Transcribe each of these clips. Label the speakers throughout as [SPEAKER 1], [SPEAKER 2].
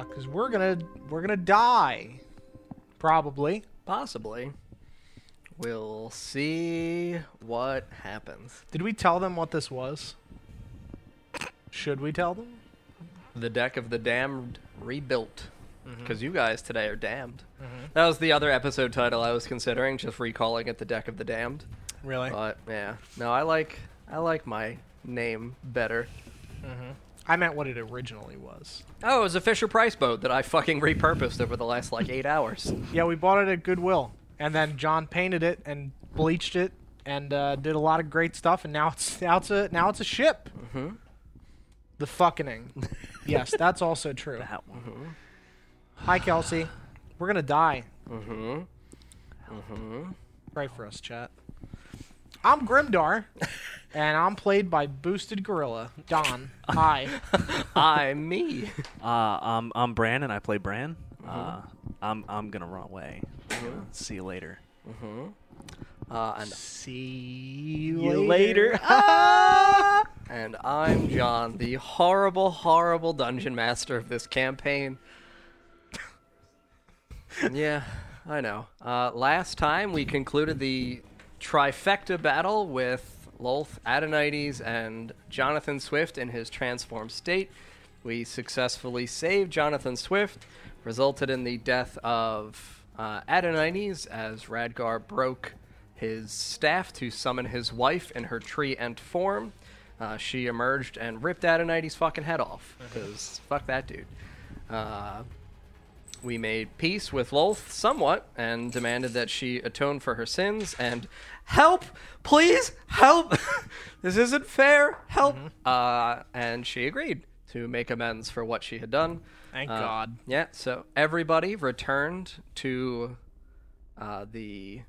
[SPEAKER 1] because uh, we're gonna we're gonna die, probably.
[SPEAKER 2] Possibly. We'll see what happens.
[SPEAKER 1] Did we tell them what this was? Should we tell them?
[SPEAKER 2] The deck of the damned rebuilt. Because you guys today are damned. That was the other episode title I was considering, just recalling it the deck of the damned.
[SPEAKER 1] Really?
[SPEAKER 2] But yeah, no, I like I like my name better.
[SPEAKER 1] I meant what it originally was.
[SPEAKER 2] Oh, it was a Fisher Price boat that I fucking repurposed over the last like eight hours.
[SPEAKER 1] Yeah, we bought it at Goodwill, and then John painted it and bleached it and uh, did a lot of great stuff, and now it's now it's a now it's a ship. Mm-hmm. The fuckening. yes, that's also true.
[SPEAKER 3] Mm-hmm.
[SPEAKER 1] Hi, Kelsey. We're gonna die. Mm-hmm. Mm-hmm. Pray for us, chat. I'm Grimdar, and I'm played by Boosted Gorilla Don. Hi.
[SPEAKER 2] I'm me.
[SPEAKER 3] Uh, I'm I'm Bran and I play Bran. Uh, I'm I'm gonna run away. See you later.
[SPEAKER 2] Uh, and
[SPEAKER 1] See you
[SPEAKER 2] And I'm John, the horrible, horrible dungeon master of this campaign. yeah, I know. Uh, last time we concluded the trifecta battle with Lolth, Adonides, and Jonathan Swift in his transformed state. We successfully saved Jonathan Swift, resulted in the death of uh, Adonides as Radgar broke his staff to summon his wife in her tree and form. Uh, she emerged and ripped Adonides' fucking head off. Because fuck that dude. Uh, we made peace with Lolth somewhat and demanded that she atone for her sins and help, please help. this isn't fair. Help.
[SPEAKER 1] Mm-hmm.
[SPEAKER 2] Uh, and she agreed to make amends for what she had done.
[SPEAKER 1] Thank
[SPEAKER 2] Uh,
[SPEAKER 1] God.
[SPEAKER 2] Yeah. So everybody returned to uh, the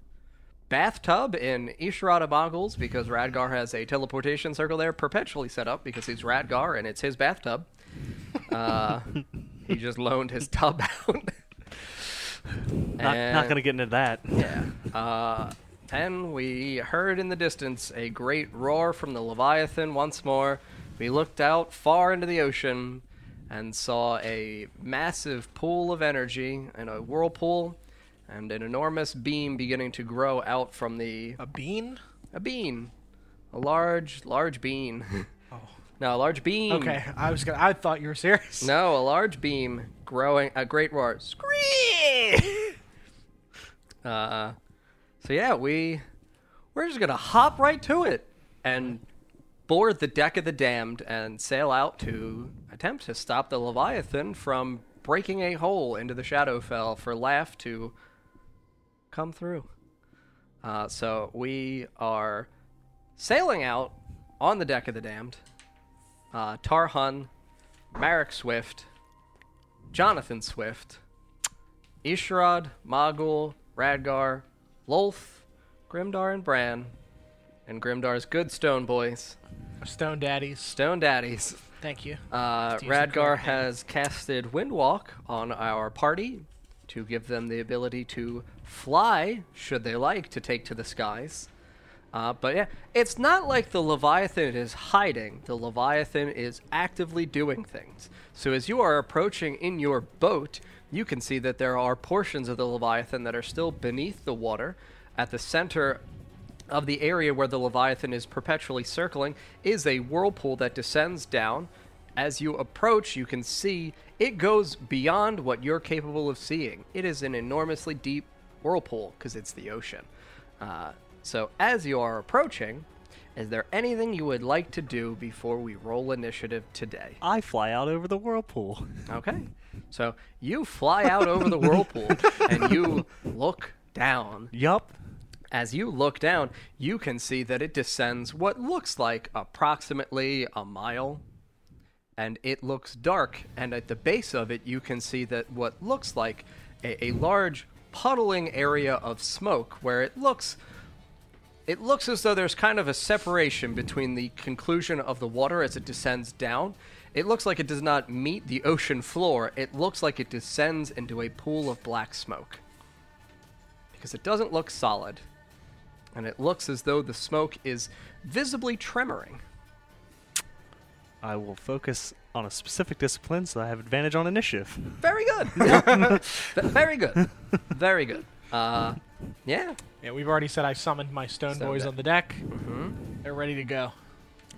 [SPEAKER 2] bathtub in Ishrata Boggles because Radgar has a teleportation circle there perpetually set up because he's Radgar and it's his bathtub. Uh, he just loaned his tub out.
[SPEAKER 3] Not, not gonna get into that.
[SPEAKER 2] Yeah. Uh, and we heard in the distance a great roar from the Leviathan once more. We looked out far into the ocean and saw a massive pool of energy and a whirlpool and an enormous beam beginning to grow out from the
[SPEAKER 1] A bean?
[SPEAKER 2] a bean a large large bean oh no a large beam
[SPEAKER 1] Okay, I was gonna. I thought you were serious.
[SPEAKER 2] no, a large beam growing a great roar. Scream! uh, so yeah, we we're just gonna hop right to it and board the deck of the damned and sail out to attempt to stop the Leviathan from breaking a hole into the Shadowfell for Laugh to come through. Uh, so we are sailing out on the deck of the damned. Uh, Tarhun, Marek Swift, Jonathan Swift, Ishrod, Mogul, Radgar, Lolth, Grimdar, and Bran, and Grimdar's good stone boys,
[SPEAKER 1] Stone Daddies.
[SPEAKER 2] stone daddies.
[SPEAKER 1] Thank you.
[SPEAKER 2] Uh,
[SPEAKER 1] to use the
[SPEAKER 2] Radgar
[SPEAKER 1] correct name.
[SPEAKER 2] has casted Windwalk on our party to give them the ability to fly, should they like, to take to the skies. Uh, but yeah, it's not like the Leviathan is hiding. The Leviathan is actively doing things. So as you are approaching in your boat, you can see that there are portions of the Leviathan that are still beneath the water. At the center of the area where the Leviathan is perpetually circling is a whirlpool that descends down. As you approach, you can see it goes beyond what you're capable of seeing. It is an enormously deep whirlpool because it's the ocean. Uh, so, as you are approaching, is there anything you would like to do before we roll initiative today?
[SPEAKER 3] I fly out over the whirlpool.
[SPEAKER 2] Okay. So, you fly out over the whirlpool and you look down.
[SPEAKER 3] Yup.
[SPEAKER 2] As you look down, you can see that it descends what looks like approximately a mile. And it looks dark, and at the base of it, you can see that what looks like a, a large puddling area of smoke where it looks it looks as though there's kind of a separation between the conclusion of the water as it descends down. It looks like it does not meet the ocean floor. It looks like it descends into a pool of black smoke. Because it doesn't look solid. And it looks as though the smoke is visibly tremoring.
[SPEAKER 3] I will focus on a specific discipline so I have advantage on initiative.
[SPEAKER 2] Very good. Yeah. Ve- Very good. Very good. Uh, yeah.
[SPEAKER 1] Yeah, we've already said I summoned my stone
[SPEAKER 2] So
[SPEAKER 1] boys
[SPEAKER 2] that-
[SPEAKER 1] on the deck.
[SPEAKER 2] hmm
[SPEAKER 1] They're ready to go.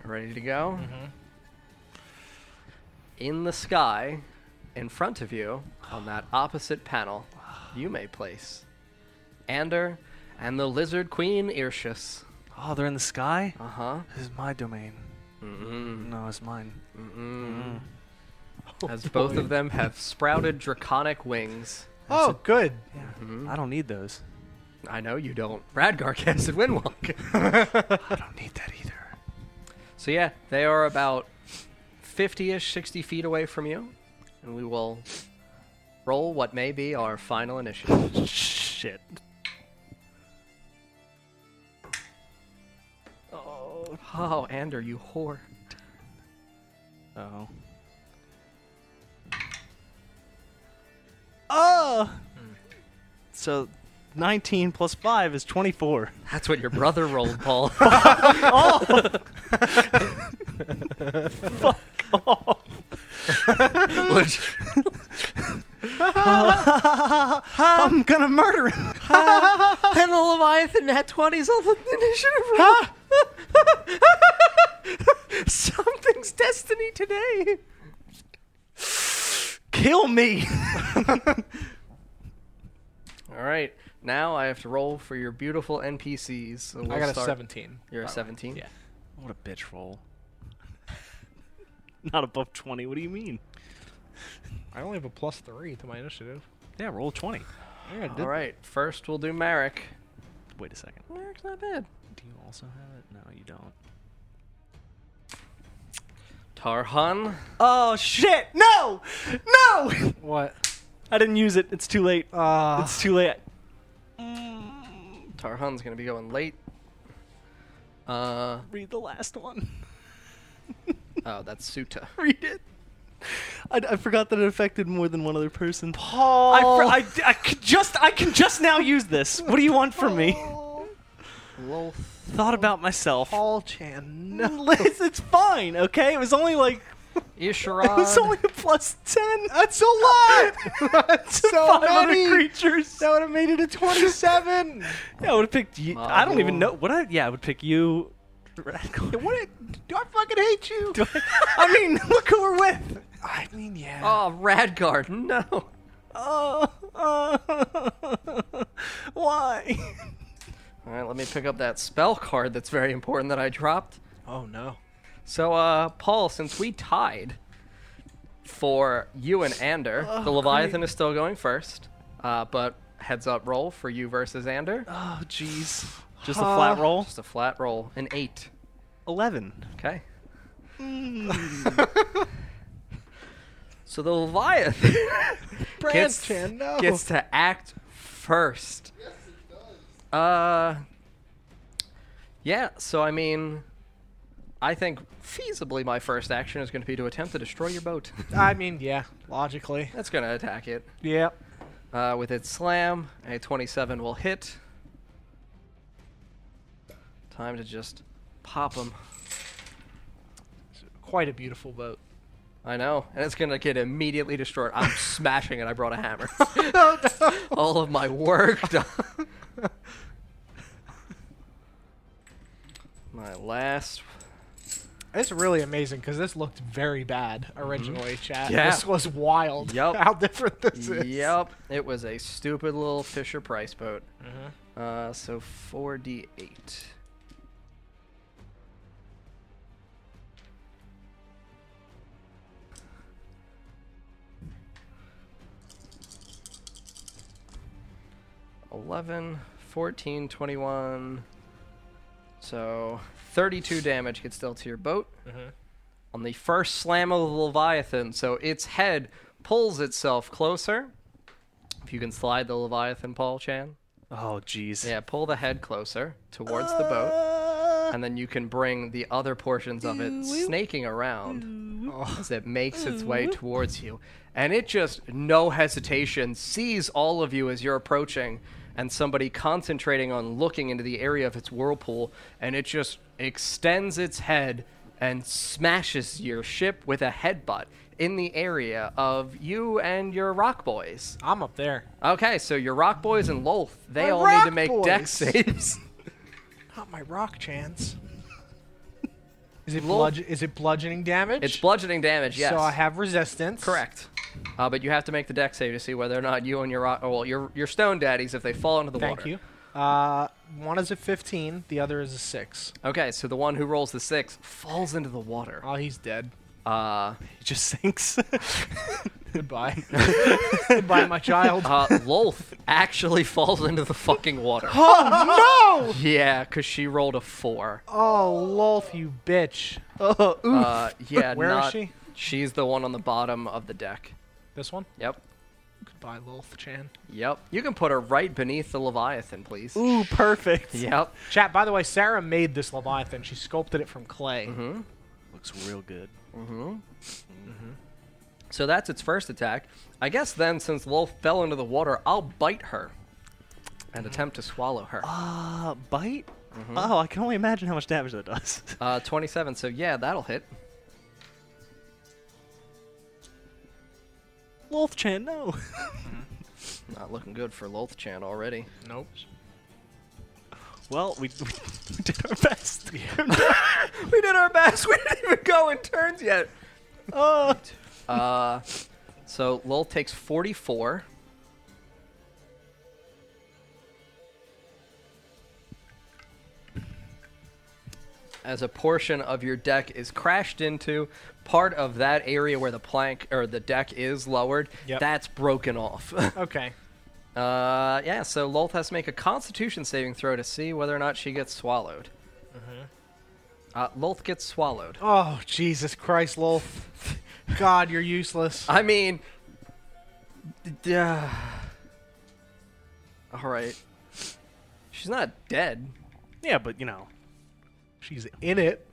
[SPEAKER 2] Ready to go? In the sky, in front of you, on that opposite panel, you may place Ander and the Lizard Queen Irshus.
[SPEAKER 3] Oh, they're in the sky?
[SPEAKER 2] Uh huh.
[SPEAKER 3] This is my domain.
[SPEAKER 2] Mm-mm.
[SPEAKER 3] No, it's mine.
[SPEAKER 2] Mm-mm.
[SPEAKER 3] Mm.
[SPEAKER 2] Mm-hmm. As both of them have sprouted draconic wings.
[SPEAKER 1] Oh, good.
[SPEAKER 3] Yeah.
[SPEAKER 2] Mhm.
[SPEAKER 3] I don't need those.
[SPEAKER 2] I know you don't. Radgar casted Windwalk.
[SPEAKER 3] I don't need that either.
[SPEAKER 2] So yeah, they are about 50-ish, 60 feet away from you, and we will roll what may be our final initiative.
[SPEAKER 3] Shit.
[SPEAKER 2] Oh, oh, Ander, you whore.
[SPEAKER 3] Oh. Oh! So 19 plus 5 is 24.
[SPEAKER 2] That's what your brother rolled, Paul. Which-
[SPEAKER 3] I'm gonna murder him.
[SPEAKER 2] and the Leviathan at 20s on the initiative roll. Something's destiny today.
[SPEAKER 3] Kill me.
[SPEAKER 2] All right, now I have to roll for your beautiful NPCs. So we'll
[SPEAKER 1] I got
[SPEAKER 2] start-
[SPEAKER 1] a 17.
[SPEAKER 2] You're a 17?
[SPEAKER 1] Yeah.
[SPEAKER 3] What a bitch roll. Not above 20. What do you mean?
[SPEAKER 1] I only have a plus three to my initiative.
[SPEAKER 3] Yeah, roll 20.
[SPEAKER 1] Yeah, I did.
[SPEAKER 2] All right, first we'll do Merrick.
[SPEAKER 3] Wait a second.
[SPEAKER 2] Merrick's not bad.
[SPEAKER 3] Do you also have it? No, you don't.
[SPEAKER 2] Tarhan.
[SPEAKER 3] Oh shit! No! No!
[SPEAKER 1] What?
[SPEAKER 3] I didn't use it. It's too late.
[SPEAKER 1] Uh,
[SPEAKER 3] It's too late. Mm,
[SPEAKER 2] Tarhan's gonna be going late. Uh
[SPEAKER 3] Read the last one.
[SPEAKER 2] oh, that's Suta.
[SPEAKER 3] Read it. I, I forgot that it affected more than one other person.
[SPEAKER 1] Paul.
[SPEAKER 3] I, fr- I, I could just I can just now use this. What do you want from me?
[SPEAKER 2] Lolth.
[SPEAKER 3] Thought about myself.
[SPEAKER 1] Paul Chan. No.
[SPEAKER 3] Liz, it's fine. Okay, it was only like it
[SPEAKER 2] Isharad.
[SPEAKER 3] was only a plus ten.
[SPEAKER 1] That's a lot. That's so
[SPEAKER 3] Five other
[SPEAKER 1] many.
[SPEAKER 3] creatures.
[SPEAKER 1] That would have made it a 27.
[SPEAKER 3] Yeah, I would have picked you. I don't even
[SPEAKER 2] Model.
[SPEAKER 3] know. Would I? Yeah, I would pick you. Radko.
[SPEAKER 1] what? a- Do I fucking hate you?
[SPEAKER 3] Do I, I mean, look who we're with.
[SPEAKER 1] I mean, yeah.
[SPEAKER 2] Oh, Radgard, no.
[SPEAKER 3] Uh, uh, why?
[SPEAKER 2] Alright, let me pick up that spell card that's very important that I dropped.
[SPEAKER 1] oh no.
[SPEAKER 2] So uh Paul, since we tied for you and Ander, the Leviathan is still going first. Uh but heads up roll for you versus Ander.
[SPEAKER 3] Oh, jeez. Just a flat roll.
[SPEAKER 2] Just a flat roll. An eight.
[SPEAKER 3] Eleven.
[SPEAKER 2] Okay. so the Leviathan
[SPEAKER 1] Brand
[SPEAKER 2] gets,
[SPEAKER 1] Chan, no.
[SPEAKER 2] gets to act first. Yes, it does. Uh, yeah, so I mean, I think feasibly my first action is going to be to attempt to destroy your boat.
[SPEAKER 1] I mean, yeah. Logically.
[SPEAKER 2] That's going to attack it.
[SPEAKER 1] Yep.
[SPEAKER 2] Uh, with its slam, a 27 will hit. Time to just pop them.
[SPEAKER 1] Quite a beautiful boat.
[SPEAKER 2] I know, and it's gonna get immediately destroyed. I'm smashing it. I brought a hammer. All of my work done. my last.
[SPEAKER 1] It's really amazing because this looked very bad originally, chat.
[SPEAKER 2] Yeah.
[SPEAKER 1] This was wild.
[SPEAKER 2] Yup.
[SPEAKER 1] How different this is.
[SPEAKER 2] Yep, it was a stupid little Fisher Price boat. Uh, so 4d8. Eleven, fourteen, twenty-one. So thirty-two damage gets dealt to your boat on the first slam of the Leviathan, so its head pulls itself closer. If you can slide the Leviathan, Paul Chan.
[SPEAKER 3] Oh, jeez.
[SPEAKER 2] Yeah, pull the head closer towards the boat, and then you can bring the other portions of it snaking around as it makes its way towards you. And it just, no hesitation, sees all of you as you're approaching, and somebody concentrating on looking into the area of its whirlpool, and it just extends its head and smashes your ship with a headbutt in the area of you and your rock boys.
[SPEAKER 1] I'm up there.
[SPEAKER 2] Okay, so your rock boys and Lolth, they
[SPEAKER 1] My
[SPEAKER 2] all need to
[SPEAKER 1] rock
[SPEAKER 2] make deck
[SPEAKER 1] boys.
[SPEAKER 2] saves.
[SPEAKER 1] Not my rock chance. Is it
[SPEAKER 2] Lol.
[SPEAKER 1] bludge- is it bludgeoning damage?
[SPEAKER 2] it's bludgeoning damage, yes.
[SPEAKER 1] So I have resistance.
[SPEAKER 2] Correct. Uh, but you have to make the deck save to see whether or not you and your rock, oh, well, your your stone daddies, if they fall into the
[SPEAKER 1] Thank
[SPEAKER 2] water.
[SPEAKER 1] you. Uh, one is a 15, the other is a 6.
[SPEAKER 2] Okay, so the one who rolls the six falls into the water.
[SPEAKER 1] Oh, he's dead.
[SPEAKER 2] Uh,
[SPEAKER 3] He just sinks.
[SPEAKER 1] Goodbye. Goodbye, my child.
[SPEAKER 2] uh, Lolth actually falls into the fucking water.
[SPEAKER 1] oh, no!
[SPEAKER 2] Yeah, because she rolled a four.
[SPEAKER 1] Oh, Lolth, you bitch.
[SPEAKER 3] oh, ooh.
[SPEAKER 2] Uh, yeah,
[SPEAKER 1] Where is
[SPEAKER 2] not-
[SPEAKER 1] she?
[SPEAKER 2] She's the one on the bottom of the deck.
[SPEAKER 1] This one?
[SPEAKER 2] Yep,
[SPEAKER 1] Goodbye, Lolth Chan.
[SPEAKER 2] yep. You can put her right beneath the Leviathan, please.
[SPEAKER 3] Ooh, perfect.
[SPEAKER 2] Yep.
[SPEAKER 1] Chat, by the way, Sarah made this Leviathan. She sculpted it from clay.
[SPEAKER 2] Mm-hmm.
[SPEAKER 3] Looks real good.
[SPEAKER 2] So that's its first attack. I guess then, since Lolth fell into the water, I'll bite her and attempt to swallow her.
[SPEAKER 3] Uh, bite? Oh, I can only imagine how much damage that does.
[SPEAKER 2] Uh, 27, so yeah, that'll hit.
[SPEAKER 3] Lolth Chan, no.
[SPEAKER 2] Not looking good for Lolth Chan already.
[SPEAKER 1] Nope.
[SPEAKER 3] well, we, we did our best.
[SPEAKER 2] We did our best. We didn't even go in turns yet.
[SPEAKER 3] oh.
[SPEAKER 2] Uh, so Lolth takes 44. As a portion of your deck is crashed into, part of that area where the plank or the deck is lowered,
[SPEAKER 1] Yep.
[SPEAKER 2] that's broken off.
[SPEAKER 1] Okay.
[SPEAKER 2] Uh, yeah, so Lolth has to make a constitution saving throw to see whether or not she gets swallowed.
[SPEAKER 3] Mm-hmm.
[SPEAKER 2] Uh, Lolth gets swallowed.
[SPEAKER 1] Oh, Jesus Christ, Lolth. God, you're useless.
[SPEAKER 2] I mean. d- Uh, Alright. She's not dead.
[SPEAKER 3] Yeah, but you know.
[SPEAKER 1] She's in it.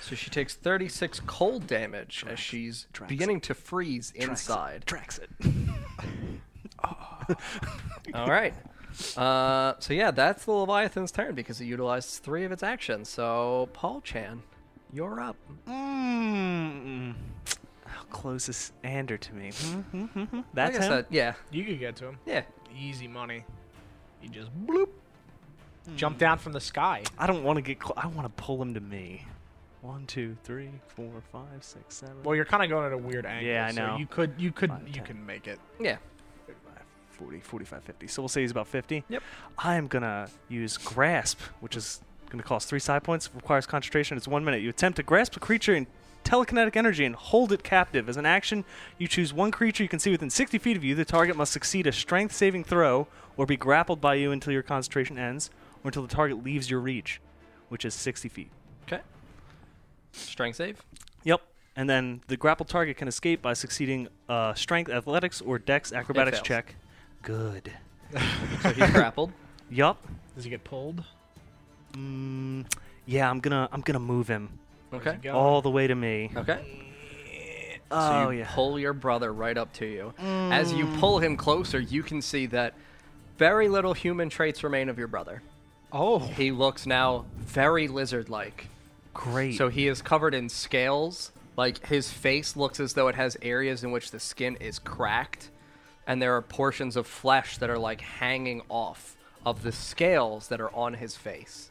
[SPEAKER 2] So she takes 36 cold damage as she's
[SPEAKER 3] Drax.
[SPEAKER 2] beginning to freeze inside.
[SPEAKER 3] Tracks it.
[SPEAKER 2] All right. Uh, so yeah, that's the Leviathan's turn because it utilized three of its actions. So Paul Chan, you're up.
[SPEAKER 3] Mmm. How close is Ander to me? Hmm, hmm, hmm, hmm. That's
[SPEAKER 2] I guess
[SPEAKER 3] him?
[SPEAKER 2] that- yeah,
[SPEAKER 1] You could get to him.
[SPEAKER 2] yeah.
[SPEAKER 1] Easy money. You just bloop. Jump down from the sky.
[SPEAKER 3] I don't want to get close. I want to pull him to me. One, two, three, four, five, six, seven.
[SPEAKER 1] Well, you're kind of going at a weird angle.
[SPEAKER 3] Yeah, I know.
[SPEAKER 1] So you could, you could,
[SPEAKER 3] Five,
[SPEAKER 1] you
[SPEAKER 3] ten.
[SPEAKER 1] can make it.
[SPEAKER 2] Yeah.
[SPEAKER 3] 35, 40, 45, 50. So we'll say he's about 50.
[SPEAKER 2] Yep.
[SPEAKER 3] I'm going to use Grasp, which is going to cost three side points, requires concentration. It's one minute. You attempt to grasp a creature in telekinetic energy and hold it captive. As an action, you choose one creature you can see within 60 feet of you. The target must succeed a strength saving throw or be grappled by you until your concentration ends or until the target leaves your reach, which is 60 feet.
[SPEAKER 2] Okay. Strength save.
[SPEAKER 3] Yep. And then the grappled target can escape by succeeding a strength, athletics, or dex acrobatics
[SPEAKER 2] fails.
[SPEAKER 3] check. Good.
[SPEAKER 2] So he's grappled.
[SPEAKER 3] Yup.
[SPEAKER 1] Does he get pulled?
[SPEAKER 3] Mm, yeah, I'm gonna I'm gonna move him
[SPEAKER 1] Where's he
[SPEAKER 2] Okay.
[SPEAKER 1] going?
[SPEAKER 3] all the way to me.
[SPEAKER 2] Okay.
[SPEAKER 3] oh
[SPEAKER 2] so you
[SPEAKER 3] yeah. Mm.
[SPEAKER 2] pull your brother right up to you. As you pull him closer, you can see that very little human traits remain of your brother.
[SPEAKER 1] Oh.
[SPEAKER 2] He looks now very lizard-like.
[SPEAKER 3] Great.
[SPEAKER 2] So he is covered in scales. Like his face looks as though it has areas in which the skin is cracked, and there are portions of flesh that are like hanging off of the scales that are on his face.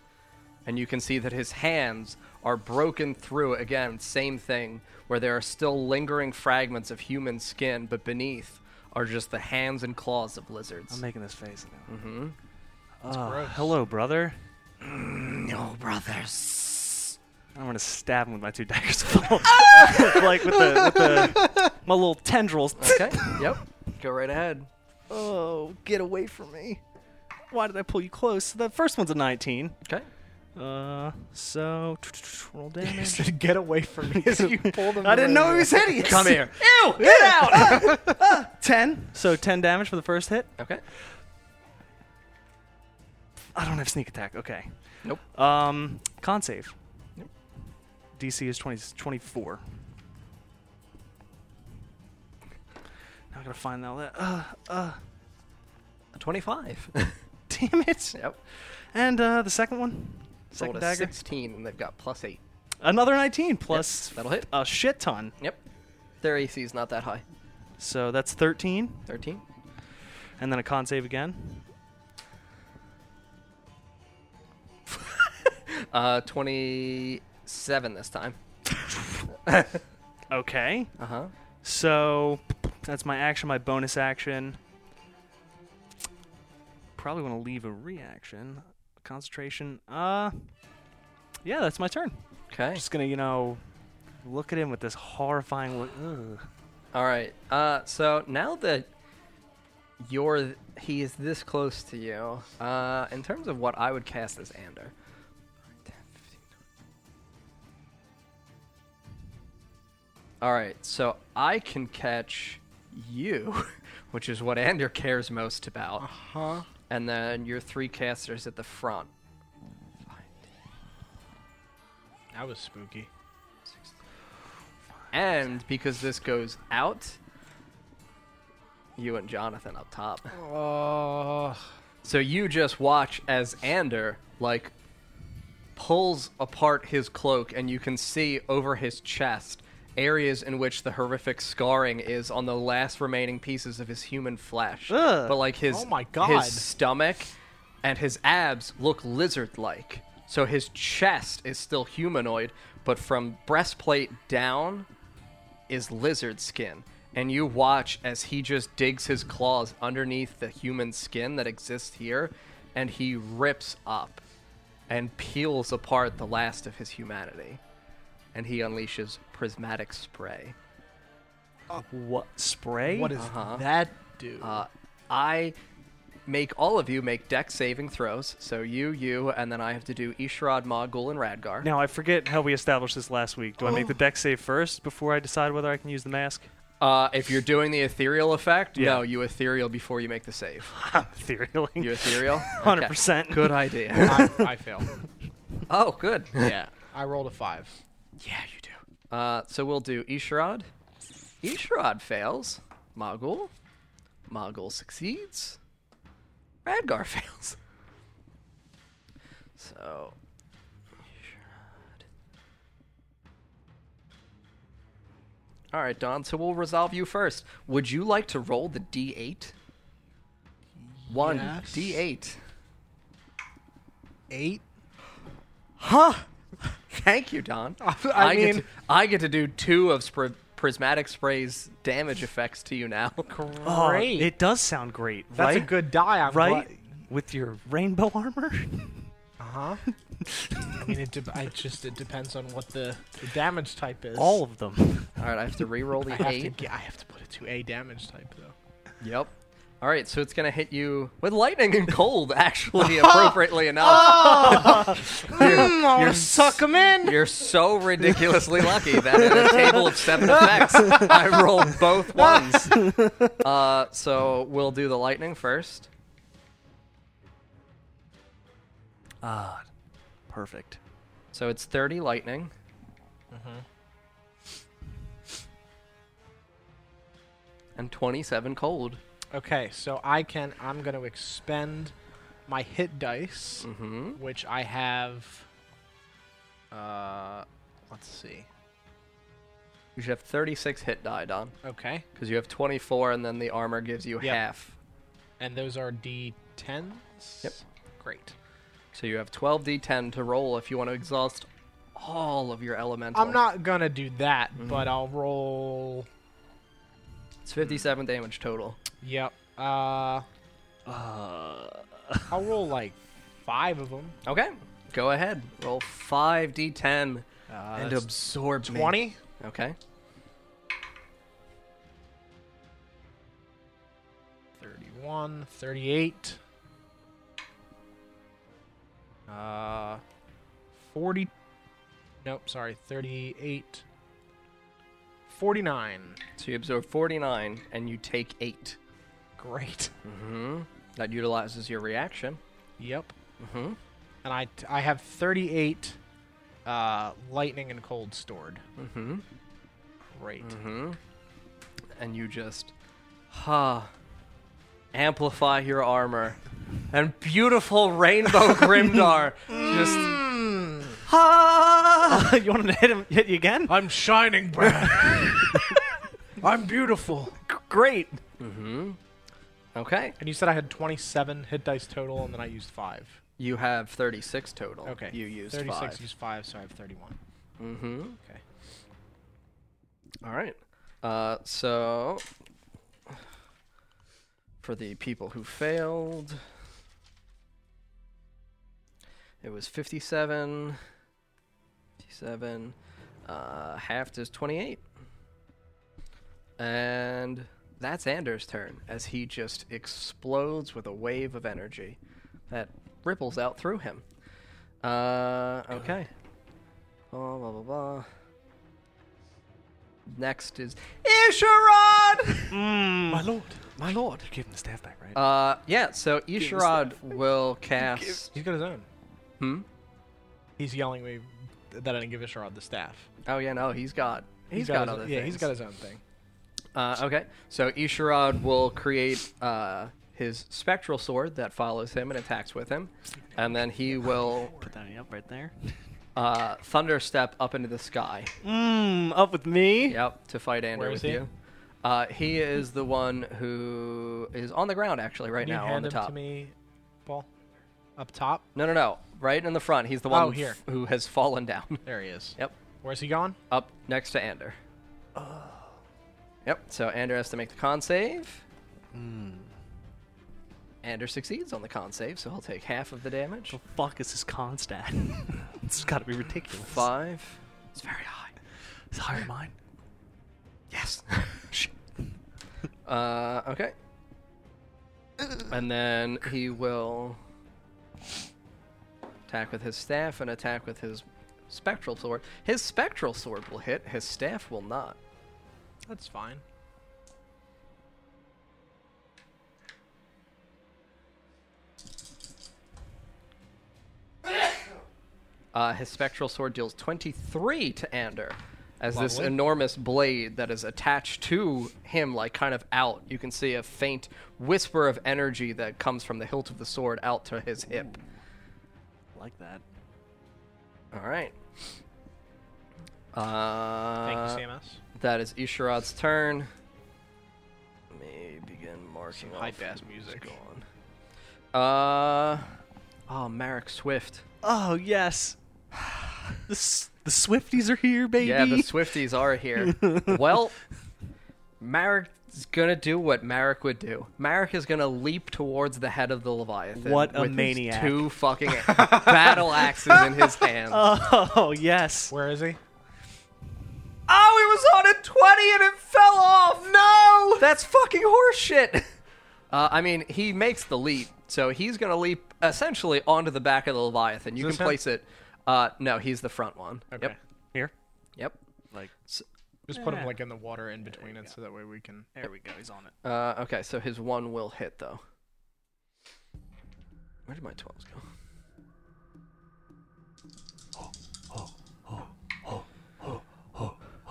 [SPEAKER 2] And you can see that his hands are broken through again, same thing, where there are still lingering fragments of human skin, but beneath are just the hands and claws of lizards.
[SPEAKER 3] I'm making this face. Now. Mm-hmm.
[SPEAKER 1] gross.
[SPEAKER 3] hello, brother.
[SPEAKER 2] Mm, no, brothers.
[SPEAKER 3] I'm gonna stab him with my two daggers. like with the with the my little tendrils.
[SPEAKER 2] Okay, yep. Go right ahead.
[SPEAKER 3] Oh, get away from me! Why did I pull you close? The first one's a 19.
[SPEAKER 2] Okay.
[SPEAKER 3] Uh, so roll damage.
[SPEAKER 1] Said, get away from me. So you pulled him
[SPEAKER 3] I didn't know
[SPEAKER 1] away.
[SPEAKER 3] he was hideous.
[SPEAKER 2] Come here.
[SPEAKER 3] Ew! Get out! ten. So ten damage for the first hit.
[SPEAKER 2] Okay.
[SPEAKER 3] I don't have sneak attack. Okay.
[SPEAKER 2] Nope.
[SPEAKER 3] Um, con save.
[SPEAKER 2] Yep.
[SPEAKER 3] DC is 20, 24. Now I gotta find all that. Uh, uh,
[SPEAKER 2] 25.
[SPEAKER 3] damn it.
[SPEAKER 2] yep.
[SPEAKER 3] And uh, the second one. Second
[SPEAKER 2] Rolled a
[SPEAKER 3] dagger.
[SPEAKER 2] 16, and they've got plus 8.
[SPEAKER 3] Another 19 plus
[SPEAKER 2] that'll hit.
[SPEAKER 3] a shit ton.
[SPEAKER 2] Yep. Their AC is not that high.
[SPEAKER 3] So that's 13,
[SPEAKER 2] 13.
[SPEAKER 3] and then a con save again.
[SPEAKER 2] Uh, 27 this time.
[SPEAKER 3] Okay.
[SPEAKER 2] Uh huh.
[SPEAKER 3] So that's my action, my bonus action. Probably want to leave a reaction, concentration. Uh, yeah, that's my turn.
[SPEAKER 2] Okay.
[SPEAKER 3] Just gonna, you know, look at him with this horrifying look. Ugh.
[SPEAKER 2] All right. Uh, so now that you're th- he is this close to you, uh, in terms of what I would cast as Ander. All right. So I can catch you, which is what Ander cares most about,
[SPEAKER 1] Huh?
[SPEAKER 2] and then your three casters at the front.
[SPEAKER 1] That was spooky.
[SPEAKER 2] And because this goes out, you and Jonathan up top.
[SPEAKER 1] Uh,
[SPEAKER 2] So you just watch as Ander like pulls apart his cloak and you can see over his chest areas in which the horrific scarring is on the last remaining pieces of his human flesh.
[SPEAKER 3] Ugh.
[SPEAKER 2] But like his
[SPEAKER 1] Oh my God.
[SPEAKER 2] his stomach and his abs look lizard-like. So his chest is still humanoid, but from breastplate down is lizard skin. And you watch as he just digs his claws underneath the human skin that exists here, and he rips up and peels apart the last of his humanity. And he unleashes prismatic spray.
[SPEAKER 3] What spray?
[SPEAKER 1] what does
[SPEAKER 2] Uh-huh.
[SPEAKER 1] that do?
[SPEAKER 2] Uh, I make all of you make deck saving throws. So you, you, and then I have to do Ishrod, Mogul, and Radgar.
[SPEAKER 3] Now I forget how we established this last week. Do I
[SPEAKER 1] Oh.
[SPEAKER 3] make the deck save first before I decide whether I can use the mask?
[SPEAKER 2] Uh, if you're doing the ethereal effect,
[SPEAKER 3] Yeah.
[SPEAKER 2] no, you ethereal before you make the save.
[SPEAKER 1] Ah.
[SPEAKER 3] I'm etherealing.
[SPEAKER 2] You ethereal? Okay.
[SPEAKER 3] 100%.
[SPEAKER 2] Good idea.
[SPEAKER 1] I, I failed.
[SPEAKER 2] oh, good.
[SPEAKER 1] Yeah, I rolled a five.
[SPEAKER 2] Yeah, you do. Uh, so we'll do Isharad. Isharad fails. Mogul. Mogul succeeds. Radgar fails. So. All right, Don. So we'll resolve you first. Would you like to roll the D8? One
[SPEAKER 1] Yes.
[SPEAKER 2] D8.
[SPEAKER 1] Eight.
[SPEAKER 2] Thank you, Don. I, get
[SPEAKER 1] mean-
[SPEAKER 2] to, I get to do two of Spr- Prismatic Spray's damage effects to you now.
[SPEAKER 3] Oh,
[SPEAKER 1] Great.
[SPEAKER 3] it does sound great,
[SPEAKER 1] That's
[SPEAKER 3] right?
[SPEAKER 1] a good die. I'm
[SPEAKER 3] right? With your rainbow armor?
[SPEAKER 1] Uh huh. I mean, it, de- I just it depends on what the, the damage type is.
[SPEAKER 3] All of them.
[SPEAKER 2] All right, I have to re-roll
[SPEAKER 1] I
[SPEAKER 2] the
[SPEAKER 1] have to
[SPEAKER 2] eight.
[SPEAKER 1] ge- I have to put it to a damage type though.
[SPEAKER 2] Yep. All right, so it's gonna hit you with lightning and cold, actually, appropriately enough.
[SPEAKER 1] Mm, I want to suck them in.
[SPEAKER 2] You're so ridiculously lucky that in a table of seven effects, I rolled both ones. Uh, so we'll do the lightning first.
[SPEAKER 3] Perfect.
[SPEAKER 2] So it's 30 lightning.
[SPEAKER 1] Mm-hmm.
[SPEAKER 2] And 27 cold.
[SPEAKER 1] Okay, so I can. I'm going to expend my hit dice,
[SPEAKER 2] Mm-hmm.
[SPEAKER 1] which I have. Uh, let's see.
[SPEAKER 2] You should have 36 hit die, Don.
[SPEAKER 1] Okay,
[SPEAKER 2] Because you have 24, and then the armor gives you
[SPEAKER 1] Yep.
[SPEAKER 2] half.
[SPEAKER 1] and those are d10s.
[SPEAKER 2] Yep.
[SPEAKER 1] Great.
[SPEAKER 2] So you have 12d10 to roll if you want to exhaust all Mm-hmm. of your elemental.
[SPEAKER 1] I'm not gonna do that, but I'll roll.
[SPEAKER 2] It's 57 damage total.
[SPEAKER 1] Yep. Uh,
[SPEAKER 3] Uh,
[SPEAKER 1] I'll roll like five of them.
[SPEAKER 2] Okay. Go ahead. Roll 5d10 and
[SPEAKER 1] that's
[SPEAKER 2] absorb me.
[SPEAKER 1] Twenty.
[SPEAKER 2] Okay.
[SPEAKER 1] 31, 38, uh, 40, nope, sorry, 38, 49.
[SPEAKER 2] So you absorb 49, and you take 8.
[SPEAKER 1] Great.
[SPEAKER 2] Mm-hmm. That utilizes your reaction.
[SPEAKER 1] Yep.
[SPEAKER 2] Mm-hmm.
[SPEAKER 1] And I, I have 38 uh, lightning and cold stored.
[SPEAKER 2] Mm-hmm.
[SPEAKER 1] Great.
[SPEAKER 2] Mm-hmm. And you just, ha, amplify your armor, and beautiful rainbow Grimdar just Ha!
[SPEAKER 3] you want him to hit him? Hit you again?
[SPEAKER 1] I'm shining bright. I'm beautiful.
[SPEAKER 3] Great.
[SPEAKER 2] Okay.
[SPEAKER 1] And you said I had 27 hit dice total, and then I used five.
[SPEAKER 2] You have 36 total.
[SPEAKER 1] Okay.
[SPEAKER 2] You used
[SPEAKER 1] 36
[SPEAKER 2] five.
[SPEAKER 1] used five, so I have 31.
[SPEAKER 2] Mm-hmm.
[SPEAKER 1] Okay.
[SPEAKER 2] All right. Uh, so, for the people who failed, it was 57. 57. Uh, halved is 28. And that's Anders' turn as he just explodes with a wave of energy that ripples out through him. Uh, okay. Blah, blah, blah, blah. Next is Isharad.
[SPEAKER 3] My
[SPEAKER 1] lord.
[SPEAKER 3] My lord. You gave him Mm. the staff back, right?
[SPEAKER 2] Uh, yeah. So Isharad will cast.
[SPEAKER 1] He's got his own.
[SPEAKER 2] Hmm.
[SPEAKER 1] He's yelling at me that I didn't give Isharad the staff.
[SPEAKER 2] Oh yeah, no, he's got. he's got,
[SPEAKER 1] his,
[SPEAKER 2] other
[SPEAKER 1] Yeah,
[SPEAKER 2] things.
[SPEAKER 1] he's got his own thing.
[SPEAKER 2] Uh, okay, so Isharad will create uh, his spectral sword that follows him and attacks with him, and then he will
[SPEAKER 3] Put that up right there.
[SPEAKER 2] uh, thunder step up into the sky.
[SPEAKER 3] Mmm. Up with me.
[SPEAKER 2] Yep, to fight Ander
[SPEAKER 1] Where
[SPEAKER 2] with
[SPEAKER 1] is he?
[SPEAKER 2] you. Uh, he is the one who is on the ground actually right
[SPEAKER 1] Can you
[SPEAKER 2] now
[SPEAKER 1] hand
[SPEAKER 2] on the
[SPEAKER 1] him
[SPEAKER 2] top.
[SPEAKER 1] to me, Paul? Up top?
[SPEAKER 2] No, no, no, right in the front. He's the one
[SPEAKER 1] Oh, here.
[SPEAKER 2] f- who has fallen down.
[SPEAKER 1] There he is.
[SPEAKER 2] yep,
[SPEAKER 1] Where's he gone?
[SPEAKER 2] up next to Ander.
[SPEAKER 1] Oh.
[SPEAKER 2] Yep. So Ander has to make the con save.
[SPEAKER 1] Hmm.
[SPEAKER 2] Ander succeeds on the con save, so he'll take half of the damage.
[SPEAKER 3] The
[SPEAKER 1] Oh,
[SPEAKER 3] fuck is this con stat? it's got to be ridiculous.
[SPEAKER 2] Five. It's very high.
[SPEAKER 3] It's higher than mine.
[SPEAKER 2] Yes.
[SPEAKER 3] Shit.
[SPEAKER 2] Uh, okay. And then he will attack with his staff and attack with his spectral sword. His spectral sword will hit, his staff will not.
[SPEAKER 1] That's fine.
[SPEAKER 2] Uh, his spectral sword deals 23 to Ander as this
[SPEAKER 1] Lovely.
[SPEAKER 2] enormous blade that is attached to him, like kind of out. You can see a faint whisper of energy that comes from the hilt of the sword out to his hip.
[SPEAKER 3] like that.
[SPEAKER 2] All right. Uh,
[SPEAKER 1] Thank you, CMS.
[SPEAKER 2] That is Isharad's turn. Let me begin marking
[SPEAKER 1] Some high
[SPEAKER 2] off
[SPEAKER 1] bass
[SPEAKER 2] who's
[SPEAKER 1] music.
[SPEAKER 2] Gone. Uh, oh, Merrick Swift.
[SPEAKER 3] Oh yes. The s- the Swifties are here, baby.
[SPEAKER 2] Yeah, the Swifties are here. well, Merrick's gonna do what Merrick would do. Merrick is gonna leap towards the head of the Leviathan.
[SPEAKER 3] What a
[SPEAKER 2] with his
[SPEAKER 3] maniac.
[SPEAKER 2] two fucking battle axes in his hand.
[SPEAKER 3] oh yes.
[SPEAKER 1] Where is he?
[SPEAKER 2] oh, it was on at 20 and it fell off! No! That's fucking horseshit! Uh, I mean, he makes the leap, so he's gonna leap essentially onto the back of the Leviathan. You
[SPEAKER 1] Is this
[SPEAKER 2] can
[SPEAKER 1] him?
[SPEAKER 2] place it. Uh, no, he's the front one.
[SPEAKER 1] Okay.
[SPEAKER 2] Yep.
[SPEAKER 3] Here.
[SPEAKER 2] Yep.
[SPEAKER 3] Like
[SPEAKER 1] Just put him
[SPEAKER 3] Yeah.
[SPEAKER 1] like in the water in between it, so that way we can.
[SPEAKER 3] there we go. He's on it.
[SPEAKER 2] Uh, okay, so his one will hit though. Where did my twelves go?
[SPEAKER 1] Oh.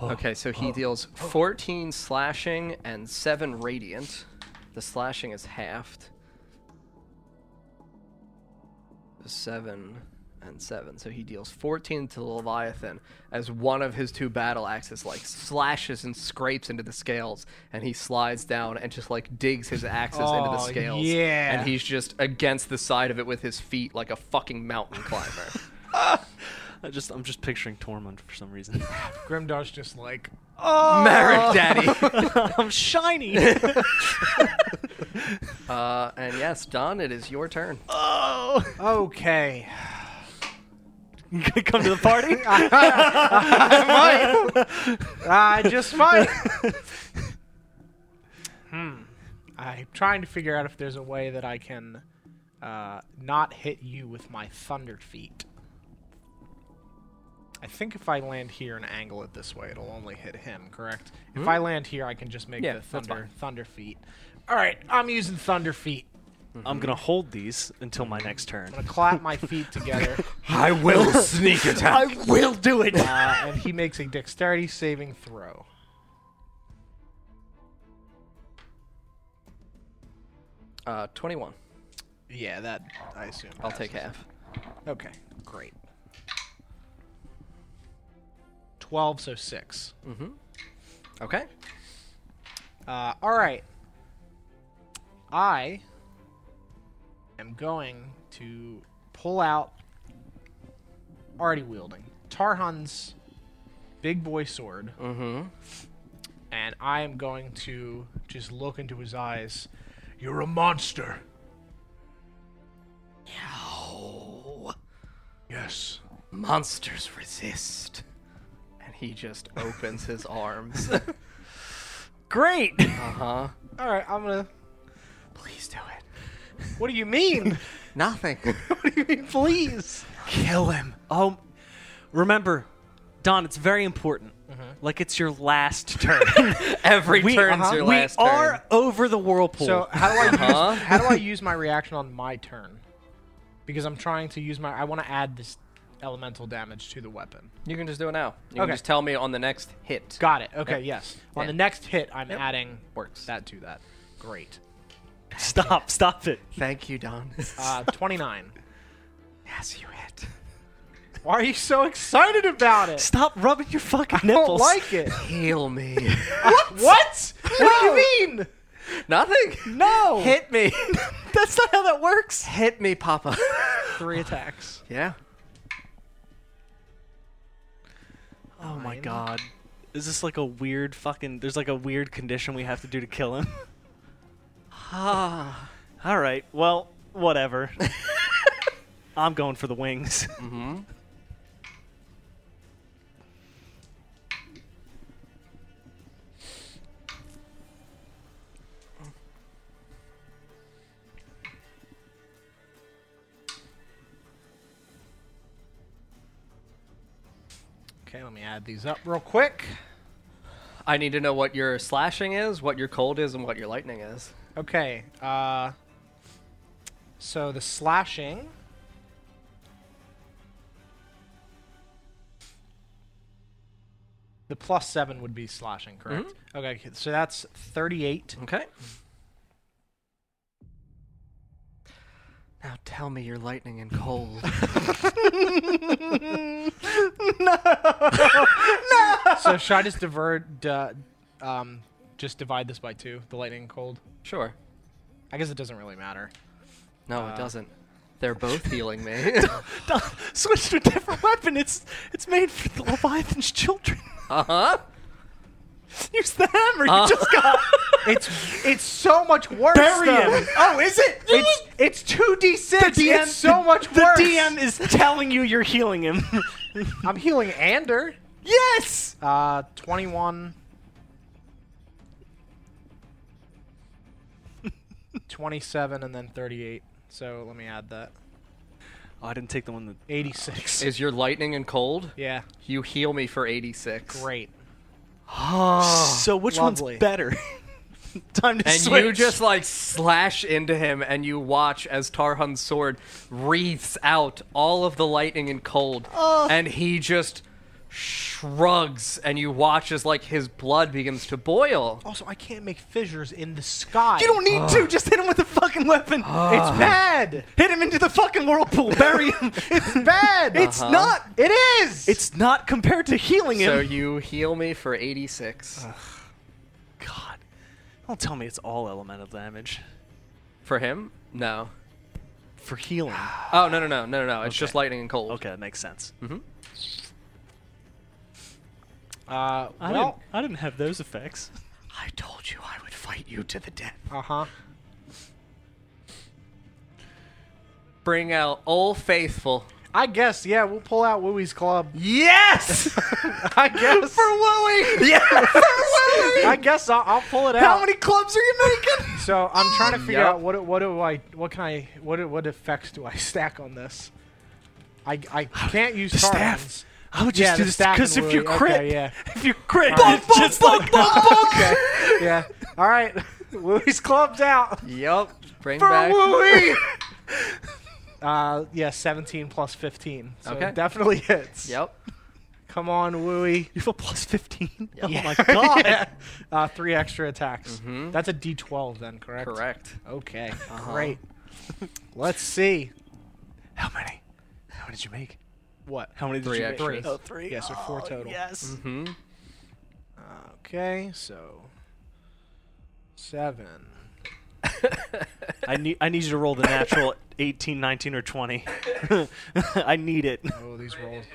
[SPEAKER 2] Okay, so he deals 14 slashing and 7 radiant. The slashing is halved. 7 and 7. So he deals 14 to the Leviathan as one of his two battle axes like slashes and scrapes into the scales and he slides down and just like digs his axes into the
[SPEAKER 1] Oh,
[SPEAKER 2] scales.
[SPEAKER 1] yeah.
[SPEAKER 2] And he's just against the side of it with his feet like a fucking mountain climber.
[SPEAKER 3] I just I'm just picturing Tormund for some reason.
[SPEAKER 1] Grimdar's just like, Oh.
[SPEAKER 2] Merrick Daddy.
[SPEAKER 3] Oh. I'm shiny.
[SPEAKER 2] Uh, and yes, Don, it is your turn.
[SPEAKER 3] oh.
[SPEAKER 1] okay.
[SPEAKER 3] You gonna come to the party?
[SPEAKER 1] I just might. hmm. I'm trying to figure out if there's a way that I can uh, not hit you with my thunder feet. I think if I land here and angle it this way, it'll only hit him. Correct. If I land here, I can just make
[SPEAKER 2] Hmm? Yeah,
[SPEAKER 1] the
[SPEAKER 2] that's fine.
[SPEAKER 1] thunder thunder feet. All right, I'm using thunder feet.
[SPEAKER 3] I'm gonna hold these until my next turn.
[SPEAKER 1] I'm gonna clap my feet together,
[SPEAKER 4] I will sneak attack.
[SPEAKER 3] will do it.
[SPEAKER 1] uh, and he makes a dexterity saving throw.
[SPEAKER 2] Uh, 21.
[SPEAKER 1] Yeah, that I assume.
[SPEAKER 2] I'll
[SPEAKER 1] passes.
[SPEAKER 2] take half.
[SPEAKER 1] Okay, great. twelve, so six.
[SPEAKER 2] Okay.
[SPEAKER 1] Uh, all right. I am going to pull out already wielding Tarhan's big boy sword,
[SPEAKER 2] Mm-hmm.
[SPEAKER 1] and I am going to just look into his eyes. You're a monster.
[SPEAKER 2] Oh,
[SPEAKER 1] Yes.
[SPEAKER 2] monsters resist. And he just opens his arms. uh
[SPEAKER 3] Great.
[SPEAKER 2] huh.
[SPEAKER 1] All right, I'm gonna.
[SPEAKER 2] Please do it.
[SPEAKER 1] What do you mean?
[SPEAKER 2] Nothing.
[SPEAKER 1] what do you mean, please?
[SPEAKER 3] Kill him. Oh, remember, Don. It's very important. Like it's your last turn.
[SPEAKER 2] Every
[SPEAKER 3] we
[SPEAKER 2] turn's
[SPEAKER 1] uh-huh,
[SPEAKER 2] your
[SPEAKER 3] we
[SPEAKER 2] last
[SPEAKER 3] are
[SPEAKER 2] turn.
[SPEAKER 3] over the whirlpool.
[SPEAKER 1] So how do I
[SPEAKER 2] Huh?
[SPEAKER 1] use, how do I use my reaction on my turn? Because I'm trying to use my I want to add this elemental damage to the weapon.
[SPEAKER 2] You can just do it now. You can
[SPEAKER 1] Okay.
[SPEAKER 2] just tell me on the next hit.
[SPEAKER 1] Got it. Okay, yes. On
[SPEAKER 2] Yep.
[SPEAKER 1] the next hit, I'm adding
[SPEAKER 2] Works.
[SPEAKER 1] that to that. Great.
[SPEAKER 3] stop. Stop it.
[SPEAKER 2] Thank you, Don.
[SPEAKER 1] Uh, 29.
[SPEAKER 2] yes, you hit.
[SPEAKER 1] Why are you so excited about it?
[SPEAKER 3] Stop rubbing your fucking
[SPEAKER 1] I don't
[SPEAKER 3] nipples.
[SPEAKER 1] like it.
[SPEAKER 2] Heal me.
[SPEAKER 1] what? What? do you mean?
[SPEAKER 2] Nothing.
[SPEAKER 1] No.
[SPEAKER 2] Hit me.
[SPEAKER 3] That's not how that works.
[SPEAKER 2] Hit me, Papa.
[SPEAKER 1] three attacks.
[SPEAKER 2] yeah.
[SPEAKER 3] Oh my god. Is this like a weird fucking there's like a weird condition we have to do to kill him?
[SPEAKER 2] Ah.
[SPEAKER 3] All right. Well, whatever. I'm going for the wings.
[SPEAKER 1] Mm. Okay, let me add these up real quick.
[SPEAKER 2] I need to know what your slashing is, what your cold is, and what your lightning is.
[SPEAKER 1] Okay. Uh, so the slashing. The plus seven would be slashing, correct?
[SPEAKER 3] Mm-hmm.
[SPEAKER 1] Okay, so that's 38.
[SPEAKER 2] Okay. Now tell me your lightning and cold.
[SPEAKER 1] so should I just divert, uh, um, just divide this by two, the lightning and cold?
[SPEAKER 2] sure.
[SPEAKER 1] I guess it doesn't really matter.
[SPEAKER 2] No, it doesn't. They're both healing me.
[SPEAKER 3] Switch to a different weapon. It's it's made for the Leviathan's children.
[SPEAKER 2] uh huh.
[SPEAKER 3] Use the hammer
[SPEAKER 1] Uh,
[SPEAKER 3] you just got.
[SPEAKER 1] It's it's so much worse.
[SPEAKER 3] Bury
[SPEAKER 1] though.
[SPEAKER 3] him. Oh, is it?
[SPEAKER 1] It's it's two d six. It's so much
[SPEAKER 3] the
[SPEAKER 1] worse.
[SPEAKER 3] DM is telling you you're healing him.
[SPEAKER 1] I'm healing Ander.
[SPEAKER 3] yes.
[SPEAKER 1] Uh, 21. 27 and then 38. So let me add that.
[SPEAKER 3] Oh, I didn't take the one that
[SPEAKER 1] 86.
[SPEAKER 2] Is your lightning and cold?
[SPEAKER 1] yeah,
[SPEAKER 2] You heal me for 86.
[SPEAKER 1] great.
[SPEAKER 3] so which
[SPEAKER 1] Ah, lovely.
[SPEAKER 3] one's better? Time to
[SPEAKER 2] And
[SPEAKER 3] switch.
[SPEAKER 2] you just like slash into him, and you watch as Tarhan's sword wreaths out all of the lightning and cold, and he just shrugs, and you watch as like his blood begins to boil.
[SPEAKER 1] Also, I can't make fissures in the sky.
[SPEAKER 3] You don't need
[SPEAKER 2] Oh.
[SPEAKER 3] to. Just hit him with a fucking weapon.
[SPEAKER 1] It's bad.
[SPEAKER 3] Hit him into the fucking whirlpool. Bury him.
[SPEAKER 1] It's bad. Uh-huh.
[SPEAKER 3] It's not.
[SPEAKER 1] It is.
[SPEAKER 3] It's not compared to healing him.
[SPEAKER 2] So you heal me for 86
[SPEAKER 3] God, don't tell me it's all elemental damage
[SPEAKER 2] for him. No.
[SPEAKER 3] for healing.
[SPEAKER 2] Oh no no no no no no! It's just
[SPEAKER 3] Okay.
[SPEAKER 2] lightning and cold.
[SPEAKER 3] okay, that makes sense.
[SPEAKER 2] Hmm.
[SPEAKER 1] Uh,
[SPEAKER 3] I
[SPEAKER 1] well,
[SPEAKER 3] didn't. I didn't have those effects.
[SPEAKER 2] I told you I would fight you to the death.
[SPEAKER 1] uh huh.
[SPEAKER 2] Bring out all faithful.
[SPEAKER 1] I guess, yeah, we'll pull out Wooey's Club.
[SPEAKER 3] Yes.
[SPEAKER 1] I guess.
[SPEAKER 3] Wooly. Yes. For Wooly.
[SPEAKER 1] I guess I'll, I'll pull it out.
[SPEAKER 3] How many clubs are you making?
[SPEAKER 1] So I'm trying to figure
[SPEAKER 2] Yup.
[SPEAKER 1] out what do- what do I what can I what do- what effects do I stack on this? I I can't use
[SPEAKER 3] The
[SPEAKER 1] Tarhan's.
[SPEAKER 3] staff. I would just
[SPEAKER 1] Yeah,
[SPEAKER 3] do
[SPEAKER 1] the
[SPEAKER 3] this
[SPEAKER 1] staff
[SPEAKER 3] because
[SPEAKER 1] and
[SPEAKER 3] if you
[SPEAKER 1] Wooly.
[SPEAKER 3] crit,
[SPEAKER 1] Okay, yeah.
[SPEAKER 3] if you crit,
[SPEAKER 1] Bonk,
[SPEAKER 3] it's just like
[SPEAKER 1] Okay. yeah. All right. Wooey's clubs out
[SPEAKER 2] Yup. Bring
[SPEAKER 1] for
[SPEAKER 2] back.
[SPEAKER 1] Wooey. uh, yeah, 17 plus 15. So
[SPEAKER 2] Okay.
[SPEAKER 1] it definitely hits.
[SPEAKER 2] Yep.
[SPEAKER 1] Come on, Wooey.
[SPEAKER 3] You have a plus fifteen. Oh
[SPEAKER 2] Yeah.
[SPEAKER 3] my god.
[SPEAKER 1] Yeah. Uh, three extra attacks. That's a D12 then, correct?
[SPEAKER 2] Mm-hmm. Correct. Uh-huh.
[SPEAKER 1] Okay. Great. Let's see.
[SPEAKER 3] How many? How many did you make?
[SPEAKER 1] What?
[SPEAKER 3] How many did
[SPEAKER 2] Three
[SPEAKER 3] you
[SPEAKER 2] extras.
[SPEAKER 3] make?
[SPEAKER 2] Three.
[SPEAKER 3] Oh, three.
[SPEAKER 1] Yes, or four
[SPEAKER 3] Oh,
[SPEAKER 1] total.
[SPEAKER 3] Yes.
[SPEAKER 2] Hmm.
[SPEAKER 1] Okay, so seven.
[SPEAKER 3] I need I need you to roll the natural 18, 19, or 20. I need it.
[SPEAKER 1] Oh, these rolls.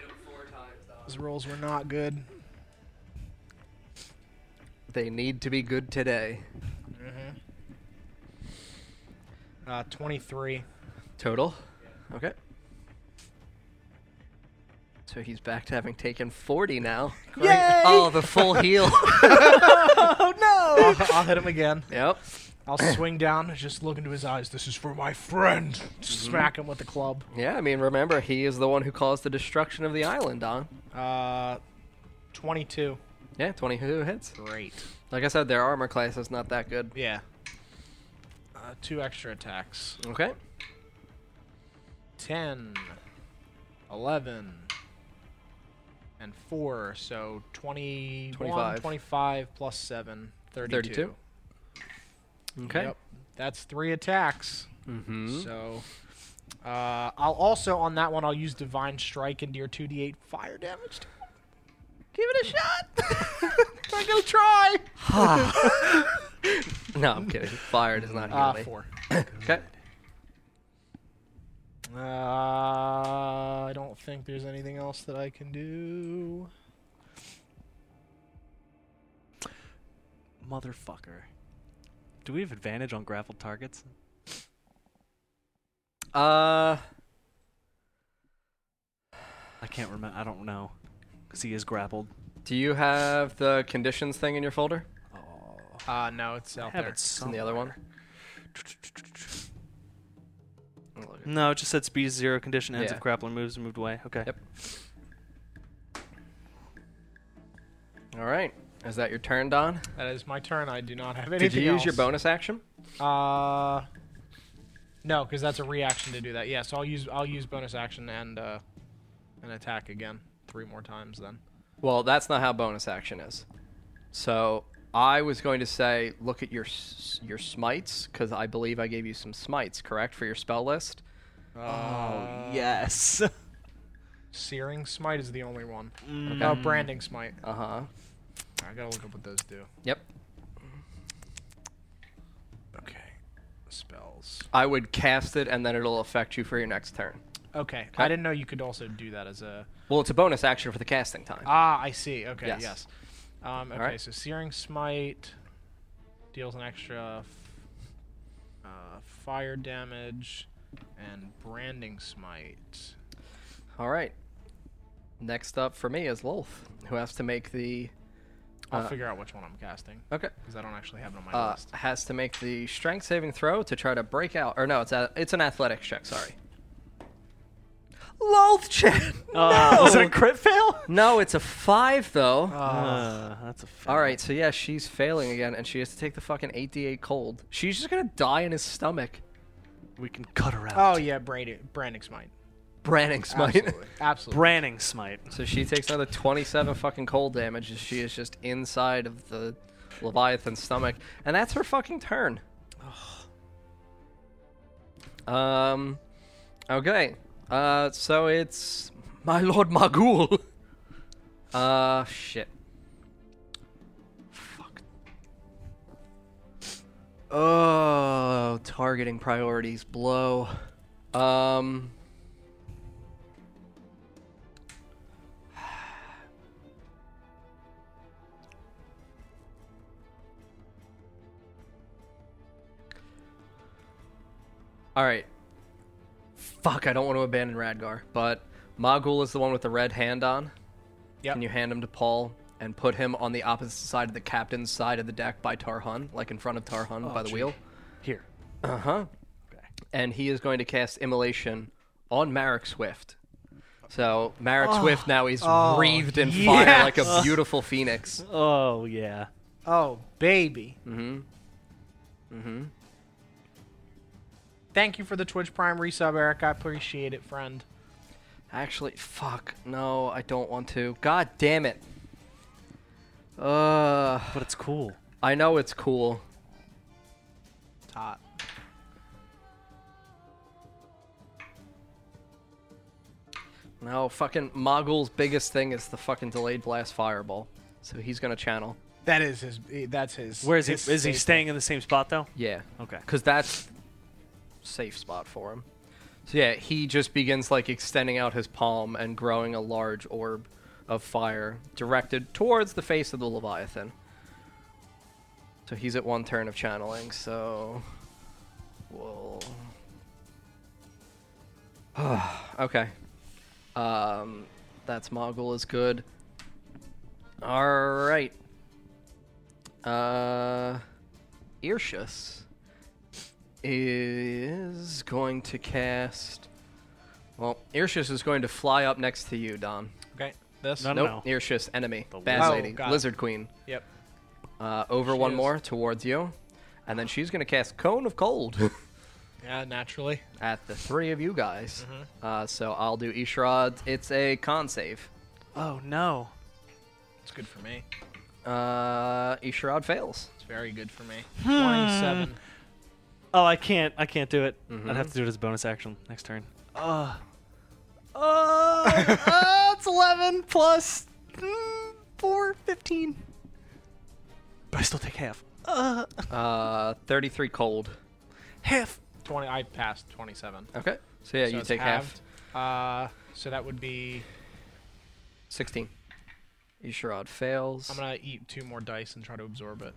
[SPEAKER 1] These rolls were not good.
[SPEAKER 2] They need to be good today.
[SPEAKER 1] Uh, twenty-three.
[SPEAKER 2] Total. Okay. So he's back to having taken 40 now.
[SPEAKER 1] Yay!
[SPEAKER 2] Oh, the full heal.
[SPEAKER 1] I'll, I'll hit him again.
[SPEAKER 2] yep.
[SPEAKER 1] I'll swing down, just look into his eyes. This is for my friend. Smack him with the club.
[SPEAKER 2] Yeah, I mean, remember, he is the one who caused the destruction of the island, Don.
[SPEAKER 1] Uh, twenty-two.
[SPEAKER 2] Yeah, 22 hits.
[SPEAKER 1] Great.
[SPEAKER 2] Like I said, their armor class is not that good.
[SPEAKER 1] Yeah. Uh, two extra attacks.
[SPEAKER 2] Okay.
[SPEAKER 1] 10, 11, and 4. So 21,
[SPEAKER 2] 25.
[SPEAKER 1] 25, plus 7, 32.
[SPEAKER 2] 32. Okay.
[SPEAKER 1] Yep. That's three attacks.
[SPEAKER 2] Mm-hmm.
[SPEAKER 1] So uh, I'll also, on that one, I'll use Divine Strike into your 2d8 fire damage. to him. Give it a shot. I'm going to try.
[SPEAKER 2] No, I'm kidding. Fire does not heal
[SPEAKER 1] Uh,
[SPEAKER 2] me.
[SPEAKER 1] 4.
[SPEAKER 2] Okay.
[SPEAKER 1] Uh, I don't think there's anything else that I can do.
[SPEAKER 3] Motherfucker. Do we have advantage on grappled targets?
[SPEAKER 2] Uh,
[SPEAKER 3] I can't remember. I don't know. Because he is grappled.
[SPEAKER 2] do you have the conditions thing in your folder?
[SPEAKER 3] Oh.
[SPEAKER 1] Uh, no, it's
[SPEAKER 3] I
[SPEAKER 1] out
[SPEAKER 3] have
[SPEAKER 1] there.
[SPEAKER 3] it
[SPEAKER 2] It's in the other one.
[SPEAKER 3] somewhere.
[SPEAKER 2] I'll look at-
[SPEAKER 3] No, it just said speed is zero condition ends
[SPEAKER 2] Yeah.
[SPEAKER 3] if grappling moves and moved away. Okay.
[SPEAKER 2] Yep. All right. Is that your turn, Don?
[SPEAKER 1] That is my turn. I do not have anything
[SPEAKER 2] Did you use your
[SPEAKER 1] else.
[SPEAKER 2] bonus action?
[SPEAKER 1] Uh, no, because that's a reaction to do that. Yeah, so I'll use I'll use bonus action and uh, an attack again three more times then.
[SPEAKER 2] Well, that's not how bonus action is. So I was going to say, look at your s- your smites, because I believe I gave you some smites, correct, for your spell list.
[SPEAKER 3] Oh, yes.
[SPEAKER 1] Searing smite is the only one.
[SPEAKER 3] Mm.
[SPEAKER 1] No, branding smite.
[SPEAKER 2] Uh huh.
[SPEAKER 1] I gotta look up what those do.
[SPEAKER 2] Yep.
[SPEAKER 1] Okay, spells.
[SPEAKER 2] I would cast it, and then it'll affect you for your next turn.
[SPEAKER 1] Okay,
[SPEAKER 2] Okay.
[SPEAKER 1] I didn't know you could also do that as a.
[SPEAKER 2] Well, it's a bonus action for the casting time.
[SPEAKER 1] Ah, I see. Okay,
[SPEAKER 2] Yes.
[SPEAKER 1] yes. Um, okay,
[SPEAKER 2] right.
[SPEAKER 1] so searing smite deals an extra f- uh, fire damage, and branding smite.
[SPEAKER 2] All right. Next up for me is Lolth, who has to make the
[SPEAKER 1] I'll
[SPEAKER 2] Uh,
[SPEAKER 1] figure out which one I'm casting
[SPEAKER 2] okay
[SPEAKER 1] because I don't actually have it on my
[SPEAKER 2] uh,
[SPEAKER 1] list.
[SPEAKER 2] has to make the strength saving throw to try to break out. Or no, it's a, it's an athletics check. Sorry. Lolth check.
[SPEAKER 3] Uh, Was it a crit fail?
[SPEAKER 2] No, it's a five though.
[SPEAKER 3] Uh, that's a fail.
[SPEAKER 2] All right, so yeah, she's failing again, and she has to take the fucking 88 cold. She's just gonna die in his stomach.
[SPEAKER 3] We can cut her out.
[SPEAKER 1] Oh yeah, branding, branding smite.
[SPEAKER 2] Branding smite.
[SPEAKER 1] Absolutely, absolutely.
[SPEAKER 3] Branning smite.
[SPEAKER 2] so she takes another 27 fucking cold damage as she is just inside of the Leviathan's stomach, and that's her fucking turn. Um, okay. Uh, so it's my Lord Magul. uh, shit. Fuck. Oh, targeting priorities blow. Um. All right. Fuck, I don't want to abandon Radgar, but Magul is the one with the red hand on.
[SPEAKER 1] Yep.
[SPEAKER 2] Can you hand him to Paul and put him on the opposite side of the captain's side of the deck by Tarhan, like in front of Tarhan by the wheel?
[SPEAKER 3] Here.
[SPEAKER 2] Uh huh. And he is going to cast Immolation on Marek Swift. So Marek Swift now is wreathed in fire like a beautiful phoenix.
[SPEAKER 3] Oh, yeah.
[SPEAKER 1] Oh baby. Mm-hmm. Mm-hmm. Thank you for the Twitch Prime resub, Eric. I appreciate it, friend.
[SPEAKER 2] Actually, fuck. No, I don't want to. God damn it. Uh,
[SPEAKER 3] But it's cool.
[SPEAKER 2] I know it's cool.
[SPEAKER 1] It's hot.
[SPEAKER 2] No, fucking Mogul's biggest thing is the fucking delayed blast fireball. So he's gonna channel.
[SPEAKER 1] That is his. That's his.
[SPEAKER 3] Where is he?
[SPEAKER 1] his
[SPEAKER 3] Is he
[SPEAKER 1] staple.
[SPEAKER 3] staying in the same spot though?
[SPEAKER 2] Yeah.
[SPEAKER 3] Okay.
[SPEAKER 2] Because that's safe spot for him. So yeah, he just begins like extending out his palm and growing a large orb of fire directed towards the face of the Leviathan. So he's at one turn of channeling, so we'll Okay. Um that's Mogul is good. Alright. Uh Irshus is going to cast. Well, Irshus is going to fly up next to you, Don.
[SPEAKER 1] Okay. This.
[SPEAKER 3] No, no.
[SPEAKER 2] Nope, Irshus, enemy.
[SPEAKER 3] The
[SPEAKER 2] Bad
[SPEAKER 1] lizard.
[SPEAKER 2] lady.
[SPEAKER 1] Oh, got it.
[SPEAKER 2] Lizard Queen.
[SPEAKER 1] Yep.
[SPEAKER 2] Uh, over one
[SPEAKER 1] is.
[SPEAKER 2] more towards you. And then she's going to cast Cone of Cold
[SPEAKER 1] Yeah. Naturally.
[SPEAKER 2] at the three of you guys. Uh, so I'll do Ishrod. It's a con save.
[SPEAKER 3] Oh no.
[SPEAKER 1] It's good for me.
[SPEAKER 2] Uh, Ishrod fails.
[SPEAKER 1] It's very good for me.
[SPEAKER 2] Hmm.
[SPEAKER 1] Twenty-seven.
[SPEAKER 3] Oh, I can't. I can't do it. I'd have to do it as a bonus action next turn.
[SPEAKER 2] Uh, uh, it's 11 plus mm, 4, 15.
[SPEAKER 3] But I still take half.
[SPEAKER 2] Uh, 33 cold.
[SPEAKER 3] Half.
[SPEAKER 1] Twenty. I passed twenty-seven.
[SPEAKER 2] Okay. So yeah,
[SPEAKER 1] So
[SPEAKER 2] you
[SPEAKER 1] it's
[SPEAKER 2] take half.
[SPEAKER 1] halved. Uh, so that would be.
[SPEAKER 2] 16. Isherod fails.
[SPEAKER 1] I'm gonna eat two more dice and try to absorb it.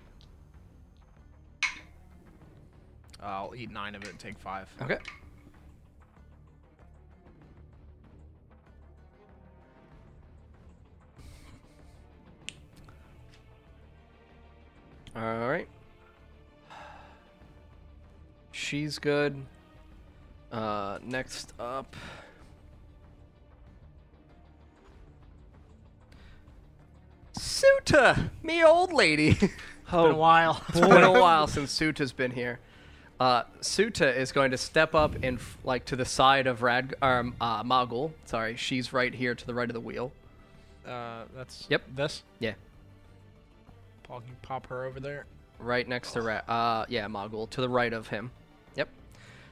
[SPEAKER 1] I'll eat nine of it. and Take five.
[SPEAKER 2] Okay. All right. She's good. Uh, next up. Suta, me old lady.
[SPEAKER 3] Oh.
[SPEAKER 1] Been a while.
[SPEAKER 2] It's been a while since Suta's been here. Uh, Suta is going to step up and f- like to the side of Rad um, uh, Mogul. Sorry, she's right here to the right of the wheel.
[SPEAKER 1] uh, that's.
[SPEAKER 2] Yep.
[SPEAKER 1] This.
[SPEAKER 2] Yeah,
[SPEAKER 1] Paul, can you pop her over there?
[SPEAKER 2] right next to Rad. Uh, yeah, Mogul to the right of him. Yep.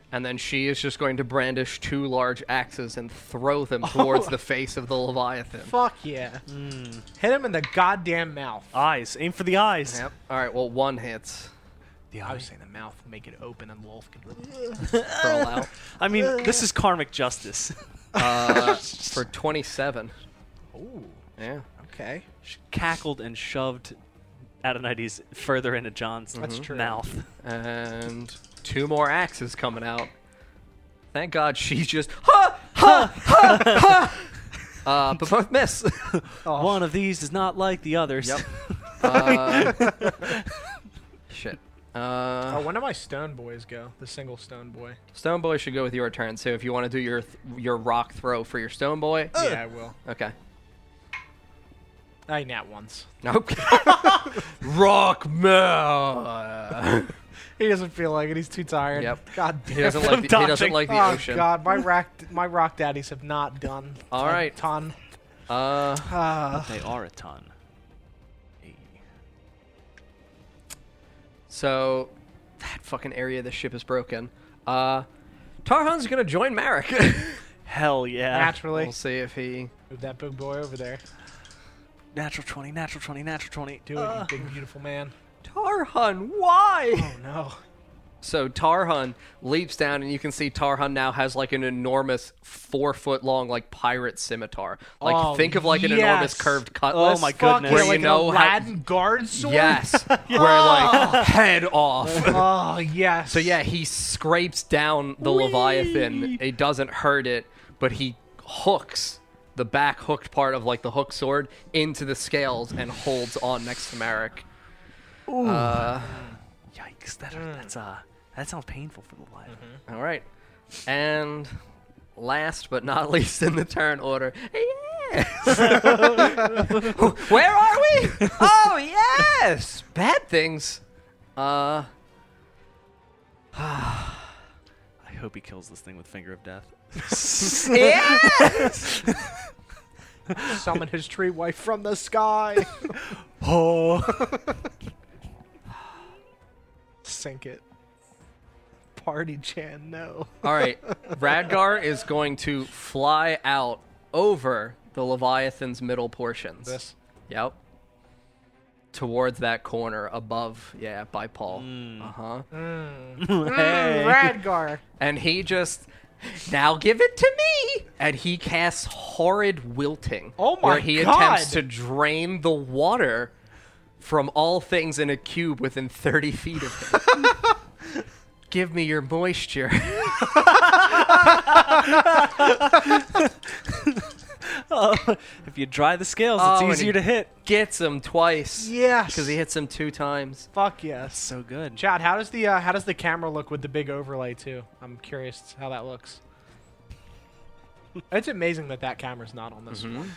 [SPEAKER 2] And then she is just going to brandish two large axes and throw them towards the face of the Leviathan.
[SPEAKER 1] Fuck yeah.
[SPEAKER 2] Hmm.
[SPEAKER 1] Hit him in the goddamn mouth.
[SPEAKER 2] Oh.
[SPEAKER 3] Eyes. Aim for the eyes.
[SPEAKER 2] Yep. All right. Well, one hits.
[SPEAKER 3] The
[SPEAKER 1] I was
[SPEAKER 3] eyes.
[SPEAKER 1] saying the mouth, make it open and Lolf can.
[SPEAKER 2] Curl out
[SPEAKER 3] I mean, this is karmic justice.
[SPEAKER 2] uh, for 27.
[SPEAKER 1] Ooh.
[SPEAKER 2] Yeah.
[SPEAKER 1] Okay.
[SPEAKER 3] She cackled and shoved Adonides further into John's
[SPEAKER 1] That's true.
[SPEAKER 3] mouth.
[SPEAKER 2] And two more axes coming out. Thank God she's just ha ha ha ha. Uh, but both miss.
[SPEAKER 3] One of these is not like the others.
[SPEAKER 2] Yep. Uh, shit.
[SPEAKER 1] Oh,
[SPEAKER 2] Uh,
[SPEAKER 1] when do my stone boys go? The single stone boy.
[SPEAKER 2] stone boy should go with your turn. So if you want to do your th- your rock throw for your stone boy,
[SPEAKER 1] Yeah, I will.
[SPEAKER 2] okay.
[SPEAKER 1] I nat once.
[SPEAKER 2] Nope. rock man.
[SPEAKER 1] He doesn't feel like it. He's too tired.
[SPEAKER 2] Yep.
[SPEAKER 1] God damn.
[SPEAKER 2] He doesn't like the, he doesn't
[SPEAKER 3] Dodging.
[SPEAKER 2] like the
[SPEAKER 1] oh
[SPEAKER 2] ocean.
[SPEAKER 1] God, my rock, my rock daddies have not done.
[SPEAKER 2] All
[SPEAKER 1] a
[SPEAKER 2] right.
[SPEAKER 1] Ton.
[SPEAKER 2] Uh,
[SPEAKER 1] Uh,
[SPEAKER 3] They are a ton.
[SPEAKER 2] so that fucking area of the ship is broken. Uh, Tarhan's gonna join Marek.
[SPEAKER 3] Hell yeah.
[SPEAKER 1] naturally.
[SPEAKER 2] We'll see if he.
[SPEAKER 1] Move that big boy over there.
[SPEAKER 3] Natural 20, natural 20, natural 20.
[SPEAKER 1] Do it, you big beautiful man.
[SPEAKER 2] Tarhun, why?
[SPEAKER 1] Ah. Oh no.
[SPEAKER 2] So Tarhun leaps down, and you can see Tarhun now has like an enormous four foot long, like pirate scimitar. Like,
[SPEAKER 1] Oh,
[SPEAKER 2] think of like an enormous
[SPEAKER 1] yes.
[SPEAKER 2] curved cutlass.
[SPEAKER 3] Oh my
[SPEAKER 1] Fuck
[SPEAKER 3] goodness.
[SPEAKER 1] yeah,
[SPEAKER 2] Where you
[SPEAKER 1] like
[SPEAKER 2] know
[SPEAKER 1] an
[SPEAKER 2] how-
[SPEAKER 1] Aladdin guard sword.
[SPEAKER 2] Yes. Where like head off.
[SPEAKER 1] Oh yes.
[SPEAKER 2] So yeah, he scrapes down the Leviathan. It doesn't hurt it, but he hooks the back hooked part of like the hook sword into the scales and holds on next to Merrick.
[SPEAKER 3] Yikes. That, That's uh, that sounds painful for the life.
[SPEAKER 2] All right. And last but not least in the turn order. Yes. Where are we? Oh, yes. Bad things. Uh
[SPEAKER 3] I hope he kills this thing with Finger of Death.
[SPEAKER 2] yeah.
[SPEAKER 1] Summon his tree wife from the sky.
[SPEAKER 3] Oh.
[SPEAKER 1] Sink it. Party Chan, no.
[SPEAKER 2] All right. Radgar is going to fly out over the Leviathan's middle portions.
[SPEAKER 1] This.
[SPEAKER 2] Yep. Towards that corner above, yeah, by Paul.
[SPEAKER 1] Hmm.
[SPEAKER 2] Uh huh.
[SPEAKER 3] Mm,
[SPEAKER 1] Radgar.
[SPEAKER 2] And he just now give it to me. And he casts horrid wilting.
[SPEAKER 1] Oh my
[SPEAKER 2] Where he
[SPEAKER 1] God.
[SPEAKER 2] attempts to drain the water from all things in a cube within 30 feet of him. give me your moisture.
[SPEAKER 3] If you dry the scales,
[SPEAKER 2] Oh, and
[SPEAKER 3] it's easier
[SPEAKER 2] he-
[SPEAKER 3] to hit.
[SPEAKER 2] Gets him twice.
[SPEAKER 1] Yes.
[SPEAKER 2] Because he hits him two times.
[SPEAKER 1] Fuck yes.
[SPEAKER 3] So good.
[SPEAKER 1] Chad, how does the uh, how does the camera look with the big overlay too? I'm curious how that looks. it's amazing that that camera's not on this
[SPEAKER 2] Mm-hmm.
[SPEAKER 1] one.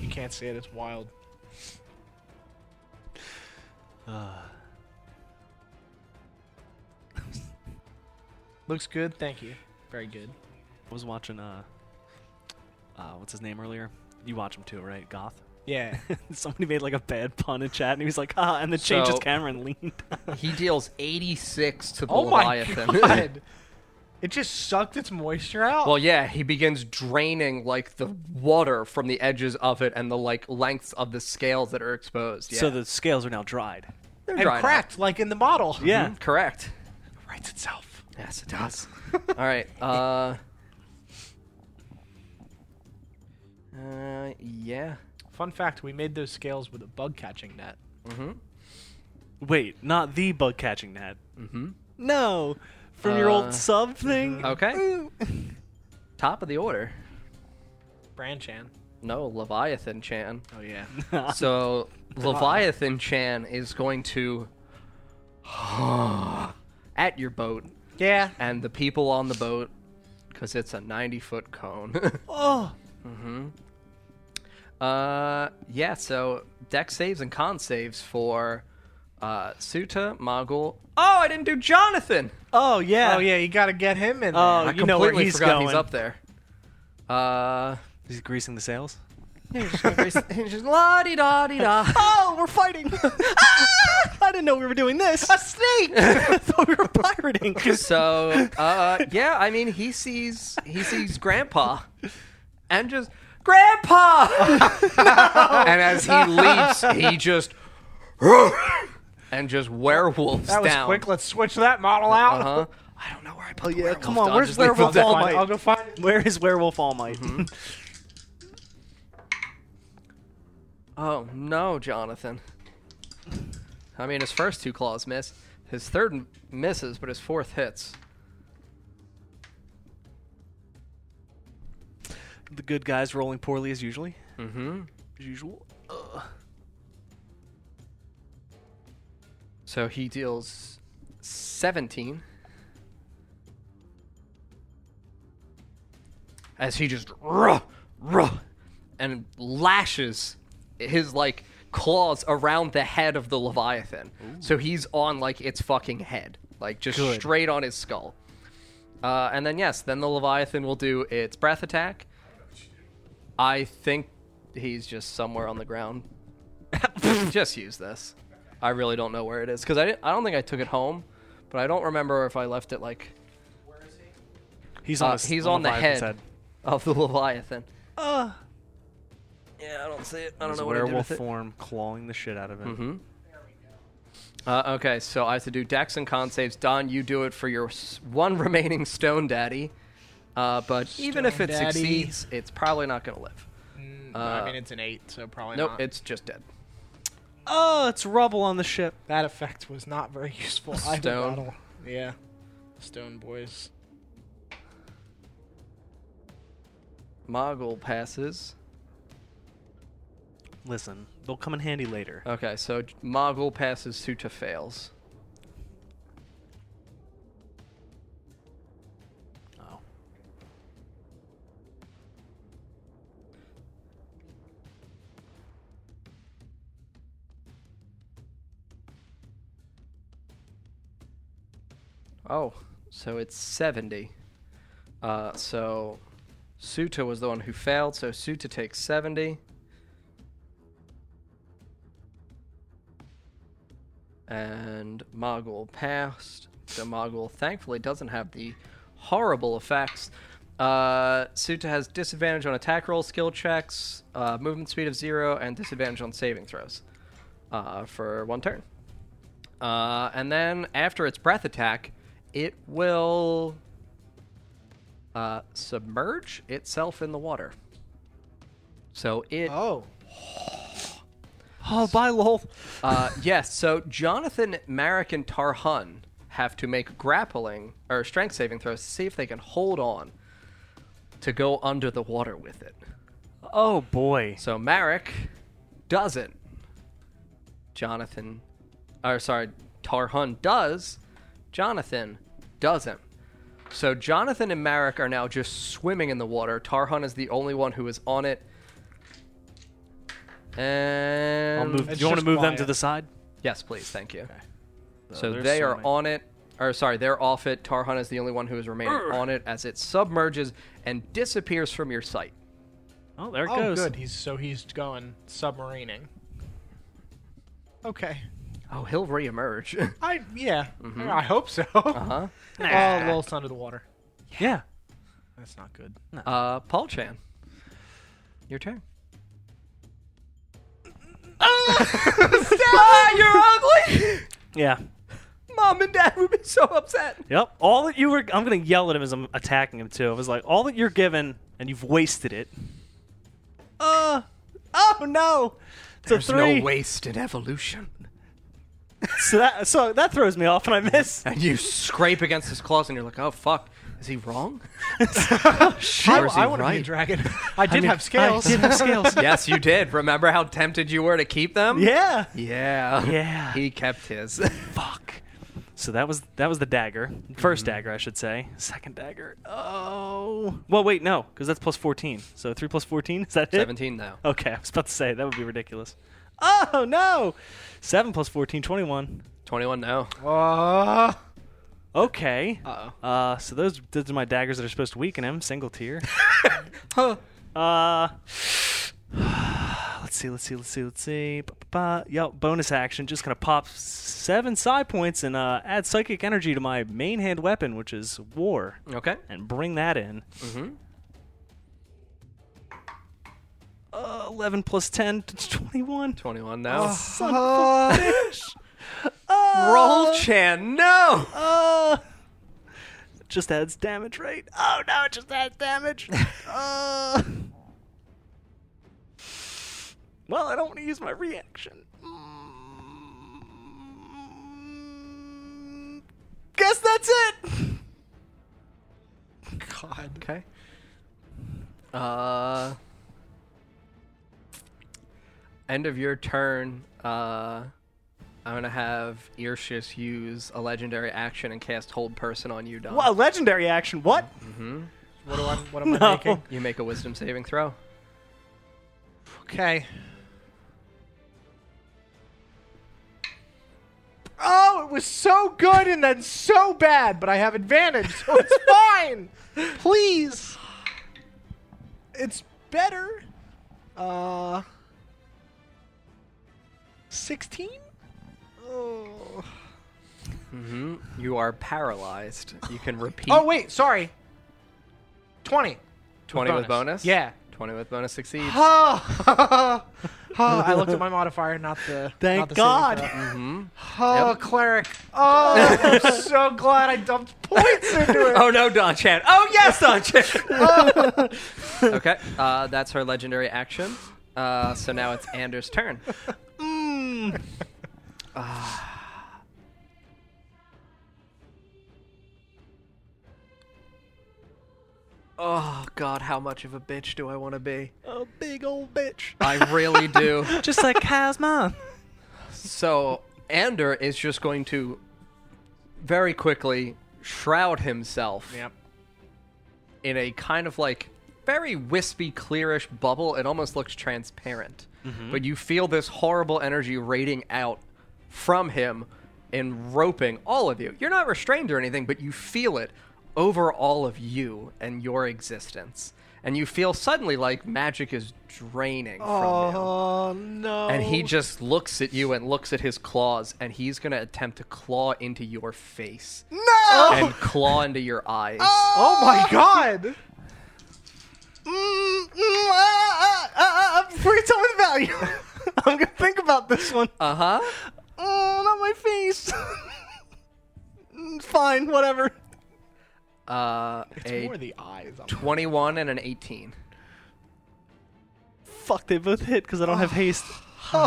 [SPEAKER 1] You can't see it. It's wild.
[SPEAKER 3] Uh,
[SPEAKER 1] looks good. Thank you. Very good.
[SPEAKER 3] I was watching uh, uh, what's his name earlier? You watch him too, right? Goth.
[SPEAKER 1] Yeah.
[SPEAKER 3] Somebody made like a bad pun in chat, and he was like, "Ah," and then changed his
[SPEAKER 2] So-
[SPEAKER 3] camera and leaned.
[SPEAKER 2] He deals 86 to the
[SPEAKER 1] oh my
[SPEAKER 2] Leviathan.
[SPEAKER 1] god. It just sucked its moisture out.
[SPEAKER 2] Well, yeah, he begins draining like the water from the edges of it and the like lengths of the scales that are exposed. Yeah.
[SPEAKER 3] So the scales are now dried.
[SPEAKER 2] They're
[SPEAKER 1] and
[SPEAKER 2] dried out.
[SPEAKER 1] cracked like in the model.
[SPEAKER 3] Yeah.
[SPEAKER 2] Mhm, correct.
[SPEAKER 1] writes itself.
[SPEAKER 2] Yes, it does. All right. Uh. Uh, yeah.
[SPEAKER 1] Fun fact: We made those scales with a bug catching net.
[SPEAKER 3] Wait, not the bug catching net. Mm-hmm. No, from your
[SPEAKER 2] Uh,
[SPEAKER 3] old sub thing.
[SPEAKER 2] Okay. Top of the order.
[SPEAKER 1] Branchan.
[SPEAKER 2] No, Leviathan Chan.
[SPEAKER 1] Oh yeah.
[SPEAKER 2] So Leviathan Chan is going to at your boat
[SPEAKER 1] Yeah.
[SPEAKER 2] and the people on the boat because it's a 90 foot cone.
[SPEAKER 3] Oh,
[SPEAKER 2] uh, yeah, so deck saves and con saves for uh, Suta, Mogul. Oh, I didn't do Jonathan!
[SPEAKER 3] oh yeah.
[SPEAKER 1] Oh yeah. You gotta get him in there.
[SPEAKER 3] Oh,
[SPEAKER 2] I
[SPEAKER 3] you know where
[SPEAKER 2] completely
[SPEAKER 3] he's
[SPEAKER 2] forgot
[SPEAKER 3] going.
[SPEAKER 2] he's up there. Uh,
[SPEAKER 3] He's greasing the sails.
[SPEAKER 2] he's just gonna race- he's just la di da di da.
[SPEAKER 3] Oh, we're fighting! Ah! I didn't know we were doing this.
[SPEAKER 2] Oh,
[SPEAKER 1] a snake.
[SPEAKER 3] I thought we were pirating.
[SPEAKER 2] So uh, yeah, I mean he sees he sees Grandpa, and just Grandpa, and as he leaves, he just and just werewolves
[SPEAKER 1] that was
[SPEAKER 2] down.
[SPEAKER 1] quick. Let's switch that model out.
[SPEAKER 2] Uh huh. I don't know where I put. the
[SPEAKER 3] Oh, yeah,
[SPEAKER 2] werewolf
[SPEAKER 3] come on,
[SPEAKER 2] down.
[SPEAKER 3] where's
[SPEAKER 2] Just leave
[SPEAKER 1] I'll,
[SPEAKER 3] werewolf
[SPEAKER 2] the
[SPEAKER 1] go
[SPEAKER 3] all
[SPEAKER 2] deck.
[SPEAKER 1] find,
[SPEAKER 3] might.
[SPEAKER 1] I'll go find it.
[SPEAKER 3] Where is Werewolf All Might?
[SPEAKER 2] Oh no, Jonathan. I mean, his first two claws miss. His third m- misses, but his fourth hits.
[SPEAKER 3] The good guys rolling poorly as usually.
[SPEAKER 2] Mm-hmm.
[SPEAKER 3] As usual.
[SPEAKER 2] So he deals 17. As he just ruh, ruh, and lashes his like claws around the head of the Leviathan. So he's on like its fucking head. Like just straight on his skull. Uh, and then yes, then the Leviathan will do its breath attack. I think he's just somewhere on the ground. just use this. I really don't know where it is because I didn't, I don't think I took it home, but I don't remember if I left it like
[SPEAKER 3] He's
[SPEAKER 2] uh,
[SPEAKER 3] on. his-
[SPEAKER 2] he's on, the
[SPEAKER 3] Leviathan's
[SPEAKER 2] head, of the Leviathan.
[SPEAKER 3] Uh,
[SPEAKER 2] Yeah, I don't see it. I don't
[SPEAKER 3] his
[SPEAKER 2] know what I did
[SPEAKER 3] werewolf
[SPEAKER 2] with it.
[SPEAKER 3] form clawing the shit out of him.
[SPEAKER 2] Mhm. Uh, okay, so I have to do Dex and Con saves. Don, you do it for your s- one remaining Stone Daddy. Uh, but even if
[SPEAKER 1] Stone
[SPEAKER 2] it
[SPEAKER 1] Daddy.
[SPEAKER 2] succeeds, it's probably not gonna live.
[SPEAKER 1] Mm, I
[SPEAKER 2] Uh,
[SPEAKER 1] mean, it's an eight, so probably
[SPEAKER 2] Nope,
[SPEAKER 1] not.
[SPEAKER 2] it's just dead.
[SPEAKER 3] Oh, it's rubble on the ship.
[SPEAKER 1] that effect was not very useful. either
[SPEAKER 2] Stone.
[SPEAKER 1] model. Yeah. Stone boys.
[SPEAKER 2] Mogul passes.
[SPEAKER 3] Listen, they'll come in handy later.
[SPEAKER 2] Okay, so J- Mogul passes, Suta fails.
[SPEAKER 3] Oh.
[SPEAKER 2] Oh, so it's 70. Uh, so Suta was the one who failed, so Suta takes 70. And Mogul passed. So Mogul thankfully doesn't have the horrible effects Uh, Suta has disadvantage on attack roll, skill checks, uh, movement speed of zero, and disadvantage on saving throws uh, for one turn. Uh, and then after its breath attack, it will uh, submerge itself in the water. So it
[SPEAKER 1] Oh.
[SPEAKER 3] Oh, bye, lol.
[SPEAKER 2] uh, yes, so Jonathan, Marek, and Tarhun have to make grappling or strength saving throws to see if they can hold on to go under the water with it.
[SPEAKER 3] Oh boy.
[SPEAKER 2] So Marek doesn't. Jonathan, or sorry, Tarhun does. Jonathan doesn't. So Jonathan and Marek are now just swimming in the water. Tarhun is the only one who is on it. And
[SPEAKER 3] I'll move. Do
[SPEAKER 1] It's
[SPEAKER 3] you want
[SPEAKER 1] just
[SPEAKER 3] to move them to
[SPEAKER 1] quiet.
[SPEAKER 3] the side?
[SPEAKER 2] Yes, please. Thank you.
[SPEAKER 3] Oh,
[SPEAKER 2] So
[SPEAKER 3] there's
[SPEAKER 2] they
[SPEAKER 3] so
[SPEAKER 2] are
[SPEAKER 3] many.
[SPEAKER 2] on it. Or sorry, they're off it. Tarhan is the only one who has remained on it as it submerges and disappears from your sight.
[SPEAKER 3] Oh, there it
[SPEAKER 1] Oh,
[SPEAKER 3] goes.
[SPEAKER 1] good. He's so he's going submarining. Okay.
[SPEAKER 2] Oh, he'll reemerge.
[SPEAKER 1] I yeah.
[SPEAKER 3] Mm-hmm.
[SPEAKER 1] I hope so.
[SPEAKER 3] Uh-huh.
[SPEAKER 2] huh?
[SPEAKER 1] Oh, Lil's under the water.
[SPEAKER 3] Yeah.
[SPEAKER 1] That's not good.
[SPEAKER 2] Uh, Paul Chan, your turn. ah, you're ugly.
[SPEAKER 3] Yeah.
[SPEAKER 2] Mom and Dad would be so upset.
[SPEAKER 3] Yep. All that you were. I'm gonna yell at him as I'm attacking him too. I was like, all that you're given, and you've wasted it. Uh. Oh no. It's a three.
[SPEAKER 2] waste in evolution.
[SPEAKER 3] So that so that throws me off, and I miss.
[SPEAKER 2] And you scrape against his claws, and you're like, "Oh fuck, is he wrong?"
[SPEAKER 1] I,
[SPEAKER 2] Or is he
[SPEAKER 1] want to be a
[SPEAKER 2] right?
[SPEAKER 1] dragon. I did
[SPEAKER 3] mean,
[SPEAKER 1] have scales.
[SPEAKER 3] I did have scales.
[SPEAKER 2] yes, you did. Remember how tempted you were to keep them?
[SPEAKER 3] yeah.
[SPEAKER 2] Yeah.
[SPEAKER 3] Yeah.
[SPEAKER 2] He kept his.
[SPEAKER 3] Fuck. Mm-hmm. So that was that was the dagger. 1st dagger, I should say. Second dagger. Oh. Well, wait, no, because that's plus fourteen. So three plus fourteen is that it?
[SPEAKER 2] 17 now.
[SPEAKER 1] Oh.
[SPEAKER 3] Okay, I was about to say that would be ridiculous. Oh no. Seven plus 14, 21.
[SPEAKER 2] 21 now.
[SPEAKER 1] Uh,
[SPEAKER 3] Okay.
[SPEAKER 2] Uh-oh.
[SPEAKER 3] Uh, so those those are my daggers that are supposed to weaken him. Single tier. Uh, let's see, let's see, let's see, let's see. Ba-ba-ba. Yep, bonus action. Just gonna pop seven side points and uh, add psychic energy to my main hand weapon, which is war,
[SPEAKER 2] Okay.
[SPEAKER 3] and bring that in.
[SPEAKER 2] Mm-hmm.
[SPEAKER 3] Uh, Eleven plus ten, it's twenty-one.
[SPEAKER 2] 21 now.
[SPEAKER 1] Oh.
[SPEAKER 3] Son of a bitch. Uh,
[SPEAKER 2] Roll Chan, no!
[SPEAKER 3] Uh, just adds damage, right? Oh no, it just adds damage. uh, well, I don't want to use my reaction. Mm, Guess that's it.
[SPEAKER 1] God.
[SPEAKER 2] Okay. Uh. End of your turn. Uh. I'm gonna have Irshis use a legendary action and cast Hold Person on you, Don.
[SPEAKER 3] Wow, legendary action. What?
[SPEAKER 1] What do I? What am
[SPEAKER 3] No.
[SPEAKER 1] I making?
[SPEAKER 2] You make a Wisdom saving throw.
[SPEAKER 1] Okay. Oh, it was so good and then so bad, but I have advantage, so it's fine. Please. It's better. Uh. 16? Oh.
[SPEAKER 2] Mm-hmm. You are paralyzed. You can repeat.
[SPEAKER 1] oh, wait, sorry. 20.
[SPEAKER 2] 20 with bonus?
[SPEAKER 1] Yeah.
[SPEAKER 2] 20 with bonus succeeds.
[SPEAKER 1] Oh, I looked at my modifier, not the.
[SPEAKER 3] Thank
[SPEAKER 1] not the saving
[SPEAKER 3] God.
[SPEAKER 1] throw.
[SPEAKER 2] Mm-hmm.
[SPEAKER 1] Oh,
[SPEAKER 2] Yep.
[SPEAKER 1] cleric. Oh, I'm so glad I dumped points into it.
[SPEAKER 2] Oh no, Don Chan. Oh yes, Don Chan. okay, uh, that's her legendary action. Uh, so now it's Anders' turn. Hmm.
[SPEAKER 3] Mm.
[SPEAKER 2] Ah. Oh God, how much of a bitch do I want to be?
[SPEAKER 3] Oh, big old bitch.
[SPEAKER 2] I really do.
[SPEAKER 3] Just like Kyle's mom.
[SPEAKER 2] So Ander is just going to very quickly shroud himself
[SPEAKER 1] Yep.
[SPEAKER 2] in a kind of like very wispy, clearish bubble. It almost looks transparent.
[SPEAKER 1] Mm-hmm.
[SPEAKER 2] But you feel this horrible energy rating out from him and roping all of you. You're not restrained or anything, but you feel it over all of you and your existence. And you feel suddenly like magic is draining from you.
[SPEAKER 1] Oh no.
[SPEAKER 2] And he just looks at you and looks at his claws, and he's gonna attempt to claw into your face
[SPEAKER 1] no.
[SPEAKER 2] and claw into your eyes.
[SPEAKER 1] Oh my god. Mm, mm, ah, ah, ah, before you tell me the value, I'm gonna think about this one.
[SPEAKER 2] Uh huh.
[SPEAKER 1] Oh, not my face. Mm, Fine, whatever.
[SPEAKER 2] Uh, a
[SPEAKER 1] the eyes.
[SPEAKER 2] 21 and an 18.
[SPEAKER 3] Fuck, they both hit because I don't have haste.
[SPEAKER 1] oh,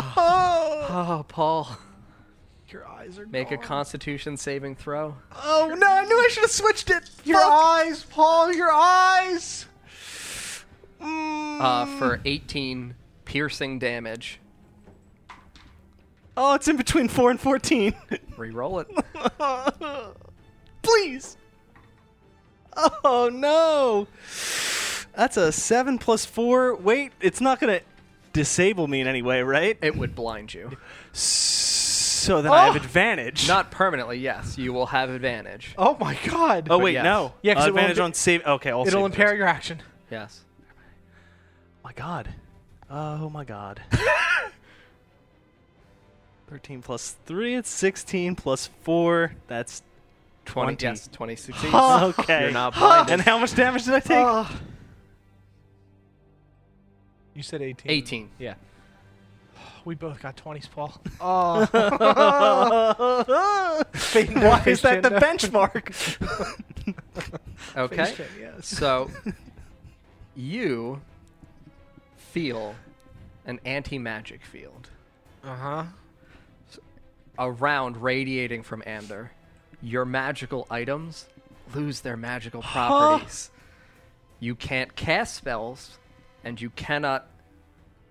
[SPEAKER 2] Oh, Paul,
[SPEAKER 1] your eyes are.
[SPEAKER 2] make a
[SPEAKER 1] gone.
[SPEAKER 2] constitution saving throw.
[SPEAKER 1] Oh no! I knew I should have switched it. Your eyes, Paul. Your eyes. Mm.
[SPEAKER 2] Uh, for 18 piercing damage.
[SPEAKER 3] Oh, it's in between four and fourteen.
[SPEAKER 2] Reroll it.
[SPEAKER 3] Please. Oh no. That's a seven plus four. Wait, it's not gonna disable me in any way, right?
[SPEAKER 2] It would blind you.
[SPEAKER 3] So then I have
[SPEAKER 1] Oh.
[SPEAKER 3] advantage.
[SPEAKER 2] Not permanently, yes. You will have advantage.
[SPEAKER 1] Oh my God.
[SPEAKER 3] oh wait,
[SPEAKER 2] yes.
[SPEAKER 3] no.
[SPEAKER 1] Yeah, 'cause it won't
[SPEAKER 3] advantage
[SPEAKER 1] do-
[SPEAKER 3] on save. Okay, all
[SPEAKER 1] It'll
[SPEAKER 3] save
[SPEAKER 1] impair
[SPEAKER 3] throws.
[SPEAKER 1] your action.
[SPEAKER 2] Yes.
[SPEAKER 3] My God. Oh my God. Thirteen plus three. It's sixteen plus four. That's
[SPEAKER 2] 20.
[SPEAKER 3] Twenty. Oh,
[SPEAKER 2] Yes, 20 succeeds.
[SPEAKER 3] okay.
[SPEAKER 2] You're not blinded.
[SPEAKER 3] And how much damage did I take?
[SPEAKER 1] Ah. You said 18.
[SPEAKER 2] 18. Yeah.
[SPEAKER 1] We both got 20s, Paul.
[SPEAKER 3] Ah.
[SPEAKER 1] Oh.
[SPEAKER 3] Why is that the benchmark?
[SPEAKER 2] Okay.
[SPEAKER 1] yes.
[SPEAKER 2] So you feel an anti-magic field
[SPEAKER 1] Uh huh.
[SPEAKER 2] around radiating from Amber. Your magical items lose their magical properties. You can't cast spells and you cannot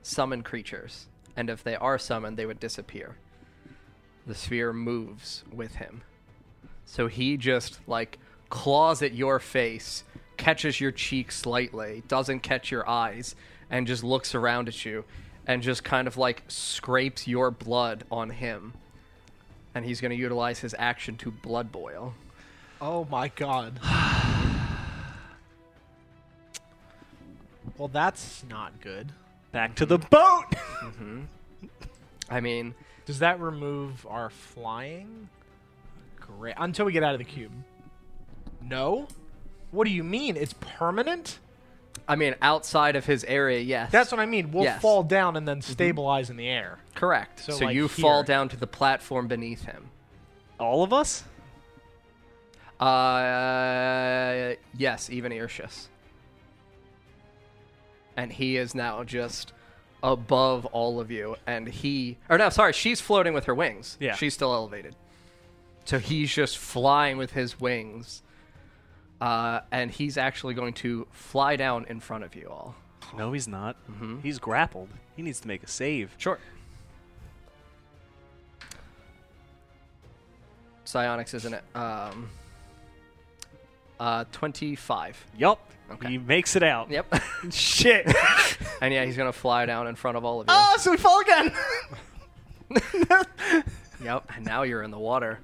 [SPEAKER 2] summon creatures. And if they are summoned, they would disappear. The sphere moves with him. So he just like claws at your face, catches your cheek slightly, doesn't catch your eyes, and just looks around at you and just kind of like scrapes your blood on him. And he's going to utilize his action to blood boil.
[SPEAKER 1] Oh my God. well, that's not good.
[SPEAKER 3] Back to the boat.
[SPEAKER 2] I mean,
[SPEAKER 1] Does that remove our flying? Great. Until we get out of the cube. No? What do you mean? It's permanent?
[SPEAKER 2] I mean outside of his area, yes.
[SPEAKER 1] That's what I mean. We'll
[SPEAKER 2] Yes.
[SPEAKER 1] fall down and then stabilize in the air.
[SPEAKER 2] correct. So,
[SPEAKER 1] So, like,
[SPEAKER 2] you fall
[SPEAKER 1] here.
[SPEAKER 2] down to the platform beneath him.
[SPEAKER 3] All of us?
[SPEAKER 2] Uh, yes, even Irtius. And he is now just above all of you. And he, or no, sorry, she's floating with her wings.
[SPEAKER 3] Yeah.
[SPEAKER 2] She's still elevated. So he's just flying with his wings. Uh, and he's actually going to fly down in front of you all.
[SPEAKER 3] No, he's not.
[SPEAKER 2] Mm-hmm.
[SPEAKER 3] He's grappled. He needs to make a save.
[SPEAKER 2] Sure. Psionics isn't it? Um, uh, 25.
[SPEAKER 3] Yup.
[SPEAKER 2] Okay.
[SPEAKER 3] He makes it out.
[SPEAKER 2] Yep.
[SPEAKER 3] Shit.
[SPEAKER 2] And yeah, he's gonna fly down in front of all of you.
[SPEAKER 1] Oh, so we fall again.
[SPEAKER 2] Yep. And now you're in the water.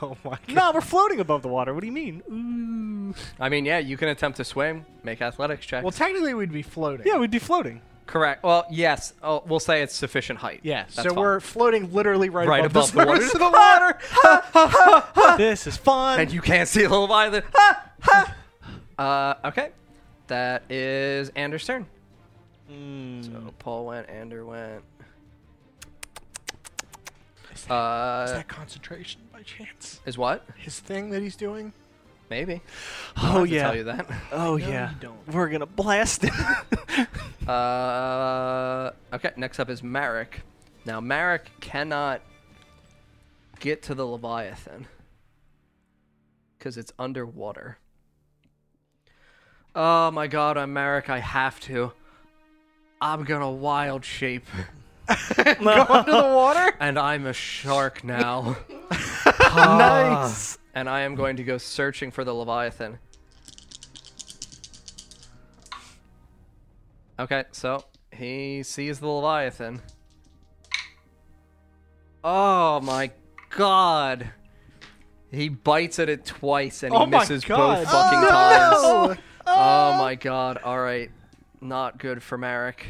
[SPEAKER 1] oh my god.
[SPEAKER 3] no, we're floating above the water. What do you mean?
[SPEAKER 2] Mm.
[SPEAKER 3] Ooh.
[SPEAKER 2] I mean, yeah, you can attempt to swim, make athletics checks.
[SPEAKER 1] Well, technically we'd be floating.
[SPEAKER 3] Yeah, we'd be floating.
[SPEAKER 2] correct. Well, yes. Oh, we'll say it's sufficient height.
[SPEAKER 1] Yeah,
[SPEAKER 2] That's
[SPEAKER 1] so
[SPEAKER 2] fine.
[SPEAKER 1] we're floating literally right,
[SPEAKER 2] Right
[SPEAKER 1] above,
[SPEAKER 2] above the water.
[SPEAKER 1] surface of the water.
[SPEAKER 3] this is fun.
[SPEAKER 2] And you can't see the Leviathan. Ha! Ha! uh, okay. That is Anders' turn.
[SPEAKER 3] Mm.
[SPEAKER 2] So Paul went. Ander went.
[SPEAKER 1] Is
[SPEAKER 2] Uh,
[SPEAKER 1] that concentration by chance?
[SPEAKER 2] is what?
[SPEAKER 1] His thing that he's doing?
[SPEAKER 2] Maybe. I'll
[SPEAKER 3] oh
[SPEAKER 2] have to
[SPEAKER 3] yeah.
[SPEAKER 2] Tell you that.
[SPEAKER 1] No,
[SPEAKER 3] Oh yeah.
[SPEAKER 1] you don't.
[SPEAKER 3] We're gonna blast it.
[SPEAKER 2] Uh, okay, next up is Marek. Now, Marek cannot get to the Leviathan because it's underwater. Oh my god, I'm Marek. I have to. I'm gonna wild shape.
[SPEAKER 1] Go under the water?
[SPEAKER 2] And I'm a shark now.
[SPEAKER 3] nice.
[SPEAKER 2] and I am going to go searching for the Leviathan. Okay, so he sees the Leviathan. Oh my god. He bites at it twice and he
[SPEAKER 1] Oh my
[SPEAKER 2] misses
[SPEAKER 1] God.
[SPEAKER 2] both fucking
[SPEAKER 1] Oh,
[SPEAKER 2] times.
[SPEAKER 1] no.
[SPEAKER 2] Oh my god. All right. Not good for Marek.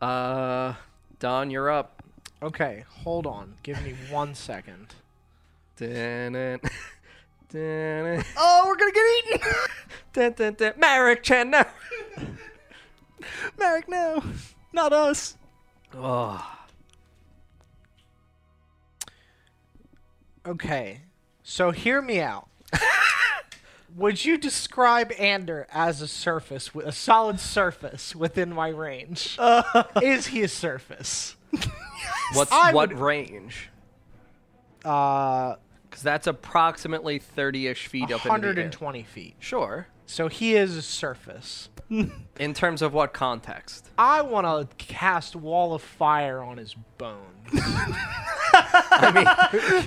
[SPEAKER 2] Uh Don, you're up.
[SPEAKER 1] Okay, hold on. Give me one second.
[SPEAKER 2] Dun, dun, dun, dun.
[SPEAKER 1] Oh, we're gonna get eaten!
[SPEAKER 2] Dun, dun, dun. Merrick Chan. no.
[SPEAKER 3] Merrick, no, not us.
[SPEAKER 2] Oh,
[SPEAKER 1] Okay. So hear me out. Would you describe Ander as a surface, wi- a solid surface within my range?
[SPEAKER 2] Uh.
[SPEAKER 1] Is he a surface?
[SPEAKER 2] what's
[SPEAKER 1] I
[SPEAKER 2] what
[SPEAKER 1] would-
[SPEAKER 2] range?
[SPEAKER 1] Uh,
[SPEAKER 2] Because that's approximately thirty-ish feet up into the air.
[SPEAKER 1] 120 feet.
[SPEAKER 2] Sure.
[SPEAKER 1] So he is a surface.
[SPEAKER 2] In terms of what context?
[SPEAKER 1] I want to cast Wall of Fire on his bones.
[SPEAKER 2] I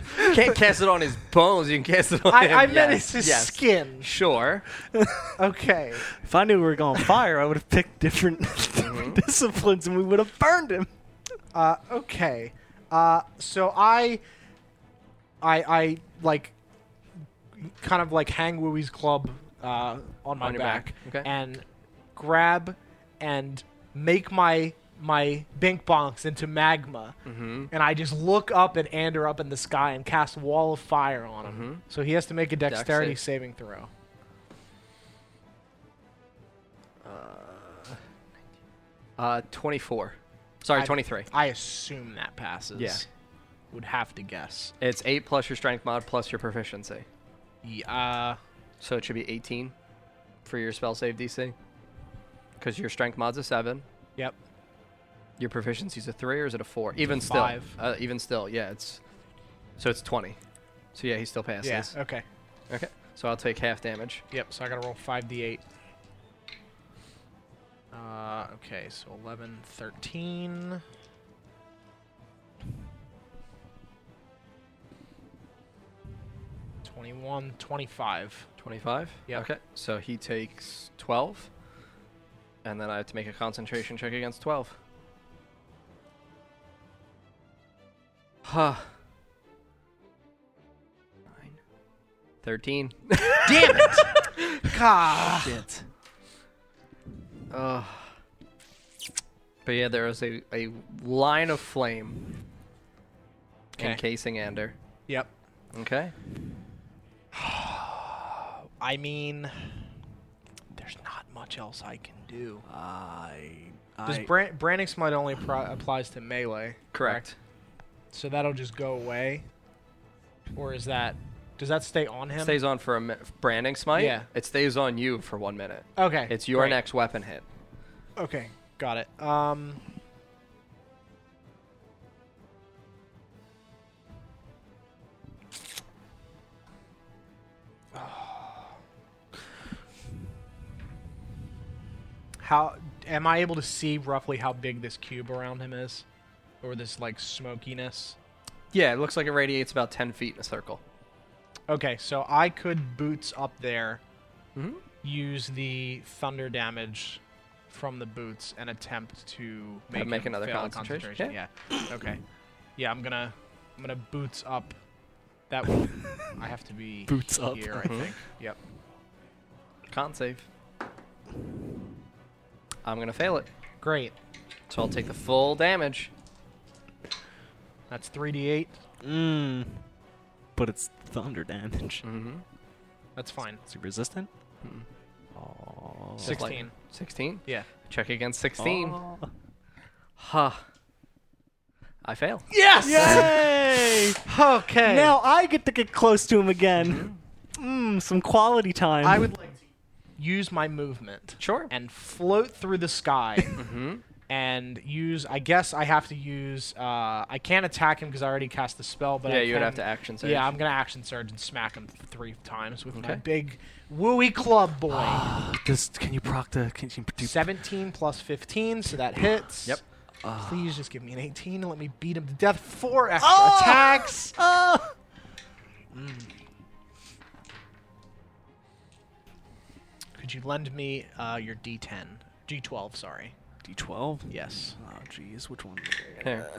[SPEAKER 2] mean, you can't cast it on his bones. You can cast it on
[SPEAKER 1] I,
[SPEAKER 2] him.
[SPEAKER 1] I meant
[SPEAKER 2] yes,
[SPEAKER 1] it's his
[SPEAKER 2] yes.
[SPEAKER 1] skin.
[SPEAKER 2] Sure.
[SPEAKER 1] Okay.
[SPEAKER 3] If I knew we were going fire, I would have picked different
[SPEAKER 2] Mm-hmm.
[SPEAKER 3] disciplines, and we would have burned him.
[SPEAKER 1] Uh, okay. Uh, so I, I, I like, kind of like hang Wooey's club uh, on my
[SPEAKER 2] On your
[SPEAKER 1] back,
[SPEAKER 2] back, okay.
[SPEAKER 1] and grab and make my my bink bonks into magma,
[SPEAKER 2] Mm-hmm.
[SPEAKER 1] and I just look up at Ander up in the sky and cast wall of fire on him. So he has to make a
[SPEAKER 2] Mm-hmm. Dex
[SPEAKER 1] dexterity
[SPEAKER 2] save.
[SPEAKER 1] saving throw.
[SPEAKER 2] Uh, twenty-four. Sorry,
[SPEAKER 1] I-
[SPEAKER 2] twenty-three.
[SPEAKER 1] I assume that passes.
[SPEAKER 2] Yeah.
[SPEAKER 1] Would have to guess.
[SPEAKER 2] It's eight plus your strength mod plus your proficiency,
[SPEAKER 1] Yeah.
[SPEAKER 2] so it should be eighteen for your spell save DC. Because your strength mod's a seven.
[SPEAKER 1] Yep.
[SPEAKER 2] Your proficiency's a three, or is it a four? Even still,
[SPEAKER 1] Five.
[SPEAKER 2] Uh, even still, yeah. It's so it's twenty. So yeah, he still passes.
[SPEAKER 1] Yeah. Okay.
[SPEAKER 2] Okay. So I'll take half damage.
[SPEAKER 1] Yep, so I gotta roll 5d8. Uh, okay, so 11, 13. Twenty-one, twenty-five.
[SPEAKER 2] Twenty-five.
[SPEAKER 1] Yep.
[SPEAKER 2] Okay. So he takes twelve, and then I have to make a concentration check against twelve. Huh. Nine. Thirteen.
[SPEAKER 1] Damn it! God.
[SPEAKER 2] Shit. Ugh. But yeah, there is a, a line of flame
[SPEAKER 1] 'Kay.
[SPEAKER 2] encasing Ander.
[SPEAKER 1] Yep.
[SPEAKER 2] Okay.
[SPEAKER 1] I mean, there's not much else I can do.
[SPEAKER 4] I.
[SPEAKER 1] Does
[SPEAKER 4] I
[SPEAKER 1] brand, branding smite only appri- applies to melee?
[SPEAKER 2] Correct.
[SPEAKER 1] So that'll just go away? Or is that. Does that stay on him?
[SPEAKER 2] stays on for a mi- branding smite.
[SPEAKER 1] Yeah.
[SPEAKER 2] It stays on you for one minute.
[SPEAKER 1] okay.
[SPEAKER 2] It's your
[SPEAKER 1] great.
[SPEAKER 2] next weapon hit.
[SPEAKER 1] Okay, got it. Um, how am I able to see roughly how big this cube around him is, or this like smokiness?
[SPEAKER 2] Yeah, it looks like it radiates about ten feet in a circle.
[SPEAKER 1] Okay, so I could boots up there, use the thunder damage from the boots, and attempt to make,
[SPEAKER 2] make
[SPEAKER 1] him
[SPEAKER 2] another
[SPEAKER 1] fail a
[SPEAKER 2] concentration,
[SPEAKER 1] Yeah. Okay. Yeah, I'm gonna, I'm gonna boots up. That will, I have to be
[SPEAKER 3] Boots up.
[SPEAKER 1] here, I
[SPEAKER 2] Mm-hmm.
[SPEAKER 1] think. Yep.
[SPEAKER 2] Con save. I'm gonna fail it,
[SPEAKER 1] Great.
[SPEAKER 2] so I'll take the full damage.
[SPEAKER 1] That's 3d8.
[SPEAKER 3] Mm. But it's thunder damage.
[SPEAKER 2] Mm-hmm.
[SPEAKER 1] That's fine.
[SPEAKER 3] Is he resistant?
[SPEAKER 2] Mm.
[SPEAKER 3] Oh.
[SPEAKER 1] Six- 16.
[SPEAKER 2] Sixteen.
[SPEAKER 1] Yeah.
[SPEAKER 2] Check against sixteen.
[SPEAKER 3] Oh.
[SPEAKER 2] Huh. I fail.
[SPEAKER 1] Yes.
[SPEAKER 3] Yay!
[SPEAKER 1] Okay.
[SPEAKER 3] now I get to get close to him again. Mm, some quality time.
[SPEAKER 1] I would like to use my movement.
[SPEAKER 2] Sure.
[SPEAKER 1] And float through the sky.
[SPEAKER 2] Mm-hmm.
[SPEAKER 1] and use. I guess I have to use. Uh, I can't attack him because I already cast the spell. But
[SPEAKER 2] yeah,
[SPEAKER 1] I
[SPEAKER 2] you would
[SPEAKER 1] can-
[SPEAKER 2] have to action save.
[SPEAKER 1] Yeah, I'm gonna action surge and smack him th- three times with my
[SPEAKER 2] Okay.
[SPEAKER 1] big wooey club boy.
[SPEAKER 3] Does, can you proc the? Can you do?
[SPEAKER 1] Seventeen plus fifteen, so that hits.
[SPEAKER 2] Yep.
[SPEAKER 1] Please just give me an eighteen and let me beat him to death. Four extra
[SPEAKER 3] Oh!
[SPEAKER 2] Ah!
[SPEAKER 1] attacks.
[SPEAKER 3] Oh!
[SPEAKER 1] Could you lend me uh, your D10, G12? Sorry.
[SPEAKER 3] D12.
[SPEAKER 1] Yes.
[SPEAKER 3] Oh, jeez, which one?
[SPEAKER 2] Here.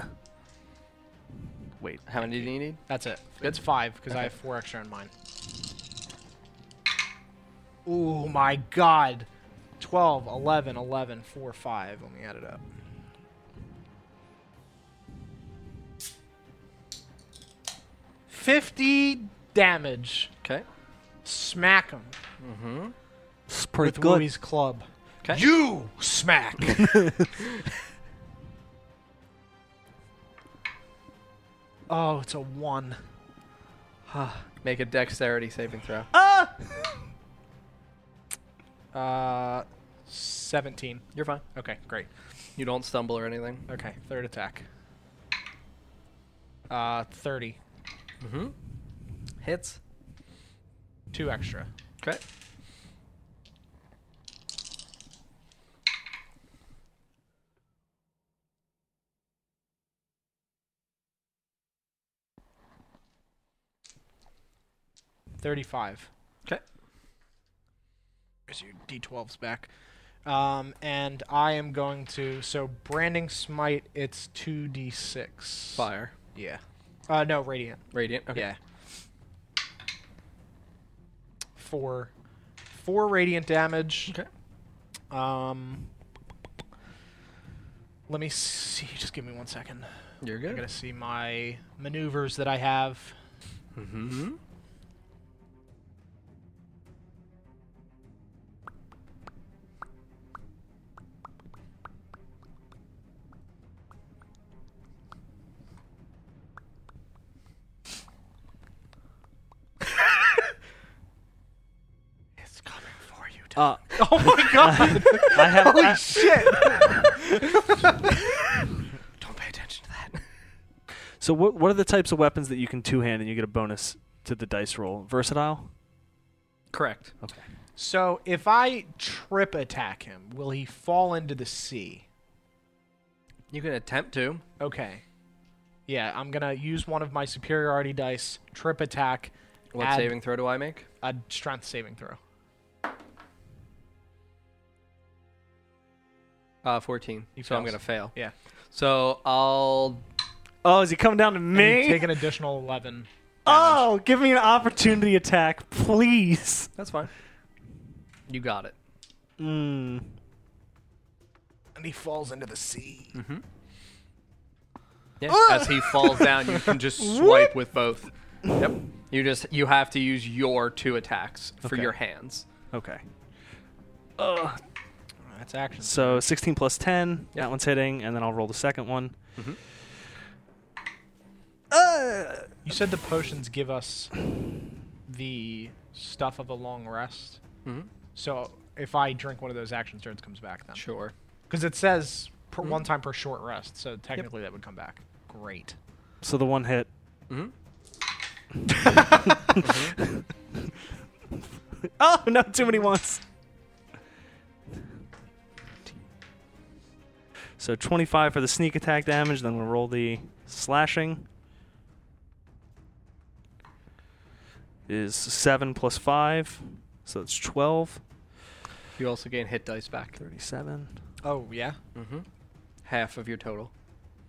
[SPEAKER 3] Wait.
[SPEAKER 2] How many do you need?
[SPEAKER 1] That's it. It's five because I have four extra in mine. Oh my god. 12, 11, 11, 4, 5. Let me add it up. Fifty damage.
[SPEAKER 2] Okay.
[SPEAKER 1] Smack him
[SPEAKER 3] It's pretty
[SPEAKER 1] with
[SPEAKER 3] good.
[SPEAKER 1] Wooey's club.
[SPEAKER 2] Okay.
[SPEAKER 1] You smack. oh, it's a one.
[SPEAKER 2] Make a dexterity saving throw.
[SPEAKER 1] Uh, seventeen.
[SPEAKER 2] You're fine.
[SPEAKER 1] Okay, great.
[SPEAKER 2] You don't stumble or anything.
[SPEAKER 1] Okay, third attack. Uh, thirty.
[SPEAKER 2] Hits.
[SPEAKER 1] Two extra.
[SPEAKER 2] Okay.
[SPEAKER 1] Thirty-five.
[SPEAKER 2] Okay.
[SPEAKER 1] There's your d12s back. Um, and I am going to so branding smite. It's two d6.
[SPEAKER 2] Fire.
[SPEAKER 1] Yeah. Uh, no, radiant.
[SPEAKER 2] Radiant. Okay.
[SPEAKER 1] Yeah. Four, four radiant damage.
[SPEAKER 2] Okay.
[SPEAKER 1] Um, let me see. Just give me one second.
[SPEAKER 2] You're
[SPEAKER 1] I gotta
[SPEAKER 2] good.
[SPEAKER 1] see my maneuvers that I have.
[SPEAKER 2] Mm-hmm.
[SPEAKER 1] It's coming for you.
[SPEAKER 3] Uh,
[SPEAKER 1] Oh my god!
[SPEAKER 3] I have.
[SPEAKER 1] Holy
[SPEAKER 3] I-
[SPEAKER 1] shit!
[SPEAKER 2] Don't pay attention to that.
[SPEAKER 3] so what? What are the types of weapons that you can two hand and you get a bonus to the dice roll? Versatile.
[SPEAKER 2] Correct.
[SPEAKER 3] Okay.
[SPEAKER 1] So if I trip attack him, will he fall into the sea?
[SPEAKER 2] You can attempt to.
[SPEAKER 1] Okay. Yeah, I'm gonna use one of my superiority dice, trip attack,
[SPEAKER 2] What
[SPEAKER 1] Add-
[SPEAKER 2] saving throw do I make?
[SPEAKER 1] a strength saving throw.
[SPEAKER 2] Uh, 14.
[SPEAKER 1] He
[SPEAKER 2] so I'm
[SPEAKER 1] fails.
[SPEAKER 2] gonna fail.
[SPEAKER 1] Yeah.
[SPEAKER 2] So I'll.
[SPEAKER 3] Oh, is he coming down to
[SPEAKER 1] And
[SPEAKER 3] me?
[SPEAKER 1] you take an additional 11.
[SPEAKER 3] oh, give me an opportunity attack, please.
[SPEAKER 2] That's fine. You got it.
[SPEAKER 3] Mm.
[SPEAKER 1] And he falls into the sea.
[SPEAKER 2] Yeah. As he falls down, you can just swipe with both. Yep. You just you have to use your two attacks for
[SPEAKER 3] Okay.
[SPEAKER 2] your hands.
[SPEAKER 3] Okay.
[SPEAKER 1] That's action.
[SPEAKER 3] So 16 plus 10.
[SPEAKER 2] Yeah.
[SPEAKER 3] That one's hitting, and then I'll roll the second one.
[SPEAKER 1] You said the potions give us the stuff of a long rest.
[SPEAKER 2] Mhm.
[SPEAKER 1] So if I drink one of those action turns, it comes back then.
[SPEAKER 2] Sure. Mm-hmm.
[SPEAKER 1] Because it says per one time per short rest, so technically that would come back. Great.
[SPEAKER 3] So the one hit.
[SPEAKER 2] Mhm.
[SPEAKER 3] oh no, too many ones. So 25 for the sneak attack damage. Then we'll roll the slashing. Is seven plus five, so it's 12.
[SPEAKER 2] You also gain hit dice back.
[SPEAKER 3] 37.
[SPEAKER 1] Oh yeah.
[SPEAKER 2] Mm-hmm. Half of your total.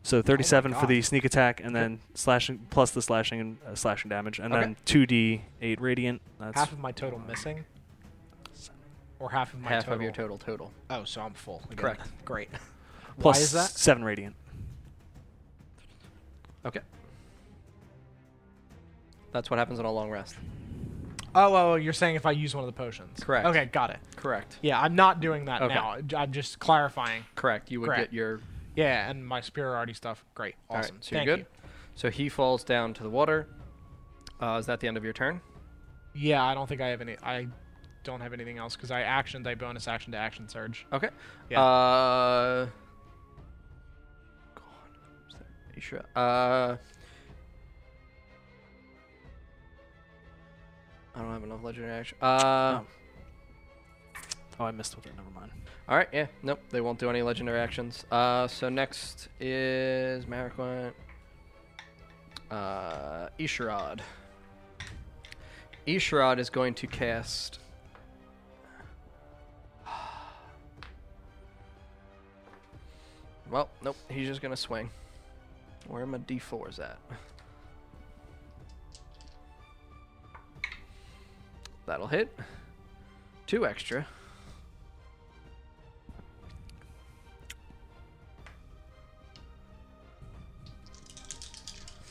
[SPEAKER 3] So 37 for
[SPEAKER 1] God.
[SPEAKER 3] the sneak attack, and then slashing plus the slashing and uh, slashing damage, and
[SPEAKER 2] Okay.
[SPEAKER 3] then 2d8 radiant. That's
[SPEAKER 1] half of my total missing, or half of my
[SPEAKER 2] half
[SPEAKER 1] total.
[SPEAKER 2] of your total total.
[SPEAKER 1] Oh, so I'm full. again.
[SPEAKER 2] Correct.
[SPEAKER 1] Great.
[SPEAKER 3] plus
[SPEAKER 1] Why is that?
[SPEAKER 3] seven radiant.
[SPEAKER 2] Okay. That's what happens on a long rest.
[SPEAKER 1] Oh, oh, oh, you're saying if I use one of the potions.
[SPEAKER 2] Correct.
[SPEAKER 1] Okay, got it.
[SPEAKER 2] Correct.
[SPEAKER 1] Yeah, I'm not doing that
[SPEAKER 2] Okay.
[SPEAKER 1] now. I'm just clarifying.
[SPEAKER 2] Correct. You would
[SPEAKER 1] Correct.
[SPEAKER 2] get your
[SPEAKER 1] Yeah, and my superiority stuff. Great.
[SPEAKER 2] All right,
[SPEAKER 1] Awesome.
[SPEAKER 2] so you're
[SPEAKER 1] Thank
[SPEAKER 2] good. So he falls down to the water. Uh, is that the end of your turn?
[SPEAKER 1] you. Yeah, I don't think I have any. I don't have anything else because I actioned. I bonus action to action surge.
[SPEAKER 2] Okay.
[SPEAKER 1] Yeah.
[SPEAKER 2] Uh, God, is that- are you sure? Uh, I don't have enough legendary action. Uh,
[SPEAKER 3] Oh, I missed with it. Never mind.
[SPEAKER 2] All right. Yeah. Nope. They won't do any legendary actions. Uh, so next is Mariquant. Uh, Isharad. Isharad is going to cast. Well, nope. He's just gonna swing. Where are my d4s at? That'll hit. Two extra.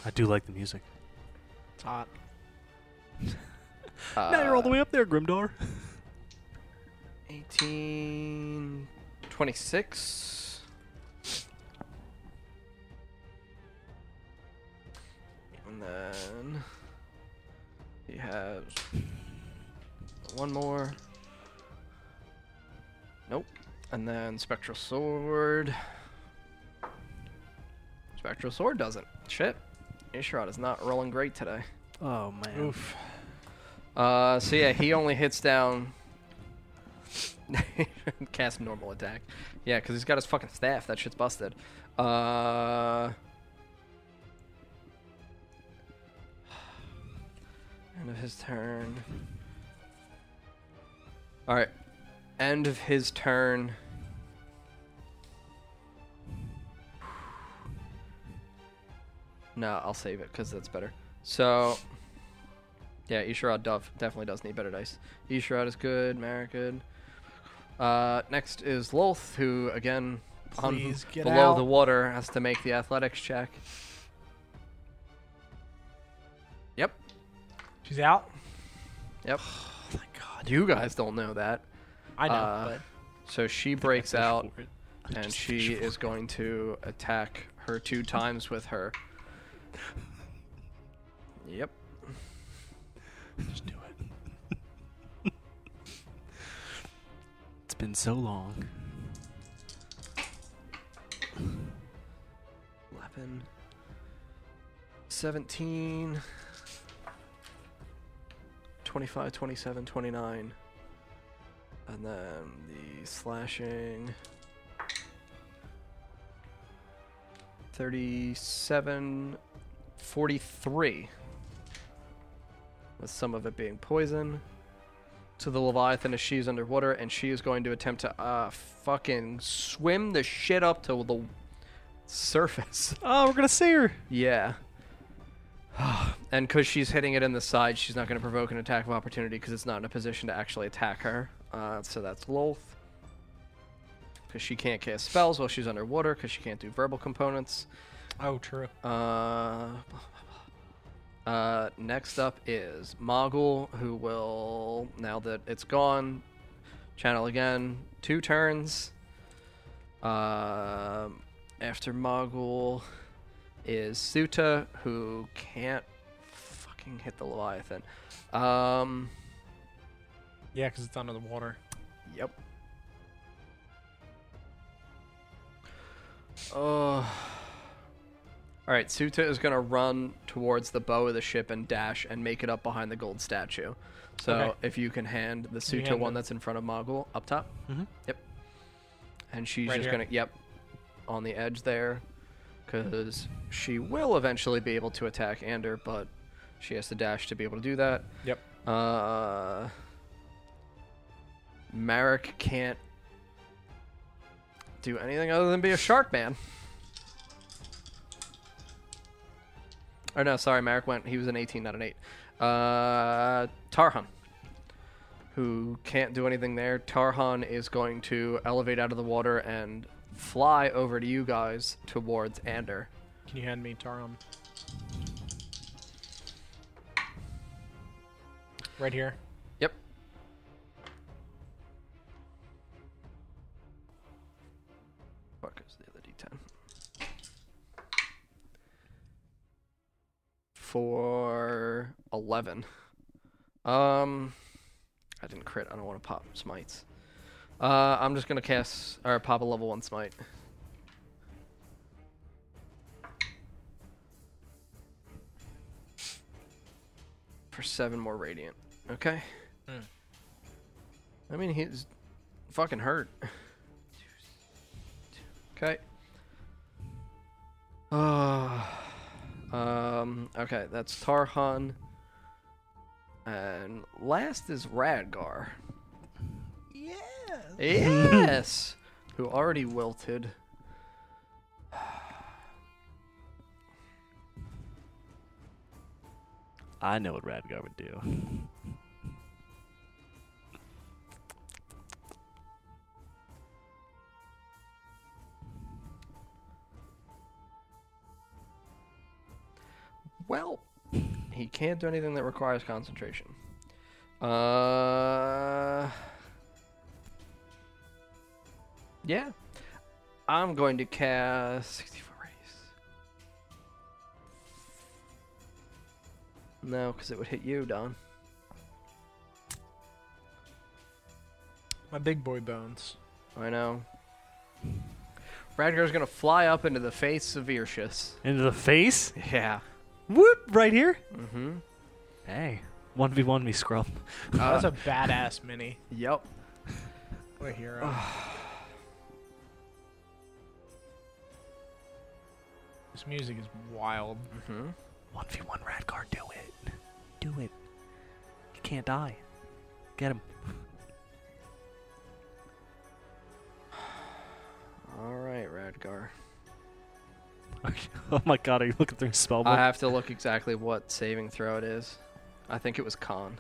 [SPEAKER 3] I do like the music.
[SPEAKER 1] It's hot.
[SPEAKER 2] Uh,
[SPEAKER 3] now you're all the way up there, Grimdor.
[SPEAKER 2] 18, 26. And then he has one more. Nope. And then Spectral Sword. Spectral Sword doesn't. Shit. Ishrod is not rolling great today.
[SPEAKER 3] Oh man.
[SPEAKER 1] Oof.
[SPEAKER 2] Uh, so yeah, he only hits down. Cast normal attack. Yeah, because he's got his fucking staff. That shit's busted. Uh. End of his turn. Alright. End of his turn. No, I'll save it because that's better. So. Yeah, Isharad Dove definitely does need better dice. Isharad is good, Merrick good. Uh, next is Lolth, who again on
[SPEAKER 1] Please get
[SPEAKER 2] below
[SPEAKER 1] out.
[SPEAKER 2] the water has to make the athletics check. Yep,
[SPEAKER 1] She's out.
[SPEAKER 2] yep.
[SPEAKER 1] Oh my god.
[SPEAKER 2] You guys don't know that.
[SPEAKER 1] I know,
[SPEAKER 2] Uh,
[SPEAKER 1] but
[SPEAKER 2] So she breaks out
[SPEAKER 3] For it.
[SPEAKER 2] and she is going to attack her two times with her. Yep.
[SPEAKER 3] Just do it. it's been so long.
[SPEAKER 2] 11 17 25 27 29 and then the slashing 37 43 with some of it being poison to the leviathan as she's underwater and she is going to attempt to uh fucking swim the shit up to the surface
[SPEAKER 3] Oh, we're gonna see her.
[SPEAKER 2] yeah. and because she's hitting it in the side, she's not going to provoke an attack of opportunity because it's not in a position to actually attack her. Uh, so that's Lolth. Because she can't cast spells while she's underwater because she can't do verbal components.
[SPEAKER 1] oh, true.
[SPEAKER 2] Uh, uh, next up is Mogul, who will, now that it's gone, channel again two turns. Um, after Mogul is Suta, who can't fucking hit the Leviathan. Um,
[SPEAKER 1] Yeah, because it's under the water.
[SPEAKER 2] yep. Oh. All right, Suta is going to run towards the bow of the ship and dash and make it up behind the gold statue. So
[SPEAKER 1] Okay.
[SPEAKER 2] if you can hand the Suta
[SPEAKER 1] hand
[SPEAKER 2] one
[SPEAKER 1] it.
[SPEAKER 2] that's in front of Mogul up top.
[SPEAKER 3] Mhm.
[SPEAKER 2] Yep. And she's
[SPEAKER 1] Right
[SPEAKER 2] just
[SPEAKER 1] here.
[SPEAKER 2] going to, yep, on the edge there. Because she will eventually be able to attack Ander, but she has to dash to be able to do that.
[SPEAKER 1] Yep.
[SPEAKER 2] Uh, Marek can't do anything other than be a shark man. Or no, sorry, Marek went. He was an 18, not an 8. Uh, Tarhan, who can't do anything there. Tarhan is going to elevate out of the water and fly over to you guys towards Ander.
[SPEAKER 1] Can you hand me Tarum? Right here.
[SPEAKER 2] Yep. Where goes the other d10? For 11. Um, I didn't crit. I don't want to pop smites. Uh, I'm just gonna cast or pop a level one smite. For seven more radiant. Okay.
[SPEAKER 1] Mm.
[SPEAKER 2] I mean, he's fucking hurt. Okay. Uh, um. Okay, that's Tarhan. And last is Radgar. Yes. Yes. Who already wilted.
[SPEAKER 3] I know what Radgar would do.
[SPEAKER 2] Well, he can't do anything that requires concentration. Uh, Yeah. I'm going to cast 60 foot race. No, because it would hit you, Don.
[SPEAKER 1] My big boy bones.
[SPEAKER 2] I know. Radgar's going to fly up into the face of Irshus.
[SPEAKER 3] Into the face?
[SPEAKER 2] Yeah.
[SPEAKER 3] Whoop! Right here?
[SPEAKER 2] Mm-hmm.
[SPEAKER 3] Hey. 1v1 me, scrub.
[SPEAKER 1] That's a badass mini.
[SPEAKER 2] Uh, Yep.
[SPEAKER 1] What a hero. this music is wild.
[SPEAKER 2] Mm-hmm.
[SPEAKER 3] 1v1 Radgar, do it. Do it. You can't die. Get him.
[SPEAKER 2] All right, Radgar.
[SPEAKER 3] oh my god, are you looking through his spell
[SPEAKER 2] I
[SPEAKER 3] book?
[SPEAKER 2] have to look exactly what saving throw it is. I think it was con.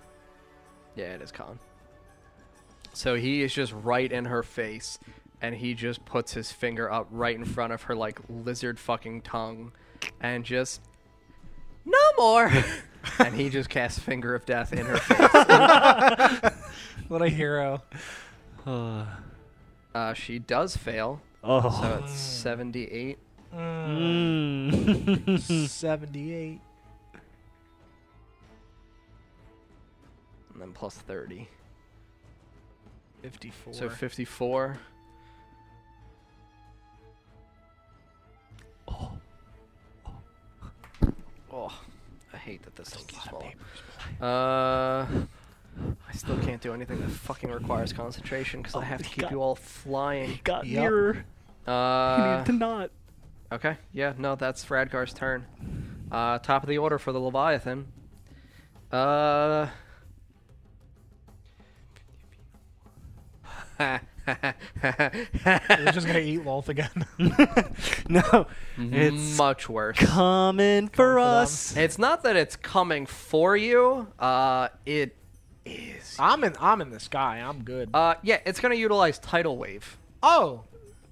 [SPEAKER 2] Yeah, it is con. So he is just right in her face, and he just puts his finger up right in front of her like lizard fucking tongue, and just no more. and he just casts finger of death in her face.
[SPEAKER 1] What a hero.
[SPEAKER 3] Uh,
[SPEAKER 2] Uh, she does fail,
[SPEAKER 3] oh.
[SPEAKER 2] so it's seventy-eight.
[SPEAKER 3] Mm.
[SPEAKER 1] 78.
[SPEAKER 2] And then plus 30.
[SPEAKER 1] 54.
[SPEAKER 2] So 54. Oh. Oh. I hate that this thing's small. Uh. I still can't do anything that fucking requires concentration because I have to keep you all flying.
[SPEAKER 3] Got
[SPEAKER 1] Yup.
[SPEAKER 3] nearer. you
[SPEAKER 2] Uh,
[SPEAKER 3] need to not.
[SPEAKER 2] okay, yeah, no, that's Radgar's turn. Uh, top of the order for the Leviathan. Uh.
[SPEAKER 1] You're just going to eat Lolth again.
[SPEAKER 3] No. It's
[SPEAKER 2] much worse.
[SPEAKER 3] coming for
[SPEAKER 1] them.
[SPEAKER 3] us.
[SPEAKER 2] It's not that it's coming for you. Uh, it is.
[SPEAKER 1] I'm in I'm in the sky. I'm good.
[SPEAKER 2] Uh, yeah, it's gonna utilize tidal wave.
[SPEAKER 1] oh.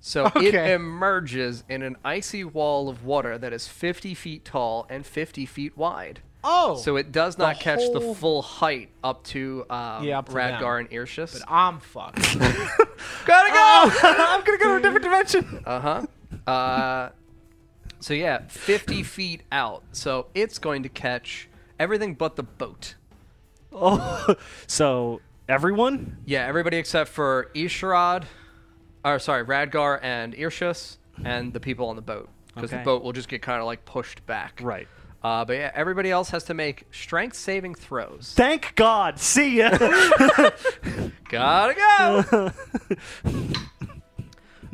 [SPEAKER 2] So it
[SPEAKER 1] Okay.
[SPEAKER 2] emerges in an icy wall of water that is 50 feet tall and 50 feet wide.
[SPEAKER 1] Oh.
[SPEAKER 2] So it does not catch the
[SPEAKER 1] whole-
[SPEAKER 2] full height up to um,
[SPEAKER 1] Yeah, up to them.
[SPEAKER 2] Radgar and Irshus.
[SPEAKER 1] I'm fucked.
[SPEAKER 2] Gotta go.
[SPEAKER 3] I'm gonna go to a different dimension.
[SPEAKER 2] Uh huh. Uh, so yeah, 50 feet out. So it's going to catch everything but the boat.
[SPEAKER 3] Oh, so everyone?
[SPEAKER 2] Yeah, everybody except for Isharad, or sorry, Radgar and Irshus, and the people on the boat, because
[SPEAKER 3] Okay.
[SPEAKER 2] the boat will just get kind of like pushed back.
[SPEAKER 3] Right.
[SPEAKER 2] Uh, but yeah, everybody else has to make strength saving throws.
[SPEAKER 3] Thank God. See ya.
[SPEAKER 2] Gotta go.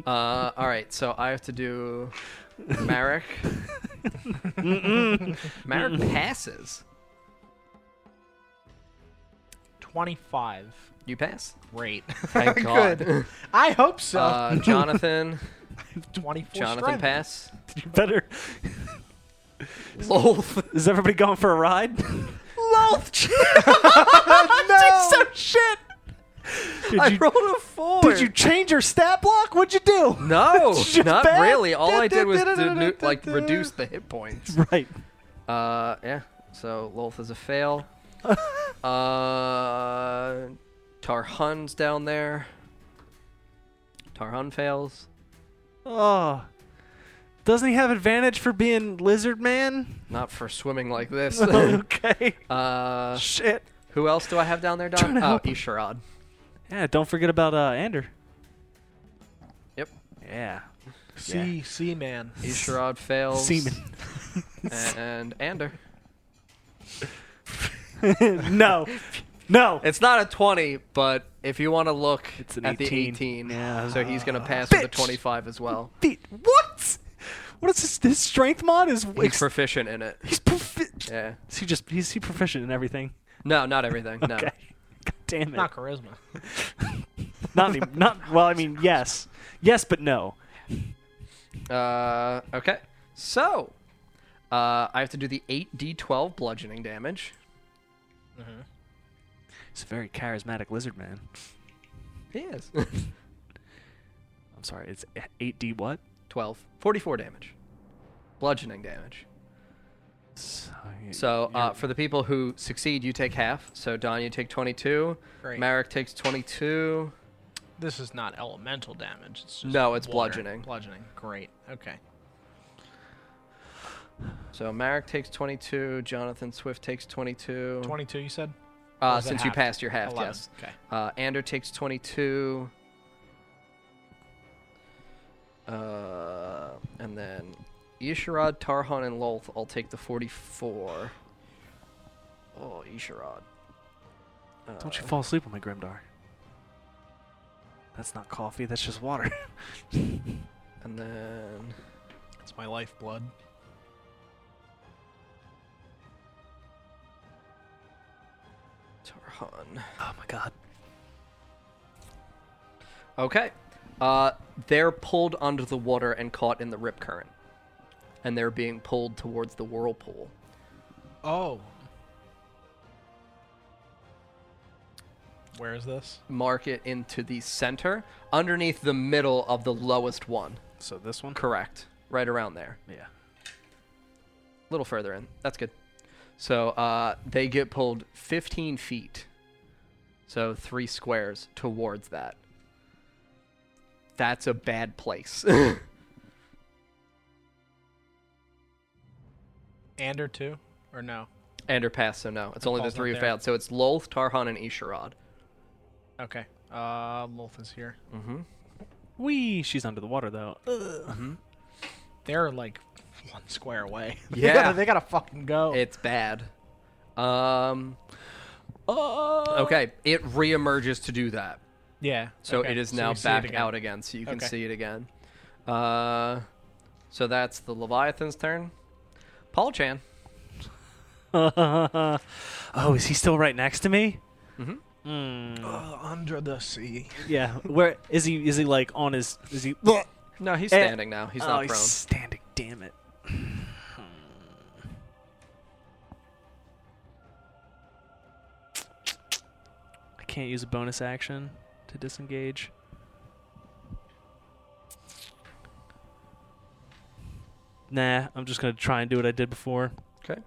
[SPEAKER 2] uh, all right, so I have to do Marek. Marek passes.
[SPEAKER 1] 25.
[SPEAKER 2] You pass.
[SPEAKER 1] Great.
[SPEAKER 2] Thank God.
[SPEAKER 1] Good. I hope so.
[SPEAKER 2] Uh, Jonathan.
[SPEAKER 1] 24
[SPEAKER 2] Jonathan
[SPEAKER 1] strength.
[SPEAKER 2] pass.
[SPEAKER 3] You better.
[SPEAKER 2] Loth.
[SPEAKER 3] Is everybody going for a ride?
[SPEAKER 2] Loth.
[SPEAKER 1] No!
[SPEAKER 2] shit.
[SPEAKER 3] Did
[SPEAKER 2] I
[SPEAKER 3] you,
[SPEAKER 2] rolled a four.
[SPEAKER 3] did you change your stat block? What'd you do?
[SPEAKER 2] No,
[SPEAKER 3] It's just
[SPEAKER 2] not
[SPEAKER 3] bad.
[SPEAKER 2] really. All I did was to, nu- like reduce the hit points.
[SPEAKER 3] Right.
[SPEAKER 2] Uh, yeah. So Lolth is a fail. Uh, Tarhun's down there. Tarhun fails.
[SPEAKER 3] Oh. Doesn't he have advantage for being lizard man?
[SPEAKER 2] Not for swimming like this.
[SPEAKER 3] okay.
[SPEAKER 2] uh,
[SPEAKER 3] Shit.
[SPEAKER 2] who else do I have down there,
[SPEAKER 3] Trying
[SPEAKER 2] Don?
[SPEAKER 3] to
[SPEAKER 2] Oh,
[SPEAKER 3] help.
[SPEAKER 2] Isharad.
[SPEAKER 3] Yeah, don't forget about uh Ander.
[SPEAKER 2] Yep.
[SPEAKER 3] Yeah.
[SPEAKER 1] C, C man.
[SPEAKER 2] Isharad fails.
[SPEAKER 3] Seaman.
[SPEAKER 2] And Ander.
[SPEAKER 3] no. No.
[SPEAKER 2] It's not a 20, but if you want to look
[SPEAKER 3] It's an
[SPEAKER 2] at
[SPEAKER 3] 18.
[SPEAKER 2] the 18,
[SPEAKER 3] Yeah.
[SPEAKER 2] so he's going to pass with
[SPEAKER 3] Bitch.
[SPEAKER 2] a 25 as well.
[SPEAKER 3] Feet. What? What is this? His strength mod is.
[SPEAKER 2] He's proficient in it.
[SPEAKER 3] he's profi-
[SPEAKER 2] Yeah.
[SPEAKER 3] Is he just? Is he proficient in everything?
[SPEAKER 2] No, not everything. No.
[SPEAKER 3] Okay. God damn it.
[SPEAKER 1] Not charisma.
[SPEAKER 3] not. any- Not. Well, I mean, yes, yes, but no.
[SPEAKER 2] Uh, okay. So, uh, I have to do the 8d12 bludgeoning damage.
[SPEAKER 3] He's a very charismatic lizard man.
[SPEAKER 2] Yes.
[SPEAKER 3] I'm sorry. It's eight D what?
[SPEAKER 2] 12. 44 damage. Bludgeoning damage.
[SPEAKER 3] So,
[SPEAKER 2] So, uh, for the people who succeed, you take half. So, Don, you take 22.
[SPEAKER 1] Great.
[SPEAKER 2] Marek takes 22.
[SPEAKER 1] this is not elemental damage. It's just
[SPEAKER 2] No, it's
[SPEAKER 1] water.
[SPEAKER 2] bludgeoning.
[SPEAKER 1] Bludgeoning. Great. Okay.
[SPEAKER 2] So Marek takes 22. Jonathan Swift takes 22.
[SPEAKER 1] Twenty-two. You said.
[SPEAKER 2] uh,
[SPEAKER 1] was it
[SPEAKER 2] since you
[SPEAKER 1] half?
[SPEAKER 2] passed your Mm-hmm. half,
[SPEAKER 1] 11.
[SPEAKER 2] yes.
[SPEAKER 1] Okay.
[SPEAKER 2] Uh, Ander takes 22. Uh, and then Isharad, Tarhan, and Lolth all take the 44. Oh, Isharad.
[SPEAKER 3] Don't you fall asleep on my Grimdar. That's not coffee, that's just water.
[SPEAKER 2] Uh, And then
[SPEAKER 1] It's my lifeblood.
[SPEAKER 2] Tarhan.
[SPEAKER 3] oh my god.
[SPEAKER 2] Okay. Uh, they're pulled under the water and caught in the rip current. And they're being pulled towards the whirlpool.
[SPEAKER 1] Oh. Where is this?
[SPEAKER 2] Mark it into the center, underneath the middle of the lowest one.
[SPEAKER 3] So this one?
[SPEAKER 2] Correct. Right around there.
[SPEAKER 3] Yeah.
[SPEAKER 2] A little further in. That's good. So uh, they get pulled 15 feet. So three squares towards that. That's a bad place.
[SPEAKER 1] And or two? Or no?
[SPEAKER 2] Ender pass, so no. It's only the
[SPEAKER 1] Paul's not
[SPEAKER 2] three who
[SPEAKER 1] there.
[SPEAKER 2] failed. So it's Lolth, Tarhan, and Isharad.
[SPEAKER 1] Okay. Uh, Lolth is here.
[SPEAKER 3] Wee, she's under the water though.
[SPEAKER 1] They're like one square away. They
[SPEAKER 2] Yeah.
[SPEAKER 1] gotta- they gotta fucking go.
[SPEAKER 2] It's bad. Um.
[SPEAKER 1] Oh.
[SPEAKER 2] Okay, it reemerges to do that.
[SPEAKER 1] yeah.
[SPEAKER 2] So
[SPEAKER 1] okay.
[SPEAKER 2] it is
[SPEAKER 1] So
[SPEAKER 2] now
[SPEAKER 1] we see it
[SPEAKER 2] back
[SPEAKER 1] again.
[SPEAKER 2] out again, so you can
[SPEAKER 1] Okay.
[SPEAKER 2] see it again. Uh, so that's the Leviathan's turn. Paul Chan.
[SPEAKER 3] oh, is he still right next to me? Hmm.
[SPEAKER 1] Uh, under the sea.
[SPEAKER 3] Yeah. Where is he is he like on his is he
[SPEAKER 2] No, he's
[SPEAKER 3] Eh,
[SPEAKER 2] standing now. He's
[SPEAKER 3] oh,
[SPEAKER 2] not
[SPEAKER 3] he's
[SPEAKER 2] prone.
[SPEAKER 3] standing, damn it. I can't use a bonus action to disengage. Nah, I'm just gonna try and do what I did before.
[SPEAKER 2] Okay.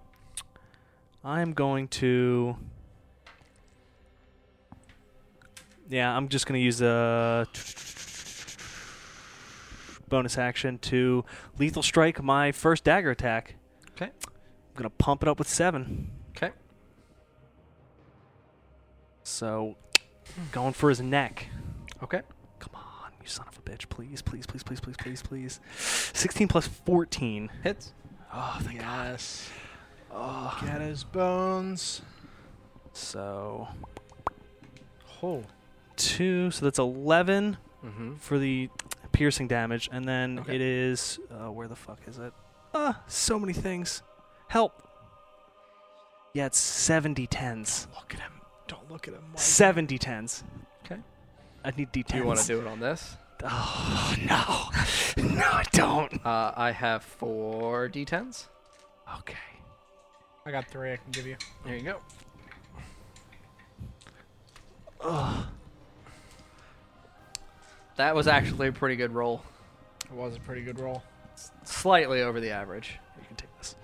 [SPEAKER 3] I'm going to. Yeah, I'm just going to use a bonus action to lethal strike my first dagger attack.
[SPEAKER 2] Okay.
[SPEAKER 3] I'm going to pump it up with seven.
[SPEAKER 2] Okay.
[SPEAKER 3] So, going for his neck.
[SPEAKER 2] Okay.
[SPEAKER 3] Come on, you son of a bitch. Please, please, please, please, please, please, please. 16 plus 14.
[SPEAKER 2] Hits.
[SPEAKER 3] Oh, thank God.
[SPEAKER 1] Yes.
[SPEAKER 3] ah.
[SPEAKER 1] Get his bones.
[SPEAKER 3] So,
[SPEAKER 1] Oh.
[SPEAKER 3] two. So that's 11.
[SPEAKER 2] Mm-hmm.
[SPEAKER 3] for the piercing damage, and then
[SPEAKER 2] Okay.
[SPEAKER 3] it is uh, where the fuck is it? Uh, so many things. Help. Yeah, it's 70 tens.
[SPEAKER 2] Oh
[SPEAKER 1] Look at him. Don't look at him. Mike.
[SPEAKER 3] 70 tens.
[SPEAKER 2] Okay.
[SPEAKER 3] I need D10s.
[SPEAKER 2] Do you want to do it on this?
[SPEAKER 3] Oh, no. No, I don't.
[SPEAKER 2] Uh, I have four d10s.
[SPEAKER 3] Okay.
[SPEAKER 1] I got three I can give you.
[SPEAKER 2] There you go. That was actually a pretty good roll.
[SPEAKER 1] It was a pretty good roll.
[SPEAKER 2] Slightly over the average.
[SPEAKER 3] You can take this.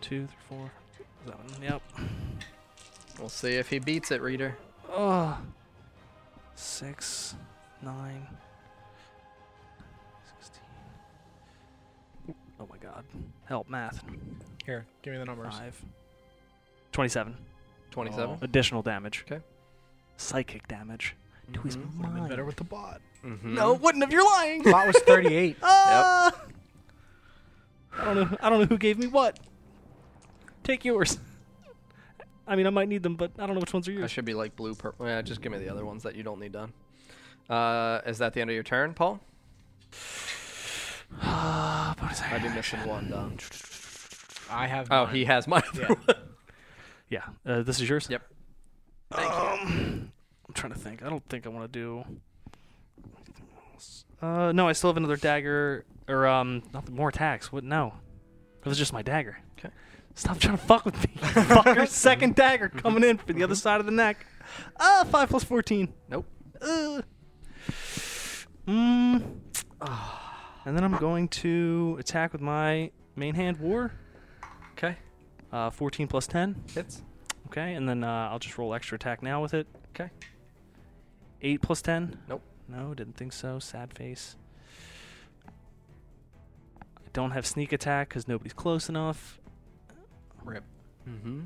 [SPEAKER 3] Two, three, four, seven. Yep.
[SPEAKER 2] We'll see if he beats it, reader.
[SPEAKER 3] Oh. Six, nine, 16. Oh my god. Help, math.
[SPEAKER 1] Here, give me the numbers.
[SPEAKER 3] Five. 27.
[SPEAKER 2] 27.
[SPEAKER 3] Additional damage.
[SPEAKER 2] 'Kay.
[SPEAKER 3] Psychic damage. To his
[SPEAKER 2] Mhm.
[SPEAKER 1] Would've been
[SPEAKER 3] mind.
[SPEAKER 1] better with the bot.
[SPEAKER 2] Mhm.
[SPEAKER 3] No, it wouldn't have. You're lying.
[SPEAKER 1] Bot was 38.
[SPEAKER 3] Ah! I don't know. I don't know who gave me what. Take yours. I mean, I might need them, but I don't know which ones are
[SPEAKER 2] I
[SPEAKER 3] yours.
[SPEAKER 2] should be like blue purple. Yeah, just give me the other ones that you don't need done. Uh, is that the end of your turn, Paul?
[SPEAKER 3] Ah, bonus
[SPEAKER 2] I'd be
[SPEAKER 3] action.
[SPEAKER 2] missing one done.
[SPEAKER 1] I have.
[SPEAKER 2] Oh,
[SPEAKER 1] nine.
[SPEAKER 2] he has my
[SPEAKER 1] Yeah.
[SPEAKER 3] Yeah, uh, this is yours.
[SPEAKER 2] Yep.
[SPEAKER 3] Um, I'm trying to think. I don't think I want to do. Uh, no, I still have another dagger or um, not more attacks. What? No, it was just my dagger.
[SPEAKER 2] 'Kay.
[SPEAKER 3] Stop trying to fuck with me, fucker. Second dagger coming in from the other side of the neck. Ah, five plus fourteen.
[SPEAKER 2] Nope.
[SPEAKER 3] Uh. Mm. And then I'm going to attack with my main hand war.
[SPEAKER 2] Okay.
[SPEAKER 3] Uh, 14 plus 10.
[SPEAKER 2] Hits.
[SPEAKER 3] Okay, and then uh, I'll just roll extra attack now with it.
[SPEAKER 2] Okay.
[SPEAKER 3] 8 plus 10.
[SPEAKER 2] Nope.
[SPEAKER 3] No, didn't think so. Sad face. I don't have sneak attack because nobody's close enough.
[SPEAKER 2] Rip. Mm-hmm.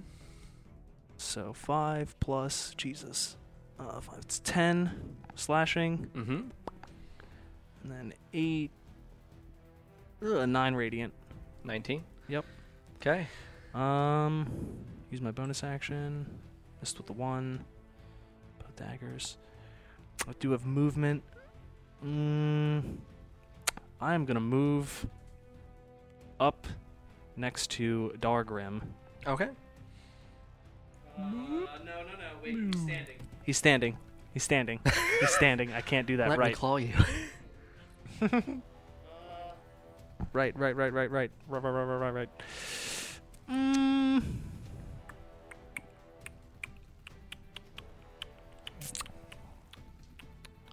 [SPEAKER 3] So five plus Jesus, uh, five, it's ten slashing,
[SPEAKER 2] Mm-hmm.
[SPEAKER 3] and then eight, ugh, nine radiant.
[SPEAKER 2] 19.
[SPEAKER 3] Yep.
[SPEAKER 2] Okay.
[SPEAKER 3] Um, use my bonus action. Missed with the one. Both daggers. I do have movement. Mm, I'm gonna move up next to Dargrim.
[SPEAKER 2] Okay.
[SPEAKER 3] Uh, no, no, no. Wait, he's standing. He's standing. He's standing. he's standing. I can't do that
[SPEAKER 2] Let me
[SPEAKER 3] right.
[SPEAKER 2] claw you.
[SPEAKER 3] right. Right. Right. Right. Right. Right. Right. Right. Right. Right. Mm.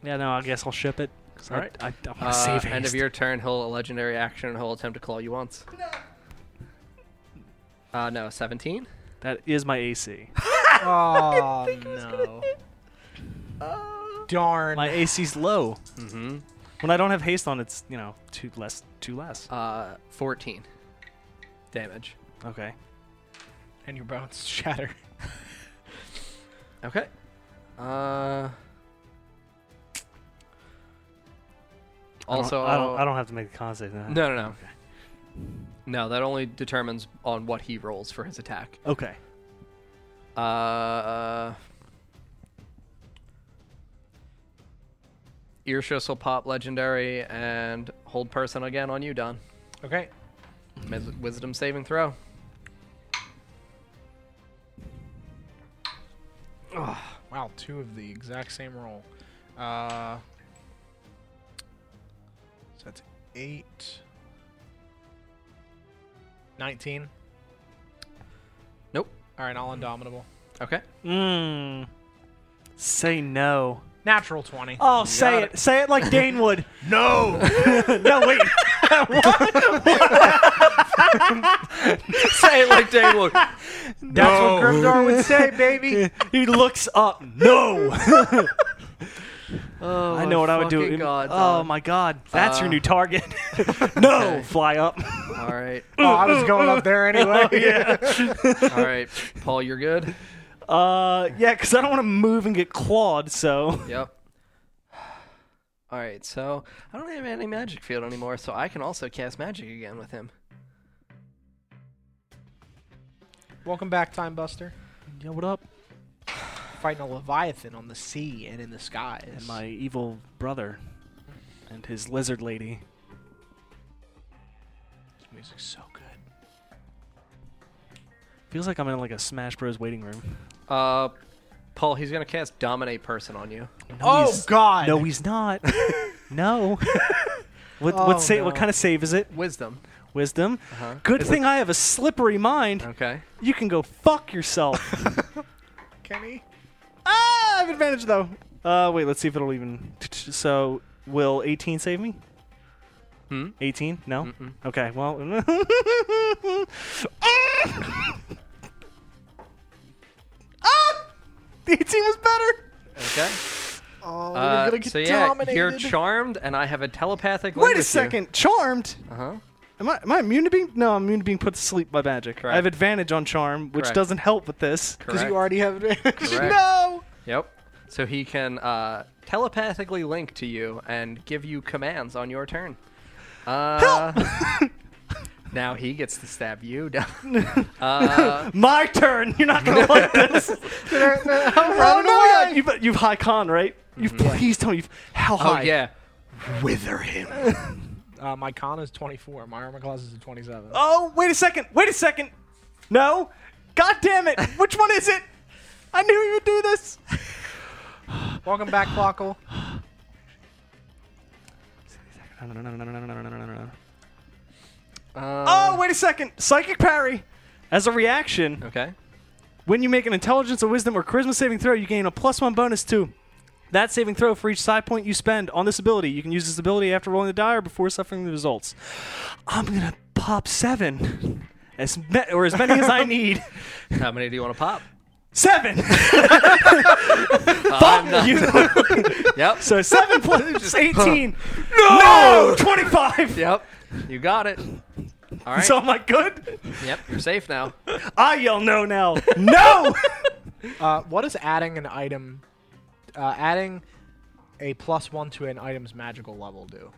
[SPEAKER 3] Yeah. No. I guess I'll ship it. 'cause I,
[SPEAKER 2] Alright.
[SPEAKER 3] I, I want to
[SPEAKER 2] Uh,
[SPEAKER 3] save haste.
[SPEAKER 2] end of your turn, he'll a legendary action and he'll attempt to claw you once. No. Uh, no, 17.
[SPEAKER 3] That is my AC.
[SPEAKER 1] Oh no!
[SPEAKER 2] Uh.
[SPEAKER 1] Darn.
[SPEAKER 3] My AC's low.
[SPEAKER 2] Mm-hmm.
[SPEAKER 3] When I don't have haste on, it's you know two less, two less.
[SPEAKER 2] Uh, 14 damage.
[SPEAKER 3] Okay.
[SPEAKER 1] and your bones shatter.
[SPEAKER 2] Okay. Uh. Also,
[SPEAKER 3] I don't, I don't, I don't have to make the con save. then.
[SPEAKER 2] No, no, no. No, that only determines on what he rolls for his attack.
[SPEAKER 3] Okay.
[SPEAKER 2] Uh, Earshus will pop legendary and hold person again on you, Don.
[SPEAKER 1] Okay.
[SPEAKER 2] Mis- Wisdom saving throw.
[SPEAKER 1] Wow, two of the exact same roll. Uh, so that's eight. 19.
[SPEAKER 2] Nope.
[SPEAKER 1] All right,
[SPEAKER 3] Mm-hmm.
[SPEAKER 1] all indomitable.
[SPEAKER 2] Okay.
[SPEAKER 3] Mm. Say no.
[SPEAKER 1] Natural 20.
[SPEAKER 3] Oh, say it. Say it like Dane would.
[SPEAKER 4] No!
[SPEAKER 3] no, wait.
[SPEAKER 2] Say it like Dane would.
[SPEAKER 1] That's what Grimdar would say, baby.
[SPEAKER 3] he looks up. No.
[SPEAKER 2] Oh,
[SPEAKER 3] I know what I would do.
[SPEAKER 2] fucking God,
[SPEAKER 3] oh
[SPEAKER 2] Don.
[SPEAKER 3] my god, that's your
[SPEAKER 2] Uh,
[SPEAKER 3] new target. no,
[SPEAKER 2] okay.
[SPEAKER 3] fly up.
[SPEAKER 2] All right.
[SPEAKER 1] oh, I was going up there
[SPEAKER 3] Oh,
[SPEAKER 1] anyway.
[SPEAKER 2] All right. Paul, you're good?
[SPEAKER 3] Uh, yeah, because I don't want to move and get clawed. So
[SPEAKER 2] Yep. All right, so I don't have any magic field anymore, so I can also cast magic again with him.
[SPEAKER 1] Welcome back, Time Buster.
[SPEAKER 3] yeah, what up?
[SPEAKER 1] Fighting a Leviathan on the sea and in the skies.
[SPEAKER 3] And my evil brother and his lizard lady.
[SPEAKER 1] This music's so good.
[SPEAKER 3] Feels like I'm in like a Smash Bros. waiting room.
[SPEAKER 2] Uh, Paul, he's gonna cast dominate person on you.
[SPEAKER 1] oh,
[SPEAKER 3] he's-
[SPEAKER 1] God.
[SPEAKER 3] No, he's not. no. What,
[SPEAKER 1] Oh,
[SPEAKER 3] what, sa- what
[SPEAKER 1] no.
[SPEAKER 3] kind of save is it?
[SPEAKER 2] Wisdom.
[SPEAKER 3] Wisdom.
[SPEAKER 2] Uh-huh.
[SPEAKER 3] Good thing I have a slippery mind.
[SPEAKER 2] Okay.
[SPEAKER 3] You can go fuck yourself.
[SPEAKER 1] Kenny.
[SPEAKER 3] ah, I have advantage though. Uh, wait, let's see if it'll even. So, will 18 save me?
[SPEAKER 2] Hmm.
[SPEAKER 3] 18? No.
[SPEAKER 2] Mm-mm.
[SPEAKER 3] Okay. Well. ah, 18 was better.
[SPEAKER 2] Okay.
[SPEAKER 1] Oh, we're
[SPEAKER 2] Uh,
[SPEAKER 1] gonna get
[SPEAKER 2] so yeah,
[SPEAKER 1] dominated.
[SPEAKER 2] you're charmed, and I have a telepathic. link
[SPEAKER 3] Wait
[SPEAKER 2] with
[SPEAKER 3] a
[SPEAKER 2] you.
[SPEAKER 3] second. Charmed.
[SPEAKER 2] Uh-huh.
[SPEAKER 3] Am I, am I immune to being? No, I'm immune to being put to sleep by magic. I
[SPEAKER 2] Correct.
[SPEAKER 3] have advantage on charm, which
[SPEAKER 2] Correct.
[SPEAKER 3] doesn't help with this.
[SPEAKER 1] Because
[SPEAKER 2] Correct.
[SPEAKER 1] you already have advantage.
[SPEAKER 2] Correct.
[SPEAKER 1] no.
[SPEAKER 2] Yep. So he can uh, telepathically link to you and give you commands on your turn. Uh, now he gets to stab you down. uh,
[SPEAKER 3] My turn. You're not gonna like this.
[SPEAKER 1] I'm
[SPEAKER 3] Oh,
[SPEAKER 1] running
[SPEAKER 3] no,
[SPEAKER 1] away.
[SPEAKER 3] yeah, You've, you've high con, right? You've please tell me you've, how
[SPEAKER 2] Mm-hmm. oh
[SPEAKER 3] high?
[SPEAKER 2] yeah.
[SPEAKER 4] Wither him.
[SPEAKER 1] Uh, my con is 24. My armor class is a 27.
[SPEAKER 3] Oh, wait a second. Wait a second. No. God damn it. Which one is it? I knew you would do this.
[SPEAKER 1] Welcome back, Clockle.
[SPEAKER 2] Uh,
[SPEAKER 3] Oh, wait a second. Psychic parry. As a reaction,
[SPEAKER 2] Okay.
[SPEAKER 3] when you make an intelligence or wisdom or charisma saving throw, you gain a plus one bonus to that saving throw for each side point you spend on this ability. You can use this ability after rolling the die or before suffering the results. I'm gonna pop seven, as ma- or as many as I need.
[SPEAKER 2] How many do you want to pop?
[SPEAKER 3] Seven.
[SPEAKER 2] I'm not-
[SPEAKER 3] you.
[SPEAKER 2] Yep.
[SPEAKER 3] So seven plus eighteen.
[SPEAKER 2] No!
[SPEAKER 3] no, twenty-five.
[SPEAKER 2] Yep. You got it. All right.
[SPEAKER 3] So I'm like, good.
[SPEAKER 2] yep. You're safe now.
[SPEAKER 3] I yell no now. No.
[SPEAKER 1] Uh, what is adding an item, uh, adding a plus one to an item's magical level do?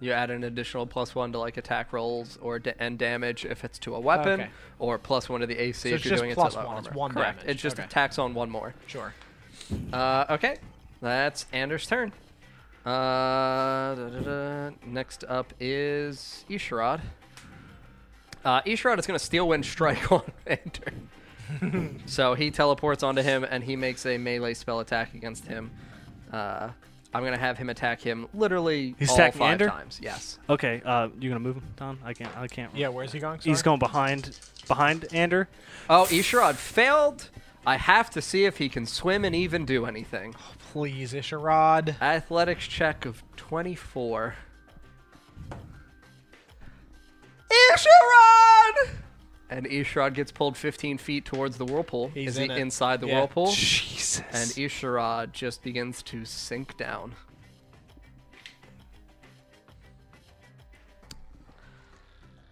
[SPEAKER 2] You add an additional plus one to like attack rolls or da- and damage if it's to a weapon,
[SPEAKER 1] Okay.
[SPEAKER 2] or plus one to the AC
[SPEAKER 1] So
[SPEAKER 2] if
[SPEAKER 1] it's
[SPEAKER 2] you're
[SPEAKER 1] just
[SPEAKER 2] doing
[SPEAKER 1] plus
[SPEAKER 2] it to low
[SPEAKER 1] one, it's
[SPEAKER 2] armor.
[SPEAKER 1] one
[SPEAKER 2] Correct.
[SPEAKER 1] damage,
[SPEAKER 2] It's just
[SPEAKER 1] okay.
[SPEAKER 2] a tax on one more.
[SPEAKER 1] Sure.
[SPEAKER 2] Uh, okay, that's Anders' turn. Uh, da, da, da. Next up is Isharad. Uh, Isharad is going to steel wind strike on Ander. so he teleports onto him and he makes a melee spell attack against him. Uh, I'm going to have him attack him literally
[SPEAKER 3] He's
[SPEAKER 2] all
[SPEAKER 3] attacking
[SPEAKER 2] five
[SPEAKER 3] Ander?
[SPEAKER 2] times. Yes.
[SPEAKER 3] Okay, uh, you gonna move him, Don? I can't. I can't.
[SPEAKER 1] Yeah, where's he going?
[SPEAKER 3] He's
[SPEAKER 1] Sorry.
[SPEAKER 3] going behind, behind Ander.
[SPEAKER 2] Oh, Isharad failed. I have to see if he can swim and even do anything.
[SPEAKER 1] Please, Isharad.
[SPEAKER 2] Athletics check of 24. Isharad! And Isharad gets pulled 15 feet towards the whirlpool.
[SPEAKER 1] He's
[SPEAKER 2] Is he
[SPEAKER 1] in it.
[SPEAKER 2] inside the
[SPEAKER 1] Yeah.
[SPEAKER 2] whirlpool?
[SPEAKER 3] Jesus.
[SPEAKER 2] And Isharad just begins to sink down.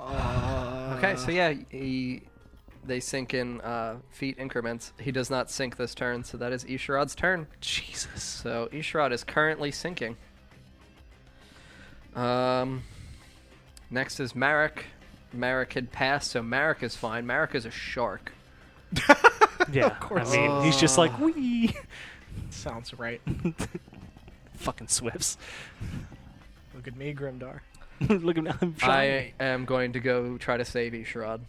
[SPEAKER 2] okay, so yeah, he, they sink in uh, feet increments. He does not sink this turn, so that is Isharad's turn.
[SPEAKER 3] Jesus.
[SPEAKER 2] So Ishrod is currently sinking. Um, next is Marek. Marek had passed, so Marek is fine. Marek is a shark.
[SPEAKER 3] Yeah. I mean, he's just like wee.
[SPEAKER 1] Sounds right.
[SPEAKER 3] Fucking swifts.
[SPEAKER 1] Look at me, Grimdar.
[SPEAKER 3] Look at me. I'm trying.
[SPEAKER 2] I am going to go try to save Ishrod.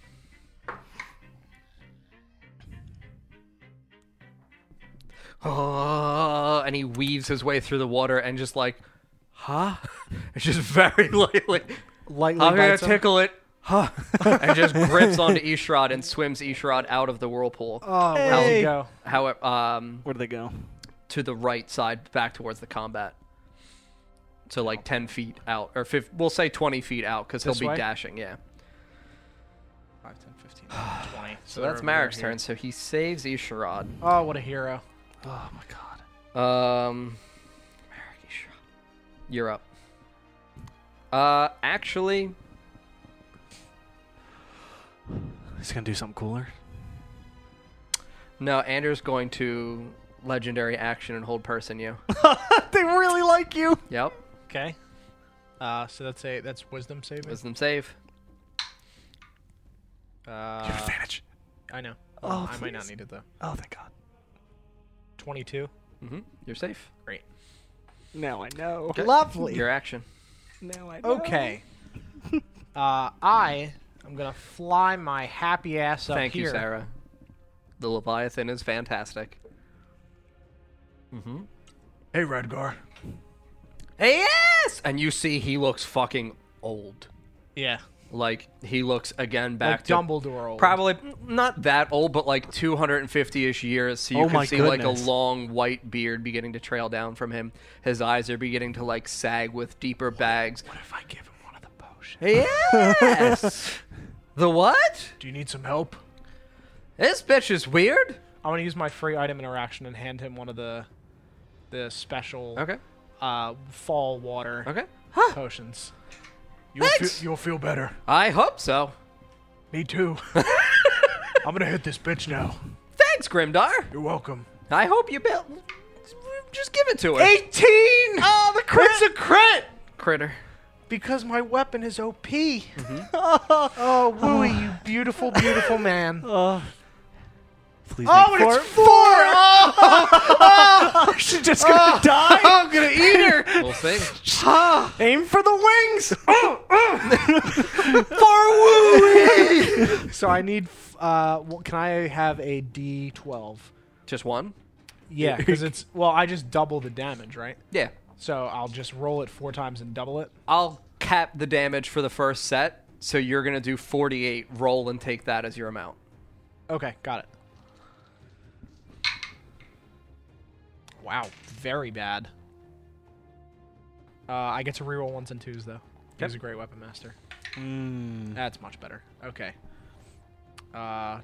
[SPEAKER 2] Oh, and he weaves his way through the water and just like, huh? It's just very lightly.
[SPEAKER 1] Lightly
[SPEAKER 2] I'm gonna
[SPEAKER 1] bites him.
[SPEAKER 2] tickle it. Huh. and just grips onto Ishrod and swims Ishrod out of the whirlpool.
[SPEAKER 1] Oh, where does
[SPEAKER 3] Hey.
[SPEAKER 1] he go?
[SPEAKER 2] However, um,
[SPEAKER 3] Where do they go?
[SPEAKER 2] to the right side, back towards the combat. So like ten feet out, or 5 we'll say twenty feet out, because he'll
[SPEAKER 1] This
[SPEAKER 2] be
[SPEAKER 1] way?
[SPEAKER 2] dashing. Yeah.
[SPEAKER 1] 5, 10, 15, 20.
[SPEAKER 2] So that's Marek's turn. So he saves Isharad.
[SPEAKER 1] Oh, what a hero.
[SPEAKER 3] Oh my God.
[SPEAKER 2] Um, Marek Isharad, you're up. Uh, actually,
[SPEAKER 3] He's gonna do something cooler.
[SPEAKER 2] no. Anders going to legendary action and hold person you.
[SPEAKER 3] they really like you.
[SPEAKER 2] yep.
[SPEAKER 1] Okay. Uh, so that's a that's wisdom saving.
[SPEAKER 2] Wisdom save.
[SPEAKER 1] Uh,
[SPEAKER 3] Advantage.
[SPEAKER 1] I know.
[SPEAKER 3] Oh,
[SPEAKER 1] I might not
[SPEAKER 3] please.
[SPEAKER 1] need it though.
[SPEAKER 3] Oh, thank God.
[SPEAKER 1] 22.
[SPEAKER 2] Mm-hmm. You're safe.
[SPEAKER 1] Great.
[SPEAKER 3] Now I know.
[SPEAKER 1] Lovely.
[SPEAKER 2] Your action.
[SPEAKER 3] Now I know.
[SPEAKER 1] Okay. uh, I am gonna fly my happy ass up
[SPEAKER 2] Thank
[SPEAKER 1] here.
[SPEAKER 2] you, Sarah. The Leviathan is fantastic.
[SPEAKER 4] Hey, Radgar.
[SPEAKER 2] Yes! And you see he looks fucking old.
[SPEAKER 1] Yeah.
[SPEAKER 2] Like he looks again back
[SPEAKER 1] Like
[SPEAKER 2] to
[SPEAKER 1] Dumbledore. Old.
[SPEAKER 2] probably not that old, but like 250-ish years. So you
[SPEAKER 3] Oh
[SPEAKER 2] can
[SPEAKER 3] my
[SPEAKER 2] see like a
[SPEAKER 3] goodness.
[SPEAKER 2] long white beard beginning to trail down from him. His eyes are beginning to like sag with deeper bags.
[SPEAKER 4] What if I give him one of the potions?
[SPEAKER 2] Yes! the what?
[SPEAKER 1] Do you need some help?
[SPEAKER 2] This bitch is weird.
[SPEAKER 1] I'm gonna use my free item interaction and hand him one of the the special
[SPEAKER 2] Okay.
[SPEAKER 1] uh, fall water
[SPEAKER 2] Okay.
[SPEAKER 1] potions.
[SPEAKER 4] You'll, feel,
[SPEAKER 2] Thanks.
[SPEAKER 4] you'll feel better.
[SPEAKER 2] I hope so.
[SPEAKER 4] Me too. I'm gonna hit this bitch now.
[SPEAKER 2] Thanks, Grimdar.
[SPEAKER 4] You're welcome.
[SPEAKER 2] I hope you built. Just give it to her.
[SPEAKER 1] 18! Oh, the crit! It's a crit!
[SPEAKER 2] Critter.
[SPEAKER 1] Because my weapon is OP. Mm-hmm. oh, Wooey, you beautiful, beautiful man.
[SPEAKER 3] Uh, please
[SPEAKER 1] Oh,
[SPEAKER 3] make
[SPEAKER 1] and it's
[SPEAKER 3] four.
[SPEAKER 1] four! Oh,
[SPEAKER 3] She's just gonna die.
[SPEAKER 1] I'm gonna eat her!
[SPEAKER 2] We'll see.
[SPEAKER 3] Aim for the wings.
[SPEAKER 1] Oh, So I need. f- Uh, wh- can I have a D12?
[SPEAKER 2] Just one?
[SPEAKER 1] Yeah, because it's well, I just double the damage, right?
[SPEAKER 2] Yeah.
[SPEAKER 1] So I'll just roll it four times and double it.
[SPEAKER 2] I'll cap the damage for the first set, so you're going to do 48, roll, and take that as your amount.
[SPEAKER 1] Okay, got it. Wow, very bad. Uh, I get to reroll ones and twos though. He's a great weapon master. That's much better. Okay. Uh,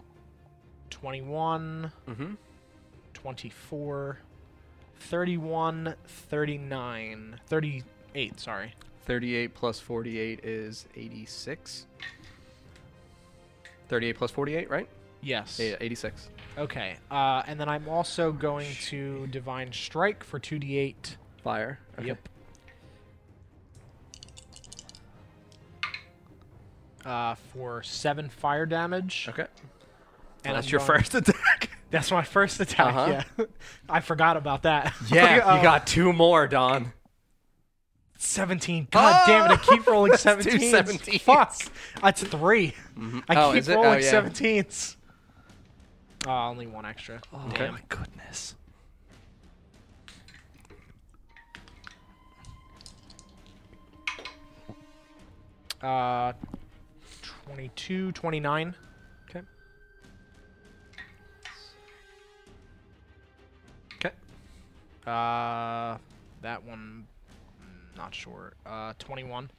[SPEAKER 1] 21,
[SPEAKER 2] Mm-hmm.
[SPEAKER 1] 24, 31, 39, 38, sorry.
[SPEAKER 2] 38 plus 48 is 86. 38 plus 48, right?
[SPEAKER 1] Yes.
[SPEAKER 2] Yeah, 86.
[SPEAKER 1] Okay. Uh, and then I'm also going to Divine Strike for 2d8.
[SPEAKER 2] Fire. Okay.
[SPEAKER 1] Yep. Uh, for 7 fire damage.
[SPEAKER 2] Okay.
[SPEAKER 1] And
[SPEAKER 2] That's
[SPEAKER 1] I'm
[SPEAKER 2] your
[SPEAKER 1] going-
[SPEAKER 2] first attack.
[SPEAKER 1] That's my first attack,
[SPEAKER 2] Uh-huh.
[SPEAKER 1] yeah. I forgot about that.
[SPEAKER 2] Oh, Yeah,
[SPEAKER 1] Like, uh,
[SPEAKER 2] you got two more, Don.
[SPEAKER 1] 17. God damn it, I keep rolling
[SPEAKER 2] That's two
[SPEAKER 1] 17s.
[SPEAKER 2] 17s.
[SPEAKER 1] Fuck. That's 3. I
[SPEAKER 2] Oh,
[SPEAKER 1] keep
[SPEAKER 2] is it? Oh,
[SPEAKER 1] rolling
[SPEAKER 2] yeah.
[SPEAKER 1] 17s. Oh, only one extra.
[SPEAKER 2] Okay.
[SPEAKER 3] my goodness.
[SPEAKER 1] Uh, 22, 29.
[SPEAKER 2] Okay. Okay.
[SPEAKER 1] Uh, that one, mm, not sure. Uh, 21.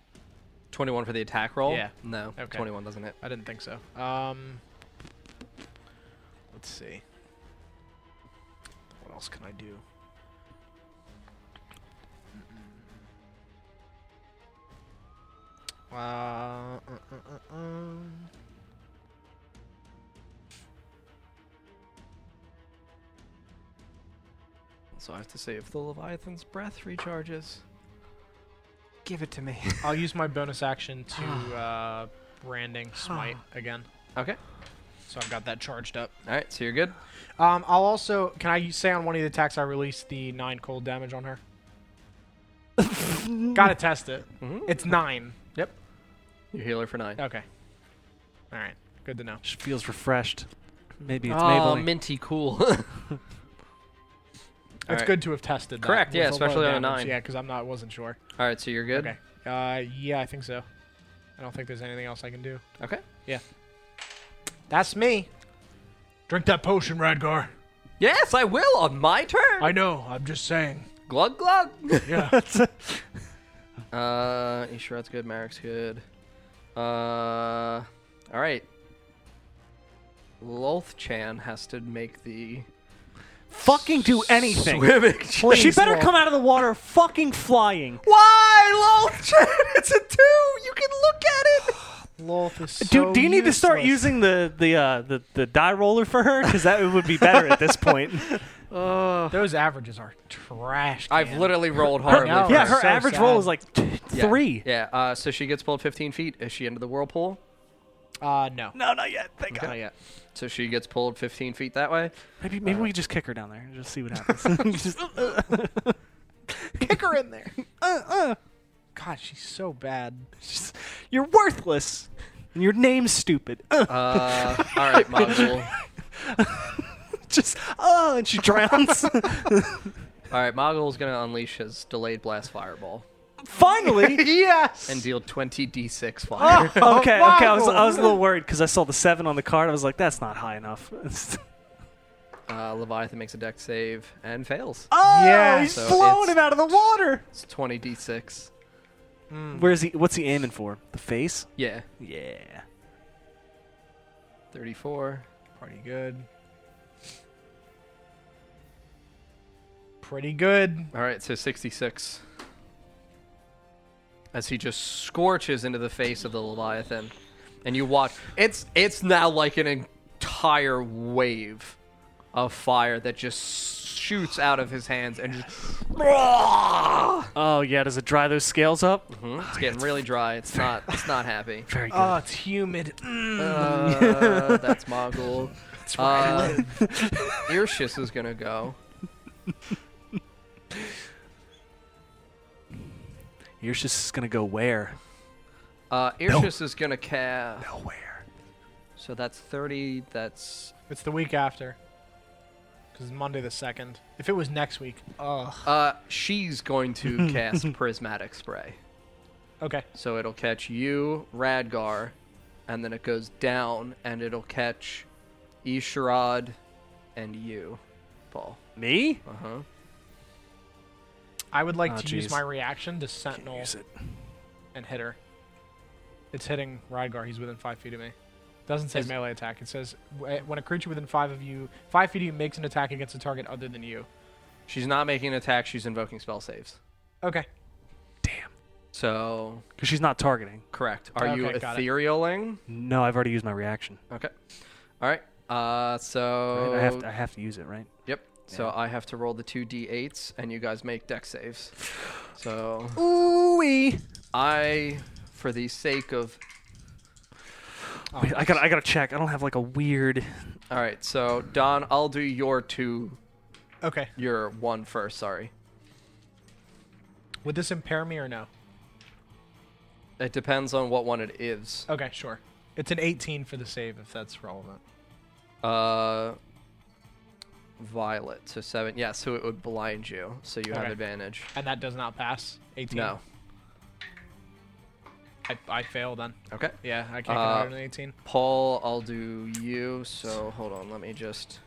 [SPEAKER 2] 21 for the attack roll?
[SPEAKER 1] Yeah.
[SPEAKER 2] No.
[SPEAKER 1] Okay.
[SPEAKER 2] 21 doesn't hit.
[SPEAKER 1] I didn't think so. Um, let's see. What else can I do? Uh, uh, uh, uh, um.
[SPEAKER 2] So I have to say if the Leviathan's breath recharges. Give it to me.
[SPEAKER 1] I'll use my bonus action to uh, branding smite again.
[SPEAKER 2] okay.
[SPEAKER 1] So I've got that charged up.
[SPEAKER 2] All right, so you're good.
[SPEAKER 1] Um, I'll also can I say on one of the attacks I released the nine cold damage on her. Gotta test it.
[SPEAKER 2] Mhm.
[SPEAKER 1] It's nine.
[SPEAKER 2] Yep. You heal her for 9.
[SPEAKER 1] Okay. All right. Good to know.
[SPEAKER 3] She feels refreshed. Maybe it's
[SPEAKER 2] Oh,
[SPEAKER 3] Maybelline.
[SPEAKER 2] minty cool.
[SPEAKER 1] It's
[SPEAKER 2] right.
[SPEAKER 1] good to have tested. that
[SPEAKER 2] Correct,
[SPEAKER 1] with
[SPEAKER 2] yeah,
[SPEAKER 1] low
[SPEAKER 2] especially on a
[SPEAKER 1] damage.
[SPEAKER 2] nine.
[SPEAKER 1] Yeah, because I'm not wasn't sure.
[SPEAKER 2] All right, so you're good.
[SPEAKER 1] Okay. Uh, yeah, I think so. I don't think there's anything else I can do.
[SPEAKER 2] Okay.
[SPEAKER 1] That's me.
[SPEAKER 4] Drink that potion, Radgar.
[SPEAKER 2] Yes, I will on my turn.
[SPEAKER 4] I know, I'm just saying.
[SPEAKER 2] glug glug.
[SPEAKER 4] Yeah.
[SPEAKER 2] uh, Isharat's good. Marek's good. Uh, all right. Lothchan has to make the
[SPEAKER 3] Fucking do anything.
[SPEAKER 2] swimming.
[SPEAKER 3] Well, she
[SPEAKER 1] Please,
[SPEAKER 3] better
[SPEAKER 1] Lord.
[SPEAKER 3] come out of the water fucking flying.
[SPEAKER 2] Why Lothchan? It's a two. You can look at it.
[SPEAKER 1] Lolth is so
[SPEAKER 3] Dude, do you need to start
[SPEAKER 1] useless.
[SPEAKER 3] using the the uh, the, the die roller for her? Because that would be better at this point.
[SPEAKER 1] Those averages are trash.
[SPEAKER 2] I've
[SPEAKER 1] can.
[SPEAKER 2] literally rolled horribly.
[SPEAKER 1] no.
[SPEAKER 2] for
[SPEAKER 3] yeah, her
[SPEAKER 1] so
[SPEAKER 3] average roll
[SPEAKER 1] sad.
[SPEAKER 3] is like t-
[SPEAKER 2] Yeah.
[SPEAKER 3] three.
[SPEAKER 2] Yeah. Uh, so she gets pulled 15 feet. Is she into the whirlpool?
[SPEAKER 1] Uh, no.
[SPEAKER 3] No, not yet. Thank
[SPEAKER 1] Not yet.
[SPEAKER 2] So she gets pulled 15 feet that way.
[SPEAKER 3] Maybe maybe we just kick her down there and just see what happens. Just- uh,
[SPEAKER 1] Kick her in there. God, she's so bad.
[SPEAKER 3] just- you're worthless. And your name's stupid. Uh,
[SPEAKER 2] Uh, all right, Mazul.
[SPEAKER 3] just oh, and she drowns.
[SPEAKER 2] All right, Mogul's gonna unleash his delayed blast fireball
[SPEAKER 3] Finally.
[SPEAKER 1] yes.
[SPEAKER 2] and deal 20 d6 fire.
[SPEAKER 3] Okay, okay. I was, I
[SPEAKER 1] Marvel.
[SPEAKER 3] was a little worried because I saw the seven on the card. I was like, that's not high enough.
[SPEAKER 2] Uh, Leviathan makes a deck save and fails.
[SPEAKER 3] oh,
[SPEAKER 1] Yeah,
[SPEAKER 3] he's
[SPEAKER 2] so
[SPEAKER 3] blowing
[SPEAKER 2] it's-
[SPEAKER 3] him out of the water.
[SPEAKER 2] It's 20 d6.
[SPEAKER 1] Mm.
[SPEAKER 3] Where's he? What's he aiming for? The face?
[SPEAKER 2] Yeah,
[SPEAKER 3] Yeah.
[SPEAKER 2] 34.
[SPEAKER 1] Pretty good. Pretty good.
[SPEAKER 2] All right, so 66. As he just scorches into the face of the Leviathan, and you watch. It's it's now like an entire wave of fire that just shoots out of his hands and just.
[SPEAKER 3] Oh yeah. Does it dry those scales up?
[SPEAKER 2] Mhm, It's getting really dry. It's not. It's not happy.
[SPEAKER 3] Very good.
[SPEAKER 1] Oh, it's humid. Mm.
[SPEAKER 2] Uh, that's Mogul. Uh, Irshis is gonna go.
[SPEAKER 3] You're just gonna go where?
[SPEAKER 2] Uh, Irshis is gonna cast.
[SPEAKER 3] Nowhere.
[SPEAKER 2] So that's 30. That's.
[SPEAKER 1] It's the week after. Because Monday the 2nd. If it was next week. Ugh.
[SPEAKER 2] Uh, she's going to cast Prismatic Spray.
[SPEAKER 1] Okay.
[SPEAKER 2] So it'll catch you, Radgar, and then it goes down, and it'll catch Isharad and you, Paul.
[SPEAKER 3] Me?
[SPEAKER 2] Uh huh.
[SPEAKER 1] I would like
[SPEAKER 3] Oh,
[SPEAKER 1] to
[SPEAKER 3] jeez.
[SPEAKER 1] use my reaction to sentinel
[SPEAKER 3] Use it.
[SPEAKER 1] and hit her. It's hitting Rygar. He's within five feet of me. Doesn't say
[SPEAKER 2] Is-
[SPEAKER 1] melee attack. It says w- when a creature within five of you, five feet of you makes an attack against a target other than you.
[SPEAKER 2] She's not making an attack. She's invoking spell saves.
[SPEAKER 1] Okay.
[SPEAKER 3] Damn.
[SPEAKER 2] So
[SPEAKER 3] Because she's not targeting.
[SPEAKER 2] correct. Are you
[SPEAKER 1] Okay, got it.
[SPEAKER 2] etherealing?
[SPEAKER 3] No, I've already used my reaction.
[SPEAKER 2] Okay. All right. Uh,
[SPEAKER 3] Right?
[SPEAKER 2] so
[SPEAKER 3] I have to. I have to use it, right?
[SPEAKER 2] Yep. So I have to roll the two d8s, and you guys make deck saves. So
[SPEAKER 3] Ooh
[SPEAKER 2] I, for the sake of,
[SPEAKER 1] Oh,
[SPEAKER 3] Wait, I got. to I gotta check. I don't have like a weird.
[SPEAKER 2] all right. So Don, I'll do your two,
[SPEAKER 1] Okay.
[SPEAKER 2] your one first. Sorry.
[SPEAKER 1] Would this impair me or no?
[SPEAKER 2] It depends on what one it is.
[SPEAKER 1] Okay, sure. It's an 18 for the save if that's relevant.
[SPEAKER 2] Uh, Violet. So seven. Yeah. So it would blind you. So you have
[SPEAKER 1] Okay.
[SPEAKER 2] advantage.
[SPEAKER 1] And that does not pass. 18.
[SPEAKER 2] No.
[SPEAKER 1] I, I fail then.
[SPEAKER 2] Okay.
[SPEAKER 1] Yeah, I can't get
[SPEAKER 2] Uh,
[SPEAKER 1] higher than 18.
[SPEAKER 2] Paul, I'll do you. So hold on. Let me just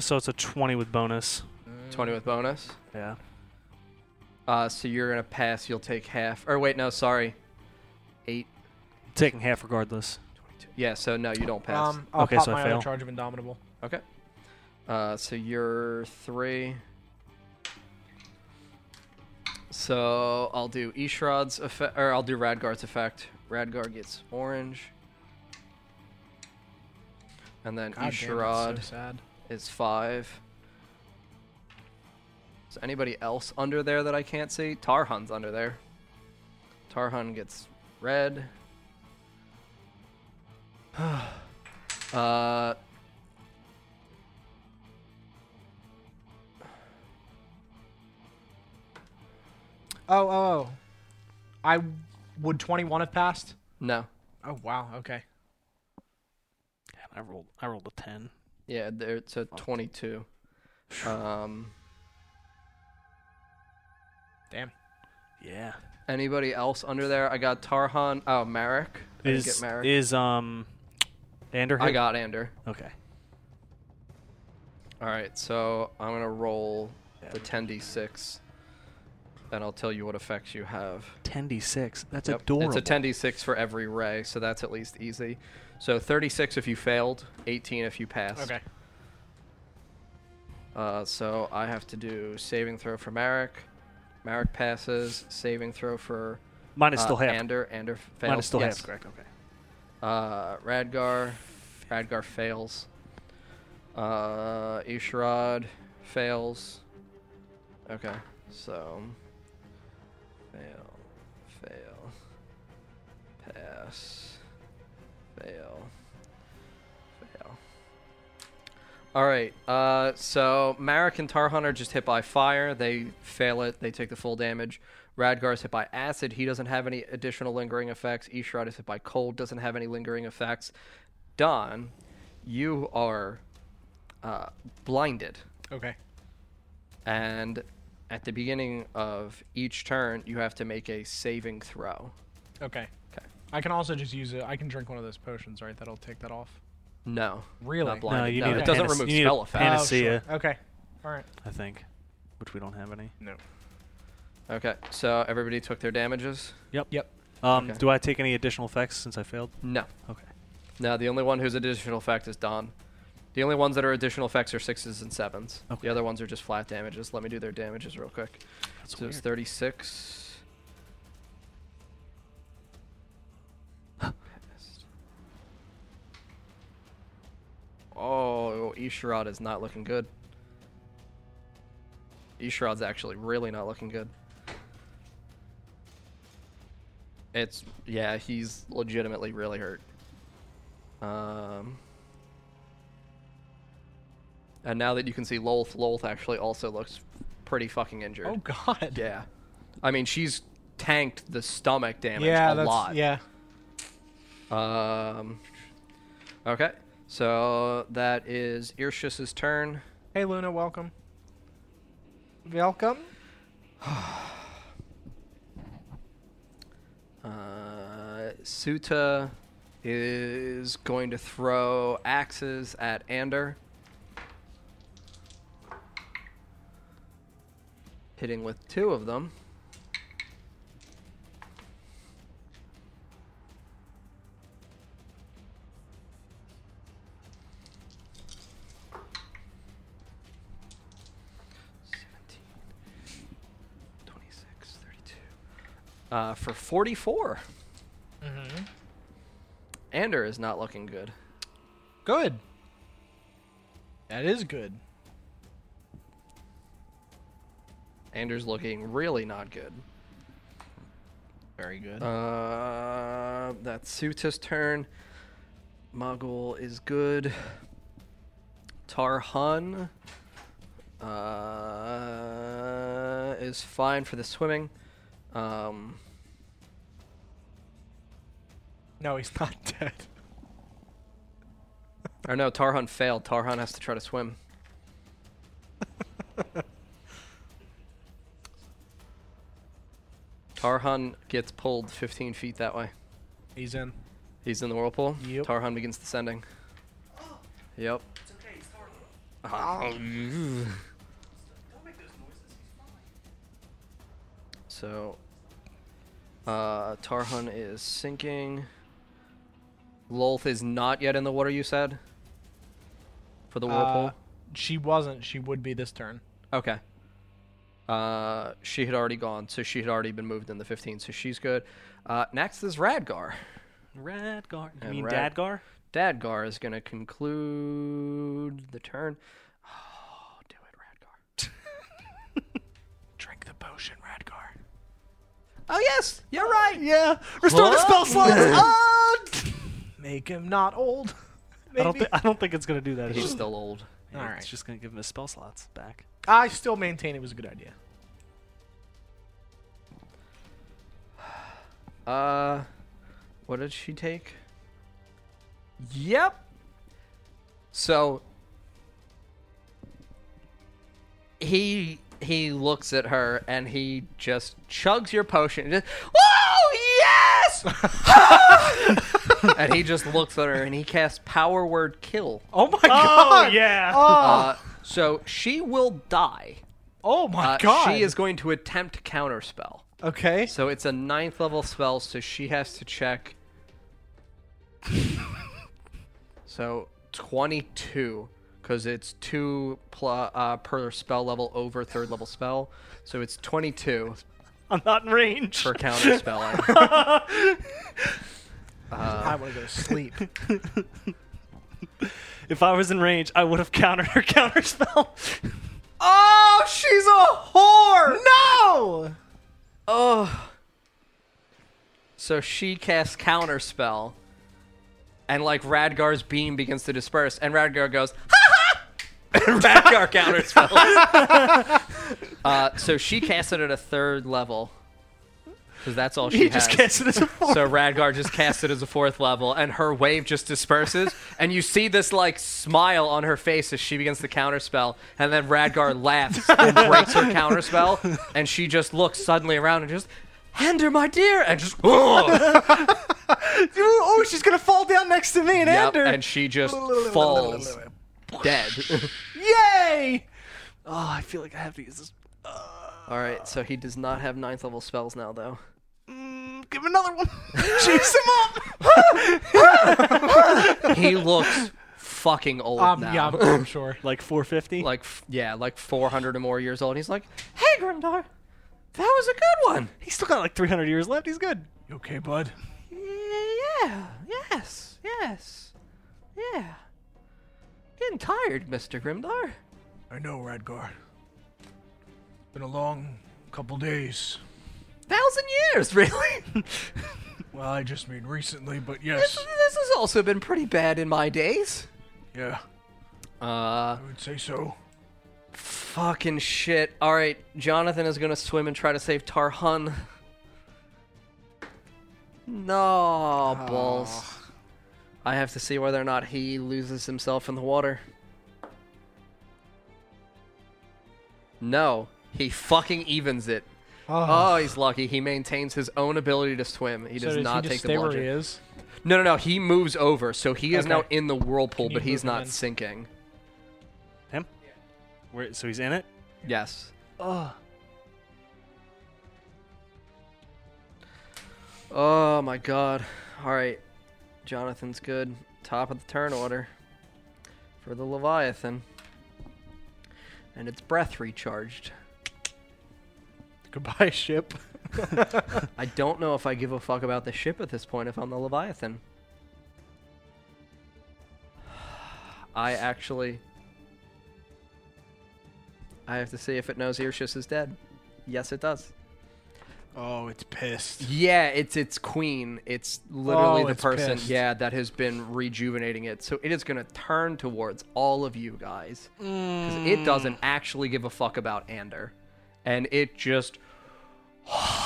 [SPEAKER 3] So it's a twenty with bonus.
[SPEAKER 2] twenty with bonus.
[SPEAKER 3] Yeah.
[SPEAKER 2] Uh, so you're gonna pass. You'll take half. Or wait, no, sorry. Eight.
[SPEAKER 3] Taking half regardless.
[SPEAKER 2] Yeah. So no, you don't pass.
[SPEAKER 1] Um, I'll
[SPEAKER 3] Okay,
[SPEAKER 1] pop
[SPEAKER 3] so I
[SPEAKER 1] my other
[SPEAKER 3] fail.
[SPEAKER 1] charge of Indomitable.
[SPEAKER 2] okay. Uh, so you're three. So I'll do Ishrod's effect, or I'll do Radgar's effect. Radgar gets orange. And then
[SPEAKER 1] God damn,
[SPEAKER 2] Ishrod
[SPEAKER 1] that's so sad.
[SPEAKER 2] is five. Is anybody else under there that I can't see? Tarhun's under there. Tarhun gets red. uh.
[SPEAKER 1] Oh, oh, oh. I would 21 have passed?
[SPEAKER 2] No.
[SPEAKER 1] Oh, wow. Okay.
[SPEAKER 3] Damn, I rolled. I rolled a ten.
[SPEAKER 2] Yeah, there it's a 22. Um
[SPEAKER 3] Yeah.
[SPEAKER 2] anybody else under there? I got Tarhan, oh Marek. I didn't
[SPEAKER 3] Is
[SPEAKER 2] get Marek.
[SPEAKER 3] is um. Ander.
[SPEAKER 2] I
[SPEAKER 3] hit?
[SPEAKER 2] got Ander.
[SPEAKER 3] Okay.
[SPEAKER 2] All right, so I'm going to roll
[SPEAKER 3] Yeah.
[SPEAKER 2] the 10d6 and I'll tell you what effects you have.
[SPEAKER 3] Ten d six. That's
[SPEAKER 2] Yep,
[SPEAKER 3] adorable.
[SPEAKER 2] It's a 10d6 for every ray, so that's at least easy. So 36 if you failed, 18 if you passed.
[SPEAKER 1] Okay.
[SPEAKER 2] Uh, so I have to do saving throw for Marek. Marek passes. Saving throw for
[SPEAKER 3] Mine is
[SPEAKER 2] uh,
[SPEAKER 3] still half.
[SPEAKER 2] Ander. Ander f- fails.
[SPEAKER 3] Mine is still
[SPEAKER 2] yes.
[SPEAKER 3] half. Correct. Okay.
[SPEAKER 2] Uh, Radgar. Radgar fails. Uh, Ishrod fails. Okay, so. Fail. Fail. Pass. Fail. Fail. Alright, uh, so Marek and Tarhun are just hit by fire. They fail it, they take the full damage. Radgar's hit by acid. He doesn't have any additional lingering effects. Ishrod is hit by cold, doesn't have any lingering effects. Don, you are uh, blinded.
[SPEAKER 1] Okay.
[SPEAKER 2] And at the beginning of each turn, you have to make a saving throw.
[SPEAKER 1] Okay.
[SPEAKER 2] 'Kay.
[SPEAKER 1] I can also just use it. I can drink one of those potions, right? That'll take that off.
[SPEAKER 2] No.
[SPEAKER 1] Really?
[SPEAKER 2] Not
[SPEAKER 3] No,
[SPEAKER 2] blinded.
[SPEAKER 3] you
[SPEAKER 2] no,
[SPEAKER 3] need a
[SPEAKER 2] it doesn't
[SPEAKER 3] panace-
[SPEAKER 2] remove
[SPEAKER 3] you need a
[SPEAKER 2] spell effects.
[SPEAKER 1] Oh,
[SPEAKER 3] Panacea.
[SPEAKER 1] sure. Okay. All right.
[SPEAKER 3] I think, which we don't have any.
[SPEAKER 1] No.
[SPEAKER 2] Okay, so everybody took their damages?
[SPEAKER 1] Yep.
[SPEAKER 3] Um,
[SPEAKER 2] Okay.
[SPEAKER 3] Do I take any additional effects since I failed?
[SPEAKER 2] No.
[SPEAKER 3] Okay.
[SPEAKER 2] No, the only one who's additional effect is Don. The only ones that are additional effects are sixes and sevens.
[SPEAKER 3] Okay.
[SPEAKER 2] The other ones are just flat damages. Let me do their damages real quick.
[SPEAKER 3] That's
[SPEAKER 2] so it's 36. oh, Ishrod is not looking good. Ishrod's actually really not looking good. It's yeah, he's legitimately really hurt. Um, and now that you can see Lolth, Lolth actually also looks pretty fucking injured.
[SPEAKER 1] Oh, God.
[SPEAKER 2] Yeah, I mean she's tanked the stomach damage
[SPEAKER 1] Yeah,
[SPEAKER 2] a
[SPEAKER 1] that's.
[SPEAKER 2] lot.
[SPEAKER 1] Yeah.
[SPEAKER 2] Um. Okay, so that is Irshus's turn.
[SPEAKER 1] Hey, Luna, welcome. Welcome.
[SPEAKER 2] Uh, Suta is going to throw axes at Ander. Hitting with two of them. uh, for 44. Ander is not looking good.
[SPEAKER 1] Good. That is good.
[SPEAKER 2] Ander's looking really not good.
[SPEAKER 1] Very good.
[SPEAKER 2] Uh, that's Suta's turn. Muggle is good. Tarhan uh, is fine for the swimming. Um,
[SPEAKER 1] no, he's not dead.
[SPEAKER 2] or no, Tarhan failed. Tarhan has to try to swim. Tarhan gets pulled 15 feet that way.
[SPEAKER 1] He's in.
[SPEAKER 2] He's in the whirlpool.
[SPEAKER 1] Yep.
[SPEAKER 2] Tarhan begins descending. Yep. Oh. So, uh, Tarhan is sinking. Lolth is not yet in the water. You said for the whirlpool.
[SPEAKER 1] Uh, she wasn't. She would be this turn.
[SPEAKER 2] okay. Uh, she had already gone, so she had already been moved in the 15, so she's good. Uh, next is Radgar.
[SPEAKER 3] Radgar. You
[SPEAKER 2] And
[SPEAKER 3] mean
[SPEAKER 2] Rad-
[SPEAKER 3] Dadgar?
[SPEAKER 2] Dadgar is going to conclude the turn. Oh, do it, Radgar.
[SPEAKER 1] Drink the potion, Radgar.
[SPEAKER 2] Oh, yes, you're right.
[SPEAKER 1] Yeah. Restore the spell slot.
[SPEAKER 2] Oh!
[SPEAKER 1] Make him not old.
[SPEAKER 3] I don't,
[SPEAKER 1] Maybe.
[SPEAKER 3] thi- I don't think it's going to do that. It's
[SPEAKER 2] He's
[SPEAKER 3] just,
[SPEAKER 2] still old.
[SPEAKER 3] yeah,
[SPEAKER 1] All right.
[SPEAKER 3] it's just going to give him his spell slots back.
[SPEAKER 1] I still maintain it was a good idea.
[SPEAKER 2] Uh, what did she take? Yep. So he he looks at her and he just chugs your potion. And just, Whoa! Yes! and he just looks at her and he casts power word kill.
[SPEAKER 1] Oh my god.
[SPEAKER 3] yeah.
[SPEAKER 2] Uh, so she will die.
[SPEAKER 1] Oh my
[SPEAKER 2] Uh,
[SPEAKER 1] god.
[SPEAKER 2] She is going to attempt counterspell.
[SPEAKER 1] okay.
[SPEAKER 2] So it's a ninth level spell, so she has to check. so 22, because it's two pl- uh, per spell level over third level spell. So it's 22
[SPEAKER 3] I'm not in range.
[SPEAKER 2] for counter spelling.
[SPEAKER 1] I want to go to sleep.
[SPEAKER 3] If I was in range, I would have countered her counter spell.
[SPEAKER 2] oh, she's a whore!
[SPEAKER 1] no.
[SPEAKER 2] Oh. So she casts counter spell, and like Radgar's beam begins to disperse, and Radgar goes, ha ha! And Radgar counter spells. uh, so she casts it at a third level, because that's all she
[SPEAKER 3] he
[SPEAKER 2] has.
[SPEAKER 3] just gets it as a four.
[SPEAKER 2] So Radgar just casts it as a fourth level, and her wave just disperses, and you see this like smile on her face as she begins the counterspell, and then Radgar laughs and breaks her counterspell, and she just looks suddenly around and just, Hender, my dear, and just, "Ugh."
[SPEAKER 1] oh, she's gonna fall down next to me and
[SPEAKER 2] Yep,
[SPEAKER 1] Ender.
[SPEAKER 2] and she just falls dead.
[SPEAKER 1] Yay!
[SPEAKER 3] oh, I feel like I have to use this.
[SPEAKER 2] All right, so he does not have ninth level spells now, though.
[SPEAKER 3] Mm, give him another one.
[SPEAKER 1] Chase him up.
[SPEAKER 2] He looks fucking old
[SPEAKER 1] Um,
[SPEAKER 2] now.
[SPEAKER 1] yeah, I'm, I'm sure.
[SPEAKER 3] like 450.
[SPEAKER 2] like f- yeah, like 400 or more years old. And he's like, "Hey, Grimdar, that was a good one."
[SPEAKER 3] he's still got like 300 years left. He's good.
[SPEAKER 1] You okay, bud?
[SPEAKER 2] Yeah. Yes. Yes. Yeah. Getting tired, Mister Grimdar.
[SPEAKER 4] I know, Radgar. Been a long couple days.
[SPEAKER 2] Thousand years, really.
[SPEAKER 4] Well, I just mean recently, but
[SPEAKER 2] this,
[SPEAKER 4] yes.
[SPEAKER 2] this has also been pretty bad in my days.
[SPEAKER 4] Yeah,
[SPEAKER 2] Uh,
[SPEAKER 4] I would say so.
[SPEAKER 2] fucking shit. All right, Jonathan is gonna swim and try to save Tarhan. No balls.
[SPEAKER 1] Ah.
[SPEAKER 2] I have to see whether or not he loses himself in the water. No, he fucking evens it. Oh, he's lucky. He maintains his own ability to swim. He
[SPEAKER 1] Ah, so
[SPEAKER 2] does,
[SPEAKER 1] does
[SPEAKER 2] not
[SPEAKER 1] he
[SPEAKER 2] take
[SPEAKER 1] just
[SPEAKER 2] the
[SPEAKER 1] stay where he
[SPEAKER 2] bludgeon.
[SPEAKER 1] is?
[SPEAKER 2] No, no, no. He moves over, so he is
[SPEAKER 1] Okay.
[SPEAKER 2] now in the whirlpool,
[SPEAKER 1] Can you
[SPEAKER 2] but he's
[SPEAKER 1] move him
[SPEAKER 2] not
[SPEAKER 1] in?
[SPEAKER 2] sinking.
[SPEAKER 3] Him? Where, so he's in it?
[SPEAKER 2] Yes.
[SPEAKER 3] Oh.
[SPEAKER 2] Ah. Oh my god. All right. Jonathan's good. Top of the turn order for the Leviathan. And its breath recharged.
[SPEAKER 1] Goodbye, ship.
[SPEAKER 2] I don't know if I give a fuck about the ship at this point if I'm the Leviathan. I actually. I have to see if it knows Irshus is dead. Yes, it does.
[SPEAKER 1] Oh, it's pissed.
[SPEAKER 2] Yeah, it's its queen. It's literally
[SPEAKER 1] Oh,
[SPEAKER 2] the
[SPEAKER 1] it's
[SPEAKER 2] person.
[SPEAKER 1] pissed.
[SPEAKER 2] Yeah, that has been rejuvenating it. So it is going to turn towards all of you guys because
[SPEAKER 1] Mm.
[SPEAKER 2] it doesn't actually give a fuck about Ander, and it just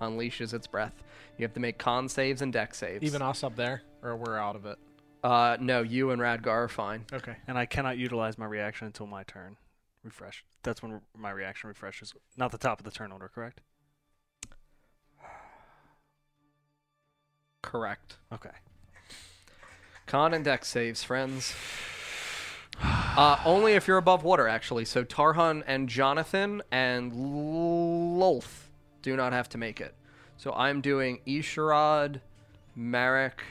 [SPEAKER 2] unleashes its breath. You have to make con saves and deck saves.
[SPEAKER 1] Even us up there, or we're out of it.
[SPEAKER 2] uh, no, you and Radgar are fine.
[SPEAKER 1] Okay.
[SPEAKER 3] and I cannot utilize my reaction until my turn. Refresh. That's when my reaction refreshes. Not the top of the turn order, correct?
[SPEAKER 2] Correct.
[SPEAKER 3] Okay.
[SPEAKER 2] Con and deck saves, friends. Uh, only if you're above water, actually. So Tarhan and Jonathan and Lolth do not have to make it. So I'm doing Isharad, Marek,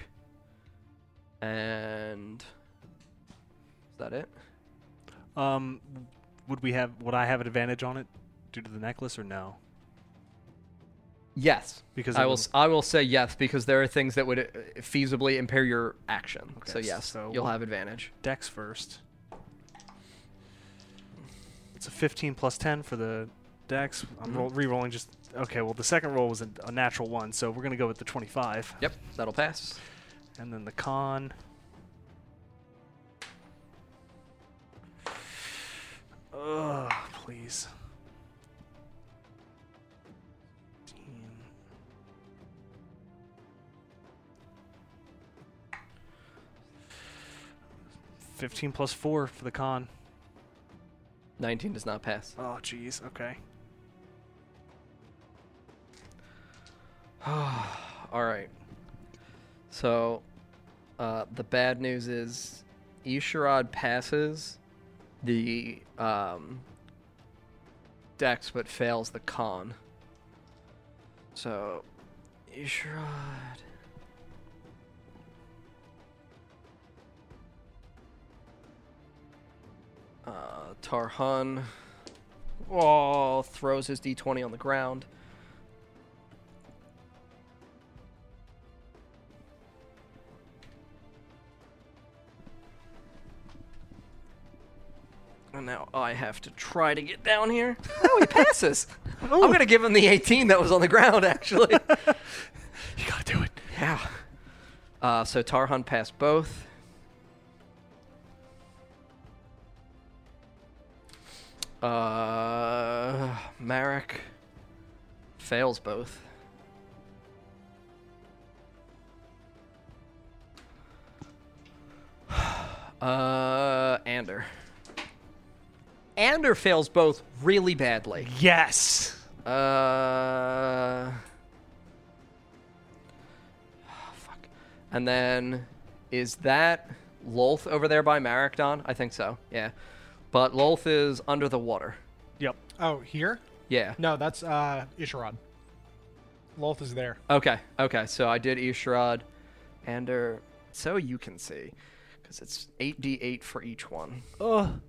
[SPEAKER 2] and is that it?
[SPEAKER 3] Um, would we have? Would I have an advantage on it due to the necklace or no?
[SPEAKER 2] Yes,
[SPEAKER 3] Because
[SPEAKER 2] I
[SPEAKER 3] it
[SPEAKER 2] will.
[SPEAKER 3] was-
[SPEAKER 2] s- I will say yes because there are things that would uh, feasibly impair your action. so yes,
[SPEAKER 3] so-
[SPEAKER 2] you'll have advantage.
[SPEAKER 3] Dex first. It's a 15 plus 10 for the dex. I'm roll, re-rolling just okay. Well, the second roll was a, a natural one, so we're gonna go with the 25,
[SPEAKER 2] Yep, that'll pass.
[SPEAKER 3] and then the con. Ugh, please. 15. Fifteen plus four for the con.
[SPEAKER 2] Nineteen does not pass.
[SPEAKER 3] Oh, jeez. Okay.
[SPEAKER 2] All right. So, uh, the bad news is, Isharad passes the um, dex, but fails the con. So, Isharad. Uh, Tarhan. Oh, throws his d20 on the ground. And now I have to try to get down here. Oh, he passes. I'm going to give him the 18 that was on the ground, actually.
[SPEAKER 3] You gotta do it.
[SPEAKER 2] yeah. Uh, so Tarhan passed both. Uh, Marek fails both. Uh, Ander. Ander fails both really badly.
[SPEAKER 3] Yes.
[SPEAKER 2] Uh. ah, fuck. And then, is that Lolth over there by Marakdon? I think so. Yeah. But Lolth is under the water.
[SPEAKER 3] Yep.
[SPEAKER 1] Oh, here?
[SPEAKER 2] Yeah.
[SPEAKER 1] No, that's uh Isharad. Lolth is there.
[SPEAKER 2] Okay. Okay. So I did Ishrod, Ander. So you can see, because it's eight d eight for each one.
[SPEAKER 3] Ugh.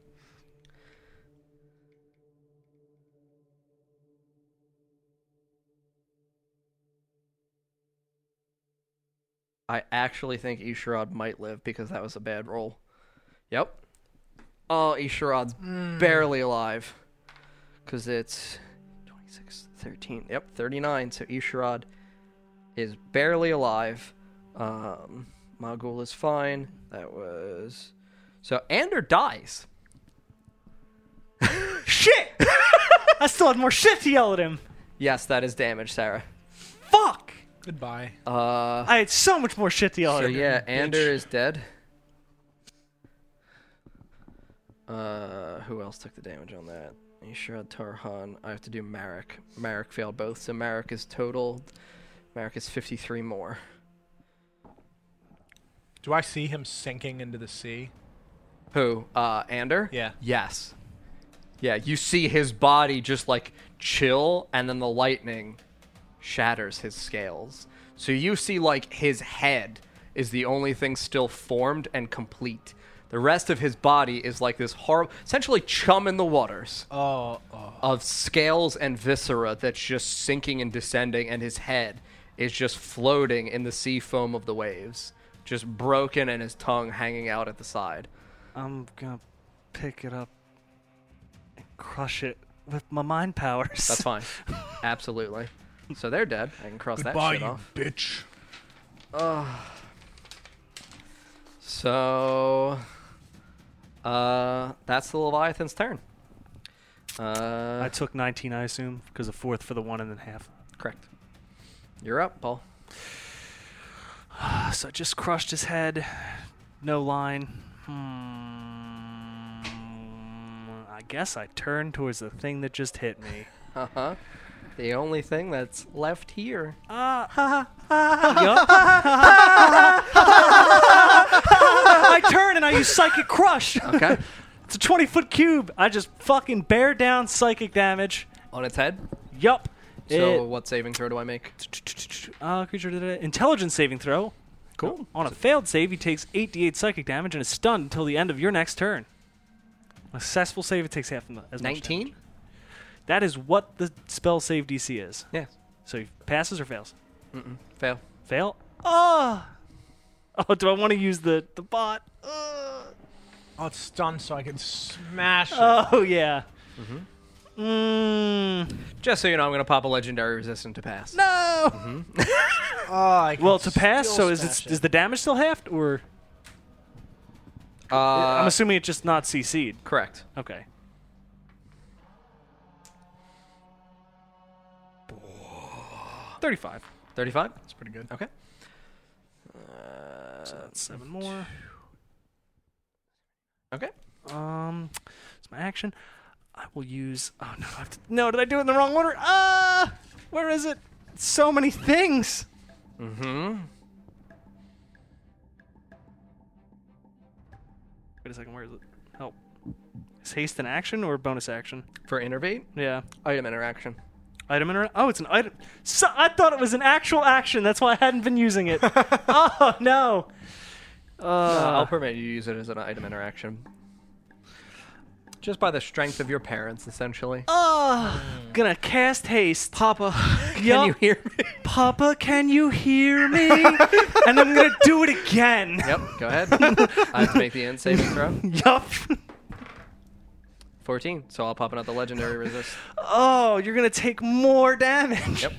[SPEAKER 2] I actually think Isharad might live because that was a bad roll. Yep. Oh, Isharad's
[SPEAKER 4] Hmm.
[SPEAKER 1] Mm.
[SPEAKER 2] barely alive. Because it's 26, 13. Yep, 39. So Isharad is barely alive. Um, Magul is fine. That was. So Ander dies.
[SPEAKER 3] Shit. I still had more shit to yell at him.
[SPEAKER 2] Yes, that is damage, Sarah.
[SPEAKER 3] Fuck.
[SPEAKER 1] Goodbye.
[SPEAKER 2] Uh,
[SPEAKER 3] I had so much more shit to yell
[SPEAKER 2] So
[SPEAKER 3] at him.
[SPEAKER 2] yeah, Ander
[SPEAKER 3] bitch.
[SPEAKER 2] is dead. Uh, who else took the damage on that? You sure had Tarhan. I have to do Marek. Marek failed both, so Marek is total. Marek is 53 more.
[SPEAKER 1] Do I see him sinking into the sea?
[SPEAKER 2] Who? Uh, Ander?
[SPEAKER 1] Yeah.
[SPEAKER 2] Yes. Yeah, you see his body just like chill, and then the lightning shatters his scales. So you see like his head is the only thing still formed and complete. The rest of his body is like this horrible, essentially chum in the waters
[SPEAKER 1] Oh, oh.
[SPEAKER 2] of scales and viscera that's just sinking and descending, and his head is just floating in the sea foam of the waves, just broken, and his tongue hanging out at the side.
[SPEAKER 3] I'm gonna pick it up and crush it with my mind powers.
[SPEAKER 2] That's fine, absolutely. So they're dead. I can cross that
[SPEAKER 4] Goodbye,
[SPEAKER 2] shit
[SPEAKER 4] you
[SPEAKER 2] off.
[SPEAKER 4] bitch.
[SPEAKER 2] So, uh, that's the Leviathan's turn. Uh,
[SPEAKER 3] I took 19, I assume, because a fourth for the one and then half.
[SPEAKER 2] correct. You're up, Paul.
[SPEAKER 3] Ah, So I just crushed his head. No line. Hmm. I guess I turn towards the thing that just hit me.
[SPEAKER 2] Uh huh. The only thing that's left here.
[SPEAKER 3] Uh, Yup. I turn and I use psychic crush.
[SPEAKER 2] Okay.
[SPEAKER 3] It's a 20 foot cube. I just fucking bear down psychic damage.
[SPEAKER 2] On its head.
[SPEAKER 3] Yup.
[SPEAKER 2] So,
[SPEAKER 3] It-
[SPEAKER 2] what saving throw do I make?
[SPEAKER 3] uh, creature did an intelligence saving throw.
[SPEAKER 2] Cool.
[SPEAKER 3] On a failed save, he takes 8d8 psychic damage and is stunned until the end of your next turn. A successful save, it takes half of the- as much damage.
[SPEAKER 2] 19?
[SPEAKER 3] That is what the spell save DC is.
[SPEAKER 2] Yeah.
[SPEAKER 3] So he passes or fails?
[SPEAKER 2] Fail.
[SPEAKER 3] Fail. Oh! Oh, do I want to use the, the bot? Ah! Ugh.
[SPEAKER 1] oh, it's stunned, so I can smash it.
[SPEAKER 3] Oh, yeah. Mm-hmm.
[SPEAKER 2] Just so you know, I'm going to pop a legendary resistant to pass.
[SPEAKER 3] no!
[SPEAKER 1] Oh, I can
[SPEAKER 3] Well, to pass,
[SPEAKER 1] still
[SPEAKER 3] so is,
[SPEAKER 1] smash
[SPEAKER 3] it, is the damage still halved, or?
[SPEAKER 2] Uh,
[SPEAKER 3] I'm assuming it's just not CC'd.
[SPEAKER 2] correct.
[SPEAKER 3] Okay. Thirty-five.
[SPEAKER 2] 35?
[SPEAKER 1] That's pretty good.
[SPEAKER 2] Okay.
[SPEAKER 3] So that's seven more.
[SPEAKER 2] Okay.
[SPEAKER 3] Um, it's my action. I will use. Oh no! I have to, no, did I do it in the wrong order? Ah, where is it? So many things.
[SPEAKER 2] Mm-hmm.
[SPEAKER 3] Wait a second. Where is it? Help. Is haste an action or bonus action?
[SPEAKER 2] For innervate,
[SPEAKER 3] Yeah.
[SPEAKER 2] item interaction.
[SPEAKER 3] Item inter- Oh, it's an item. So I thought it was an actual action. That's why I hadn't been using it. oh no.
[SPEAKER 2] Uh, I'll
[SPEAKER 3] Uh,
[SPEAKER 2] permit you to use it as an item interaction. Just by the strength of your parents, essentially.
[SPEAKER 3] oh, gonna cast haste. Papa,
[SPEAKER 2] Can you hear me?
[SPEAKER 3] Papa, can you hear me? and I'm gonna do it again.
[SPEAKER 2] yep, go ahead. I have to make the end saving throw.
[SPEAKER 3] Yup.
[SPEAKER 2] 14, so I'll pop another legendary resist.
[SPEAKER 3] Oh, you're gonna take more damage.
[SPEAKER 2] Yep.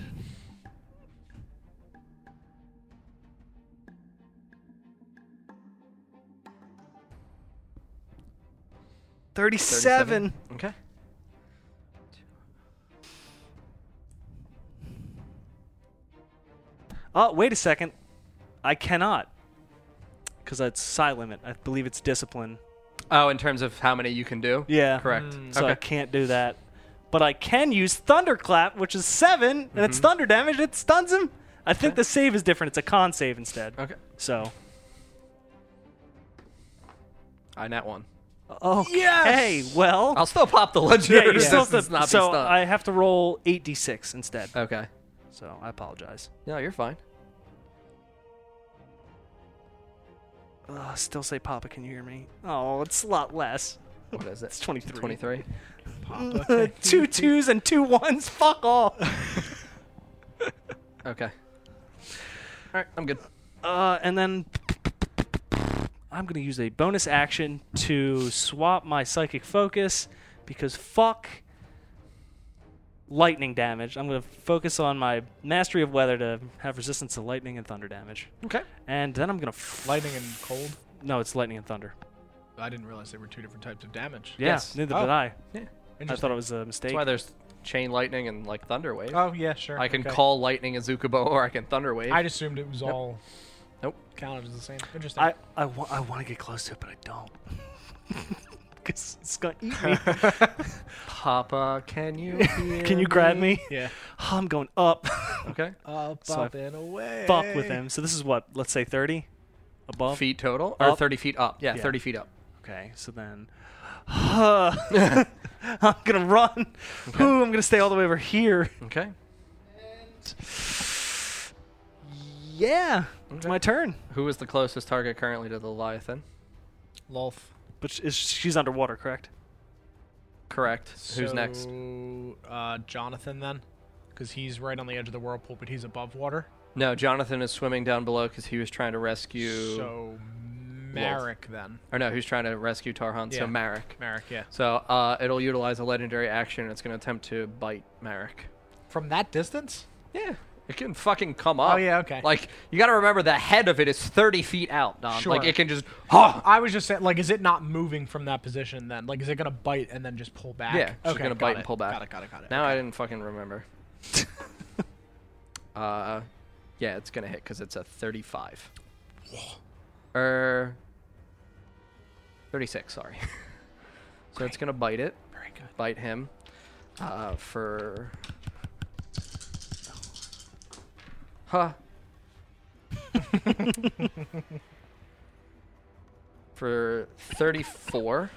[SPEAKER 3] Thirty-seven.
[SPEAKER 2] Okay.
[SPEAKER 3] Oh, wait a second. I cannot. Because it's psi limit. I believe it's discipline.
[SPEAKER 2] Oh, in terms of how many you can do?
[SPEAKER 3] Yeah. Mm.
[SPEAKER 2] Correct.
[SPEAKER 3] So I
[SPEAKER 2] okay.
[SPEAKER 3] can't do that. But I can use Thunderclap, which is seven, and it's
[SPEAKER 2] Mm-hmm.
[SPEAKER 3] thunder damage. It stuns him. I think the save is different. It's a con save instead.
[SPEAKER 2] Okay.
[SPEAKER 3] So.
[SPEAKER 2] I net one.
[SPEAKER 3] Okay. Hey, well.
[SPEAKER 2] I'll still pop the legendary
[SPEAKER 3] Oh. yeah, you still
[SPEAKER 2] resistance,
[SPEAKER 3] have to-
[SPEAKER 2] not be
[SPEAKER 3] so
[SPEAKER 2] stunned. Uh,
[SPEAKER 3] I have to roll 8d6 instead.
[SPEAKER 2] Okay.
[SPEAKER 3] So I apologize.
[SPEAKER 2] No, you're fine.
[SPEAKER 3] Ugh, still say, Papa, can you hear me? Oh, it's a lot less.
[SPEAKER 2] What is it?
[SPEAKER 3] It's 23.
[SPEAKER 2] 23.
[SPEAKER 3] two twos and two ones. Fuck all.
[SPEAKER 2] Okay. All right, I'm good.
[SPEAKER 3] Uh, and then I'm going to use a bonus action to swap my psychic focus because fuck lightning damage. I'm going to focus on my mastery of weather to have resistance to lightning and thunder damage.
[SPEAKER 2] Okay.
[SPEAKER 3] And then I'm going to. F-
[SPEAKER 1] Lightning and cold.
[SPEAKER 3] no, it's lightning and thunder.
[SPEAKER 1] I didn't realize they were two different types of damage.
[SPEAKER 3] Yeah,
[SPEAKER 2] Yes.
[SPEAKER 3] Neither
[SPEAKER 1] Oh.
[SPEAKER 3] did I.
[SPEAKER 2] Yeah.
[SPEAKER 3] I
[SPEAKER 1] Interesting.
[SPEAKER 3] thought it was a mistake.
[SPEAKER 2] That's why there's chain lightning and like thunder wave.
[SPEAKER 1] Oh yeah, sure.
[SPEAKER 2] I can
[SPEAKER 1] okay.
[SPEAKER 2] call lightning a Zukubo or I can thunder wave.
[SPEAKER 1] I assumed it was all.
[SPEAKER 2] Nope.
[SPEAKER 1] Counted as the same. Interesting.
[SPEAKER 3] I I, wa- I want to get close to it, but I don't. Because it's gonna eat me.
[SPEAKER 2] Papa, can you hear
[SPEAKER 3] Can you grab
[SPEAKER 2] me?
[SPEAKER 3] me?
[SPEAKER 1] yeah.
[SPEAKER 3] I'm going up.
[SPEAKER 2] Okay.
[SPEAKER 1] Up,
[SPEAKER 3] So I
[SPEAKER 1] up, and away.
[SPEAKER 3] Fuck with him. So this is what? Let's say 30 above.
[SPEAKER 2] Feet total or
[SPEAKER 3] Up.
[SPEAKER 2] 30 feet up. Yeah,
[SPEAKER 3] Yeah.
[SPEAKER 2] 30 feet up.
[SPEAKER 3] Okay. So then, I'm gonna run. Ooh, I'm gonna stay all the way over here.
[SPEAKER 2] Okay.
[SPEAKER 3] Yeah. It's my turn.
[SPEAKER 2] Who is the closest target currently to the Leviathan?
[SPEAKER 1] Lolf.
[SPEAKER 3] But sh- is, she's underwater, correct?
[SPEAKER 2] Correct. Who's next?
[SPEAKER 1] So, Uh, Jonathan then, because he's right on the edge of the whirlpool, but he's above water.
[SPEAKER 2] No, Jonathan is swimming down below because he was trying to rescue.
[SPEAKER 1] So Marek then.
[SPEAKER 2] Or no, he's trying to rescue Tarhan.
[SPEAKER 1] Yeah.
[SPEAKER 2] So Marek.
[SPEAKER 1] Marek, yeah.
[SPEAKER 2] So uh, it'll utilize a legendary action. and It's going to attempt to bite Marek.
[SPEAKER 1] From that distance?
[SPEAKER 2] Yeah. It can fucking come up.
[SPEAKER 1] Oh, yeah, okay.
[SPEAKER 2] Like you got to remember the head of it is 30 feet out, Don.
[SPEAKER 1] Sure.
[SPEAKER 2] Like it can just. Oh,
[SPEAKER 1] I was just saying, like, is it not moving from that position then? Like, is it gonna bite and then just pull back?
[SPEAKER 2] Yeah, it's just gonna
[SPEAKER 1] got
[SPEAKER 2] bite and
[SPEAKER 1] it.
[SPEAKER 2] pull back.
[SPEAKER 1] Got it, got it, got it.
[SPEAKER 2] now I didn't fucking remember. uh, yeah, it's gonna hit because it's a 35. Er, 36. Sorry. so it's gonna bite it,
[SPEAKER 1] Very good.
[SPEAKER 2] bite him, uh, for. Huh. for 34.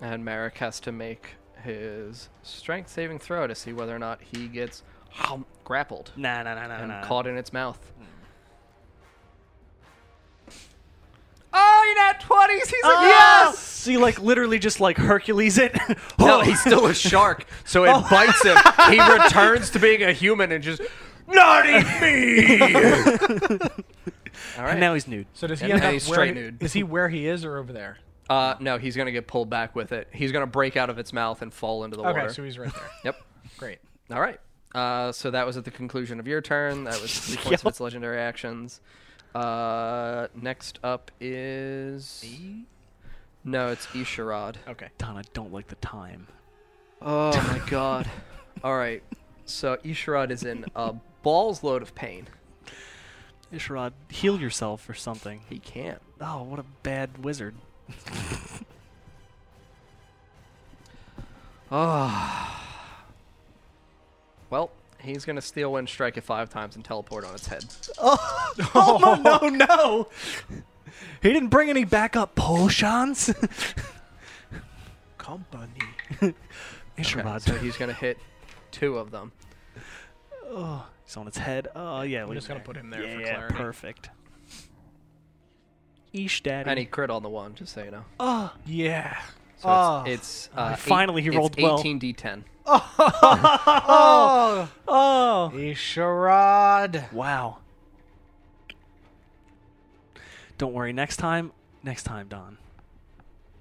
[SPEAKER 2] And Merrick has to make his strength saving throw to see whether or not he gets hum, grappled
[SPEAKER 3] Nah, nah, nah, nah,
[SPEAKER 2] and
[SPEAKER 3] nah.
[SPEAKER 2] caught in its mouth. Mm. Oh, you nat 20s! He's like,
[SPEAKER 3] Oh!
[SPEAKER 2] yes!
[SPEAKER 3] Ah! So you like literally just like Hercules it? Oh,
[SPEAKER 2] No, he's still a shark, so it bites him. He returns to being a human and just,
[SPEAKER 3] not me.
[SPEAKER 2] all
[SPEAKER 3] And
[SPEAKER 2] right.
[SPEAKER 3] now he's nude.
[SPEAKER 1] So does he
[SPEAKER 2] And
[SPEAKER 1] end
[SPEAKER 2] now
[SPEAKER 1] up
[SPEAKER 2] he's
[SPEAKER 1] where
[SPEAKER 2] straight
[SPEAKER 1] he-
[SPEAKER 2] nude.
[SPEAKER 1] Is he where he is or over there?
[SPEAKER 2] uh, no, he's going to get pulled back with it. He's going to break out of its mouth and fall into the
[SPEAKER 1] Okay,
[SPEAKER 2] water.
[SPEAKER 1] so he's right there.
[SPEAKER 2] Yep.
[SPEAKER 1] Great.
[SPEAKER 2] All right. Uh, so that was at the conclusion of your turn. That was three points of its legendary actions. Uh, next up is no, it's Isharad.
[SPEAKER 1] Okay.
[SPEAKER 3] Don, I don't like the time.
[SPEAKER 2] Oh my god! All right, so Isharad is in a balls load of pain.
[SPEAKER 3] Ishrod, heal yourself or something.
[SPEAKER 2] He can't.
[SPEAKER 3] Oh, what a bad wizard.
[SPEAKER 2] Oh. Well, he's gonna steal wind strike it five times and teleport on its head.
[SPEAKER 3] Oh, oh no, no, no! He didn't bring any backup potions.
[SPEAKER 4] Company.
[SPEAKER 2] Okay,
[SPEAKER 3] Ishrod,
[SPEAKER 2] so he's gonna hit two of them.
[SPEAKER 3] oh, he's on its head. Oh yeah,
[SPEAKER 1] I'm
[SPEAKER 3] leave
[SPEAKER 1] just
[SPEAKER 3] him
[SPEAKER 1] gonna put him there
[SPEAKER 3] yeah,
[SPEAKER 1] for
[SPEAKER 3] yeah,
[SPEAKER 1] clarity.
[SPEAKER 3] perfect. Ish, daddy.
[SPEAKER 2] And he crit on the one, just so you know.
[SPEAKER 3] oh,
[SPEAKER 1] Yeah.
[SPEAKER 2] So
[SPEAKER 1] Oh.
[SPEAKER 2] it's, it's uh, eight-
[SPEAKER 3] finally he
[SPEAKER 2] it's
[SPEAKER 3] rolled well.
[SPEAKER 2] 18d10.
[SPEAKER 1] Oh,
[SPEAKER 3] oh.
[SPEAKER 1] Isharad.
[SPEAKER 3] Wow. Don't worry. Next time, next time, Don.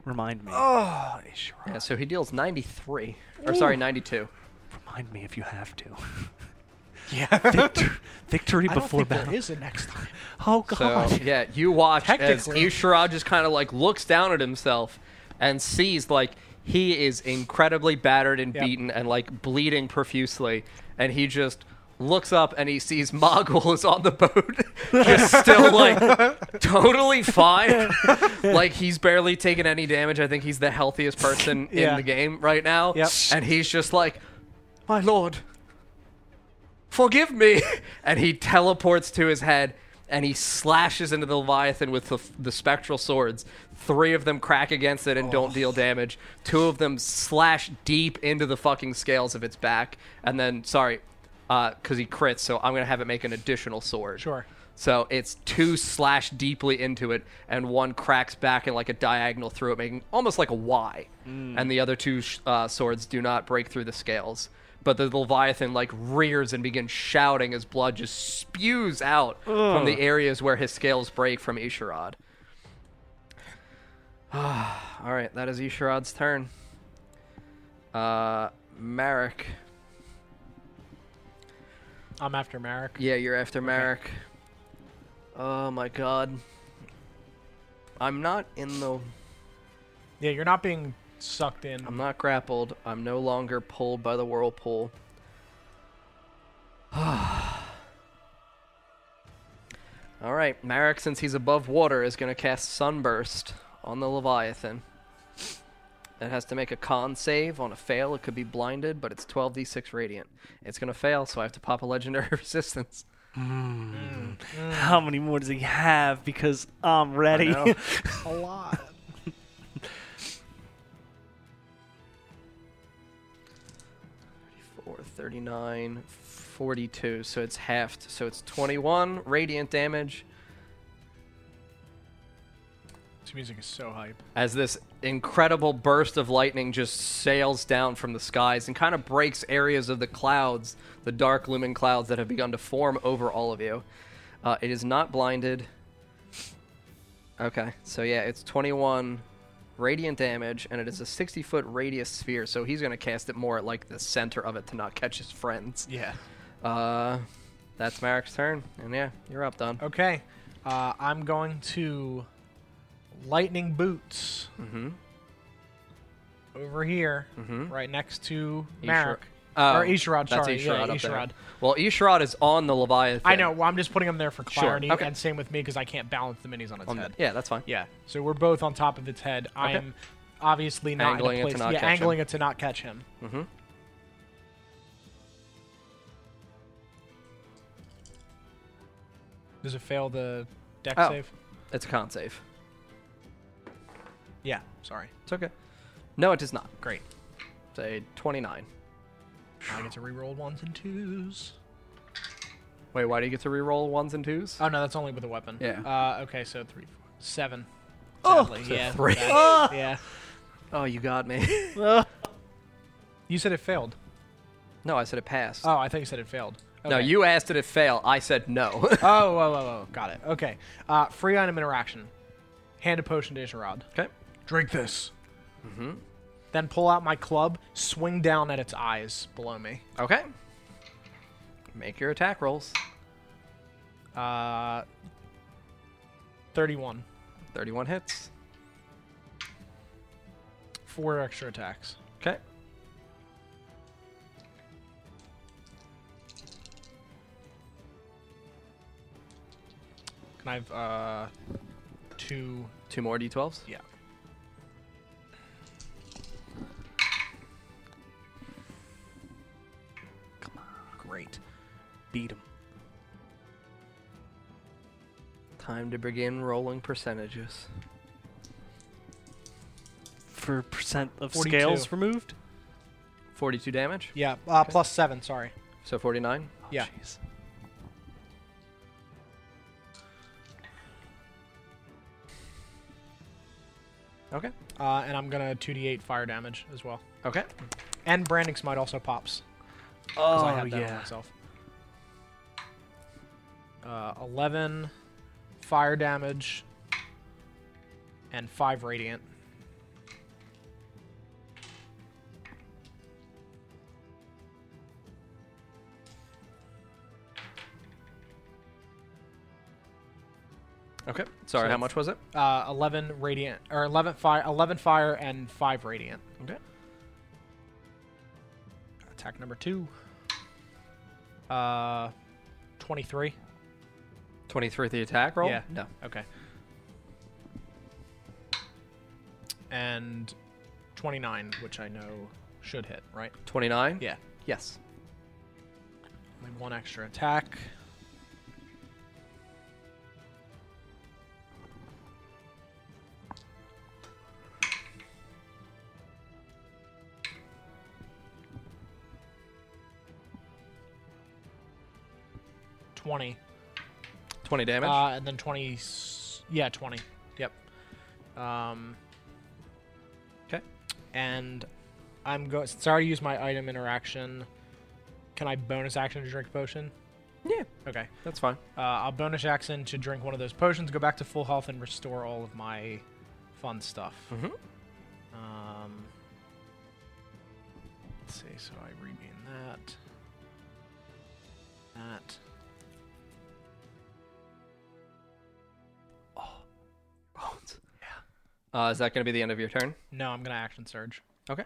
[SPEAKER 3] Remind me.
[SPEAKER 1] Oh, Isharad.
[SPEAKER 2] Yeah, so he deals 93. Or sorry, 92.
[SPEAKER 3] Remind me if you have to.
[SPEAKER 1] Yeah.
[SPEAKER 3] Victor- victory
[SPEAKER 1] I don't
[SPEAKER 3] before
[SPEAKER 1] think there
[SPEAKER 3] battle.
[SPEAKER 1] is a next time.
[SPEAKER 3] Oh
[SPEAKER 2] So
[SPEAKER 3] god.
[SPEAKER 2] yeah, you watch as
[SPEAKER 1] Technically.
[SPEAKER 2] Isharad just kind of like looks down at himself and sees like he is incredibly battered and
[SPEAKER 1] Yep.
[SPEAKER 2] beaten and like bleeding profusely, and he just looks up and he sees Mogul is on the boat, just still like totally fine. like he's barely taken any damage. I think he's the healthiest person in
[SPEAKER 1] Yeah.
[SPEAKER 2] the game right now,
[SPEAKER 1] Yep.
[SPEAKER 2] and he's just like, my lord forgive me and he teleports to his head and he slashes into the leviathan with the, the spectral swords three of them crack against it and don't deal damage two of them slash deep into the fucking scales of its back and then sorry because he crits so i'm gonna have it make an additional sword
[SPEAKER 1] Sure.
[SPEAKER 2] so it's two slash deeply into it and one cracks back in like a diagonal through it making almost like a y and the other two sh- uh, swords do not break through the scales but the leviathan like rears and begins shouting as blood just spews out from the areas where his scales break from Isharad. all right that is Isharad's turn uh Marek
[SPEAKER 1] I'm after Marek.
[SPEAKER 2] yeah you're after Marek oh my god I'm not in the
[SPEAKER 1] Yeah, you're not being sucked in.
[SPEAKER 2] I'm not grappled. I'm no longer pulled by the whirlpool. All right, Marek, since he's above water, is going to cast Sunburst on the Leviathan. It has to make a con save. On a fail, it could be blinded, but it's 12d6 radiant. It's going to fail, so I have to pop a legendary resistance.
[SPEAKER 3] How many more does he have? Because I'm ready.
[SPEAKER 2] know.
[SPEAKER 1] a lot.
[SPEAKER 2] Four thirty-nine, 42, so it's halved. So it's 21 radiant damage
[SPEAKER 4] This music is so hype.
[SPEAKER 2] as this incredible burst of lightning just sails down from the skies and kind of breaks areas of the clouds, the dark looming clouds that have begun to form over all of you. Uh, it is not blinded. Okay, so yeah, it's 21 radiant damage, and it is a 60 foot radius sphere, so he's going to cast it more at like the center of it to not catch his friends.
[SPEAKER 4] Yeah.
[SPEAKER 2] Uh, that's Marek's turn, and yeah, you're up, Don.
[SPEAKER 1] Okay. Uh, I'm going to lightning boots
[SPEAKER 2] Mm-hmm.
[SPEAKER 1] over here,
[SPEAKER 2] Mhm.
[SPEAKER 1] right next to
[SPEAKER 2] Ishra-
[SPEAKER 1] Marek.
[SPEAKER 2] Oh,
[SPEAKER 1] or Isharad,
[SPEAKER 2] that's
[SPEAKER 1] sorry.
[SPEAKER 2] Isharad
[SPEAKER 1] yeah,
[SPEAKER 2] up there.
[SPEAKER 1] Isharad.
[SPEAKER 2] Well, Isharad is on the Leviathan.
[SPEAKER 1] I know. Well, I'm just putting them there for
[SPEAKER 2] Sure,
[SPEAKER 1] clarity,
[SPEAKER 2] okay.
[SPEAKER 1] and same with me because I can't balance the minis on its
[SPEAKER 2] On the-
[SPEAKER 1] head.
[SPEAKER 2] yeah, that's fine.
[SPEAKER 1] Yeah. So we're both on top of its head.
[SPEAKER 2] Okay.
[SPEAKER 1] I'm obviously not
[SPEAKER 2] Angling it
[SPEAKER 1] in
[SPEAKER 2] to
[SPEAKER 1] a place.
[SPEAKER 2] not
[SPEAKER 1] yeah,
[SPEAKER 2] catch
[SPEAKER 1] angling
[SPEAKER 2] him.
[SPEAKER 1] it to not catch him.
[SPEAKER 2] Mm-hmm.
[SPEAKER 1] Does it fail the deck
[SPEAKER 2] Oh.
[SPEAKER 1] save?
[SPEAKER 2] It's a con save.
[SPEAKER 1] Yeah. Sorry.
[SPEAKER 2] It's okay. No, it does not.
[SPEAKER 1] Great.
[SPEAKER 2] It's a 29.
[SPEAKER 1] I get to reroll ones and twos.
[SPEAKER 2] Wait, why do you get to reroll ones and twos?
[SPEAKER 1] Oh no, that's only with a weapon.
[SPEAKER 2] Yeah.
[SPEAKER 1] Uh, okay, so three, four, seven.
[SPEAKER 2] Oh,
[SPEAKER 1] Sadly,
[SPEAKER 2] so
[SPEAKER 1] yeah.
[SPEAKER 2] three. Ah!
[SPEAKER 1] that- yeah.
[SPEAKER 2] oh, you got me.
[SPEAKER 1] You said it failed.
[SPEAKER 2] no, I said it passed.
[SPEAKER 1] Oh, I think you said it failed. Okay.
[SPEAKER 2] No, you asked did it fail. I said no.
[SPEAKER 1] Oh, oh, oh, oh. Got it. Okay. Uh, free item interaction. Hand a potion to Isharad.
[SPEAKER 2] okay.
[SPEAKER 4] Drink this.
[SPEAKER 2] Mm-hmm.
[SPEAKER 1] Then pull out my club, swing down at its eyes below me.
[SPEAKER 2] Okay. Make your attack rolls.
[SPEAKER 1] Uh, 31.
[SPEAKER 2] 31 hits.
[SPEAKER 1] Four extra attacks.
[SPEAKER 2] Okay.
[SPEAKER 1] Can I have uh, two?
[SPEAKER 2] Two more d12s.
[SPEAKER 1] Yeah.
[SPEAKER 3] Great. Beat him.
[SPEAKER 2] Time to begin rolling percentages.
[SPEAKER 3] For percent of
[SPEAKER 1] 42.
[SPEAKER 3] scales removed?
[SPEAKER 2] 42 damage.
[SPEAKER 1] Yeah. Uh, plus seven. Sorry.
[SPEAKER 2] So 49.
[SPEAKER 1] Yeah.
[SPEAKER 3] Oh, Jeez.
[SPEAKER 2] Okay.
[SPEAKER 1] Uh, and I'm gonna 2d8 fire damage as well.
[SPEAKER 2] Okay.
[SPEAKER 1] And branding smite also pops. because
[SPEAKER 3] Oh,
[SPEAKER 1] I had that on
[SPEAKER 3] yeah.
[SPEAKER 1] myself. Uh, 11 fire damage and 5 radiant.
[SPEAKER 2] Okay. Sorry,
[SPEAKER 1] So
[SPEAKER 2] how much was it?
[SPEAKER 1] Uh, 11 radiant or 11 fire 11 fire and 5 radiant.
[SPEAKER 2] Okay.
[SPEAKER 1] Attack number 2. Uh 23.
[SPEAKER 2] 23 the attack roll?
[SPEAKER 1] Yeah.
[SPEAKER 2] No.
[SPEAKER 1] Okay. And 29, which I know should hit, right?
[SPEAKER 2] 29?
[SPEAKER 1] Yeah.
[SPEAKER 2] Yes.
[SPEAKER 1] Only one extra attack. Twenty,
[SPEAKER 2] 20 damage.
[SPEAKER 1] uh, and then twenty. s- Yeah, twenty. Yep. Um,
[SPEAKER 2] okay.
[SPEAKER 1] and I'm going. Since I already used my item interaction, can I bonus action to drink a potion?
[SPEAKER 2] Yeah,
[SPEAKER 1] Okay.
[SPEAKER 2] that's fine.
[SPEAKER 1] Uh, I'll bonus action to drink one of those potions, go back to full health, and restore all of my fun stuff.
[SPEAKER 2] Mhm.
[SPEAKER 1] Um, let's see. So I regain that. That.
[SPEAKER 2] Uh, is that going to be the end of your turn?
[SPEAKER 1] No, I'm gonna action surge
[SPEAKER 2] Okay.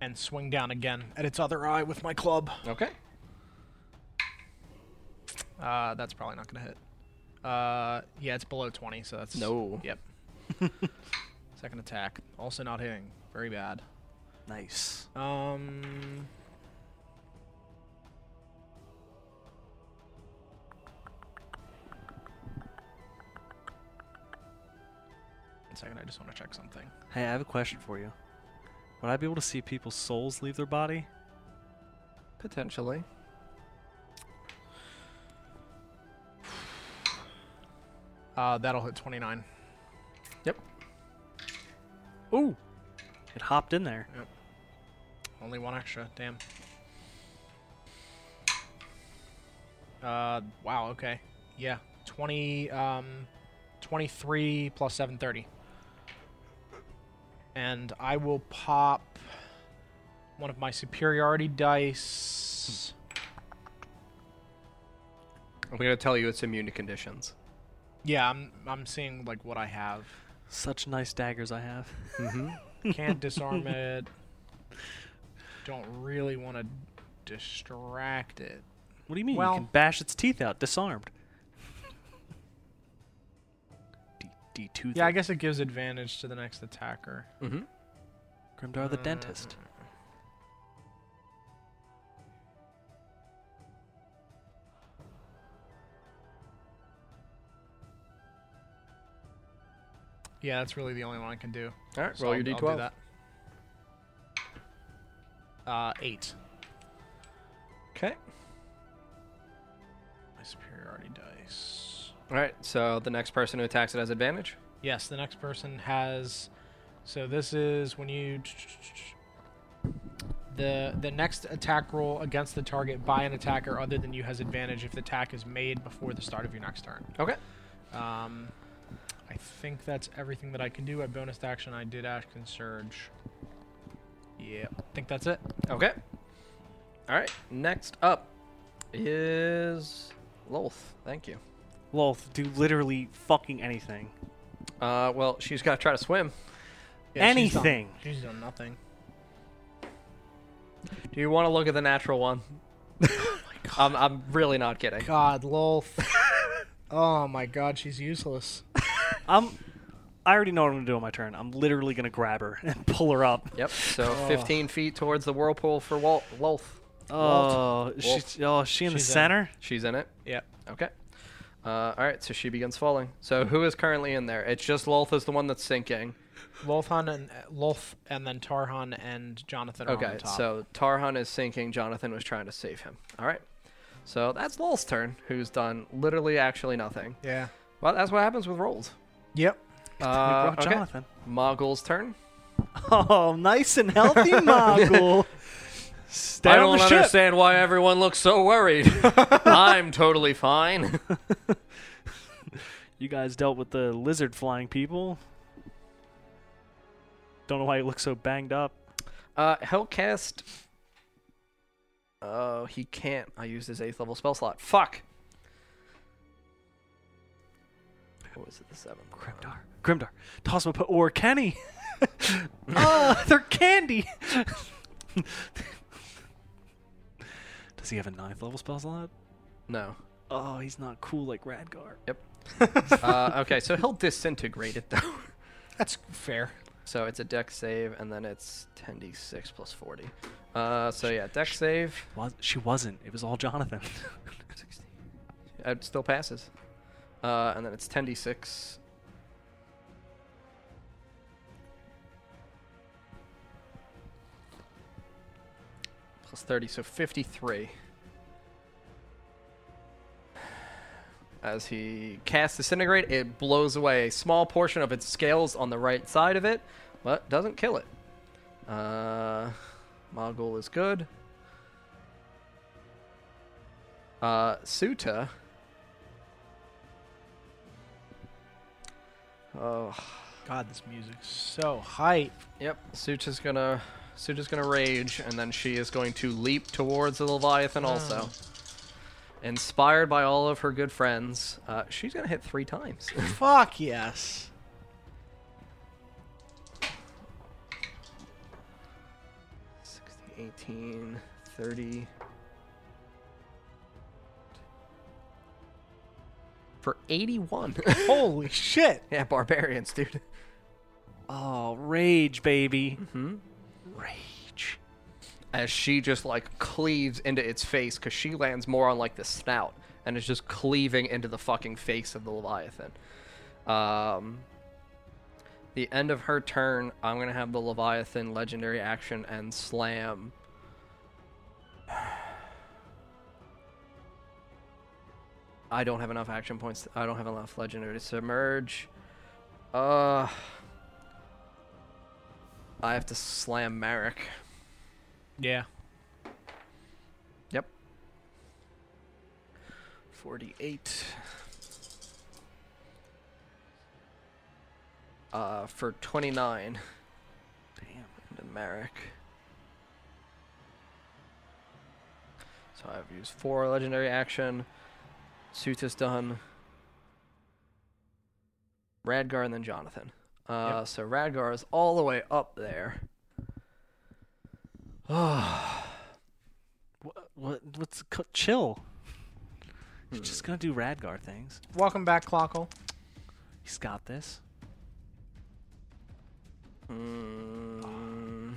[SPEAKER 1] and swing down again at its other eye with my club.
[SPEAKER 2] Okay.
[SPEAKER 1] Uh, that's probably not gonna hit. Uh, yeah, it's below 20, so that's
[SPEAKER 2] No.
[SPEAKER 1] Yep. Second attack, also not hitting. Very bad.
[SPEAKER 3] Nice.
[SPEAKER 1] Um. One second, I just want to check something.
[SPEAKER 3] Hey, I have a question for you. Would I be able to see people's souls leave their body?
[SPEAKER 2] Potentially.
[SPEAKER 1] Uh, that'll hit 29.
[SPEAKER 2] Yep.
[SPEAKER 3] Ooh, it hopped in there.
[SPEAKER 1] Only one extra. Damn. Uh, wow. Okay. Yeah. 20. Um, 23 plus 730. And I will pop one of my superiority dice.
[SPEAKER 2] I'm gonna tell you it's immune to conditions.
[SPEAKER 1] Yeah, I'm I'm seeing like what I have.
[SPEAKER 3] Such nice daggers I have.
[SPEAKER 1] Can't disarm it. Don't really want to distract it.
[SPEAKER 3] What do you mean?
[SPEAKER 1] Well-
[SPEAKER 3] you can bash its teeth out, disarmed. D two.
[SPEAKER 1] Yeah, I guess it gives advantage to the next attacker.
[SPEAKER 2] Mm-hmm.
[SPEAKER 3] Grimdar the dentist.
[SPEAKER 1] Mm. Yeah, that's really the only one I can do.
[SPEAKER 2] All right,
[SPEAKER 1] So
[SPEAKER 2] roll
[SPEAKER 1] I'll-
[SPEAKER 2] your
[SPEAKER 1] I'll
[SPEAKER 2] d12.
[SPEAKER 1] do that. Uh, eight.
[SPEAKER 2] Okay.
[SPEAKER 1] My superiority dice.
[SPEAKER 2] All right. So the next person who attacks it has advantage.
[SPEAKER 1] Yes, the next person has. So this is when you. The the next attack roll against the target by an attacker other than you has advantage if the attack is made before the start of your next turn.
[SPEAKER 2] Okay.
[SPEAKER 1] Um, I think that's everything that I can do. At bonus action, I did Ashkin Surge. Yeah, I think that's it.
[SPEAKER 2] Okay. All right. Next up is Lolth. Thank you.
[SPEAKER 3] Lolth, do literally fucking anything.
[SPEAKER 2] Uh, well, she's got to try to swim.
[SPEAKER 1] Yeah, she's done-
[SPEAKER 3] anything.
[SPEAKER 1] She's done nothing.
[SPEAKER 2] Do you want to look at the natural one? I'm, I'm really not kidding.
[SPEAKER 1] God, lol. oh my god, she's useless.
[SPEAKER 3] I'm. I already know what I'm gonna do on my turn. I'm literally gonna grab her and pull her up.
[SPEAKER 2] Yep. So 15 feet towards the whirlpool for Walt, Lolth.
[SPEAKER 3] Oh, she's oh, is she in
[SPEAKER 1] She's
[SPEAKER 3] the
[SPEAKER 1] in.
[SPEAKER 3] center.
[SPEAKER 2] She's in it.
[SPEAKER 1] Yep.
[SPEAKER 2] Okay. Uh, all right. So she begins falling. So who is currently in there? It's just Lolth is the one that's sinking.
[SPEAKER 1] Lolthan and Lolth and then Tarhan and Jonathan are on
[SPEAKER 2] Okay.
[SPEAKER 1] the top.
[SPEAKER 2] So Tarhan is sinking. Jonathan was trying to save him. All right. So that's Lolth's turn, who's done literally actually nothing.
[SPEAKER 1] Yeah.
[SPEAKER 2] Well, that's what happens with rolls.
[SPEAKER 1] Yep.
[SPEAKER 3] We
[SPEAKER 2] Uh,
[SPEAKER 3] brought
[SPEAKER 2] okay.
[SPEAKER 3] Jonathan.
[SPEAKER 2] Moggle's turn.
[SPEAKER 3] Oh, nice and healthy Mogul. Stay
[SPEAKER 2] I
[SPEAKER 3] on
[SPEAKER 2] don't
[SPEAKER 3] the ship.
[SPEAKER 2] understand why everyone looks so worried. I'm totally fine.
[SPEAKER 3] You guys dealt with the lizard flying people. Don't know why you look so banged up.
[SPEAKER 2] Uh, Hellcast. Oh, he can't. I used his eighth level spell slot. Fuck. What was it? The seventh.
[SPEAKER 3] Grimdar. Grimdar. Toss him a po- or Kenny. oh, they're candy. Does he have a ninth level spell slot?
[SPEAKER 2] No.
[SPEAKER 3] Oh, he's not cool like Radgar.
[SPEAKER 2] Uh, okay, so he'll disintegrate it though.
[SPEAKER 1] That's fair.
[SPEAKER 2] So it's a deck save, and then it's 10d6 plus 40. Uh, so yeah, deck save.
[SPEAKER 3] Was she wasn't. It was all Jonathan.
[SPEAKER 2] 16. It still passes. Uh, and then it's 10d6. Plus 30, so 53. As he casts Disintegrate, it blows away a small portion of its scales on the right side of it, but doesn't kill it. Uh, Mogul is good. Uh, Suta. Oh,
[SPEAKER 1] God, this music's so hype.
[SPEAKER 2] yep. Suta's gonna, Suta's gonna rage, and then she is going to leap towards the Leviathan. Also, inspired by all of her good friends, uh, she's gonna hit three times.
[SPEAKER 1] Fuck yes.
[SPEAKER 2] Sixteen, eighteen, thirty. For 81.
[SPEAKER 1] Holy shit.
[SPEAKER 2] yeah, barbarians, dude.
[SPEAKER 3] oh, rage, baby.
[SPEAKER 2] rage as she just like cleaves into its face because she lands more on like the snout and is just cleaving into the fucking face of the leviathan um the end of her turn, I'm gonna have the Leviathan legendary action and slam. I don't have enough action points. I don't have enough legendary to submerge. Uh, I have to slam Merrick.
[SPEAKER 1] Yeah.
[SPEAKER 2] Yep. 48. Uh, for 29.
[SPEAKER 3] Damn.
[SPEAKER 2] Into Merrick. So I've used four legendary action. Suit is done. Radgar and then Jonathan. Uh, So Radgar is all the way up there. Hmm.
[SPEAKER 3] What, what what's co- chill? He's just gonna do Radgar things.
[SPEAKER 1] Welcome back, Clockle.
[SPEAKER 3] He's got this.
[SPEAKER 2] Mm,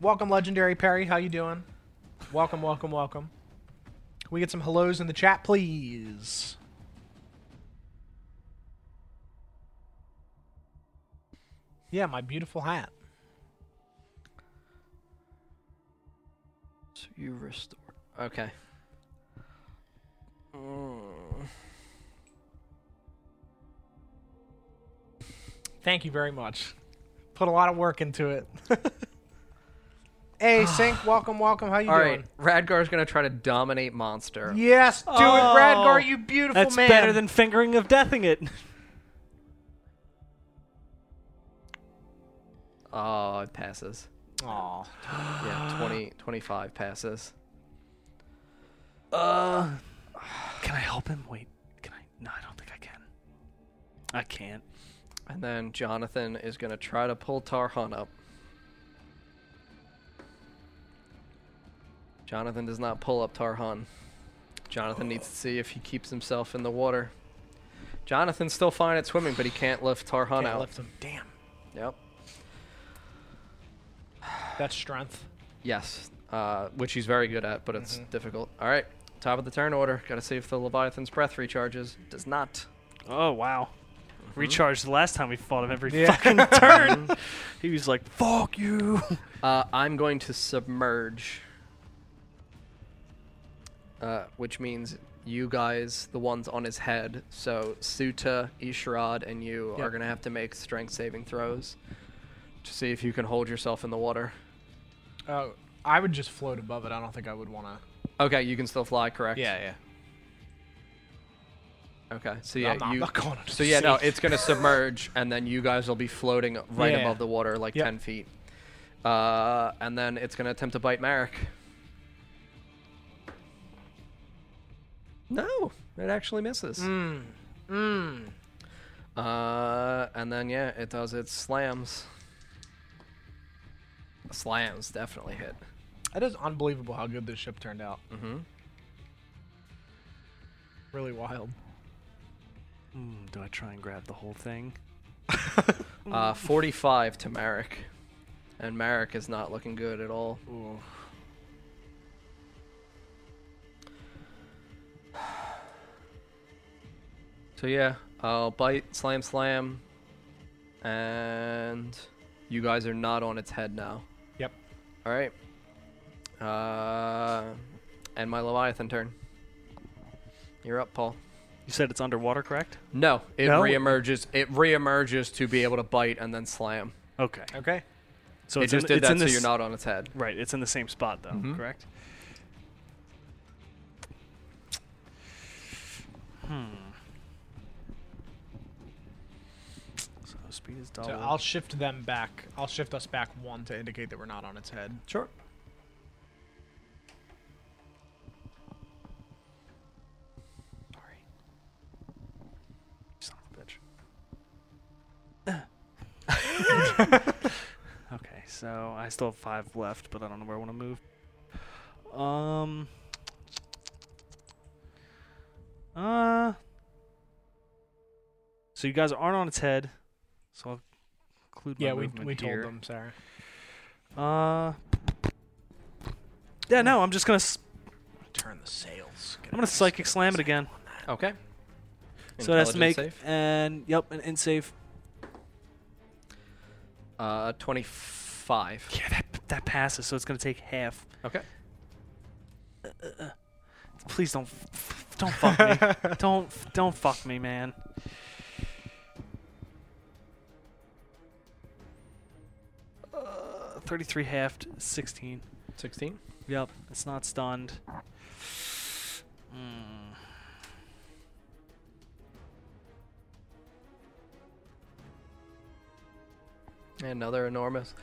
[SPEAKER 1] Welcome, legendary Perry. How you doing? Welcome, welcome, welcome. Can we get some hellos in the chat, please? Yeah, my beautiful hat.
[SPEAKER 2] so you restore. Okay. Mm.
[SPEAKER 1] Thank you very much. Put a lot of work into it. hey, Sync, welcome, welcome. How you
[SPEAKER 2] All
[SPEAKER 1] doing?
[SPEAKER 2] right, Radgar's gonna try to dominate monster.
[SPEAKER 1] Yes, do
[SPEAKER 3] Oh,
[SPEAKER 1] it, Radgar, you beautiful
[SPEAKER 3] That's
[SPEAKER 1] man.
[SPEAKER 3] better than fingering of deathing it.
[SPEAKER 2] Oh, it passes.
[SPEAKER 1] Aw.
[SPEAKER 2] Yeah, 20, 25 passes.
[SPEAKER 3] Uh, can I help him? Wait, can I? No, I don't think I can. I can't.
[SPEAKER 2] And then Jonathan is gonna try to pull Tarhan up. Jonathan does not pull up Tarhan. Jonathan needs to see if he keeps himself in the water. Jonathan's still fine at swimming, but he can't lift Tarhan
[SPEAKER 1] Can't
[SPEAKER 2] out.
[SPEAKER 1] lift him. Damn.
[SPEAKER 2] Yep.
[SPEAKER 1] That's strength.
[SPEAKER 2] Yes, uh, which he's very good at, but it's difficult. All right, top of the turn order. Got to see if the Leviathan's breath recharges. Does not.
[SPEAKER 3] Oh wow. Recharged the last time we fought him every
[SPEAKER 1] Yeah.
[SPEAKER 3] fucking turn. he was like, "Fuck you."
[SPEAKER 2] Uh, I'm going to submerge, uh, which means you guys, the ones on his head, so Suta, Isharad, and you are going to have to make strength saving throws to see if you can hold yourself in the water.
[SPEAKER 1] Oh, I would just float above it. I don't think I would want to.
[SPEAKER 2] Okay, you can still fly, correct?
[SPEAKER 1] yeah.
[SPEAKER 2] Okay, so yeah,
[SPEAKER 1] I'm, not,
[SPEAKER 2] you.
[SPEAKER 1] I'm not going under
[SPEAKER 2] So
[SPEAKER 1] the
[SPEAKER 2] yeah, no,
[SPEAKER 1] sea.
[SPEAKER 2] it's gonna submerge, and then you guys will be floating right
[SPEAKER 1] Yeah.
[SPEAKER 2] above the water, like
[SPEAKER 1] Yep.
[SPEAKER 2] ten feet. Uh, and then it's gonna attempt to bite Marek. No, it actually misses.
[SPEAKER 1] Mm. Mm.
[SPEAKER 2] Uh, and then yeah, it does its slams. Slams definitely hit.
[SPEAKER 1] That is unbelievable how good this ship turned out. Mm-hmm. Really wild.
[SPEAKER 3] Mm, do I try and grab the whole thing?
[SPEAKER 2] Uh, forty-five to Marek, and Marek is not looking good at all. So yeah, I'll bite, slam, slam, and you guys are not on its head now.
[SPEAKER 1] Yep.
[SPEAKER 2] All right. Uh, and my Leviathan turn. You're up, Paul.
[SPEAKER 3] You said it's underwater, correct?
[SPEAKER 2] No, it
[SPEAKER 3] No?
[SPEAKER 2] reemerges. It reemerges to be able to bite and then slam.
[SPEAKER 3] Okay.
[SPEAKER 1] Okay.
[SPEAKER 3] So
[SPEAKER 2] it
[SPEAKER 3] it's in
[SPEAKER 2] just
[SPEAKER 3] the-
[SPEAKER 2] did
[SPEAKER 3] it's
[SPEAKER 2] that,
[SPEAKER 3] in
[SPEAKER 2] so
[SPEAKER 3] this-
[SPEAKER 2] you're not Mm-hmm. on its head.
[SPEAKER 3] Right, it's in the same spot though, correct? Hmm. So speed is double.
[SPEAKER 1] So I'll shift them back. I'll shift us back one to indicate that we're not on its head.
[SPEAKER 2] Sure.
[SPEAKER 3] Sorry. Son of a bitch. okay, so I still have five left, but I don't know where I want to move. Um. Uh. So you guys aren't on its head, so I'll include my
[SPEAKER 1] yeah, we,
[SPEAKER 3] movement
[SPEAKER 1] we
[SPEAKER 3] here.
[SPEAKER 1] told them, Sarah.
[SPEAKER 3] Uh. Yeah, no, I'm just gonna s-
[SPEAKER 1] Turn the sails.
[SPEAKER 3] I'm gonna psychic slam it again.
[SPEAKER 2] Okay.
[SPEAKER 3] So it has to make
[SPEAKER 2] Intelligence save.
[SPEAKER 3] and yep, an in save.
[SPEAKER 2] Uh, 25.
[SPEAKER 3] Yeah, that that passes. So it's gonna take half.
[SPEAKER 2] Okay.
[SPEAKER 3] Please don't f- f- don't fuck me. don't f- don't fuck me, man. Uh, Thirty-three halved, sixteen.
[SPEAKER 2] 16.
[SPEAKER 3] Yep, it's not stunned. Mm.
[SPEAKER 2] Another enormous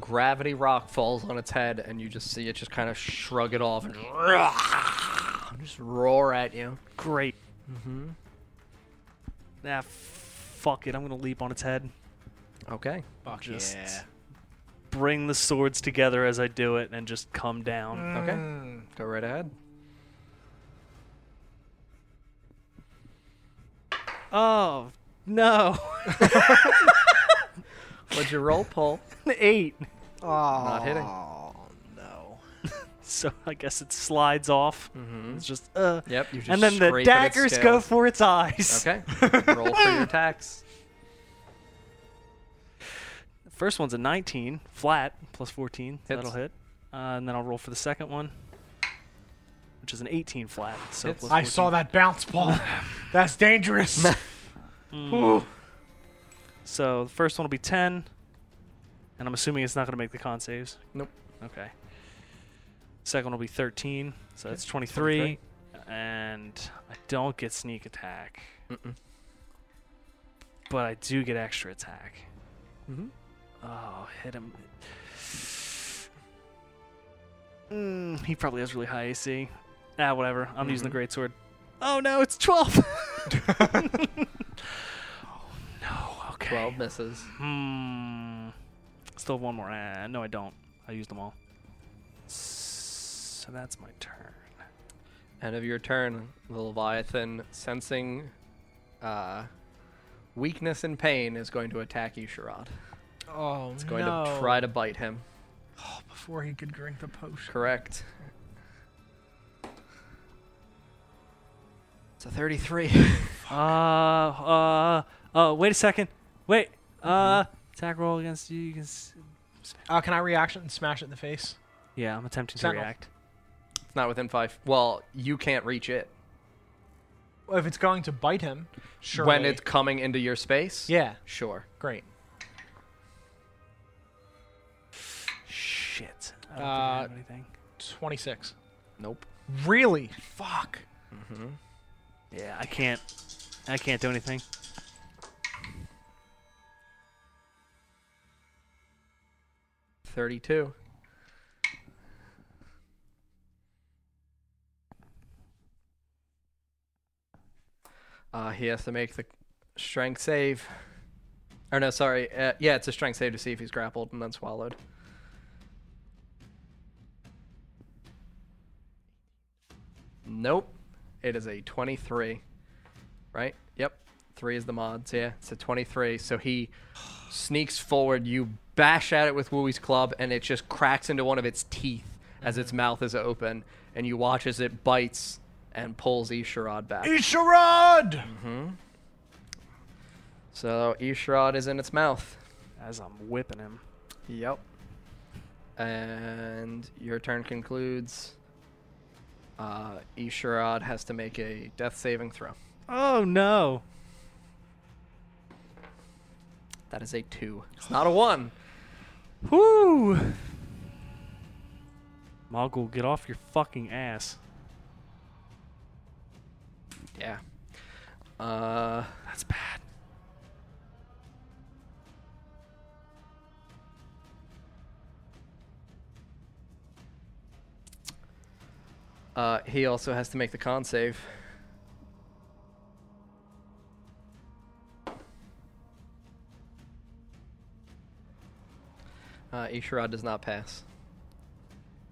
[SPEAKER 2] gravity rock falls on its head, and you just see it just kind of shrug it off and just roar at you.
[SPEAKER 3] Great. Mm-hmm. Nah, fuck it. I'm gonna leap on its head.
[SPEAKER 2] Okay.
[SPEAKER 1] Fuck
[SPEAKER 3] Just bring the swords together as I do it, and just come down.
[SPEAKER 2] Okay. Go right ahead.
[SPEAKER 3] Oh no,
[SPEAKER 2] What'd you roll, Paul?
[SPEAKER 3] eight.
[SPEAKER 1] Oh,
[SPEAKER 2] Not hitting.
[SPEAKER 1] no.
[SPEAKER 3] So I guess it slides off. It's just uh.
[SPEAKER 2] Yep. You just
[SPEAKER 3] and then the
[SPEAKER 2] scrape at its
[SPEAKER 3] daggers go
[SPEAKER 2] scales.
[SPEAKER 3] for its eyes.
[SPEAKER 2] Okay. roll for your attacks.
[SPEAKER 3] First one's a 19, flat, plus 14. so
[SPEAKER 2] Hits.
[SPEAKER 3] That'll hit. Uh, and then I'll roll for the second one, which is an 18 flat. So
[SPEAKER 2] Hits.
[SPEAKER 3] plus
[SPEAKER 1] I saw
[SPEAKER 3] 14.
[SPEAKER 1] that bounce, Paul. That's dangerous.
[SPEAKER 3] So the first one will be 10. And I'm assuming it's not going to make the con saves.
[SPEAKER 2] Nope.
[SPEAKER 3] Okay. Second one will be 13. So that's 23. And I don't get sneak attack.
[SPEAKER 2] Mm-mm.
[SPEAKER 3] But I do get extra attack.
[SPEAKER 2] Mm-hmm.
[SPEAKER 3] Oh, hit him. Mm, he probably has really high AC. Ah, whatever. I'm using
[SPEAKER 2] Mm-hmm.
[SPEAKER 3] the greatsword. Oh no, it's 12. oh no, okay.
[SPEAKER 2] 12 misses.
[SPEAKER 3] Hmm. Still have one more. Ah, no, I don't. I used them all. So that's my turn.
[SPEAKER 2] End of your turn, the Leviathan, sensing uh, weakness and pain, is going to attack you, Sherrod.
[SPEAKER 1] oh,
[SPEAKER 2] It's going to try to bite him.
[SPEAKER 1] before he could drink the potion.
[SPEAKER 2] Correct. It's a 33.
[SPEAKER 3] Uh, uh, uh, wait a second. Wait. Uh, attack roll against you. you can s-
[SPEAKER 1] Uh, can I reaction and smash it in the face?
[SPEAKER 3] yeah, I'm attempting to
[SPEAKER 1] Sentinel.
[SPEAKER 3] react.
[SPEAKER 2] it's not within five. Well, you can't reach it.
[SPEAKER 1] Well, if it's going to bite him, sure.
[SPEAKER 2] When it's coming into your space?
[SPEAKER 1] yeah,
[SPEAKER 2] Sure.
[SPEAKER 1] great.
[SPEAKER 3] Shit. I don't think I
[SPEAKER 1] Uh,
[SPEAKER 3] have anything.
[SPEAKER 1] Twenty six.
[SPEAKER 2] Nope. Mm-hmm.
[SPEAKER 1] Really? Fuck.
[SPEAKER 3] Yeah, I can't. I can't do anything.
[SPEAKER 2] Thirty-two. Uh, he has to make the strength save. Or no, sorry. Uh, yeah, it's a strength save to see if he's grappled and then swallowed. Nope. It is a twenty-three. Right? Yep. Three is the mods. Yeah, it's a twenty-three. So he sneaks forward. You bash at it with Wooey's club, and it just cracks into one of its teeth as its mouth is open. And you watch as it bites and pulls Isharad back.
[SPEAKER 1] Isharad!
[SPEAKER 2] so Isharad is in its mouth.
[SPEAKER 3] As I'm whipping him.
[SPEAKER 2] Yep. And your turn concludes. Uh, Isharad has to make a death saving throw.
[SPEAKER 3] Oh no.
[SPEAKER 2] That is a two. It's not a one.
[SPEAKER 3] Whoo! Mogul, get off your fucking ass.
[SPEAKER 2] Yeah. Uh,
[SPEAKER 3] That's bad.
[SPEAKER 2] uh, he also has to make the con save. Uh, Isharad does not pass.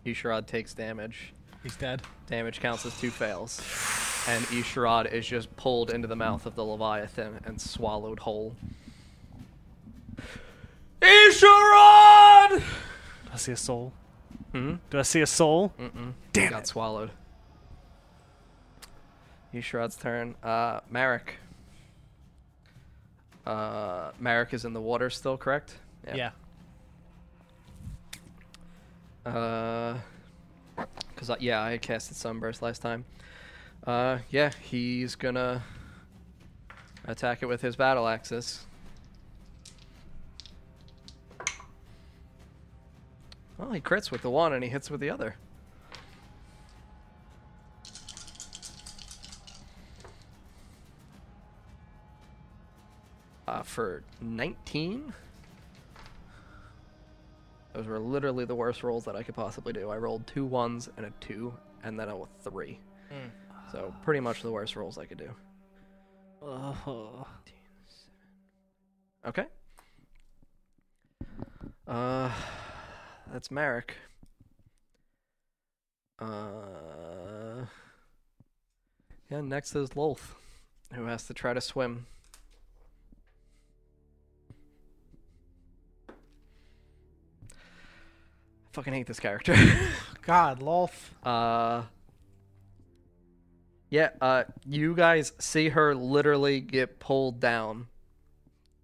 [SPEAKER 2] Isharad takes damage.
[SPEAKER 1] He's dead.
[SPEAKER 2] Damage counts as two fails. And Isharad is just pulled into the mouth of the Leviathan and swallowed whole. Isharad!
[SPEAKER 3] Do I see a soul?
[SPEAKER 2] Hmm?
[SPEAKER 3] Do I see a soul?
[SPEAKER 2] Damn got swallowed. Isharad's turn. Uh, Marek. Uh, Marek is in the water still, correct?
[SPEAKER 1] Yeah.
[SPEAKER 2] Uh, cause I, yeah, I casted Sunburst last time. Uh, yeah, he's gonna attack it with his battle axes. Well, he crits with the one and he hits with the other. Uh, for 19. Those were literally the worst rolls that I could possibly do. I rolled two ones and a two, and then a three. So pretty much the worst rolls I could do. Okay. Uh, that's Merrick. Uh, yeah. Next is Lolth, who has to try to swim. I fucking hate this character.
[SPEAKER 1] God, Lolf.
[SPEAKER 2] Uh, yeah, uh, you guys see her literally get pulled down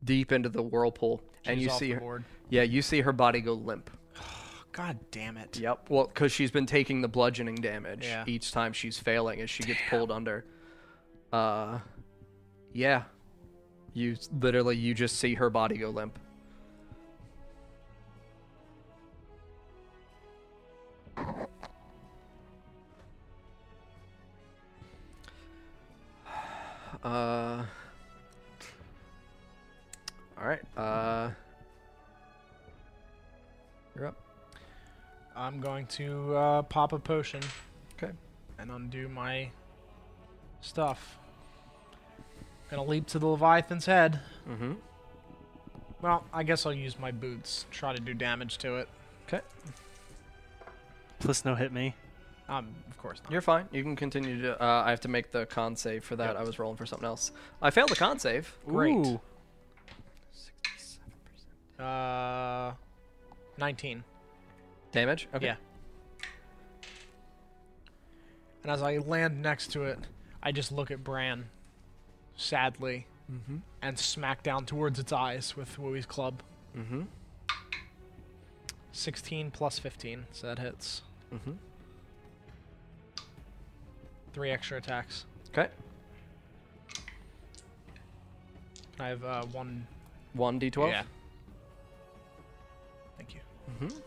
[SPEAKER 2] deep into the whirlpool, and
[SPEAKER 1] She's
[SPEAKER 2] you
[SPEAKER 1] off
[SPEAKER 2] see
[SPEAKER 1] the
[SPEAKER 2] her.
[SPEAKER 1] board.
[SPEAKER 2] Yeah, you see her body go limp.
[SPEAKER 1] God damn it.
[SPEAKER 2] Yep. Well, because she's been taking the bludgeoning damage
[SPEAKER 1] Yeah.
[SPEAKER 2] each time she's failing as she gets pulled under. Uh, yeah. You s- literally you just see her body go limp. Uh. All right. Uh. You're up.
[SPEAKER 1] I'm going to uh, pop a potion
[SPEAKER 2] Okay.
[SPEAKER 1] and undo my stuff. Gonna leap to the Leviathan's head.
[SPEAKER 2] Mm-hmm.
[SPEAKER 1] Well, I guess I'll use my boots. Try to do damage to it.
[SPEAKER 2] Okay.
[SPEAKER 3] Please no hit me.
[SPEAKER 1] Um, of course not.
[SPEAKER 2] You're fine. You can continue to. Uh, I have to make the con save for that. I was rolling for something else. I failed the con save.
[SPEAKER 1] Great.
[SPEAKER 3] Ooh.
[SPEAKER 1] Uh, 19.
[SPEAKER 2] Damage? Okay.
[SPEAKER 1] Yeah. And as I land next to it, I just look at Bran, sadly, and smack down towards its eyes with Wooey's club.
[SPEAKER 2] Mm-hmm.
[SPEAKER 1] 16 plus 15, so that hits.
[SPEAKER 2] Mm-hmm.
[SPEAKER 1] Three extra attacks.
[SPEAKER 2] Okay.
[SPEAKER 1] I have uh, one.
[SPEAKER 2] One d12.
[SPEAKER 1] Yeah. Thank you.
[SPEAKER 2] Mm-hmm.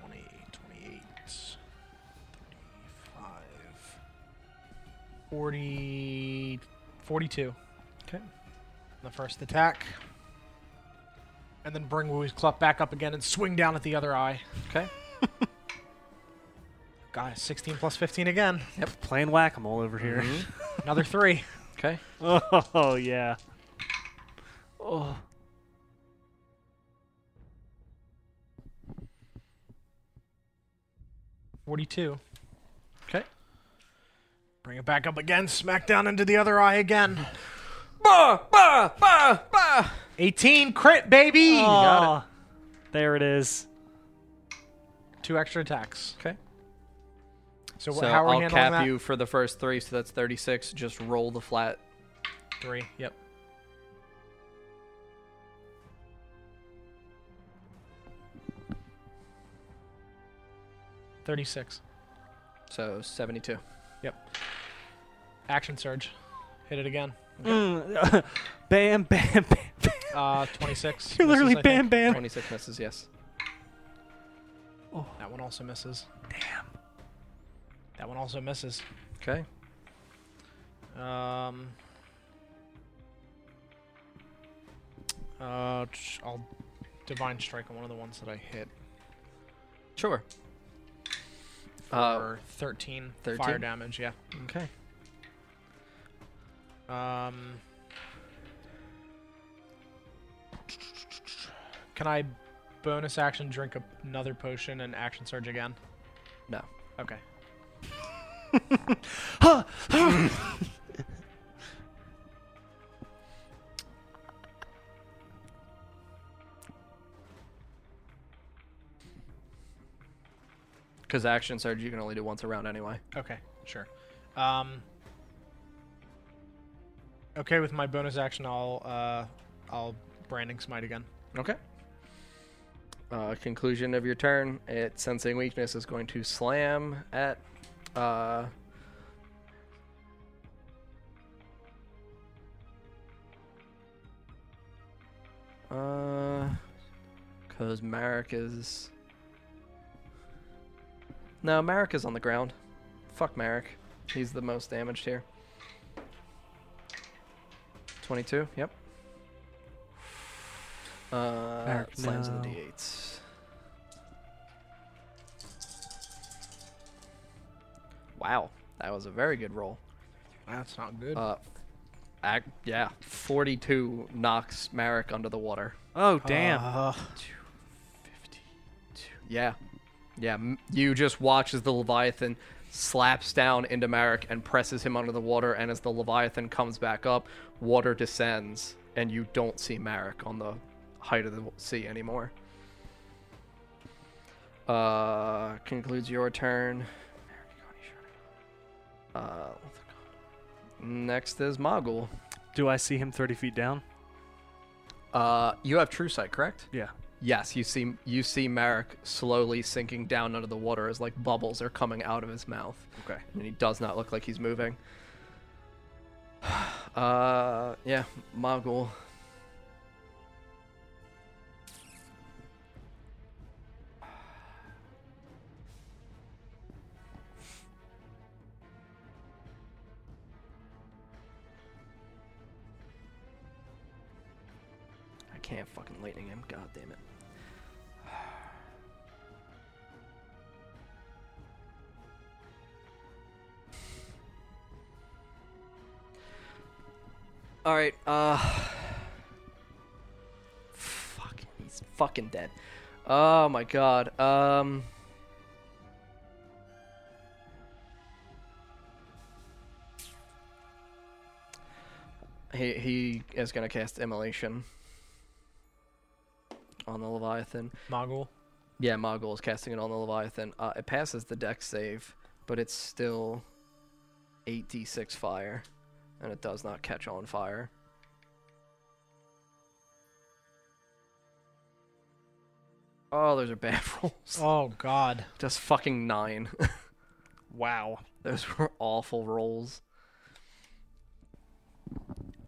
[SPEAKER 1] Twenty, twenty-eight, thirty-five, forty, forty-two.
[SPEAKER 2] 'Kay.
[SPEAKER 1] The first attack. And then bring Woo's club back up again and swing down at the other eye.
[SPEAKER 2] Okay.
[SPEAKER 1] Guys, 16 plus 15 again.
[SPEAKER 3] Playing whack a mole over here.
[SPEAKER 1] Another three.
[SPEAKER 2] Mm-hmm. Okay.
[SPEAKER 3] Oh, yeah.
[SPEAKER 2] Oh.
[SPEAKER 1] Forty-two.
[SPEAKER 2] Okay.
[SPEAKER 1] Bring it back up again. Smack down into the other eye again.
[SPEAKER 2] Bah! Bah! Bah! Bah!
[SPEAKER 1] 18 crit, baby.
[SPEAKER 3] it. There it is.
[SPEAKER 1] Two extra attacks.
[SPEAKER 2] Okay.
[SPEAKER 1] So,
[SPEAKER 2] So
[SPEAKER 1] wh- how are we
[SPEAKER 2] I'll
[SPEAKER 1] handling
[SPEAKER 2] cap
[SPEAKER 1] that?
[SPEAKER 2] you for the first three, so that's 36. Just roll the flat.
[SPEAKER 1] Three. Yep. Thirty-six.
[SPEAKER 2] So 72.
[SPEAKER 1] Action surge. Hit it again.
[SPEAKER 3] Mm, bam, bam, bam. bam.
[SPEAKER 1] Uh, twenty-six.
[SPEAKER 3] You're literally
[SPEAKER 1] misses, I think.
[SPEAKER 3] bam, bam.
[SPEAKER 2] 26 misses. Yes.
[SPEAKER 1] That one also misses. Damn. That one also misses.
[SPEAKER 2] Okay.
[SPEAKER 1] Um. Uh, tch, I'll divine strike on one of the ones that I hit
[SPEAKER 2] Sure.
[SPEAKER 1] for
[SPEAKER 2] Uh,
[SPEAKER 1] 13,
[SPEAKER 2] 13?
[SPEAKER 1] fire damage. Yeah.
[SPEAKER 2] okay.
[SPEAKER 1] Um. Can I bonus action drink a- another potion and action surge again?
[SPEAKER 2] No.
[SPEAKER 1] Okay.
[SPEAKER 2] Because action surge, you can only do once a round anyway.
[SPEAKER 1] Okay. Sure. Um, okay, with my bonus action, I'll uh, I'll branding smite again.
[SPEAKER 2] Okay. Uh, conclusion of your turn. It sensing weakness is going to slam at. Uh, uh, cause Marek is. No, Marek is on the ground. Fuck Marek. He's the most damaged here. Twenty-two. Yep. Uh,
[SPEAKER 3] Marek,
[SPEAKER 2] slams in the
[SPEAKER 3] no.
[SPEAKER 2] d8s. Wow, that was a very good roll.
[SPEAKER 1] That's not good.
[SPEAKER 2] Uh, ac yeah, 42 knocks Marek under the water.
[SPEAKER 3] Oh damn!
[SPEAKER 2] Yeah. Yeah, m- you just watch as the Leviathan slaps down into Marek and presses him under the water. And as the Leviathan comes back up, water descends, and you don't see Marek on the height of the w- sea anymore. Uh, concludes your turn. Uh, next is Mogul.
[SPEAKER 3] Do I see him thirty feet down?
[SPEAKER 2] Uh, you have True Sight, correct?
[SPEAKER 3] Yeah.
[SPEAKER 2] Yes, you see you see Merrick slowly sinking down under the water as like bubbles are coming out of his mouth,
[SPEAKER 3] Okay.
[SPEAKER 2] and he does not look like he's moving. Uh, yeah, Mogul. I can't fucking lightning him. God damn it. All right. Uh. Fuck. He's fucking dead. Oh my god. Um. He he is gonna cast immolation on the Leviathan.
[SPEAKER 1] Mogul.
[SPEAKER 2] Yeah, Mogul is casting it on the Leviathan. Uh, it passes the deck save, but it's still 8d6 fire, and it does not catch on fire. Oh, those are bad rolls.
[SPEAKER 1] Oh God.
[SPEAKER 2] Just fucking nine.
[SPEAKER 3] Wow.
[SPEAKER 2] Those were awful rolls.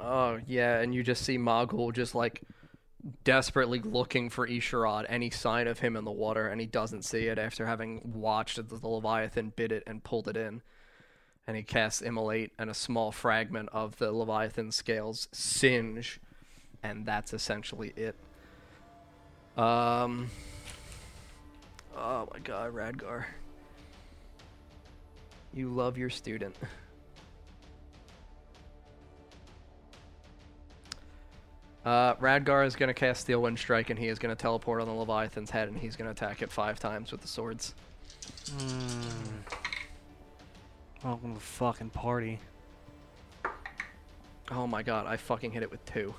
[SPEAKER 2] Oh yeah, and you just see Mogul just like desperately looking for Isharad, any sign of him in the water, and he doesn't see it after having watched as the Leviathan bit it and pulled it in. And he casts Immolate, and a small fragment of the Leviathan scales singe, and that's essentially it. Um. Oh my God, Radgar. You love your student. Uh, Radgar is going to cast Steel Wind Strike, and he is going to teleport on the Leviathan's head, and he's going to attack it five times with the swords.
[SPEAKER 3] Welcome to the fucking party.
[SPEAKER 2] Oh my god, I fucking hit it with two.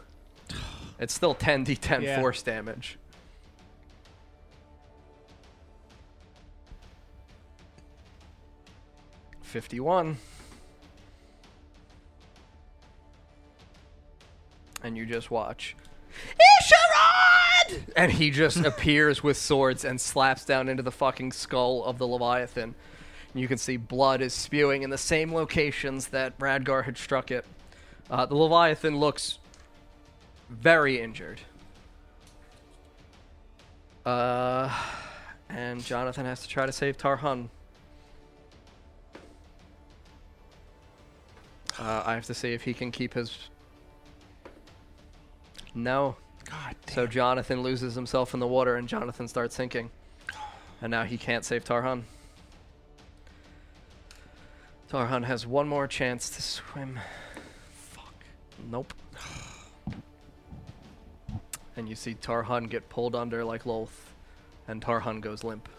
[SPEAKER 2] It's still 10d10
[SPEAKER 1] Yeah.
[SPEAKER 2] force damage. Fifty-one, and you just watch. Isharad! And he just appears with swords and slaps down into the fucking skull of the Leviathan. And you can see blood is spewing in the same locations that Radgar had struck it. Uh, the Leviathan looks very injured. Uh, and Jonathan has to try to save Tarhan. Uh, I have to see if he can keep his. No.
[SPEAKER 1] God.
[SPEAKER 2] So Jonathan loses himself in the water, and Jonathan starts sinking. And now he can't save Tarhan. Tarhan has one more chance to swim. Fuck. Nope. And you see Tarhan get pulled under like Lolth, and Tarhan goes limp.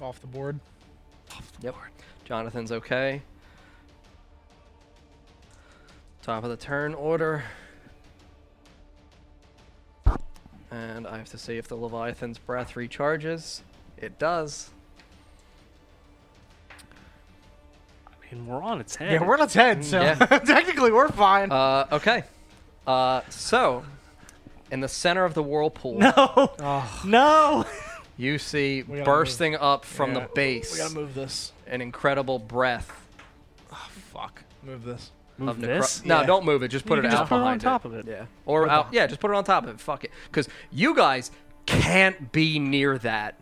[SPEAKER 1] Off the board.
[SPEAKER 2] Yep. Jonathan's okay. Top of the turn order. And I have to see if the Leviathan's breath recharges. It does.
[SPEAKER 3] and we're on its head.
[SPEAKER 1] Yeah, we're on its head, so
[SPEAKER 2] Yeah.
[SPEAKER 1] technically we're fine.
[SPEAKER 2] Uh, okay. Uh, so, in the center of the whirlpool,
[SPEAKER 3] no,
[SPEAKER 1] Oh,
[SPEAKER 3] no.
[SPEAKER 2] you see
[SPEAKER 1] We gotta
[SPEAKER 2] bursting up from
[SPEAKER 1] Yeah.
[SPEAKER 2] the base
[SPEAKER 1] we gotta move this.
[SPEAKER 2] an incredible breath
[SPEAKER 1] Fuck. Move this.
[SPEAKER 3] Move
[SPEAKER 2] of necro-
[SPEAKER 3] this.
[SPEAKER 2] No,
[SPEAKER 1] Yeah.
[SPEAKER 2] don't move it. Just put
[SPEAKER 3] you
[SPEAKER 2] it
[SPEAKER 3] can
[SPEAKER 2] out
[SPEAKER 3] just put it on
[SPEAKER 2] behind
[SPEAKER 3] top of it.
[SPEAKER 2] Yeah. Or out. Yeah, just put it on top of it. Fuck it. Because you guys can't be near that.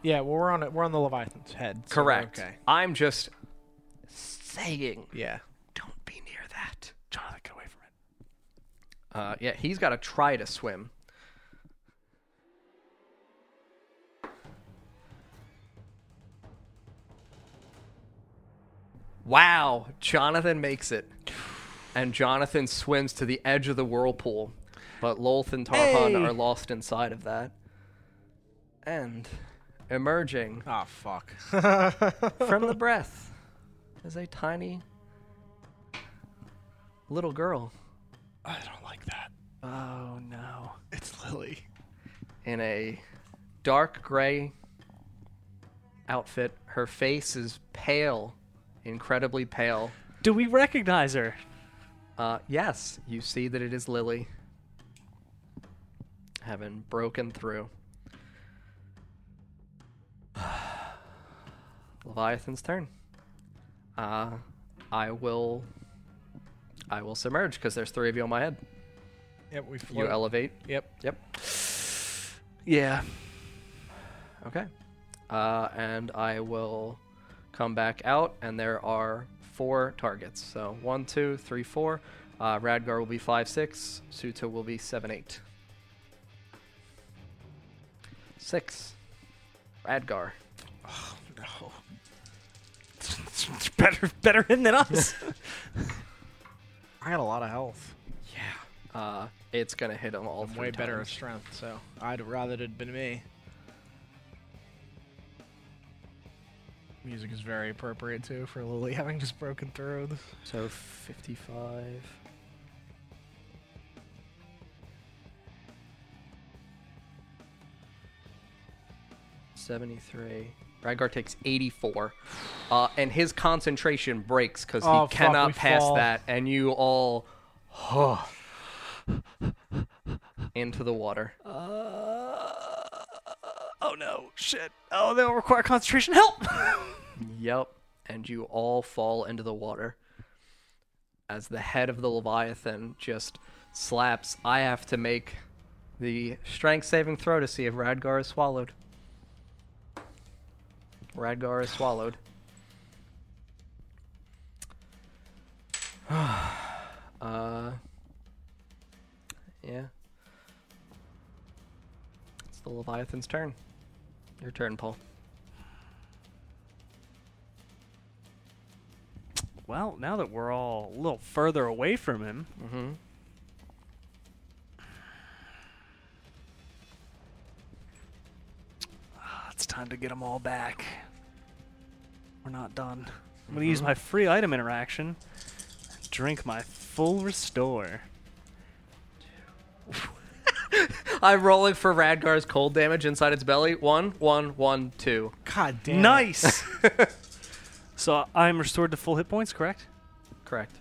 [SPEAKER 1] Yeah, well we're on it. We're on the Leviathan's head. so we're
[SPEAKER 2] Correct.
[SPEAKER 1] Okay.
[SPEAKER 2] I'm just saying,
[SPEAKER 1] Yeah.
[SPEAKER 2] don't be near that.
[SPEAKER 3] Jonathan, get away from it.
[SPEAKER 2] Uh, yeah, he's got to try to swim. Wow, Jonathan makes it. And Jonathan swims to the edge of the whirlpool. But Lolth and Tarhan
[SPEAKER 1] Hey!
[SPEAKER 2] are lost inside of that. And emerging
[SPEAKER 1] Ah, fuck.
[SPEAKER 2] from the breath is a tiny little girl
[SPEAKER 1] I don't like that.
[SPEAKER 3] Oh no.
[SPEAKER 1] It's Lily.
[SPEAKER 2] in a dark gray outfit. Her face is pale, incredibly pale.
[SPEAKER 3] Do we recognize her?
[SPEAKER 2] Uh, yes, you see that it is Lily. Having broken through. Leviathan's turn. Uh, I will. I will submerge because there's three of you on my head.
[SPEAKER 1] Yep, we
[SPEAKER 2] You
[SPEAKER 1] float.
[SPEAKER 2] elevate.
[SPEAKER 1] yep.
[SPEAKER 2] Yep.
[SPEAKER 3] Yeah.
[SPEAKER 2] Okay. Uh, and I will come back out, and there are four targets. So one, two, three, four. Uh, Radgar will be five, six. Suta will be seven, eight. Six. Radgar.
[SPEAKER 1] No.
[SPEAKER 3] better, better him than us.
[SPEAKER 1] I got a lot of health.
[SPEAKER 2] Uh, it's gonna hit them all.
[SPEAKER 1] I'm
[SPEAKER 2] three
[SPEAKER 1] way better at
[SPEAKER 2] times.
[SPEAKER 1] strength, so I'd rather it had been me. Music is very appropriate too for Lily having just broken through. This-
[SPEAKER 2] So fifty-five. Seventy-three. Radgar takes eighty-four, uh, and his concentration breaks because
[SPEAKER 1] Oh,
[SPEAKER 2] he
[SPEAKER 1] fuck,
[SPEAKER 2] cannot
[SPEAKER 1] we
[SPEAKER 2] pass
[SPEAKER 1] fall.
[SPEAKER 2] that. And you all, into the water.
[SPEAKER 3] Uh, oh no. Shit. Oh, they'll require concentration help.
[SPEAKER 2] Yep. And you all fall into the water as the head of the Leviathan just slaps. I have to make the strength saving throw to see if Radgar is swallowed. Radgar is swallowed. uh, yeah. It's the Leviathan's turn. Your turn, Paul.
[SPEAKER 3] well, now that we're all a little further away from him,
[SPEAKER 2] Mm-hmm.
[SPEAKER 3] Ah, it's time to get them all back. We're not done. I'm
[SPEAKER 1] Mm-hmm.
[SPEAKER 3] gonna use my free item interaction. Drink my full restore.
[SPEAKER 2] I'm rolling for Radgar's cold damage inside its belly. One, one, one, two.
[SPEAKER 1] God damn. it.
[SPEAKER 3] Nice. so I'm restored to full hit points, correct?
[SPEAKER 2] Correct.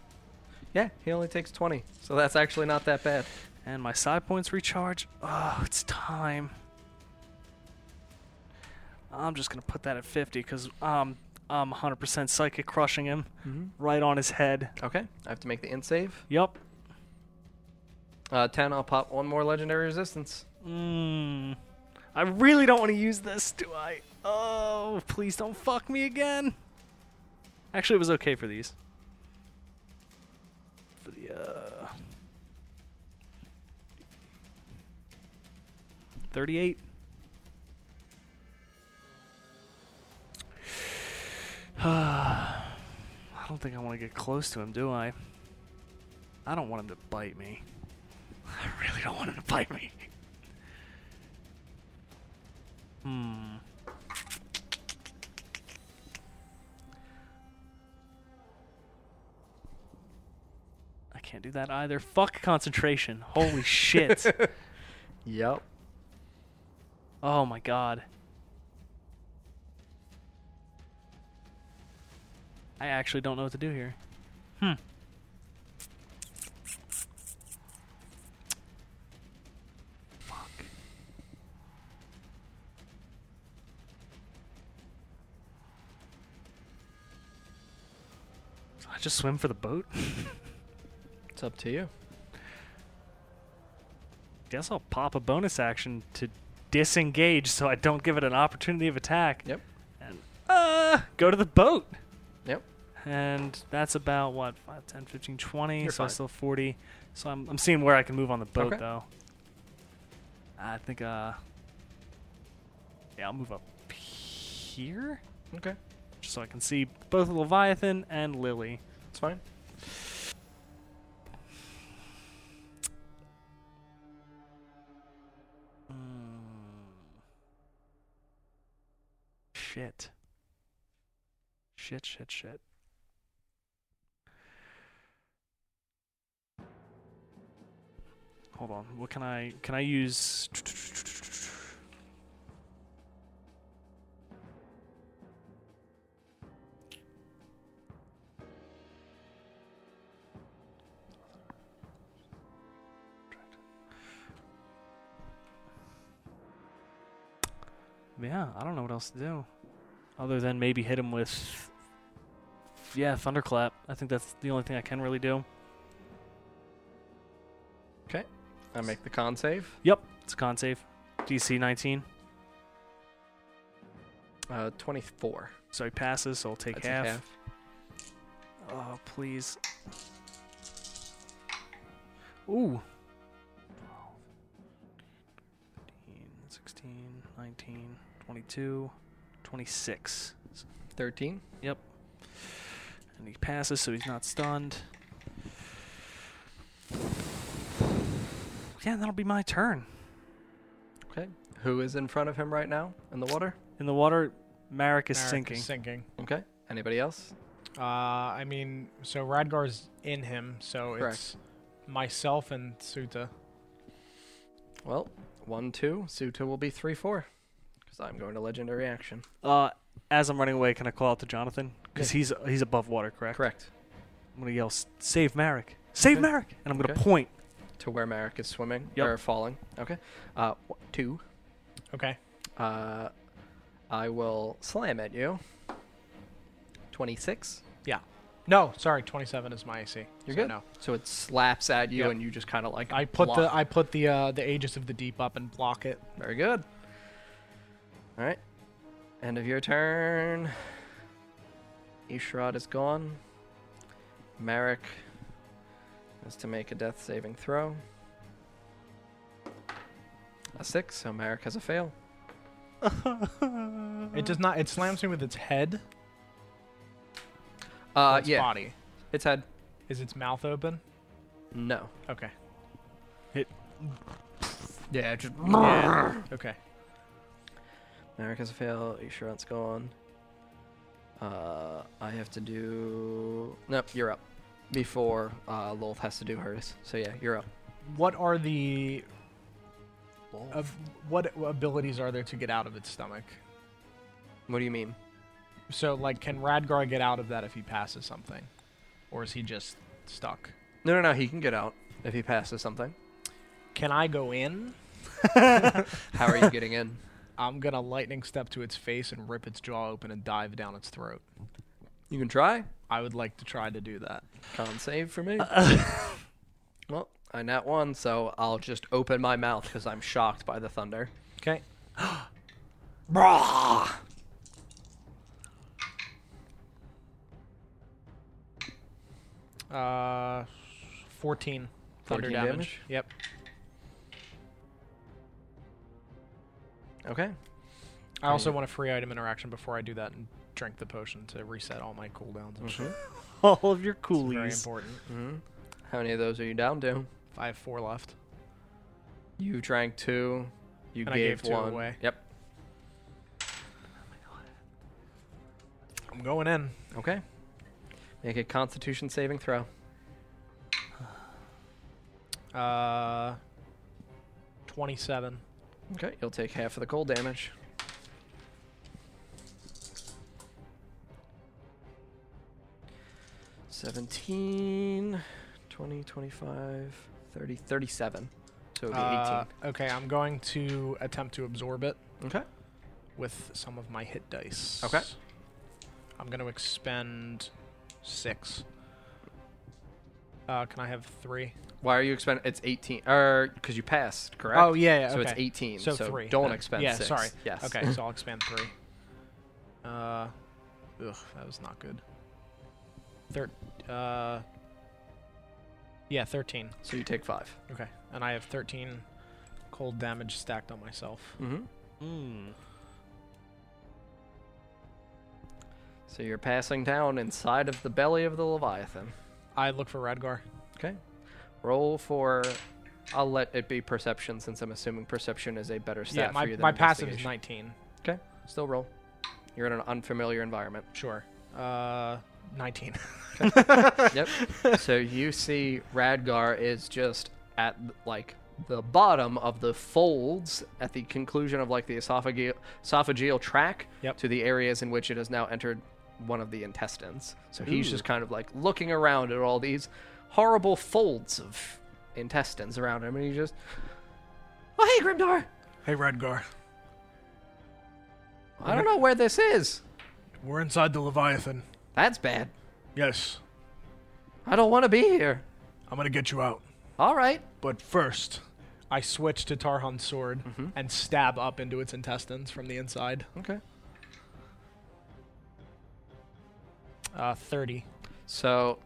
[SPEAKER 2] Yeah, he only takes 20, so that's actually not that bad.
[SPEAKER 3] And my side points recharge. Oh, it's time. I'm just gonna put that at 50 because um, I'm 100% psychic crushing him right on his head.
[SPEAKER 2] Okay, I have to make the int save.
[SPEAKER 3] Yup.
[SPEAKER 2] Uh, 10, I'll pop one more legendary resistance.
[SPEAKER 3] Mm. I really don't want to use this, do I? Oh, please don't fuck me again. Actually, it was okay for these. For the uh, thirty-eight. I don't think I want to get close to him, do I? I don't want him to bite me. I really don't want him to bite me. Hmm. I can't do that either. Fuck concentration. Holy shit.
[SPEAKER 2] Yep.
[SPEAKER 3] Oh my god. I actually don't know what to do here. Hmm. Fuck. So I just swim for the boat?
[SPEAKER 2] It's up to you.
[SPEAKER 3] Guess I'll pop a bonus action to disengage so I don't give it an opportunity of attack.
[SPEAKER 2] Yep.
[SPEAKER 3] And uh go to the boat.
[SPEAKER 2] Yep.
[SPEAKER 3] And that's about what, 5, 10, 15, 20,
[SPEAKER 2] You're
[SPEAKER 3] so
[SPEAKER 2] fine.
[SPEAKER 3] I'm still 40. So I'm, I'm seeing where I can move on the boat
[SPEAKER 2] Okay.
[SPEAKER 3] though. I think uh Yeah, I'll move up here
[SPEAKER 2] Okay.
[SPEAKER 3] just so I can see both Leviathan and Lily.
[SPEAKER 2] It's fine.
[SPEAKER 3] Hmm. Shit. Shit, shit, shit. Hold on. What can I can I use Yeah, I don't know what else to do. Other than maybe hit him with Yeah, thunderclap. I think that's the only thing I can really do.
[SPEAKER 2] I make the con save.
[SPEAKER 3] Yep, it's a con save. DC 19.
[SPEAKER 2] Uh, 24.
[SPEAKER 3] So he passes, so I'll take
[SPEAKER 2] That's a
[SPEAKER 3] half. Oh, please. Ooh. 15, 16, 19, 22, 26.
[SPEAKER 2] 13.
[SPEAKER 3] And he passes, so he's not stunned. Yeah, that'll be my turn.
[SPEAKER 2] Okay. Who is in front of him right now in the water?
[SPEAKER 3] In the water, Marek is
[SPEAKER 1] Merrick
[SPEAKER 3] sinking.
[SPEAKER 1] Sinking.
[SPEAKER 2] Okay. Anybody else?
[SPEAKER 1] Uh, I mean, so Radgar's in him, so
[SPEAKER 2] Correct.
[SPEAKER 1] it's myself and Suta.
[SPEAKER 2] Well, 1, 2. Suta will be 3, 4. Because I'm going to legendary action.
[SPEAKER 3] Uh, as I'm running away, can I call out to Jonathan? Because he's he's above water, correct?
[SPEAKER 2] Correct.
[SPEAKER 3] I'm gonna yell, "S- "Save Marek! Save
[SPEAKER 2] Okay.
[SPEAKER 3] Marek!" And I'm gonna
[SPEAKER 2] Okay.
[SPEAKER 3] point.
[SPEAKER 2] To where Merrick is swimming.
[SPEAKER 3] Yep.
[SPEAKER 2] Or falling. Okay. Uh, wh- 2.
[SPEAKER 1] Okay.
[SPEAKER 2] Uh, I will slam at you. 26.
[SPEAKER 1] No, sorry, 27 is my AC.
[SPEAKER 2] You're
[SPEAKER 1] so
[SPEAKER 2] good.
[SPEAKER 1] No.
[SPEAKER 2] So it slaps at you,
[SPEAKER 1] Yep.
[SPEAKER 2] and you just kind of like.
[SPEAKER 1] I put
[SPEAKER 2] block.
[SPEAKER 1] the I put the uh, the Aegis of the Deep up and block it.
[SPEAKER 2] Very good. All right. End of your turn. Ishrod is gone. Marek has to make a death saving throw. A six, so Marek has a fail.
[SPEAKER 1] It does not. It slams me with its head. or
[SPEAKER 2] Uh,
[SPEAKER 1] its
[SPEAKER 2] yeah,
[SPEAKER 1] Body.
[SPEAKER 2] it's had
[SPEAKER 1] Is its mouth open?
[SPEAKER 2] no.
[SPEAKER 1] Okay.
[SPEAKER 2] Yeah, just
[SPEAKER 1] Okay.
[SPEAKER 2] Marek has a fail. Ishrod's gone. Uh, I have to do. Nope, you're up. Before uh, Lolth has to do hers. So yeah, you're up.
[SPEAKER 1] What are the
[SPEAKER 2] Lolth.
[SPEAKER 1] of what abilities are there to get out of its stomach?
[SPEAKER 2] What do you mean?
[SPEAKER 1] So like, can Radgar get out of that if he passes something, or is he just stuck?
[SPEAKER 2] No, no, no. He can get out if he passes something.
[SPEAKER 1] Can I go in?
[SPEAKER 2] How are you getting in?
[SPEAKER 1] I'm gonna lightning step to its face and rip its jaw open and dive down its throat.
[SPEAKER 2] You can try.
[SPEAKER 1] I would like to try to do that.
[SPEAKER 2] Con save for me. well, I nat one, so I'll just open my mouth because I'm shocked by the thunder.
[SPEAKER 1] Okay. Uh, 14 thunder
[SPEAKER 2] 14
[SPEAKER 1] damage.
[SPEAKER 2] damage?
[SPEAKER 1] Yep.
[SPEAKER 2] Okay.
[SPEAKER 1] I also
[SPEAKER 2] yeah.
[SPEAKER 1] want a free item interaction before I do that and drink the potion to reset all my cooldowns.
[SPEAKER 2] Mm-hmm.
[SPEAKER 1] and shit.
[SPEAKER 3] All of your
[SPEAKER 1] It's Very
[SPEAKER 3] coolies.
[SPEAKER 1] important.
[SPEAKER 2] hmm How many of those are you down to?
[SPEAKER 1] I have four left.
[SPEAKER 2] You drank two. You
[SPEAKER 1] And I
[SPEAKER 2] gave,
[SPEAKER 1] gave two
[SPEAKER 2] one.
[SPEAKER 1] away.
[SPEAKER 2] Yep.
[SPEAKER 1] I'm going in.
[SPEAKER 2] Okay. Make a Constitution saving throw.
[SPEAKER 1] Uh, 27.
[SPEAKER 2] Okay. You'll take half of the cold damage. 17, 20, 25, 30, 37. So it'd be
[SPEAKER 1] Uh, okay, I'm going to attempt to absorb it
[SPEAKER 2] 18. Okay.
[SPEAKER 1] with some of my hit dice.
[SPEAKER 2] Okay.
[SPEAKER 1] I'm going to expend six. Uh, can I have three?
[SPEAKER 2] Why are you expending? It's 18. Or, because you passed, correct?
[SPEAKER 1] Oh, yeah, yeah,
[SPEAKER 2] So it's
[SPEAKER 1] okay.
[SPEAKER 2] 18.
[SPEAKER 1] So three.
[SPEAKER 2] Don't
[SPEAKER 1] Uh,
[SPEAKER 2] expend
[SPEAKER 1] yeah,
[SPEAKER 2] six.
[SPEAKER 1] sorry.
[SPEAKER 2] Yes.
[SPEAKER 1] Okay, so I'll expand three. Uh, ugh, that was not good. Thir- uh, yeah, 13.
[SPEAKER 2] So you take five.
[SPEAKER 1] Okay, and I have 13 cold damage stacked on myself.
[SPEAKER 2] Mm-hmm.
[SPEAKER 3] Mm.
[SPEAKER 2] So you're passing down inside of the belly of the Leviathan.
[SPEAKER 1] I look for Radgar.
[SPEAKER 2] Okay. Roll for. I'll let it be perception since I'm assuming perception is a better stat
[SPEAKER 1] yeah, my,
[SPEAKER 2] for you than
[SPEAKER 1] my passive is
[SPEAKER 2] investigation.
[SPEAKER 1] 19.
[SPEAKER 2] Okay. Still roll. You're in an unfamiliar environment.
[SPEAKER 1] Sure. Uh, 19.
[SPEAKER 2] yep. So you see Radgar is just at like the bottom of the folds at the conclusion of like the esophageal, esophageal track
[SPEAKER 1] Yep.
[SPEAKER 2] to the areas in which it has now entered one of the intestines. So he's just kind of like looking around at all these horrible folds of intestines around him and he just Oh hey Grimdar!
[SPEAKER 4] Hey, Radgar.
[SPEAKER 2] I don't know where this is.
[SPEAKER 4] We're inside the Leviathan.
[SPEAKER 2] That's bad.
[SPEAKER 4] Yes,
[SPEAKER 2] I don't want to be here.
[SPEAKER 4] I'm gonna get you out.
[SPEAKER 2] All right.
[SPEAKER 4] But first,
[SPEAKER 1] I switch to Tarhan's sword and stab up into its intestines from the inside.
[SPEAKER 2] Okay.
[SPEAKER 1] Uh, 30.
[SPEAKER 2] So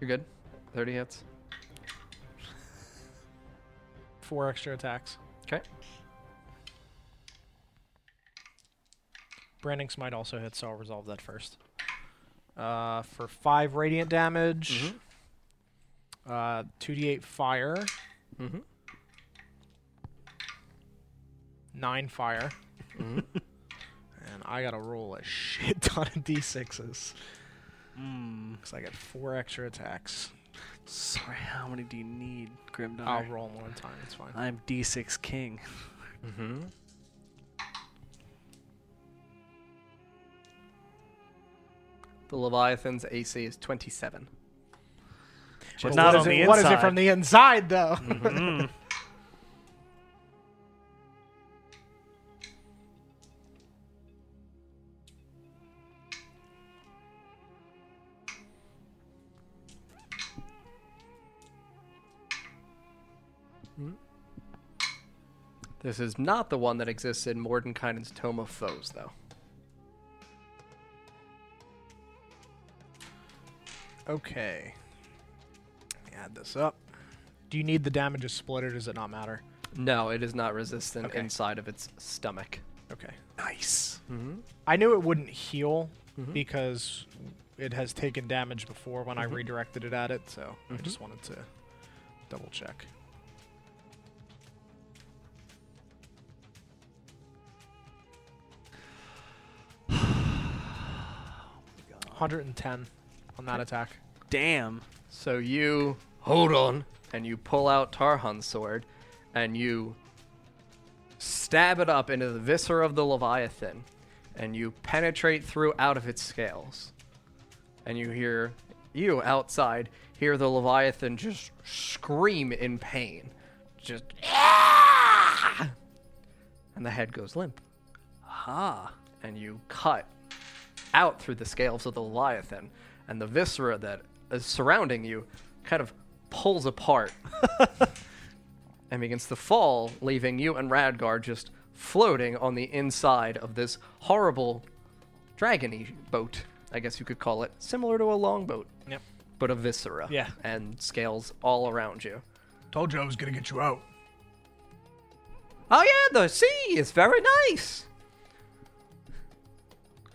[SPEAKER 2] you're good. Thirty hits.
[SPEAKER 1] Four extra attacks.
[SPEAKER 2] Okay.
[SPEAKER 1] Branding Smite also hits, so I'll resolve that first. Uh, for five radiant damage, uh, 2d8 fire,
[SPEAKER 2] Mm-hmm.
[SPEAKER 1] nine fire. and I gotta roll a shit ton of d6s.
[SPEAKER 3] Mm.
[SPEAKER 1] Because I got four extra attacks.
[SPEAKER 3] Sorry, how many do you need, Grimdar?
[SPEAKER 1] I'll roll 'em one time, it's fine.
[SPEAKER 3] I'm D6 King.
[SPEAKER 2] Mm-hmm. The Leviathan's AC is 27.
[SPEAKER 3] But
[SPEAKER 1] But
[SPEAKER 3] not
[SPEAKER 1] what
[SPEAKER 3] on
[SPEAKER 1] is
[SPEAKER 3] the
[SPEAKER 1] it, What is it
[SPEAKER 3] inside.
[SPEAKER 1] from the inside, though?
[SPEAKER 3] Mm.
[SPEAKER 2] This is not the one that exists in Mordenkainen's Tome of Foes, though.
[SPEAKER 1] Okay. Let me add this up. Do you need the damage is split or does it not matter?
[SPEAKER 2] No, it is not resistant
[SPEAKER 1] Okay.
[SPEAKER 2] inside of its stomach.
[SPEAKER 1] Okay.
[SPEAKER 3] Nice.
[SPEAKER 2] Mm-hmm.
[SPEAKER 1] I knew it wouldn't heal
[SPEAKER 4] Mm-hmm.
[SPEAKER 1] because it has taken damage before when
[SPEAKER 4] Mm-hmm.
[SPEAKER 1] I redirected it at it, so I just wanted to double check. Hundred and ten on that attack.
[SPEAKER 3] Damn.
[SPEAKER 2] So you hold on, and you pull out Tarhan's sword, and you stab it up into the viscera of the leviathan, and you penetrate through out of its scales, and you hear you outside hear the leviathan just scream in pain, just "Ah!" and the head goes limp. Ah, and you cut out through the scales of the leviathan, and the viscera that is surrounding you kind of pulls apart and begins to fall, leaving you and Radgar just floating on the inside of this horrible dragony boat. I guess you could call it similar to a longboat,
[SPEAKER 1] Yep.
[SPEAKER 2] but a viscera
[SPEAKER 1] Yeah.
[SPEAKER 2] and scales all around you.
[SPEAKER 4] told you I was gonna get you out.
[SPEAKER 2] Oh yeah, the sea is very nice.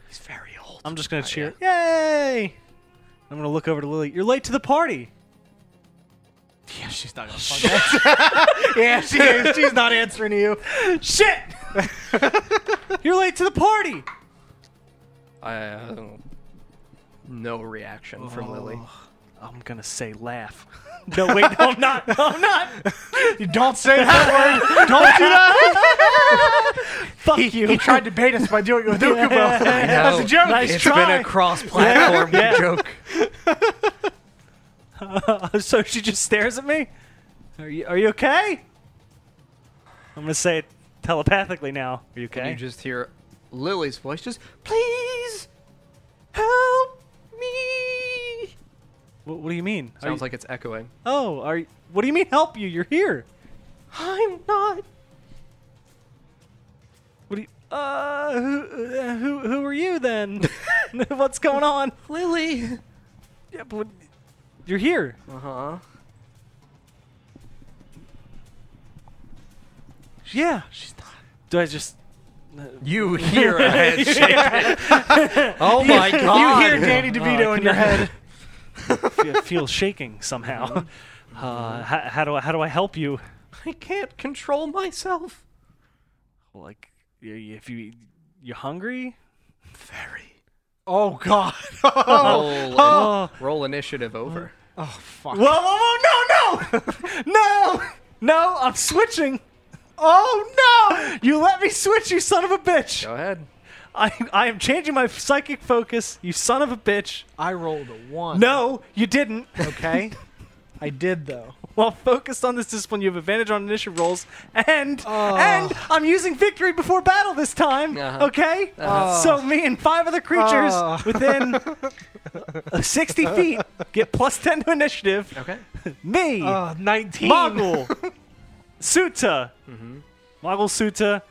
[SPEAKER 2] He's very old.
[SPEAKER 3] I'm just gonna cheer. Yay! I'm gonna look over to Lily. You're late to the party.
[SPEAKER 1] Yeah, she's not gonna fuck yeah, she is. She's not answering you.
[SPEAKER 3] Shit! You're late to the party.
[SPEAKER 2] Uh, no reaction from Lily.
[SPEAKER 3] Oh, I'm gonna say laugh. No, wait, no, I'm not. No, I'm not.
[SPEAKER 1] You don't say that word. Don't do that.
[SPEAKER 3] Fuck
[SPEAKER 1] He,
[SPEAKER 3] you.
[SPEAKER 1] he tried to bait us by doing it with Ukubo. That's a joke.
[SPEAKER 3] Nice
[SPEAKER 2] it's
[SPEAKER 3] try.
[SPEAKER 2] been a cross-platform joke.
[SPEAKER 3] so she just stares at me. Are you Are you okay? I'm gonna say it telepathically now. Are you okay?
[SPEAKER 2] You just hear Lily's voice, just please help me.
[SPEAKER 3] Wh- what, do you mean? Are
[SPEAKER 2] Sounds
[SPEAKER 3] you-
[SPEAKER 2] like it's echoing.
[SPEAKER 3] Oh, are you, what do you mean? Help you? You're here.
[SPEAKER 2] I'm not.
[SPEAKER 3] What do you? Uh, who uh, who who are you then? What's going on?
[SPEAKER 2] Lily.
[SPEAKER 3] Yeah, but what- you're here.
[SPEAKER 2] Uh huh.
[SPEAKER 3] Yeah, she's not. Do I just?
[SPEAKER 2] You hear a head shaking. oh my god. Oh,
[SPEAKER 1] You hear Danny DeVito
[SPEAKER 3] I
[SPEAKER 1] in your head.
[SPEAKER 3] feel, feel shaking somehow. Uh, how, how do I, how do I help you?
[SPEAKER 2] Mm-hmm. I can't control myself.
[SPEAKER 3] Like, y- y- if you you're hungry,
[SPEAKER 2] Very.
[SPEAKER 1] Oh God.
[SPEAKER 2] Roll, in-
[SPEAKER 3] Oh.
[SPEAKER 2] roll initiative over.
[SPEAKER 1] Oh fuck.
[SPEAKER 3] Whoa, whoa, whoa, no, no! no! No, I'm switching! Oh no! You let me switch, you son of a bitch!
[SPEAKER 2] Go ahead.
[SPEAKER 3] I, I am changing my psychic focus, you son of a bitch.
[SPEAKER 1] I rolled a one.
[SPEAKER 3] No, you didn't.
[SPEAKER 1] Okay. I did though.
[SPEAKER 3] While focused on this discipline, you have advantage on initiative rolls, and and I'm using victory before battle this time.
[SPEAKER 2] Ah. Uh-huh. Ah.
[SPEAKER 3] Okay, so me and five other creatures
[SPEAKER 1] Uh.
[SPEAKER 3] within 60 feet get plus 10 to initiative.
[SPEAKER 2] Okay.
[SPEAKER 3] Me,
[SPEAKER 1] Uh, Nineteen.
[SPEAKER 3] Mogul Suta. Mogul Suta.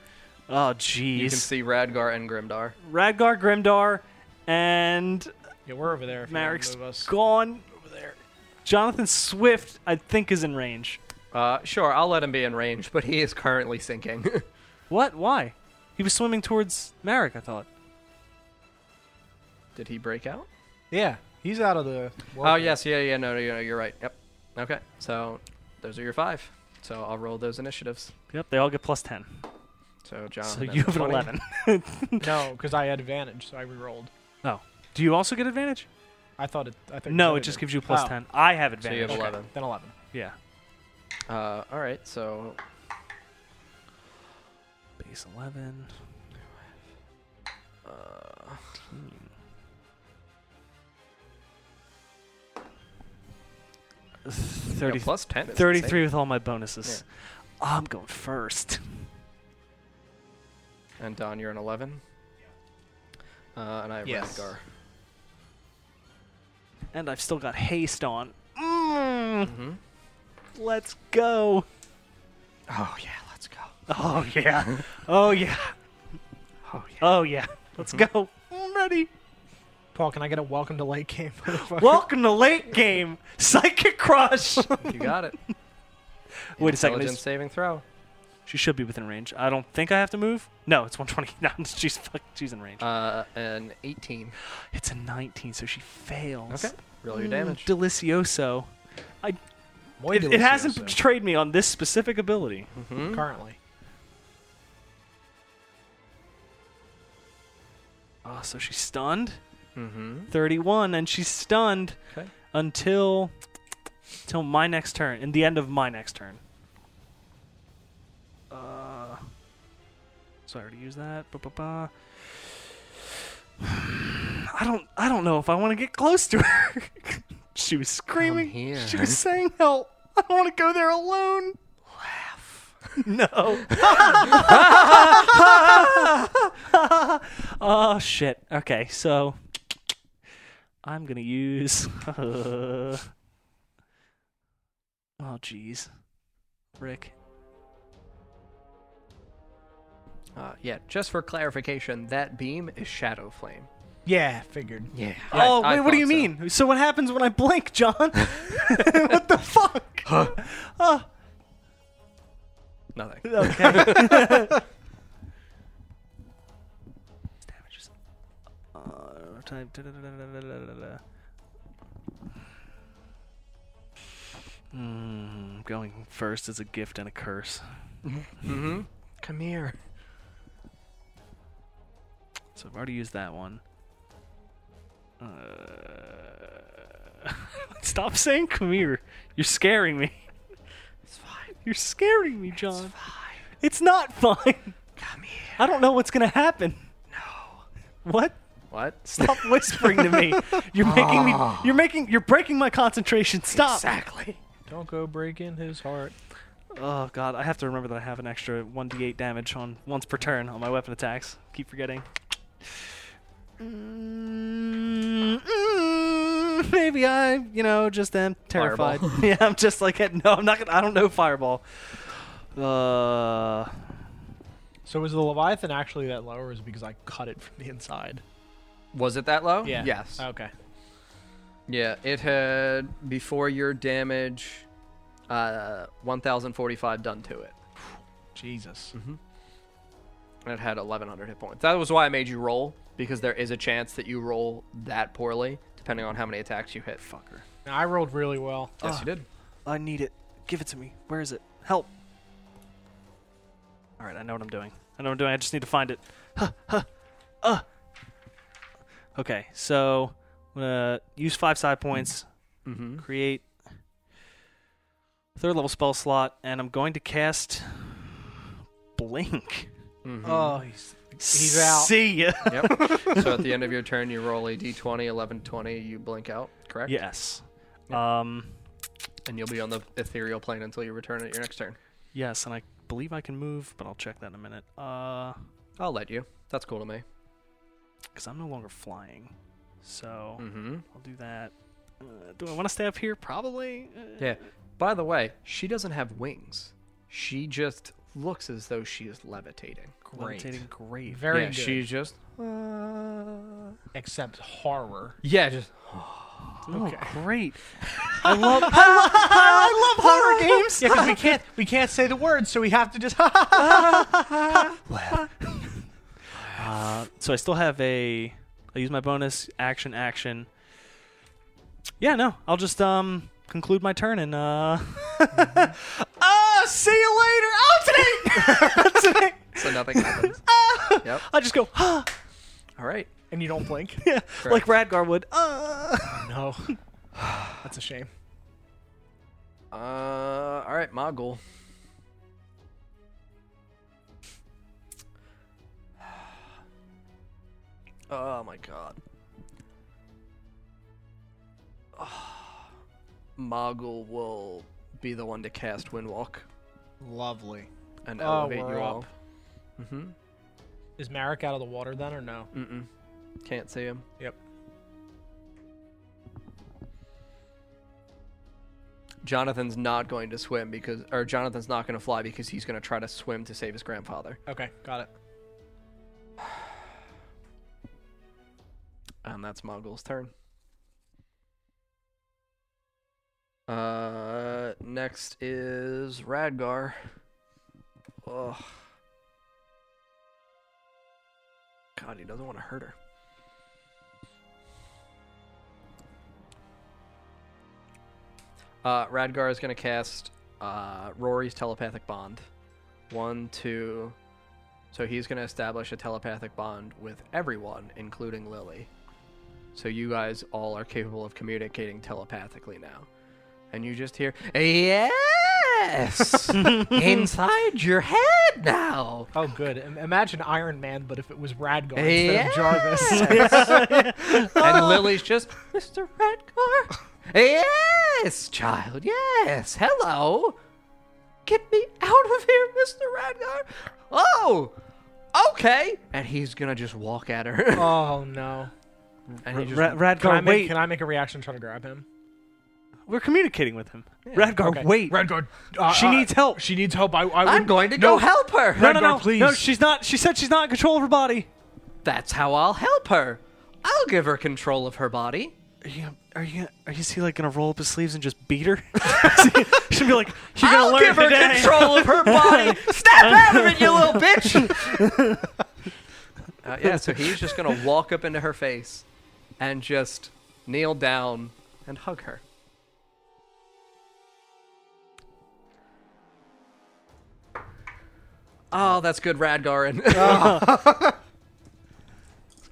[SPEAKER 3] Oh, jeez.
[SPEAKER 2] Mm-hmm. You can see Radgar and Grimdar.
[SPEAKER 3] Radgar Grimdar and
[SPEAKER 1] Yeah, we're over there. If
[SPEAKER 3] Marek's
[SPEAKER 1] you wanna move us.
[SPEAKER 3] gone. Over there. Jonathan Swift, I think, is in range.
[SPEAKER 2] Uh, sure, I'll let him be in range, but he is currently sinking.
[SPEAKER 3] What? Why? He was swimming towards Marek, I thought.
[SPEAKER 2] Did he break out?
[SPEAKER 1] yeah, he's out of the.
[SPEAKER 2] Oh yes, yeah, yeah, no, no, no, you're right. Yep. Okay, so those are your five. So I'll roll those initiatives.
[SPEAKER 3] Yep, they all get plus 10.
[SPEAKER 2] So John,
[SPEAKER 3] so
[SPEAKER 2] Oh, that's
[SPEAKER 3] you
[SPEAKER 2] a
[SPEAKER 3] have an
[SPEAKER 2] 20.
[SPEAKER 3] 11.
[SPEAKER 1] No, because I had advantage, so I re-rolled.
[SPEAKER 3] oh. Do you also get advantage?
[SPEAKER 1] I thought it. I think
[SPEAKER 3] No,
[SPEAKER 1] I
[SPEAKER 3] it just
[SPEAKER 1] did.
[SPEAKER 3] gives you plus
[SPEAKER 1] Oh,
[SPEAKER 3] 10. I have
[SPEAKER 2] So you
[SPEAKER 3] advantage.
[SPEAKER 2] have eleven.
[SPEAKER 1] Then eleven.
[SPEAKER 3] Yeah.
[SPEAKER 2] Uh, all right, so
[SPEAKER 3] Base 11.
[SPEAKER 2] Hmm.
[SPEAKER 3] Uh, 30,
[SPEAKER 2] yeah, plus ten. is
[SPEAKER 3] 33 with all my bonuses. I'm going first.
[SPEAKER 2] insane. And Don, you're an eleven. Uh, and I have
[SPEAKER 1] Yes.
[SPEAKER 2] Radgar.
[SPEAKER 3] And I've still got haste on. Mm,
[SPEAKER 2] Mm-hmm.
[SPEAKER 3] let's go.
[SPEAKER 2] Oh yeah, let's go.
[SPEAKER 3] Oh, yeah.
[SPEAKER 2] Oh
[SPEAKER 3] oh, yeah.
[SPEAKER 2] yeah. Mm-hmm.
[SPEAKER 3] Oh, yeah. Let's go. I'm ready.
[SPEAKER 1] Paul, can I get a welcome to late game? motherfucker?
[SPEAKER 3] Welcome to late game. Psychic Crush.
[SPEAKER 2] You got it.
[SPEAKER 3] Wait a second.
[SPEAKER 2] Intelligence
[SPEAKER 3] is-
[SPEAKER 2] saving throw.
[SPEAKER 3] She should be within range. I don't think I have to move. No, it's 120. No, she's fuck, she's in range.
[SPEAKER 2] Uh, an eighteen.
[SPEAKER 3] It's a 19, so she fails.
[SPEAKER 2] Okay. Roll
[SPEAKER 3] Mm,
[SPEAKER 2] your damage.
[SPEAKER 3] Delicioso.
[SPEAKER 1] Muy
[SPEAKER 3] It, it hasn't
[SPEAKER 1] delicioso,
[SPEAKER 3] betrayed me on this specific ability.
[SPEAKER 2] Mm-hmm.
[SPEAKER 1] currently.
[SPEAKER 3] Oh, so she's stunned.
[SPEAKER 2] Mm-hmm.
[SPEAKER 3] 31, and she's stunned
[SPEAKER 2] Okay.
[SPEAKER 3] until until my next turn. In the end of my next turn. Uh, so I already used that. Ba, ba, ba. I don't. I don't know if I want to get close to her. she was screaming.
[SPEAKER 2] here.
[SPEAKER 3] She was saying help. I don't want to go there alone. Laugh. No. oh shit. Okay, so I'm gonna use. oh jeez, Rick.
[SPEAKER 2] Uh, yeah. Just for clarification, that beam is Shadow Flame.
[SPEAKER 1] Yeah, figured.
[SPEAKER 2] Yeah.
[SPEAKER 3] oh wait, what do you mean? So. what happens when I blink, John? what the fuck? Oh,
[SPEAKER 2] Nothing.
[SPEAKER 3] okay. Damages. Uh, type da-da-da-da-da-da-da-da. Mm, going first is a gift and a curse.
[SPEAKER 2] Mm-hmm. Come here.
[SPEAKER 3] So I've already used that one. Uh, what's Stop saying come here. You're scaring me.
[SPEAKER 2] It's fine.
[SPEAKER 3] You're scaring me,
[SPEAKER 2] Fine.
[SPEAKER 3] John. It's not fine.
[SPEAKER 2] Come here.
[SPEAKER 3] I don't know what's gonna happen.
[SPEAKER 2] No.
[SPEAKER 3] What?
[SPEAKER 2] What?
[SPEAKER 3] Stop whispering to me. You're making me. You're making. You're breaking my concentration. Stop.
[SPEAKER 2] Ah. Exactly.
[SPEAKER 1] Don't go breaking his heart.
[SPEAKER 3] Oh god, I have to remember that I have an extra 1d8 damage on once per turn on my weapon attacks. Keep forgetting. Mm, mm, maybe I, you know, just am terrified.
[SPEAKER 2] Fireball.
[SPEAKER 3] yeah, I'm just like, no, I'm not gonna. I don't know fireball. Uh,
[SPEAKER 1] So is the Leviathan actually that low, or is it because I cut it from the inside?
[SPEAKER 2] Was it that low?
[SPEAKER 1] Yeah.
[SPEAKER 2] Oh, Yes.
[SPEAKER 3] Uh,
[SPEAKER 1] Okay.
[SPEAKER 2] Yeah, it had before your damage, uh, 1,045 done to it.
[SPEAKER 1] Jesus.
[SPEAKER 3] Mm-hmm.
[SPEAKER 2] And it had 1,100 hit points. That was why I made you roll because there is a chance that you roll that poorly depending on how many attacks you hit.
[SPEAKER 3] fucker.
[SPEAKER 1] Now, I rolled really well.
[SPEAKER 2] Yes,
[SPEAKER 3] Ah.
[SPEAKER 2] you did.
[SPEAKER 3] I need it. Give it to me. Where is it? Help. All right, I know what I'm doing. I know what I'm doing. I just need to find it. Huh, huh, uh. Okay, so I'm gonna use five side points,
[SPEAKER 2] Mm-hmm.
[SPEAKER 3] create third level spell slot, and I'm going to cast blink.
[SPEAKER 2] mm-hmm.
[SPEAKER 3] Ah.
[SPEAKER 1] Oh, he's he's out.
[SPEAKER 3] See ya.
[SPEAKER 2] yep. So at the end of your turn, you roll a d20, 11, 20, you blink out, correct?
[SPEAKER 3] Yes. Um.
[SPEAKER 2] And you'll be on the ethereal plane until you return at your next turn.
[SPEAKER 3] Yes, and I believe I can move, but I'll check that in a minute. Uh.
[SPEAKER 2] I'll let you. That's cool to me.
[SPEAKER 3] because I'm no longer flying. So
[SPEAKER 2] Mm-hmm.
[SPEAKER 3] I'll do that. Uh, do I want to stay up here? Probably. Uh,
[SPEAKER 2] Yeah. By the way, she doesn't have wings. She just looks as though she is levitating.
[SPEAKER 3] Levitating grave.
[SPEAKER 1] Very
[SPEAKER 2] yeah,
[SPEAKER 1] good.
[SPEAKER 2] she's just.
[SPEAKER 1] Except horror.
[SPEAKER 2] Yeah, just.
[SPEAKER 3] Oh,
[SPEAKER 1] Okay.
[SPEAKER 3] great. I love. I love, I love horror games.
[SPEAKER 1] Yeah, 'cause we can't we can't say the words, so we have to just.
[SPEAKER 3] Uh, so I still have a. I use my bonus action. Action. Yeah. No. I'll just um conclude my turn and uh.
[SPEAKER 1] Mm-hmm.
[SPEAKER 3] Ah, see you later. Oh, today. today.
[SPEAKER 2] So nothing happens. yep.
[SPEAKER 3] I just go. Ah,
[SPEAKER 2] All right.
[SPEAKER 1] and you don't blink.
[SPEAKER 3] yeah, like Radgar would. Ah.
[SPEAKER 1] no. That's a shame.
[SPEAKER 2] Uh, all right, Mogul. Oh my god. Mogul will be the one to cast Windwalk
[SPEAKER 1] Lovely.
[SPEAKER 2] and
[SPEAKER 1] Oh,
[SPEAKER 2] elevate
[SPEAKER 1] we're
[SPEAKER 2] you
[SPEAKER 1] up.
[SPEAKER 2] all. Mm-hmm.
[SPEAKER 1] Is Marek out of the water then, or no?
[SPEAKER 2] Mm-mm. Can't see him.
[SPEAKER 1] Yep.
[SPEAKER 2] Jonathan's not going to swim because, or Jonathan's not going to fly because he's going to try to swim to save his grandfather.
[SPEAKER 1] Okay, got it.
[SPEAKER 2] And that's Mogul's turn. Uh, next is Radgar. Ugh. God, he doesn't want to hurt her. Uh, Radgar is going to cast uh, Rory's telepathic bond. One, two. So he's going to establish a telepathic bond with everyone, including Lily. So you guys all are capable of communicating telepathically now. And you just hear, Yes! Inside your head now!
[SPEAKER 1] Oh, good. Im- imagine Iron Man, but if it was Radgar instead
[SPEAKER 2] Yes!
[SPEAKER 1] of Jarvis.
[SPEAKER 2] and Lily's just, Mr. Redcar? Yes, child, yes! Hello! Get me out of here, Mr. Radgar! Oh! Okay! And he's gonna just walk at her.
[SPEAKER 1] oh no.
[SPEAKER 2] and he just,
[SPEAKER 3] Ra- Radgar,
[SPEAKER 1] Can I make,
[SPEAKER 3] wait.
[SPEAKER 1] Can I make a reaction trying to grab him?
[SPEAKER 3] We're communicating with him. Radgar,
[SPEAKER 1] Okay.
[SPEAKER 3] Oh, wait.
[SPEAKER 1] Radgar. uh,
[SPEAKER 3] She
[SPEAKER 1] uh,
[SPEAKER 3] needs help.
[SPEAKER 1] She needs help. I. I
[SPEAKER 2] I'm
[SPEAKER 1] wouldn't-
[SPEAKER 2] going to
[SPEAKER 1] no,
[SPEAKER 2] go help her!
[SPEAKER 3] no, no,
[SPEAKER 1] Radgar,
[SPEAKER 3] no,
[SPEAKER 1] please.
[SPEAKER 3] no. She's not. She said she's not in control of her body.
[SPEAKER 2] That's how I'll help her. I'll give her control of her body.
[SPEAKER 3] Are you? Are you? Are you? Is he like gonna roll up his sleeves and just beat her? She'll be like, "You're gonna
[SPEAKER 2] I'll
[SPEAKER 3] learn
[SPEAKER 2] give her
[SPEAKER 3] today."
[SPEAKER 2] control of her body. Snap out of it, you little bitch. uh, yeah, so he's just gonna walk up into her face and just kneel down and hug her. Oh, that's good, Radgarin.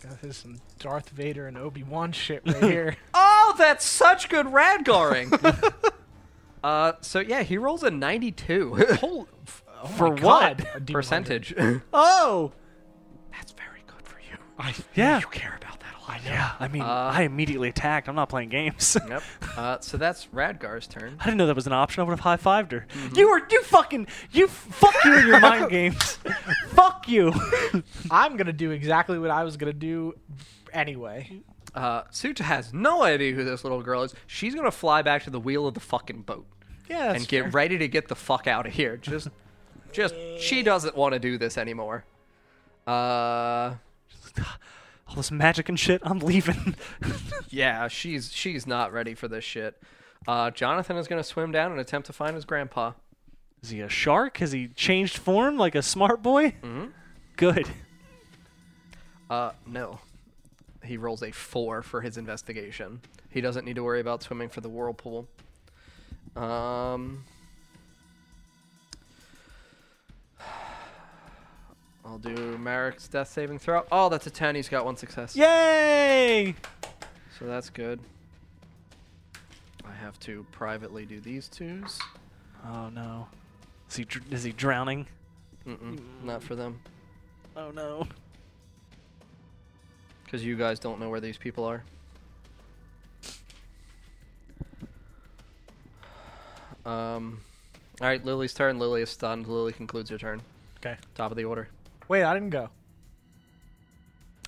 [SPEAKER 3] Uh.
[SPEAKER 1] This is some Darth Vader and Obi Wan shit right here.
[SPEAKER 2] oh, Wow, that's such good Radgaring. uh, so yeah, he rolls a 92
[SPEAKER 1] Holy, f- oh my
[SPEAKER 2] for
[SPEAKER 1] God,
[SPEAKER 2] what
[SPEAKER 1] a D100.
[SPEAKER 2] percentage?
[SPEAKER 1] Oh,
[SPEAKER 2] that's very good for you.
[SPEAKER 1] I,
[SPEAKER 3] Yeah.
[SPEAKER 2] You care about that a lot.
[SPEAKER 3] Yeah, I mean,
[SPEAKER 2] Uh,
[SPEAKER 3] I immediately attacked. I'm not playing games.
[SPEAKER 2] Yep. Uh, so that's Radgar's turn.
[SPEAKER 3] I didn't know that was an option. I would have high fived her.
[SPEAKER 2] Mm-hmm.
[SPEAKER 3] You were you fucking you fuck you in your mind games. fuck you.
[SPEAKER 1] I'm gonna do exactly what I was gonna do anyway.
[SPEAKER 2] Uh, Suta has no idea who this little girl is. She's gonna fly back to the wheel of the fucking boat
[SPEAKER 1] Yeah, that's
[SPEAKER 2] and get ready to get the fuck out of here. Just, just she doesn't want to do this anymore. Uh,
[SPEAKER 3] All this magic and shit. I'm leaving.
[SPEAKER 2] yeah, she's she's not ready for this shit. Uh, Jonathan is gonna swim down and attempt to find his grandpa.
[SPEAKER 3] Is he a shark? Has he changed form like a smart boy? Mm-hmm. Good.
[SPEAKER 2] Uh, no. He rolls a four for his investigation. He doesn't need to worry about swimming for the whirlpool. Um, I'll do Merrick's death saving throw. Oh, that's a 10. He's got one success.
[SPEAKER 3] Yay!
[SPEAKER 2] So that's good. I have to privately do these twos.
[SPEAKER 3] Oh no. Is he dr- is he drowning?
[SPEAKER 2] Mm-mm, not for them.
[SPEAKER 3] Oh no.
[SPEAKER 2] Because you guys don't know where these people are. Um, all right, Lily's turn. Lily is stunned. Lily concludes her turn.
[SPEAKER 1] Okay.
[SPEAKER 2] Top of the order.
[SPEAKER 1] Wait, I didn't go.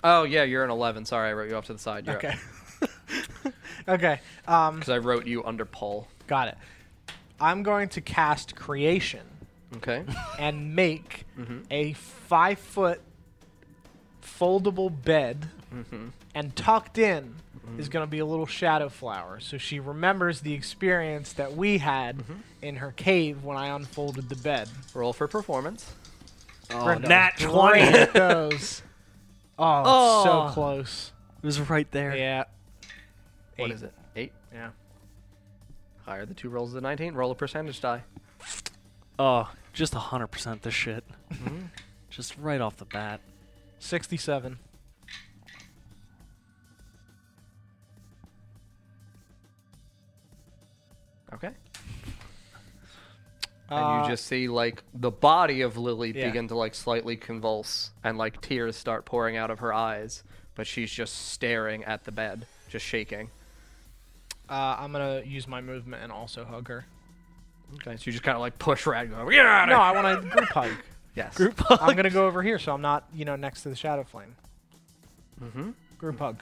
[SPEAKER 2] Oh yeah, you're an 11. Sorry, I wrote you off to the side. You're
[SPEAKER 1] Okay. okay. Um,
[SPEAKER 2] Because I wrote you under Paul.
[SPEAKER 1] got it. I'm going to cast creation
[SPEAKER 2] Okay.
[SPEAKER 1] and make
[SPEAKER 2] Mm-hmm.
[SPEAKER 1] a five foot foldable bed,
[SPEAKER 2] Mm-hmm.
[SPEAKER 1] and tucked in is going to be a little shadow flower. So she remembers the experience that we had
[SPEAKER 2] Mm-hmm.
[SPEAKER 1] in her cave when I unfolded the bed.
[SPEAKER 2] Roll for performance.
[SPEAKER 1] Oh,
[SPEAKER 3] Nat 20. it
[SPEAKER 1] those. Oh,
[SPEAKER 2] Oh.
[SPEAKER 1] so close.
[SPEAKER 3] was right there.
[SPEAKER 1] Yeah.
[SPEAKER 2] What
[SPEAKER 1] Eight.
[SPEAKER 2] is it? Eight.
[SPEAKER 1] Yeah.
[SPEAKER 2] Higher the two rolls of the 19. Roll a percentage die.
[SPEAKER 3] Oh, just 100% this shit. Mm-hmm. just right off the bat.
[SPEAKER 1] 67.
[SPEAKER 2] Okay. And you just see like the body of Lily
[SPEAKER 1] Uh, yeah.
[SPEAKER 2] begin to like slightly convulse and like tears start pouring out of her eyes, but she's just staring at the bed, just shaking.
[SPEAKER 1] Uh, I'm gonna use my movement and also hug her.
[SPEAKER 2] Okay, so you just kind of like push Radgar. over, Get out
[SPEAKER 1] No, I want to group hug.
[SPEAKER 2] Yes.
[SPEAKER 3] Group
[SPEAKER 1] I'm gonna go over here so I'm not, you know, next to the shadow flame. Mm-hmm. Group hug.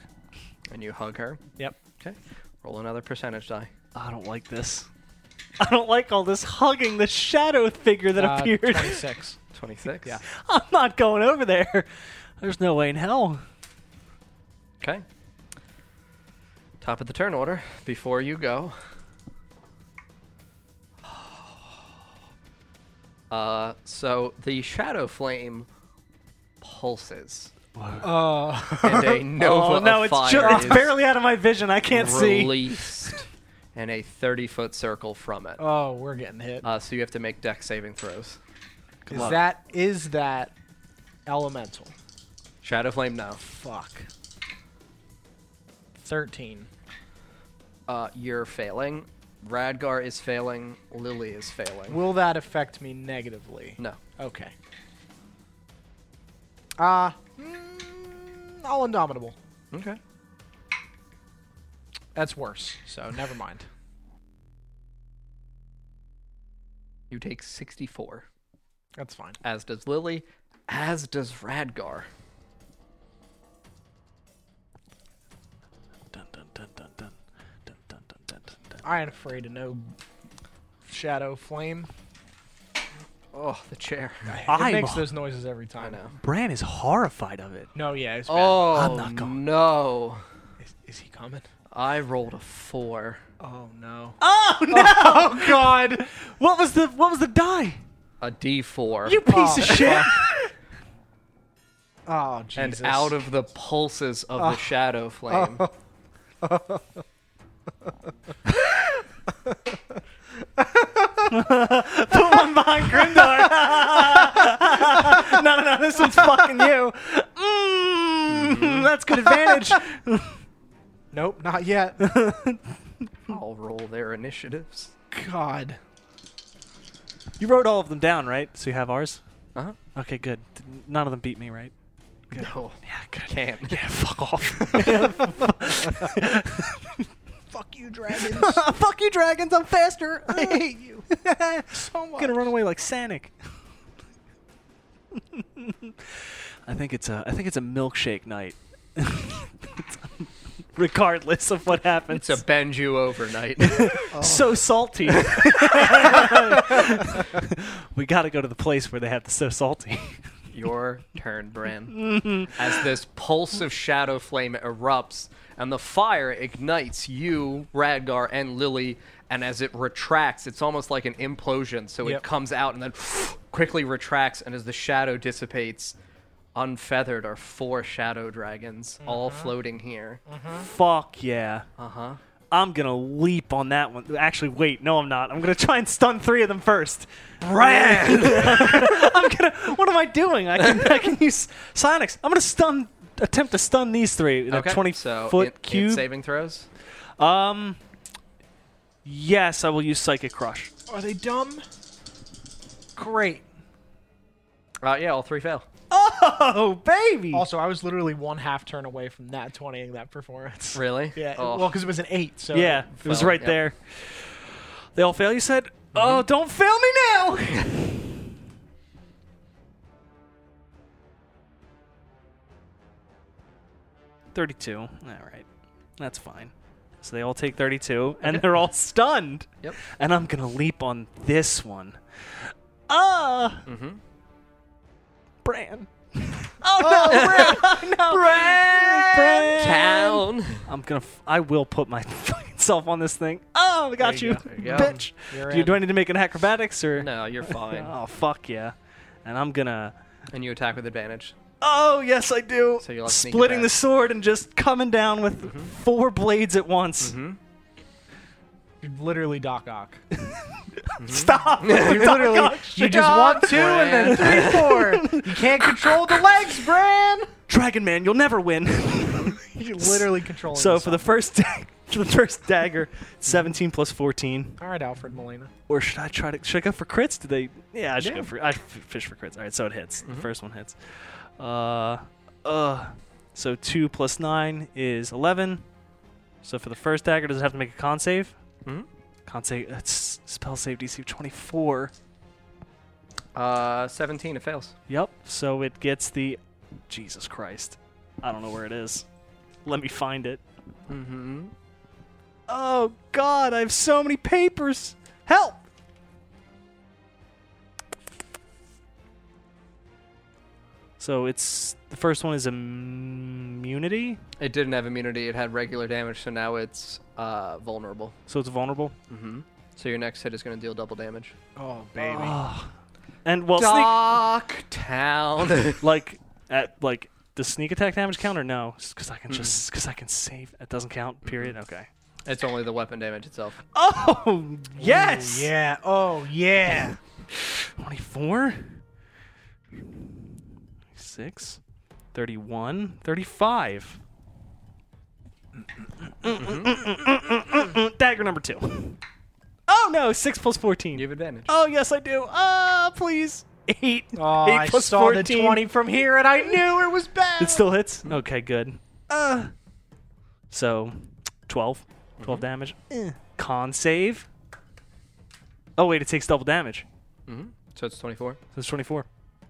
[SPEAKER 2] And you hug her.
[SPEAKER 1] Yep.
[SPEAKER 2] Okay. Roll another percentage die.
[SPEAKER 3] I don't like this. I don't like all this hugging the shadow figure that
[SPEAKER 1] Uh,
[SPEAKER 3] appeared.
[SPEAKER 1] 26.
[SPEAKER 2] 26.
[SPEAKER 1] Yeah.
[SPEAKER 3] I'm not going over there. There's no way in hell.
[SPEAKER 2] Okay. Top of the turn order. Before you go. Uh, so the shadow flame pulses,
[SPEAKER 1] Uh,
[SPEAKER 2] and a nova
[SPEAKER 3] oh
[SPEAKER 2] of
[SPEAKER 3] no, it's
[SPEAKER 2] fire
[SPEAKER 3] ju- it's
[SPEAKER 2] is
[SPEAKER 3] barely out of my vision. I can't see.
[SPEAKER 2] released in a 30-foot circle from it.
[SPEAKER 1] oh, we're getting hit.
[SPEAKER 2] Uh, so you have to make deck saving throws.
[SPEAKER 1] is
[SPEAKER 3] luck.
[SPEAKER 1] that is that elemental?
[SPEAKER 2] Shadow flame, no.
[SPEAKER 1] Fuck. 13.
[SPEAKER 2] Uh, you're failing. Radgar is failing. Lily is failing.
[SPEAKER 1] Will that affect me negatively?
[SPEAKER 2] No.
[SPEAKER 1] Okay. Uh, mm, all indomitable.
[SPEAKER 2] Okay.
[SPEAKER 1] That's worse. So never mind.
[SPEAKER 2] You take 64.
[SPEAKER 1] That's fine.
[SPEAKER 2] as does Lily, as does Radgar.
[SPEAKER 3] Dun, dun, dun, dun, dun. Dun, dun, dun, dun, dun, dun.
[SPEAKER 1] I ain't afraid of no shadow flame.
[SPEAKER 2] Oh, the chair.
[SPEAKER 1] it
[SPEAKER 3] I'm-
[SPEAKER 1] makes those noises every time.
[SPEAKER 2] I know.
[SPEAKER 3] Bran is horrified of it.
[SPEAKER 1] No, yeah. It's bad.
[SPEAKER 2] Oh
[SPEAKER 3] not going.
[SPEAKER 2] no!
[SPEAKER 1] Is, is he coming?
[SPEAKER 2] I rolled a four.
[SPEAKER 1] Oh no.
[SPEAKER 3] Oh no! Oh god! What was the what was the die?
[SPEAKER 2] A D four.
[SPEAKER 3] You piece of shit!
[SPEAKER 1] Oh Jesus.
[SPEAKER 2] and out of the pulses of
[SPEAKER 3] Ah.
[SPEAKER 2] the shadow
[SPEAKER 3] Oh.
[SPEAKER 2] flame.
[SPEAKER 3] the one behind Grimdar. no, no, no! This one's fucking you. Mm, That's good advantage.
[SPEAKER 1] Nope. Not yet.
[SPEAKER 2] I'll roll their initiatives.
[SPEAKER 1] God.
[SPEAKER 3] You wrote all of them down, right? So you have ours?
[SPEAKER 2] Uh-huh.
[SPEAKER 3] Okay, good. Th- None of them beat me, right?
[SPEAKER 2] No,
[SPEAKER 3] Yeah, good.
[SPEAKER 2] can't.
[SPEAKER 3] Yeah, fuck off.
[SPEAKER 1] Fuck you, dragons.
[SPEAKER 3] fuck you, dragons. I'm faster. I hate you.
[SPEAKER 1] so
[SPEAKER 3] I'm
[SPEAKER 1] much.
[SPEAKER 3] gonna run away like Sonic. I think it's a I think it's a milkshake night. Regardless of what happens,
[SPEAKER 2] It's a bend you overnight.
[SPEAKER 3] so salty. we got to go to the place where they have the so salty.
[SPEAKER 2] Your turn, Bran. As this pulse of shadow flame erupts and the fire ignites you, Radgar, and Lily, and as it retracts, it's almost like an implosion. So
[SPEAKER 1] Yep.
[SPEAKER 2] it comes out and then quickly retracts, and as the shadow dissipates, unfeathered are four shadow dragons, all floating here.
[SPEAKER 3] Mm-hmm. Uh-huh. Fuck yeah!
[SPEAKER 2] Uh huh.
[SPEAKER 3] I'm gonna leap on that one. Actually, wait, no, I'm not. I'm gonna try and stun three of them first. Bran! I'm gonna. What am I doing? I can, I can use Sonics. I'm gonna stun. Attempt to stun these three. in a
[SPEAKER 2] Okay.
[SPEAKER 3] 20
[SPEAKER 2] so
[SPEAKER 3] foot
[SPEAKER 2] in- in
[SPEAKER 3] cube.
[SPEAKER 2] saving throws.
[SPEAKER 3] Um. Yes, I will use Psychic Crush.
[SPEAKER 1] Are they dumb? Great.
[SPEAKER 2] Uh, yeah, all three fail.
[SPEAKER 3] Oh, baby!
[SPEAKER 1] Also, I was literally one half turn away from that 20ing that performance.
[SPEAKER 2] Really?
[SPEAKER 1] Yeah.
[SPEAKER 2] Oh.
[SPEAKER 1] Well, because it was an eight. So
[SPEAKER 3] yeah, it was
[SPEAKER 2] Fail,
[SPEAKER 3] right
[SPEAKER 2] yeah.
[SPEAKER 3] there. They all fail. You said, "Oh, don't fail me now." Thirty-two. All right, that's fine. So they all take thirty-two, and they're all stunned.
[SPEAKER 2] Yep.
[SPEAKER 3] And I'm gonna leap on this one. Ah,
[SPEAKER 2] Mm-hmm.
[SPEAKER 3] Bran. Oh no, Bran! no. Bran!
[SPEAKER 2] Town.
[SPEAKER 3] I'm gonna. F- I will put my fucking self on this thing. Oh, I got
[SPEAKER 1] There
[SPEAKER 3] you,
[SPEAKER 1] you go.
[SPEAKER 2] There you go.
[SPEAKER 3] bitch.
[SPEAKER 1] You're
[SPEAKER 3] Do, you,
[SPEAKER 1] in.
[SPEAKER 3] do I need to make an acrobatics or?
[SPEAKER 2] No, you're fine.
[SPEAKER 3] Oh fuck yeah! And I'm gonna.
[SPEAKER 2] And you attack with advantage.
[SPEAKER 3] Oh yes, I do.
[SPEAKER 2] So you'll have sneak
[SPEAKER 3] Splitting the
[SPEAKER 2] attack.
[SPEAKER 3] sword and just coming down with
[SPEAKER 1] Mm-hmm.
[SPEAKER 3] four blades at once.
[SPEAKER 1] You're literally Doc Ock.
[SPEAKER 3] Stop!
[SPEAKER 1] You're literally. mm-hmm. you just want two and then three, four. You can't control the legs, Bran.
[SPEAKER 3] Dragon Man, you'll never win.
[SPEAKER 1] You're literally controlling.
[SPEAKER 3] so for the first, da- for the first dagger, 17 plus 14.
[SPEAKER 1] All right, Alfred Molina.
[SPEAKER 3] Or should I try to? Should I go for crits? Do they? Yeah, Mm-hmm. I should
[SPEAKER 1] Yeah.
[SPEAKER 3] go for. I f- fish for crits. All right, so it hits. The first one hits. Uh, uh. So two plus nine is eleven. So for the first dagger, does it have to make a con save?
[SPEAKER 2] hmm
[SPEAKER 3] Con save. Uh, s- spell save DC twenty four.
[SPEAKER 2] Uh, 17, it fails.
[SPEAKER 3] Yep. So it gets the. Jesus Christ. I don't know where it is. Let me find it.
[SPEAKER 2] Mm-hmm.
[SPEAKER 3] Oh God! I have so many papers. Help! So it's the first one is immunity,
[SPEAKER 2] It didn't have immunity. It had regular damage, so now it's uh, vulnerable.
[SPEAKER 3] so it's vulnerable.
[SPEAKER 2] Mm-hmm. So your next hit is going to deal double damage.
[SPEAKER 1] Oh baby.
[SPEAKER 3] Ah. and well,
[SPEAKER 2] Doc Town.
[SPEAKER 3] sneak like at like does sneak attack damage count or no? Because I can just because I can save. It doesn't count. Period. Okay.
[SPEAKER 2] it's only the weapon damage itself.
[SPEAKER 3] Oh yes.
[SPEAKER 1] yeah. Oh yeah.
[SPEAKER 3] 24 6 31 35 dagger number two. Oh no, six plus fourteen.
[SPEAKER 2] You have advantage.
[SPEAKER 3] Oh yes, I do. Ah, please. Eight.
[SPEAKER 1] Oh,
[SPEAKER 3] eight
[SPEAKER 1] I
[SPEAKER 3] plus
[SPEAKER 1] saw
[SPEAKER 3] 14.
[SPEAKER 1] the twenty from here, and I knew it was bad.
[SPEAKER 3] It still hits. Okay, good. Uh, so twelve. 12 damage. Eh. Con save. Oh wait, it takes double damage.
[SPEAKER 2] Mm-hmm. So it's 24.
[SPEAKER 3] So it's twenty-four.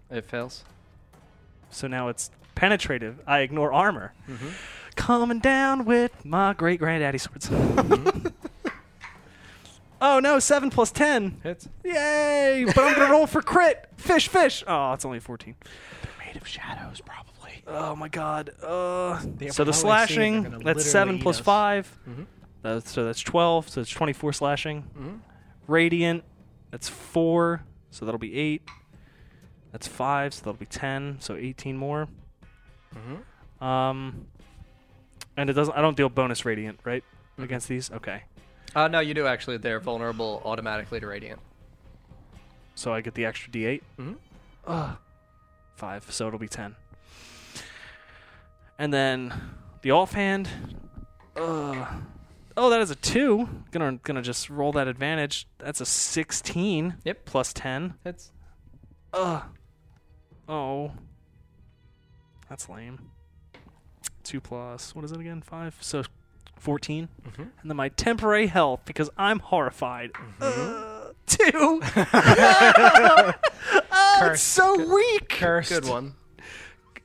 [SPEAKER 2] It fails.
[SPEAKER 3] So now it's penetrative. I ignore armor. Coming down with my great granddaddy swords. oh no, seven plus ten.
[SPEAKER 2] Hits.
[SPEAKER 3] Yay! But I'm gonna roll for crit. Fish, fish. Oh, it's only a fourteen.
[SPEAKER 1] made of shadows, probably.
[SPEAKER 3] Oh my god. Uh,
[SPEAKER 1] They are
[SPEAKER 3] so
[SPEAKER 1] probably seeing
[SPEAKER 3] the
[SPEAKER 1] they're
[SPEAKER 3] slashing.
[SPEAKER 1] gonna
[SPEAKER 3] That's seven
[SPEAKER 1] literally eat
[SPEAKER 3] plus
[SPEAKER 1] us. Mm-hmm.
[SPEAKER 3] five.
[SPEAKER 2] Mhm.
[SPEAKER 3] That's- so that's twelve. So it's twenty-four slashing.
[SPEAKER 2] Mhm.
[SPEAKER 3] Radiant. That's four. So that'll be eight. That's five. So that'll be ten. So eighteen more.
[SPEAKER 2] Mm-hmm.
[SPEAKER 3] Um, and it doesn't. I don't deal bonus radiant, right?
[SPEAKER 1] Mm-hmm.
[SPEAKER 3] Against these. Okay.
[SPEAKER 2] Uh, no, you do actually. They're vulnerable automatically to radiant.
[SPEAKER 3] So I get the extra d8.
[SPEAKER 2] Mhm.
[SPEAKER 3] Ugh. Five. So it'll be ten. And then the offhand. Ugh. Oh, that is a two. Gonna gonna just roll that advantage. That's a sixteen.
[SPEAKER 2] Yep.
[SPEAKER 3] Plus ten.
[SPEAKER 2] That's
[SPEAKER 3] Ugh. Oh. That's lame. Two plus what is it again? Five. So 14 And then my temporary health because I'm horrified. Uh, two. oh, it's
[SPEAKER 1] Cursed.
[SPEAKER 3] so weak.
[SPEAKER 1] Cursed.
[SPEAKER 2] good one.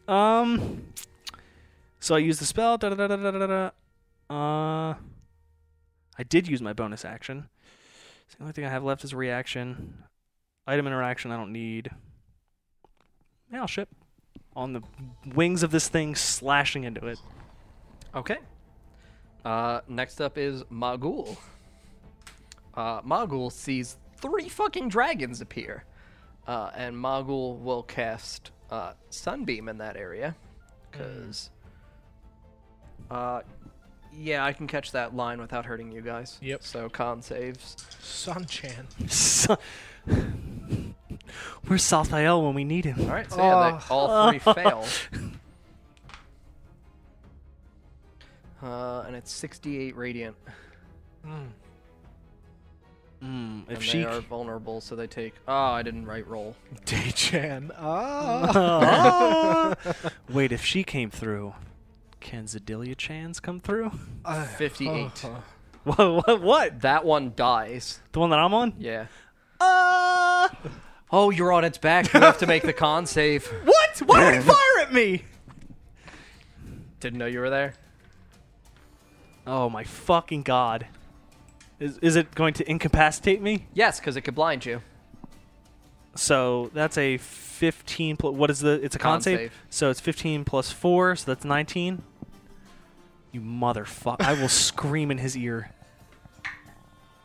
[SPEAKER 3] Um. So I use the spell. Da da da da da da. da. Uh. I did use my bonus action. So the only thing I have left is reaction. Item interaction I don't need. Yeah, I'll ship. On the wings of this thing, slashing into it.
[SPEAKER 2] Okay. Uh, next up is Magul. Uh, Magul sees three fucking dragons appear, uh, and Magul will cast uh, Sunbeam in that area, Mm. because. Uh, yeah, I can catch that line without hurting you guys.
[SPEAKER 1] Yep.
[SPEAKER 2] So con saves.
[SPEAKER 1] Sunchan.
[SPEAKER 3] So- Where's Sothael when we need him?
[SPEAKER 2] All right, so yeah, they, all three fail. Uh, and it's 68 radiant.
[SPEAKER 3] Mm, if
[SPEAKER 2] and
[SPEAKER 3] she.
[SPEAKER 2] they are vulnerable, so they take. Oh, I didn't right roll.
[SPEAKER 1] Daychan. Ah.
[SPEAKER 3] Ah. Wait, if she came through, can Zedilia Chans come through?
[SPEAKER 2] 58.
[SPEAKER 1] Uh,
[SPEAKER 3] What? What? What?
[SPEAKER 2] That one dies.
[SPEAKER 3] The one that I'm on?
[SPEAKER 2] Yeah.
[SPEAKER 3] Uh,
[SPEAKER 2] Oh, you're on its back. You have to make the con save.
[SPEAKER 3] what? Why did it fire at me?
[SPEAKER 2] Didn't know you were there.
[SPEAKER 3] Oh my fucking god! Is is it going to incapacitate me?
[SPEAKER 2] Yes, because it could blind you.
[SPEAKER 3] So that's a 15. Pl- what is the? It's a con,
[SPEAKER 2] Con
[SPEAKER 3] save?
[SPEAKER 2] save.
[SPEAKER 3] So it's 15 plus four. So that's 19. You motherfucker! I will scream in his ear.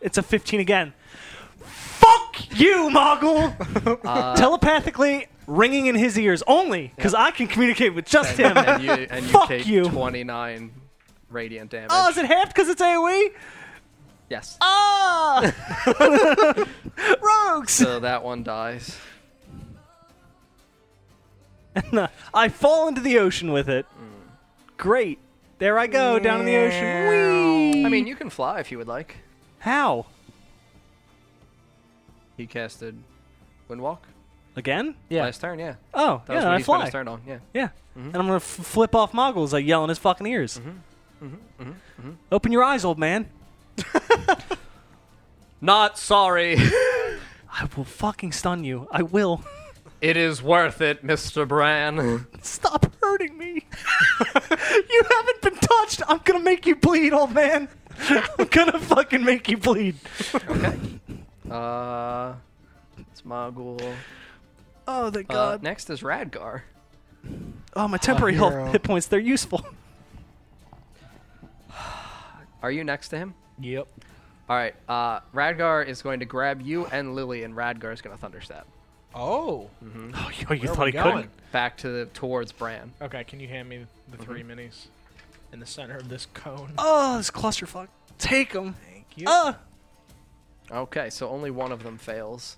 [SPEAKER 3] It's a 15 again. Fuck you, Mogul! Telepathically ringing in his ears only because I can communicate with just him.
[SPEAKER 2] And you, and you
[SPEAKER 3] Fuck
[SPEAKER 2] take
[SPEAKER 3] you.
[SPEAKER 2] 29 radiant damage.
[SPEAKER 3] Oh, is it half because it's E? AoE?
[SPEAKER 2] yes.
[SPEAKER 3] Ah!
[SPEAKER 2] Oh!
[SPEAKER 3] Rogues!
[SPEAKER 2] So that one dies.
[SPEAKER 3] uh, I fall into the ocean with it.
[SPEAKER 2] Mm.
[SPEAKER 3] Great. There I go, down in the ocean. Whee!
[SPEAKER 2] I mean, you can fly if you would like.
[SPEAKER 3] how?
[SPEAKER 2] He casted Windwalk
[SPEAKER 3] Again?
[SPEAKER 2] last turn, yeah.
[SPEAKER 3] Oh,
[SPEAKER 2] That was
[SPEAKER 3] yeah,
[SPEAKER 2] what
[SPEAKER 3] I
[SPEAKER 2] he spent
[SPEAKER 3] fly.
[SPEAKER 2] his turn on, yeah.
[SPEAKER 3] Yeah.
[SPEAKER 2] Mm-hmm.
[SPEAKER 3] And I'm going to f- flip off Moggles, like yelling his fucking ears.
[SPEAKER 2] Mm-hmm.
[SPEAKER 3] Open your eyes, old man.
[SPEAKER 2] Not sorry.
[SPEAKER 3] I will fucking stun you. I will.
[SPEAKER 2] it is worth it, Mr. Bran.
[SPEAKER 3] Stop hurting me. you haven't been touched. I'm going to make you bleed, old man. I'm going to fucking make you bleed.
[SPEAKER 2] okay. Uh, it's Mogul.
[SPEAKER 3] Oh, thank
[SPEAKER 2] Uh,
[SPEAKER 3] God.
[SPEAKER 2] next is Radgar.
[SPEAKER 3] Oh, my temporary
[SPEAKER 1] A
[SPEAKER 3] health
[SPEAKER 1] hero.
[SPEAKER 3] hit points, they're useful.
[SPEAKER 2] Are you next to him?
[SPEAKER 1] Yep.
[SPEAKER 2] All right. Uh, Radgar is going to grab you and Lily, and Radgar is going to thunderstab
[SPEAKER 1] Oh.
[SPEAKER 3] Oh, you, you
[SPEAKER 1] Where
[SPEAKER 3] thought
[SPEAKER 1] we
[SPEAKER 3] he
[SPEAKER 1] going?
[SPEAKER 3] couldn't?
[SPEAKER 2] back to the towards Bran.
[SPEAKER 1] Okay, can you hand me the 3 minis in the center of this cone?
[SPEAKER 3] Oh, this clusterfuck. Take him.
[SPEAKER 1] Thank you.
[SPEAKER 3] Oh,
[SPEAKER 2] Okay, so only one of them fails.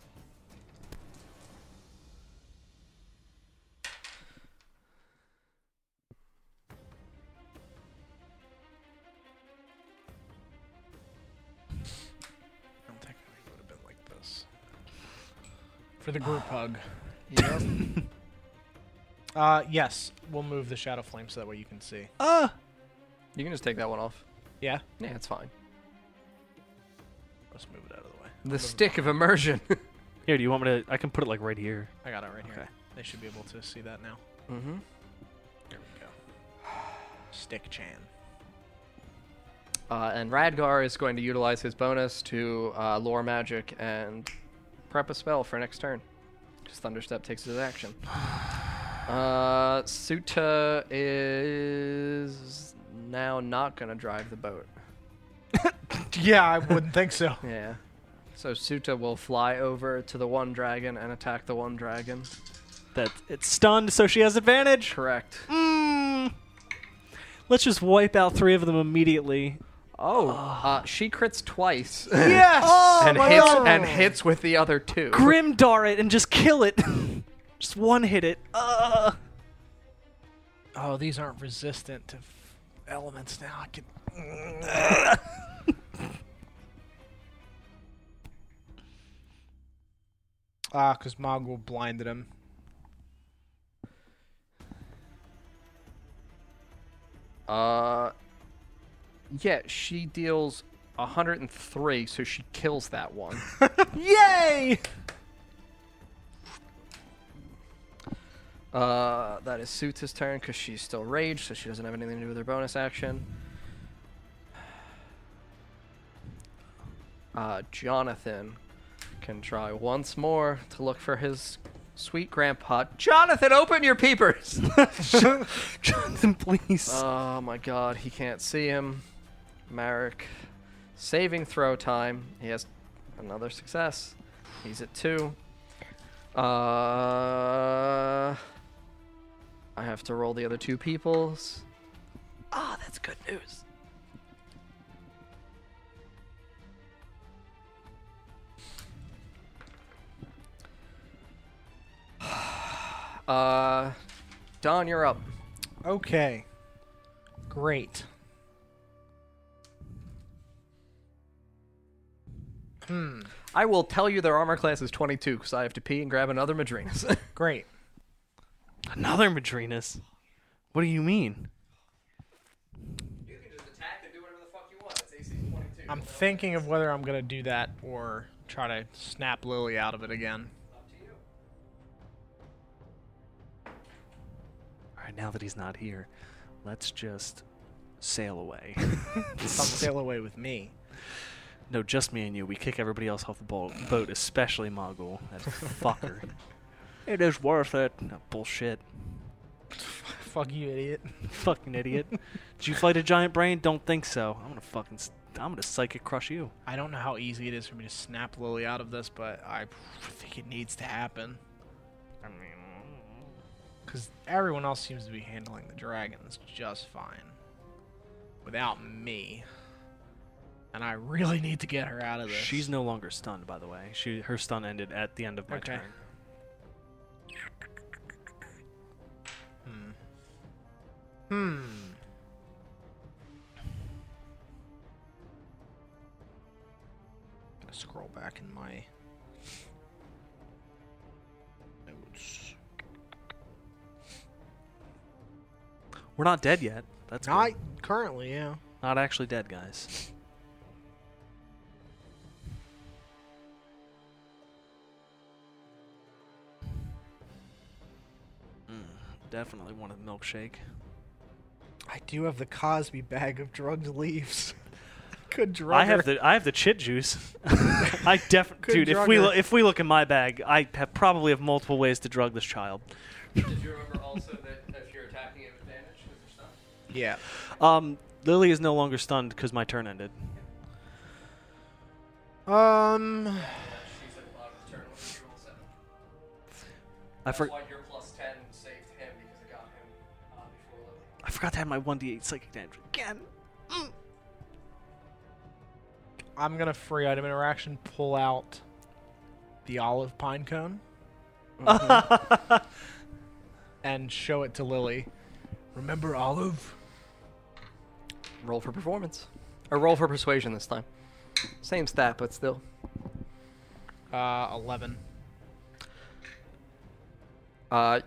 [SPEAKER 1] I don't think it would have been like this. For the group hug.
[SPEAKER 2] Yep.
[SPEAKER 1] Uh, yes. We'll move the shadow flame so that way you can see.
[SPEAKER 3] oh.
[SPEAKER 2] you can just take that one off.
[SPEAKER 1] Yeah.
[SPEAKER 2] Yeah, it's fine.
[SPEAKER 1] Let's move it out of the way.
[SPEAKER 2] The stick of immersion.
[SPEAKER 3] Here, do you want me to? I can put it like right here.
[SPEAKER 1] I got it right
[SPEAKER 3] Okay.
[SPEAKER 1] here. They should be able to see that now.
[SPEAKER 2] mm-hmm.
[SPEAKER 1] There we go. Stick Chan.
[SPEAKER 2] Uh, and Radgar is going to utilize his bonus to uh, lore magic and prep a spell for next turn. Because Thunderstep takes his action. Uh, Suta is now not going to drive the boat.
[SPEAKER 1] Yeah, I wouldn't think so.
[SPEAKER 2] Yeah. So Suta will fly over to the one dragon and attack the one dragon.
[SPEAKER 3] That it's stunned, so she has advantage.
[SPEAKER 2] Correct.
[SPEAKER 3] Mm. Let's just wipe out three of them immediately.
[SPEAKER 2] Oh, uh, she crits twice
[SPEAKER 3] Yes. Oh
[SPEAKER 2] and
[SPEAKER 3] my
[SPEAKER 2] hits
[SPEAKER 3] God.
[SPEAKER 2] and hits with the other two.
[SPEAKER 3] Grim dar it and just kill it. just one hit it. Uh.
[SPEAKER 1] Oh, these aren't resistant to. F-
[SPEAKER 4] elements now. I can.
[SPEAKER 1] Ah, because Mogul blinded him.
[SPEAKER 2] Uh, yeah, she deals 103, so she kills that one.
[SPEAKER 1] Yay!
[SPEAKER 2] Uh, that is Suta's turn because she's still raged, so she doesn't have anything to do with her bonus action. Uh, Jonathan can try once more to look for his sweet grandpa. Jonathan, open your peepers!
[SPEAKER 3] Jonathan, please.
[SPEAKER 2] oh my god, he can't see him. Marek, saving throw time. He has another success. He's at two. Uh, I have to roll the other two peoples. Ah, that's good news. Uh, Don, you're up.
[SPEAKER 1] Okay. Great. Hmm.
[SPEAKER 2] I will tell you their armor class is 22 because I have to pee and grab another Madrinas.
[SPEAKER 1] Great.
[SPEAKER 3] Another Madrinas. What do you mean?
[SPEAKER 2] you can just attack and do whatever the fuck you want. It's AC 22.
[SPEAKER 1] I'm thinking of whether I'm gonna do that or try to snap Lily out of it again.
[SPEAKER 3] All right, now that he's not here, let's just sail away.
[SPEAKER 1] Come sail away with me.
[SPEAKER 3] no, just me and you. We kick everybody else off the bo- boat, especially Mogul. That fucker. it is worth it. No, bullshit.
[SPEAKER 1] Fuck you, idiot.
[SPEAKER 3] Fucking idiot. Did you fight a giant brain? Don't think so. I'm gonna fucking. s I'm gonna psychic crush you.
[SPEAKER 1] I don't know how easy it is for me to snap Lily out of this, but I think it needs to happen.
[SPEAKER 3] I mean,
[SPEAKER 1] Because everyone else seems to be handling the dragons just fine. Without me. And I really need to get her out of this.
[SPEAKER 3] she's no longer stunned, by the way. She her stun ended at the end of my
[SPEAKER 1] Okay.
[SPEAKER 3] turn.
[SPEAKER 1] Hmm. Gonna Scroll back in my notes.
[SPEAKER 3] We're not dead yet. That's good.
[SPEAKER 1] Not currently, yeah.
[SPEAKER 3] Not actually dead, guys. Mm, definitely want a milkshake.
[SPEAKER 1] I do have the Cosby bag of drugged leaves. Could drug
[SPEAKER 3] I have
[SPEAKER 1] her.
[SPEAKER 3] the I have the chit juice. I def
[SPEAKER 1] Good
[SPEAKER 3] dude. If we
[SPEAKER 1] drugger.
[SPEAKER 3] lo- if we look in my bag, I have probably have multiple ways to drug this child.
[SPEAKER 2] Did you remember also that if you're attacking, you have advantage because they're stunned?
[SPEAKER 1] yeah.
[SPEAKER 3] Um, Lily is no longer stunned because my turn ended.
[SPEAKER 1] Um.
[SPEAKER 2] She's at the bottom of the turn when she rolls seven.
[SPEAKER 3] I, for-
[SPEAKER 2] why your plus 10 saved him because it got him uh, before Lily.
[SPEAKER 3] I forgot to have my one d eight psychic damage again.
[SPEAKER 1] I'm gonna free item interaction pull out the olive pine cone Mm-hmm. and show it to Lily.
[SPEAKER 4] Remember Olive?
[SPEAKER 2] Roll for performance. Or roll for persuasion this time. Same stat, but still.
[SPEAKER 1] Uh, eleven.
[SPEAKER 2] Uh,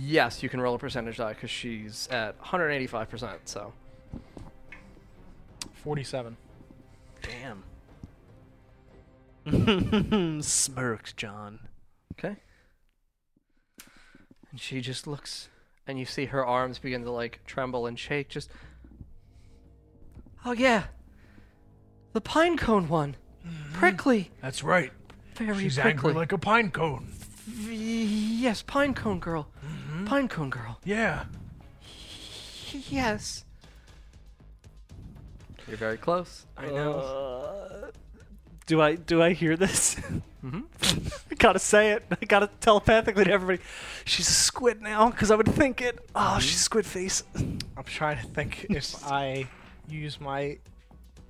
[SPEAKER 2] yes, you can roll a percentage die because she's at 185%, so.
[SPEAKER 1] 47.
[SPEAKER 3] Damn. Smirks, John.
[SPEAKER 2] Okay. And she just looks, and you see her arms begin to like tremble and shake. Just, oh yeah, the pine cone one, prickly,
[SPEAKER 4] That's right.
[SPEAKER 2] very
[SPEAKER 4] She's
[SPEAKER 2] prickly.
[SPEAKER 4] angry like a pine cone.
[SPEAKER 2] V- yes, pine cone girl, pine cone girl.
[SPEAKER 4] Yeah.
[SPEAKER 2] Yes. You're very close. Uh,
[SPEAKER 1] I know.
[SPEAKER 3] Uh, Do I do I hear this?
[SPEAKER 2] Mm-hmm.
[SPEAKER 3] I gotta say it. I gotta telepathically to everybody. She's a squid now because I would think it. Oh, she's squid face.
[SPEAKER 1] I'm trying to think if I use my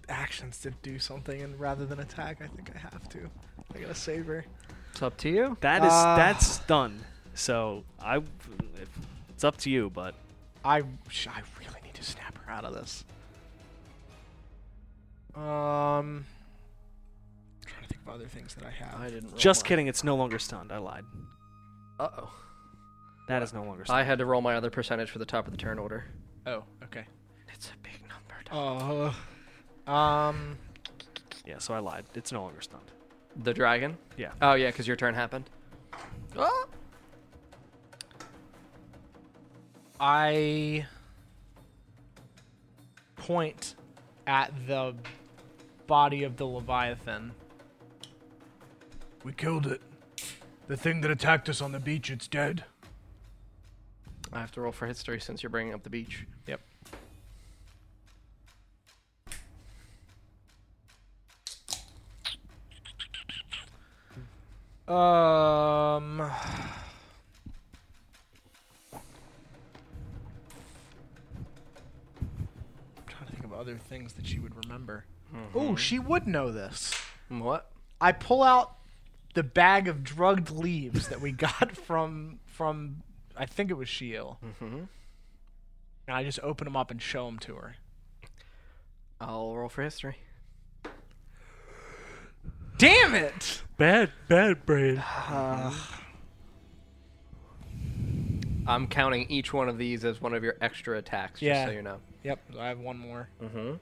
[SPEAKER 1] actions to do something, and rather than attack, I think I have to. I gotta save her.
[SPEAKER 2] It's up to you.
[SPEAKER 3] That is
[SPEAKER 1] Ah.
[SPEAKER 3] that's done. So I, it's up to you, but
[SPEAKER 1] I, sh- I really need to snap her
[SPEAKER 2] out of this?
[SPEAKER 1] Um,
[SPEAKER 4] I'm trying to think of other things that I have.
[SPEAKER 2] I didn't. Roll
[SPEAKER 3] Just
[SPEAKER 2] my-
[SPEAKER 3] kidding. It's no longer stunned. I lied.
[SPEAKER 2] Uh-oh.
[SPEAKER 3] That is no longer stunned.
[SPEAKER 2] I had to roll my other percentage for the top of the turn order.
[SPEAKER 4] Oh, okay.
[SPEAKER 2] It's a big number. Doc.
[SPEAKER 1] uh, um,
[SPEAKER 3] yeah, so I lied. It's no longer stunned.
[SPEAKER 2] The dragon?
[SPEAKER 3] Yeah.
[SPEAKER 2] Oh yeah, because your turn happened. Oh.
[SPEAKER 1] I point at the body of the Leviathan.
[SPEAKER 4] We killed it. The thing that attacked us on the beach, it's dead.
[SPEAKER 2] I have to roll for history since you're bringing up the beach.
[SPEAKER 1] Yep. Um.
[SPEAKER 4] trying to think of other things that she would remember.
[SPEAKER 1] Oh, she would know this.
[SPEAKER 2] Mm, What?
[SPEAKER 1] I pull out the bag of drugged leaves that we got from from I think it was Sheil. Mm-hmm. And I just open them up and show them to her.
[SPEAKER 2] I'll roll for history.
[SPEAKER 1] Damn it!
[SPEAKER 3] Bad, bad brain.
[SPEAKER 2] I'm counting each one of these as one of your extra attacks,
[SPEAKER 1] Yeah.
[SPEAKER 2] just so you know.
[SPEAKER 1] Yep, I have one more.
[SPEAKER 2] Mm-hmm.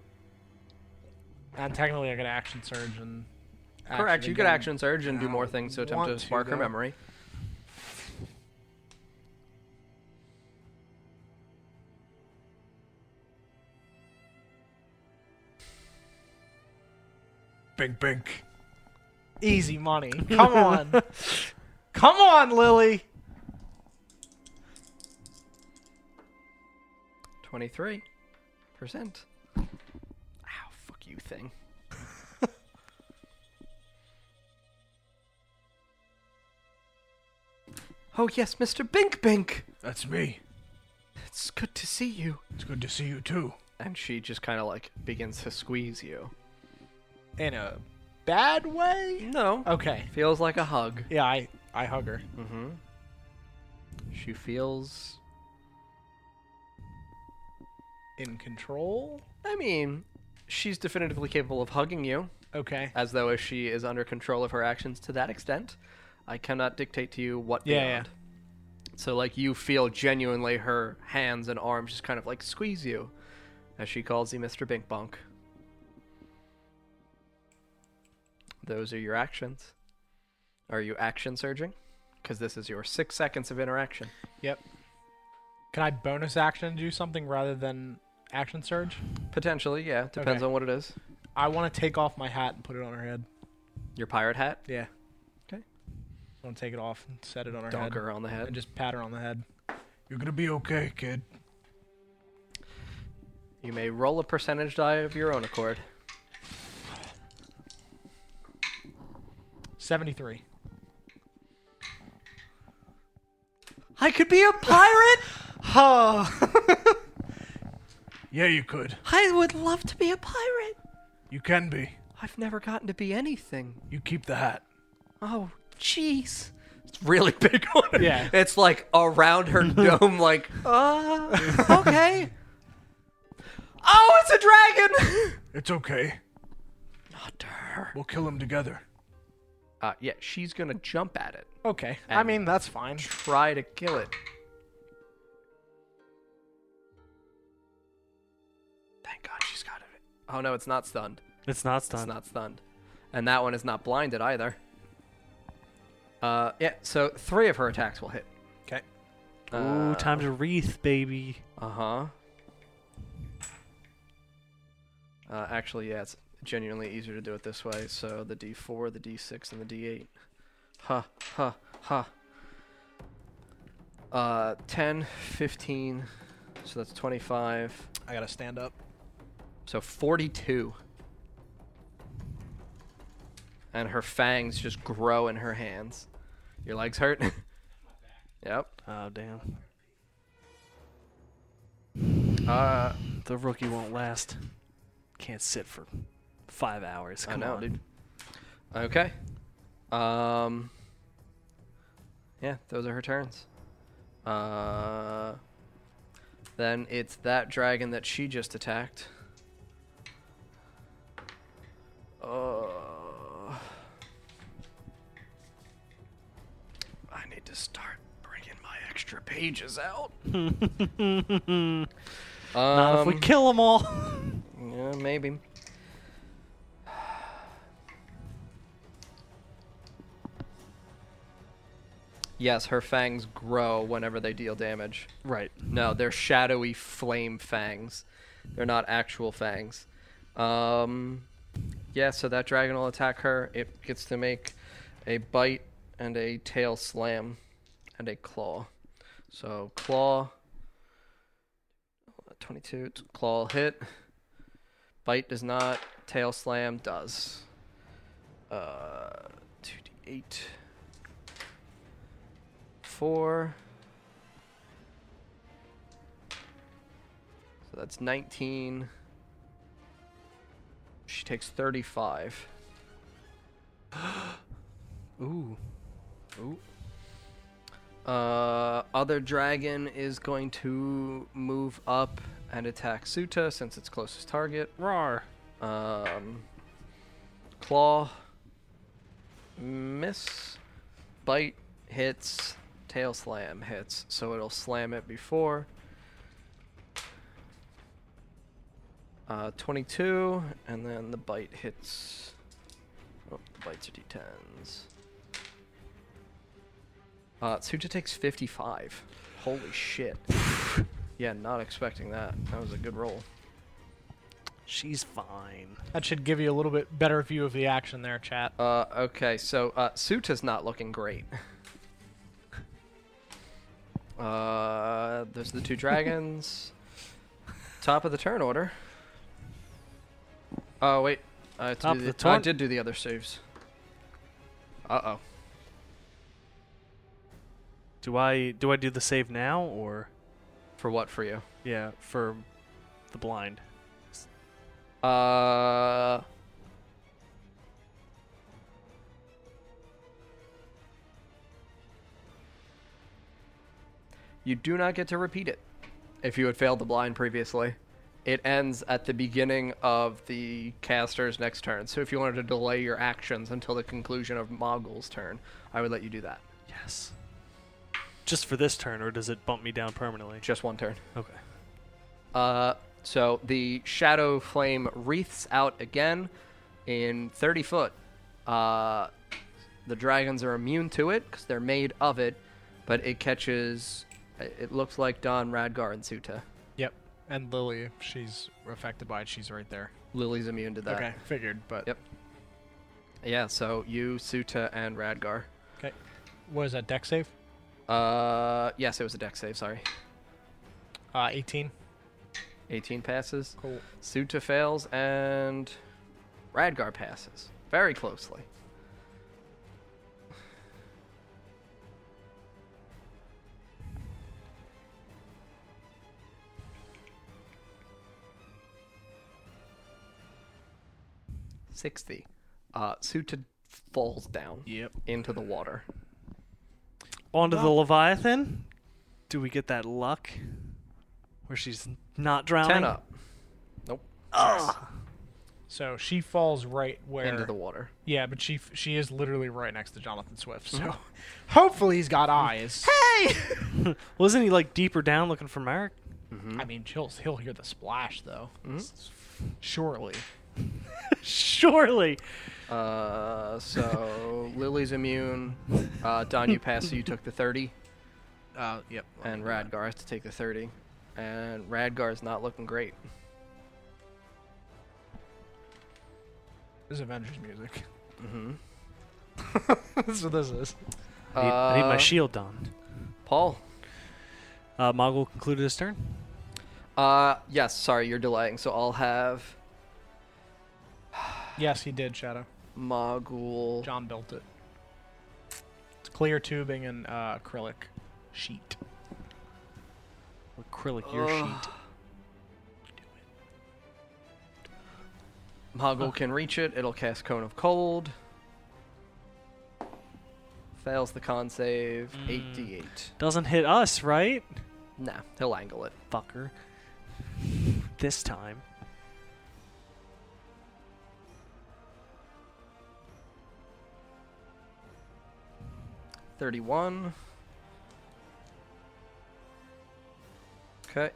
[SPEAKER 1] And technically, I got action surge and.
[SPEAKER 2] Correct. You could
[SPEAKER 1] again.
[SPEAKER 2] action surge and do more things to attempt
[SPEAKER 1] want
[SPEAKER 2] to
[SPEAKER 1] to,
[SPEAKER 2] spark her
[SPEAKER 1] though.
[SPEAKER 2] memory.
[SPEAKER 4] Bink, bink.
[SPEAKER 1] Easy money. Come on. Come on, Lily.
[SPEAKER 2] 23%. Ow, fuck you thing. oh, yes, Mr. Bink Bink!
[SPEAKER 4] That's me.
[SPEAKER 2] It's good to see you.
[SPEAKER 4] It's good to see you too.
[SPEAKER 2] And she just kind of like begins to squeeze you.
[SPEAKER 1] In a bad way?
[SPEAKER 2] No.
[SPEAKER 1] Okay.
[SPEAKER 2] Feels like a hug.
[SPEAKER 1] Yeah, I, I hug her.
[SPEAKER 2] Mm-hmm. She feels.
[SPEAKER 1] In control?
[SPEAKER 2] I mean, she's definitively capable of hugging you.
[SPEAKER 1] Okay.
[SPEAKER 2] as though as she is under control of her actions to that extent. I cannot dictate to you what
[SPEAKER 1] Yeah, yeah.
[SPEAKER 2] beyond. So like you feel genuinely her hands and arms just kind of like squeeze you as she calls you Mr. Bink Bunk. Those are your actions. Are you action surging? Because this is your six seconds of interaction.
[SPEAKER 1] Yep. Can I bonus action do something rather than action surge?
[SPEAKER 2] Potentially, yeah. Depends
[SPEAKER 1] Okay.
[SPEAKER 2] on what it is.
[SPEAKER 1] I want to take off my hat and put it on her head.
[SPEAKER 2] Your pirate hat,
[SPEAKER 1] Yeah.
[SPEAKER 2] Okay.
[SPEAKER 1] I want to take it off and set it on her
[SPEAKER 2] donk
[SPEAKER 1] head.
[SPEAKER 2] her on the head.
[SPEAKER 1] And just pat her on the head.
[SPEAKER 4] You're gonna be okay, kid.
[SPEAKER 2] You may roll a percentage die of your own accord.
[SPEAKER 1] 73.
[SPEAKER 2] I could be a pirate.
[SPEAKER 4] Yeah, you could.
[SPEAKER 2] I would love to be a pirate.
[SPEAKER 4] You can be.
[SPEAKER 2] I've never gotten to be anything.
[SPEAKER 4] You keep the hat.
[SPEAKER 2] Oh, jeez. It's really big on her.
[SPEAKER 1] Yeah.
[SPEAKER 2] It's like around her dome, like, uh, okay. oh, it's a dragon!
[SPEAKER 4] It's okay.
[SPEAKER 2] Not to her.
[SPEAKER 4] We'll kill him together.
[SPEAKER 2] Uh, yeah, she's gonna jump at it.
[SPEAKER 1] Okay. I
[SPEAKER 2] And-
[SPEAKER 1] mean, that's fine.
[SPEAKER 2] Try to kill it. Thank God she's got it. Oh no, it's not stunned.
[SPEAKER 3] It's not
[SPEAKER 2] It's
[SPEAKER 3] stunned.
[SPEAKER 2] not stunned. And that one is not blinded either. Uh, yeah, so three of her attacks will hit.
[SPEAKER 1] Okay.
[SPEAKER 3] Ooh, time to wreath, baby.
[SPEAKER 2] Uh huh. Uh, actually, yeah, it's genuinely easier to do it this way. So the D4, the D6, and the D8. Huh, huh, huh. Uh, 10, 15, so that's 25.
[SPEAKER 1] I got to stand up.
[SPEAKER 2] So 42. And her fangs just grow in her hands. Your legs hurt? yep.
[SPEAKER 3] Oh, damn.
[SPEAKER 2] Uh,
[SPEAKER 3] The rookie won't last. Can't sit for five hours.
[SPEAKER 2] I
[SPEAKER 3] Come
[SPEAKER 2] know,
[SPEAKER 3] on.
[SPEAKER 2] dude. Okay. Um. Yeah, those are her turns. Uh. Then it's that dragon that she just attacked. Uh, I need to start bringing my extra pages out.
[SPEAKER 3] Not if we
[SPEAKER 2] Um,
[SPEAKER 3] kill them all.
[SPEAKER 2] yeah, maybe. Yes, her fangs grow whenever they deal damage.
[SPEAKER 3] right.
[SPEAKER 2] No, they're shadowy flame fangs. They're not actual fangs. Um, yeah, so that dragon will attack her. It gets to make a bite and a tail slam and a claw. So claw, 22, t- claw hit. Bite does not, tail slam does. Uh, 2d8. 4. So that's 19. She takes 35.
[SPEAKER 3] Ooh.
[SPEAKER 2] Ooh. Uh, other dragon is going to move up and attack Suta since it's closest target.
[SPEAKER 3] Rar.
[SPEAKER 2] Um, claw, miss, bite hits, tail slam hits. So it'll slam it before. Uh, 22, and then the bite hits. Oh, the bites are d10s. Uh, Tsuja takes 55. Holy shit. yeah, not expecting that. That was a good roll.
[SPEAKER 3] She's fine.
[SPEAKER 1] That should give you a little bit better view of the action there, chat.
[SPEAKER 2] Uh, okay, so uh, Suta's not looking great. Uh, there's the two dragons. Top of the turn order. Oh wait, I, have to
[SPEAKER 3] Top
[SPEAKER 2] do
[SPEAKER 3] of
[SPEAKER 2] the-
[SPEAKER 3] the
[SPEAKER 2] I
[SPEAKER 3] turn.
[SPEAKER 2] did do the other saves. Uh oh.
[SPEAKER 3] Do I do I do the save now or
[SPEAKER 2] For what for you?
[SPEAKER 3] yeah for the blind?
[SPEAKER 2] Uh. You do not get to repeat it if you had failed the blind previously. It ends at the beginning of the caster's next turn. So if you wanted to delay your actions until the conclusion of Mogul's turn, I would let you do that.
[SPEAKER 3] Yes. Just for this turn, or does it bump me down permanently?
[SPEAKER 2] Just one turn.
[SPEAKER 3] Okay.
[SPEAKER 2] Uh, so the shadow flame wreaths out again in 30 foot. Uh, the dragons are immune to it because they're made of it, but it catches. it- It looks like Don, Radgar, and Suta.
[SPEAKER 1] Yep. And Lily, if she's affected by it. She's right there.
[SPEAKER 2] Lily's immune to that.
[SPEAKER 1] Okay, figured, but
[SPEAKER 2] Yep. Yeah, so you, Suta, and Radgar.
[SPEAKER 1] okay. What is that? Deck save?
[SPEAKER 2] Uh, yes, it was a deck save, sorry.
[SPEAKER 1] Uh, 18.
[SPEAKER 2] 18 passes.
[SPEAKER 1] Cool.
[SPEAKER 2] Suta fails, and Radgar passes very closely. Sixty. Uh, Suta falls down
[SPEAKER 1] Yep.
[SPEAKER 2] into the water.
[SPEAKER 3] Onto the Leviathan. Do we get that luck where she's not drowning?
[SPEAKER 2] Ten up. Nope.
[SPEAKER 1] So she falls right where.
[SPEAKER 2] Into the water.
[SPEAKER 1] Yeah, but she f- she is literally right next to Jonathan Swift. So hopefully he's got eyes.
[SPEAKER 3] Well, isn't he like deeper down looking for Merrick?
[SPEAKER 1] I mean, he'll he'll hear the splash though. Surely.
[SPEAKER 3] Surely.
[SPEAKER 2] Uh, so Lily's immune. Uh, Don, you passed, so you took the thirty.
[SPEAKER 1] Uh, yep.
[SPEAKER 2] And Radgar has to take the 30. And Radgar is not looking great.
[SPEAKER 1] This is Avengers music.
[SPEAKER 2] Mm-hmm.
[SPEAKER 1] That's what this is.
[SPEAKER 3] I need, I need my
[SPEAKER 2] Uh,
[SPEAKER 3] shield done.
[SPEAKER 2] Paul.
[SPEAKER 3] Uh, Mogul concluded his turn.
[SPEAKER 2] Uh, yes, sorry, you're delaying. So I'll have
[SPEAKER 1] Yes, he did. Shadow.
[SPEAKER 2] Mogul.
[SPEAKER 1] John built it. It's clear tubing and uh, acrylic sheet.
[SPEAKER 3] Acrylic your
[SPEAKER 2] Ugh.
[SPEAKER 3] sheet.
[SPEAKER 2] Mogul can reach it. It'll cast Cone of Cold. Fails the con save. 8d8.
[SPEAKER 3] Doesn't hit us, right?
[SPEAKER 2] Nah, he'll angle it.
[SPEAKER 3] fucker. This time.
[SPEAKER 2] Thirty-one. Okay.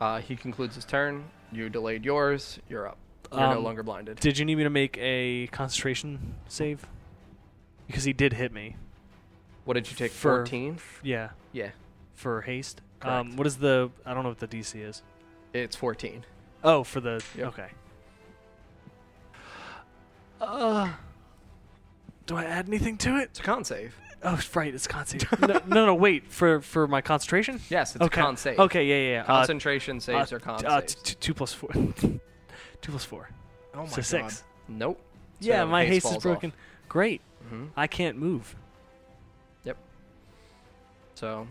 [SPEAKER 2] Uh, he concludes his turn. You delayed yours. You're up. You're no
[SPEAKER 3] Um,
[SPEAKER 2] longer blinded.
[SPEAKER 3] Did you need me to make a concentration save? Because he did hit me.
[SPEAKER 2] what did you take?
[SPEAKER 3] for-
[SPEAKER 2] Fourteen.
[SPEAKER 3] Yeah,
[SPEAKER 2] Yeah,
[SPEAKER 3] for haste.
[SPEAKER 2] Correct.
[SPEAKER 3] Um, what is the? I don't know what the DC is.
[SPEAKER 2] it's fourteen.
[SPEAKER 3] Oh, for the.
[SPEAKER 2] Yep.
[SPEAKER 3] Okay. Uh, do I add anything to it?
[SPEAKER 2] It's a con save.
[SPEAKER 3] Oh, right, it's con save. no, no, no, wait. For for my concentration.
[SPEAKER 2] Yes, it's
[SPEAKER 3] okay.
[SPEAKER 2] a con save.
[SPEAKER 3] Okay, yeah, yeah. yeah. Uh,
[SPEAKER 2] Concentration saves
[SPEAKER 3] uh,
[SPEAKER 2] or con
[SPEAKER 3] t- uh,
[SPEAKER 2] saves.
[SPEAKER 3] t- t- two plus four. two plus four.
[SPEAKER 1] Oh my
[SPEAKER 3] so
[SPEAKER 1] god.
[SPEAKER 3] six.
[SPEAKER 2] nope.
[SPEAKER 3] yeah,
[SPEAKER 2] So
[SPEAKER 3] my haste is
[SPEAKER 2] falls
[SPEAKER 3] broken.
[SPEAKER 2] Off.
[SPEAKER 3] Great.
[SPEAKER 2] Mhm.
[SPEAKER 3] I can't move.
[SPEAKER 2] So,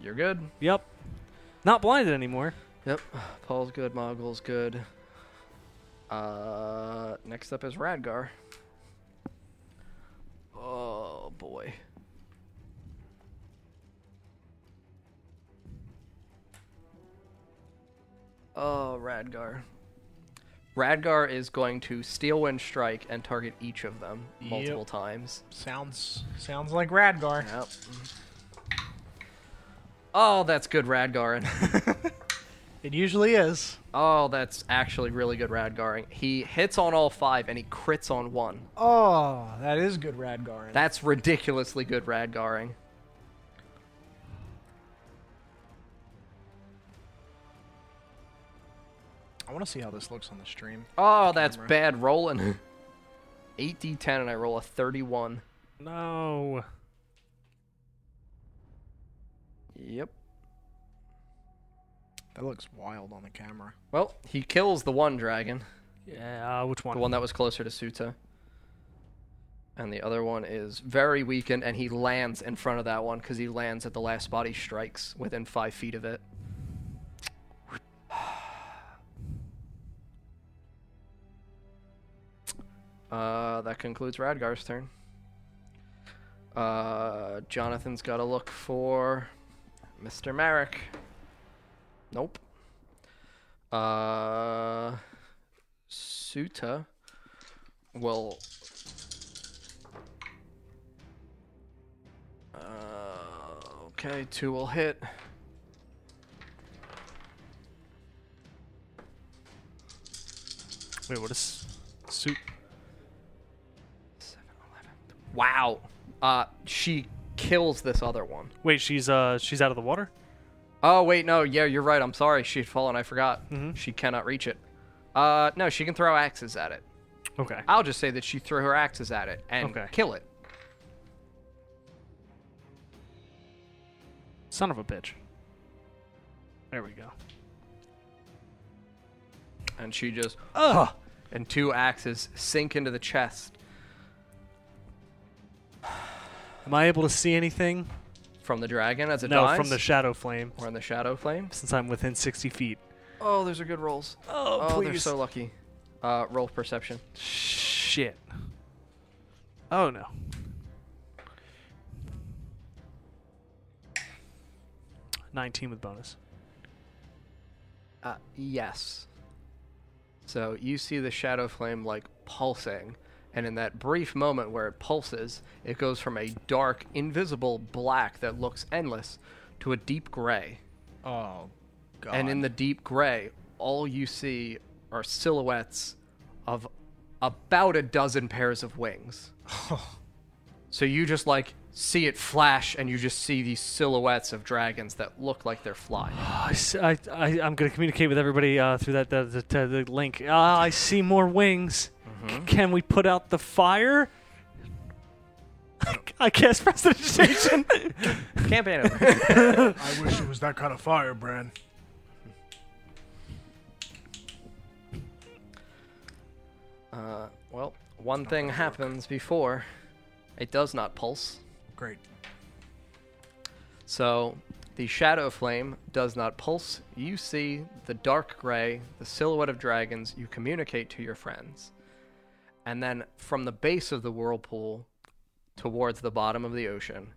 [SPEAKER 2] you're good.
[SPEAKER 3] Yep. Not blinded anymore.
[SPEAKER 2] Yep. Paul's good. Moggle's good. Uh, next up is Radgar. Oh boy. Oh, Radgar. Radgar is going to steel wind strike and target each of them
[SPEAKER 1] Yep.
[SPEAKER 2] multiple times.
[SPEAKER 1] Sounds sounds like Radgar.
[SPEAKER 2] Yep. Oh, that's good Radgarin.
[SPEAKER 1] It usually is.
[SPEAKER 2] Oh, that's actually really good Radgaring. He hits on all five and he crits on one.
[SPEAKER 1] Oh, that is good Radgar.
[SPEAKER 2] That's ridiculously good Radgaring.
[SPEAKER 1] I want to see how this looks on the stream.
[SPEAKER 2] Oh, that's
[SPEAKER 1] Camera.
[SPEAKER 2] bad rolling. 8d10 and I roll a 31.
[SPEAKER 3] No.
[SPEAKER 2] Yep.
[SPEAKER 1] That looks wild on the camera.
[SPEAKER 2] Well, he kills the one dragon,
[SPEAKER 3] Yeah. Uh, which
[SPEAKER 2] the
[SPEAKER 3] one?
[SPEAKER 2] one that was closer to Suta. And the other one is very weakened and he lands in front of that one because he lands at the last spot he strikes within five feet of it. Uh, that concludes Radgar's turn. Uh, Jonathan's got to look for Mr. Marek. Nope. Uh, Suta will. Uh, okay, two will hit.
[SPEAKER 3] Wait, what is soup?
[SPEAKER 2] Seven, eleven. Wow. Uh, she kills this other one.
[SPEAKER 3] Wait, she's uh she's out of the water.
[SPEAKER 2] Oh wait, no, yeah, you're right. I'm sorry. She'd fallen. I forgot.
[SPEAKER 3] Mhm.
[SPEAKER 2] She cannot reach it. Uh, no, she can throw axes at it.
[SPEAKER 3] Okay.
[SPEAKER 2] I'll just say that she threw her axes at it and
[SPEAKER 3] Okay.
[SPEAKER 2] kill it.
[SPEAKER 3] Son of a bitch. There we go.
[SPEAKER 2] And she just
[SPEAKER 3] Ugh.
[SPEAKER 2] and two axes sink into the chest
[SPEAKER 3] Am I able to see anything?
[SPEAKER 2] from the dragon as it
[SPEAKER 3] no,
[SPEAKER 2] dies.
[SPEAKER 3] from the shadow flame.
[SPEAKER 2] or in the shadow flames.
[SPEAKER 3] Since I'm within 60 feet.
[SPEAKER 2] Oh, those are good rolls.
[SPEAKER 3] Oh,
[SPEAKER 2] Oh, they're so lucky. Uh, roll perception.
[SPEAKER 3] Shit. Oh no. Nineteen with bonus.
[SPEAKER 2] Uh, yes. So you see the shadow flame like pulsing, and in that brief moment where it pulses, it goes from a dark, invisible black that looks endless to a deep gray.
[SPEAKER 1] Oh, god.
[SPEAKER 2] And in the deep gray, all you see are silhouettes of about a dozen pairs of wings. so you just like see it flash, and you just see these silhouettes of dragons that look like they're flying.
[SPEAKER 3] Ah, I, s- I, am gonna communicate with everybody uh, through that the, the, the- the link. Ah, I see more wings. C- can we put out the fire? I guess prestidigitation.
[SPEAKER 2] Campaign over.
[SPEAKER 4] I wish it was that kind of fire, Bran.
[SPEAKER 2] uh, well, one thing happens before it does not pulse.
[SPEAKER 4] Great.
[SPEAKER 2] So the shadow flame does not pulse. You see the dark gray, the silhouette of dragons. You communicate to your friends. And then from the base of the whirlpool towards the bottom of the ocean,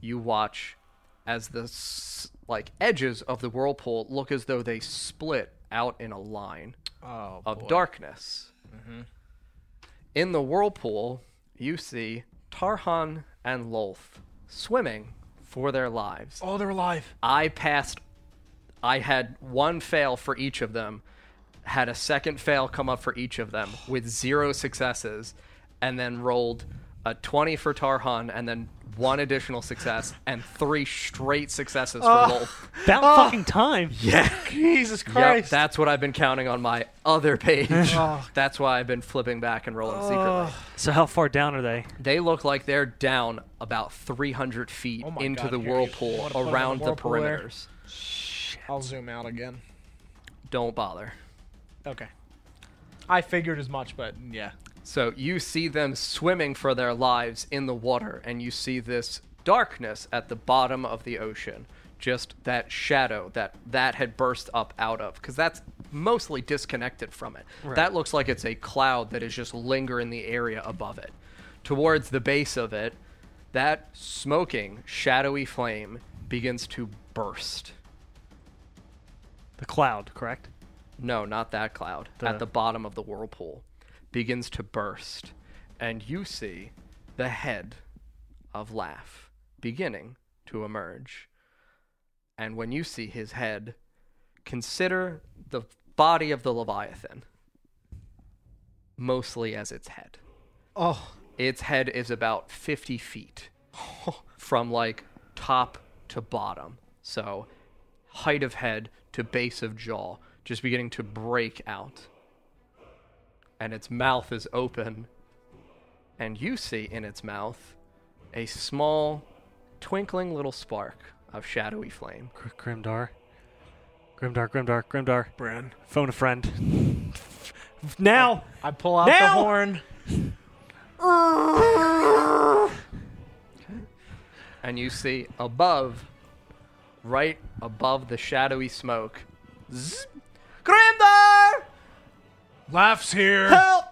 [SPEAKER 2] you watch as the s- like edges of the whirlpool look as though they split out in a line
[SPEAKER 1] Oh,
[SPEAKER 2] of darkness. In the whirlpool, you see Tarhan and Lolth swimming for their lives.
[SPEAKER 4] Oh, they're alive.
[SPEAKER 2] I passed. I had one fail for each of them, had a second fail come up for each of them with zero successes, and then rolled a 20 for Tarhan and then one additional success and three straight successes for Wolf.
[SPEAKER 3] About fucking time.
[SPEAKER 2] Yeah.
[SPEAKER 1] Jesus
[SPEAKER 2] Yep,
[SPEAKER 1] Christ.
[SPEAKER 2] that's what I've been counting on my other page.
[SPEAKER 1] Oh.
[SPEAKER 2] That's why I've been flipping back and rolling secretly.
[SPEAKER 3] So how far down are they?
[SPEAKER 2] They look like they're down about 300 feet
[SPEAKER 1] Oh my
[SPEAKER 2] into
[SPEAKER 1] God,
[SPEAKER 2] the
[SPEAKER 1] here, you wanna
[SPEAKER 2] whirlpool
[SPEAKER 1] put 'em in the
[SPEAKER 2] around the
[SPEAKER 1] whirlpool there?
[SPEAKER 2] perimeters.
[SPEAKER 1] I'll zoom out again.
[SPEAKER 2] Don't bother.
[SPEAKER 1] Okay. I figured as much, but yeah.
[SPEAKER 2] So you see them swimming for their lives in the water, and you see this darkness at the bottom of the ocean. Just that shadow that that had burst up out of, because that's mostly disconnected from it. That looks like it's a cloud that is just linger in the area above it. Towards the base of it, that smoking, shadowy flame begins to burst.
[SPEAKER 3] The cloud, correct?
[SPEAKER 2] No, not that cloud.
[SPEAKER 3] The-
[SPEAKER 2] At the bottom of the whirlpool begins to burst, and you see the head of Laugh beginning to emerge. And when you see his head, consider the body of the Leviathan mostly as its head.
[SPEAKER 1] Oh,
[SPEAKER 2] Its head is about 50 feet from like top to bottom. So height of head to base of jaw, just beginning to break out. And its mouth is open. And you see in its mouth a small, twinkling little spark of shadowy flame.
[SPEAKER 3] Gr- Grimdar. Grimdar, Grimdar, Grimdar.
[SPEAKER 4] Bran.
[SPEAKER 3] Phone a friend. now!
[SPEAKER 1] I pull out
[SPEAKER 3] Now!
[SPEAKER 1] the horn.
[SPEAKER 2] And you see above, right above the shadowy smoke, Grimdar!
[SPEAKER 4] Laughs here.
[SPEAKER 2] Help!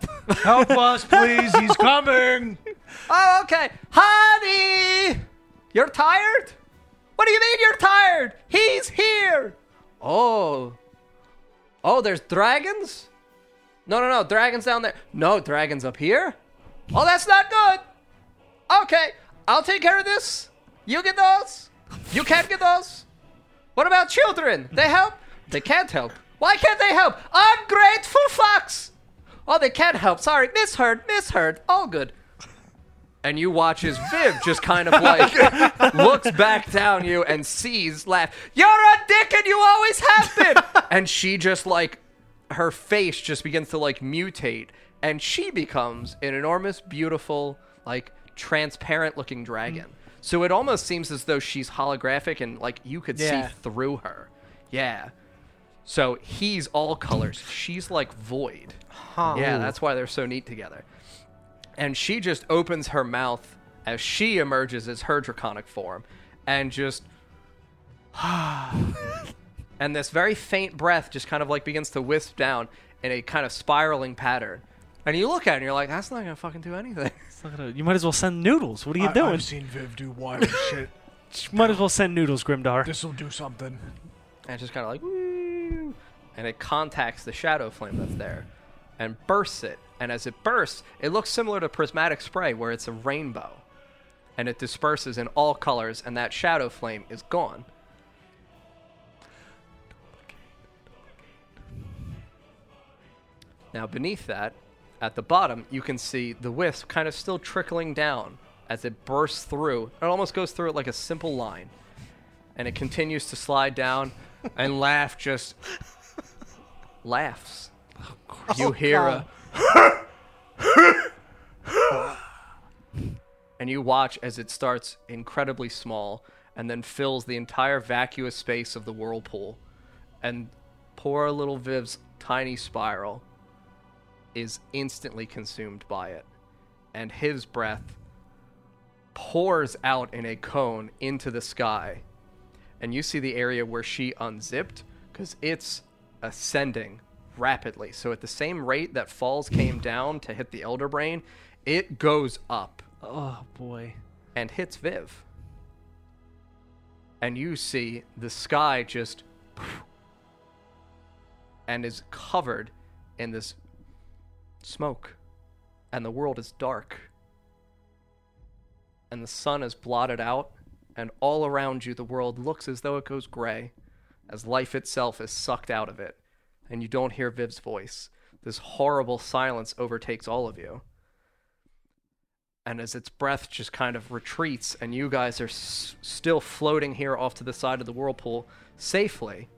[SPEAKER 4] Help us, please. He's coming.
[SPEAKER 2] Oh, okay. Honey! You're tired? What do you mean you're tired? He's here! Oh. Oh, there's dragons? No, no, no. Dragons down there. No, dragons up here? Oh, that's not good. Okay. I'll take care of this. You get those. You can't get those. What about children? They help? They can't help. Why can't they help? Ungrateful fox! Oh, they can't help. Sorry. Misheard. Misheard. All good and you watch as Viv just kind of like looks back down you and sees laugh. You're a dick and you always have been. and she just like her face just begins to like mutate and she becomes an enormous beautiful like transparent looking dragon. So it almost seems as though she's holographic and like you could
[SPEAKER 1] Yeah.
[SPEAKER 2] see through her. Yeah. So he's all colors. She's like void. Yeah, that's why they're so neat together. And she just opens her mouth as she emerges as her draconic form and just. and this very faint breath just kind of like begins to wisp down in a kind of spiraling pattern. And you look at it and you're like, that's not going to fucking do anything.
[SPEAKER 3] It's not gonna- You might as well send noodles. What are you
[SPEAKER 4] I,
[SPEAKER 3] doing?
[SPEAKER 4] I've seen Viv do wild shit.
[SPEAKER 3] might as well send noodles, Grimdar.
[SPEAKER 4] This'll do something.
[SPEAKER 2] and it's just kind of like "Woo," and it contacts the shadow flame that's there and bursts it and as it bursts it looks similar to prismatic spray where it's a rainbow and it disperses in all colors and that shadow flame is gone now beneath that at the bottom you can see the wisp kind of still trickling down as it bursts through it almost goes through it like a simple line and it continues to slide down and laugh just laughs you hear a and you watch as it starts incredibly small and then fills the entire vacuous space of the whirlpool and poor little viv's tiny spiral is instantly consumed by it and his breath pours out in a cone into the sky and you see the area where she unzipped because it's ascending rapidly. So at the same rate that Falls came down to hit the Elder Brain, it goes up
[SPEAKER 3] Oh, boy.
[SPEAKER 2] and hits Viv. and you see the sky just and is covered in this smoke and the world is dark and the sun is blotted out and all around you the world looks as though it goes gray as life itself is sucked out of it and you don't hear Viv's voice this horrible silence overtakes all of you and as its breath just kind of retreats and you guys are s- still floating here off to the side of the whirlpool safely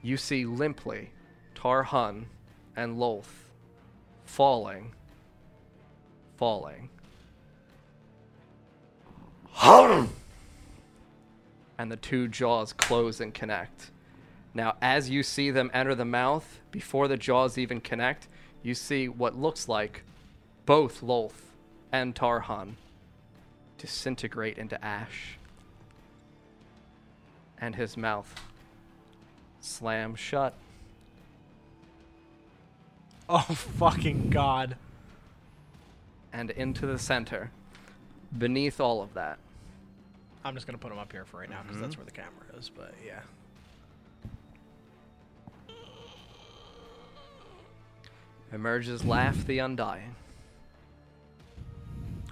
[SPEAKER 2] you see limply tarhun and loth falling falling and the two jaws close and connect now as you see them enter the mouth before the jaws even connect you see what looks like both Lolth and Tarhan disintegrate into ash, and his mouth slam shut.
[SPEAKER 1] Oh fucking god.
[SPEAKER 2] And into the center, beneath all of that,
[SPEAKER 1] I'm just gonna put him up here for right now because that's
[SPEAKER 3] Mm-hmm.
[SPEAKER 1] where the camera is. But yeah.
[SPEAKER 2] emerges Laugh the Undying.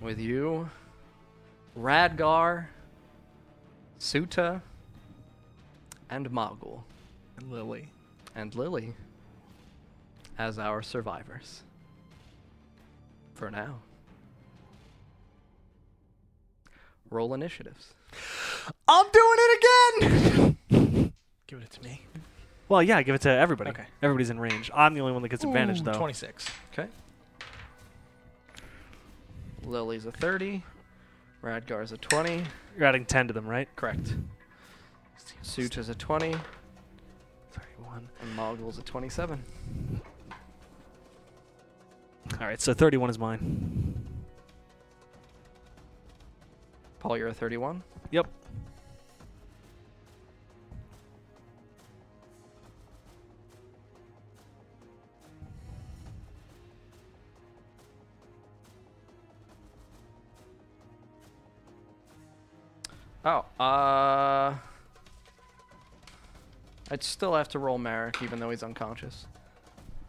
[SPEAKER 2] With you, Radgar, Suta, and Mogul,
[SPEAKER 1] And Lily.
[SPEAKER 2] and Lily as our survivors. For now. Roll initiatives.
[SPEAKER 3] I'm doing it again.
[SPEAKER 1] Give it to me.
[SPEAKER 3] Well, yeah, give it to everybody.
[SPEAKER 1] Okay.
[SPEAKER 3] Everybody's in range. I'm the only one that gets advantage, though.
[SPEAKER 1] 26.
[SPEAKER 2] Okay. Lily's a 30. Radgar's a 20.
[SPEAKER 3] You're adding 10 to them, right?
[SPEAKER 2] Correct. Suta's a 20.
[SPEAKER 3] 31.
[SPEAKER 2] And Mogul's a 27.
[SPEAKER 3] All right, so 31 is mine.
[SPEAKER 2] Paul, you're a 31.
[SPEAKER 3] Yep.
[SPEAKER 2] Oh, uh. I'd still have to roll Merrick, even though he's unconscious.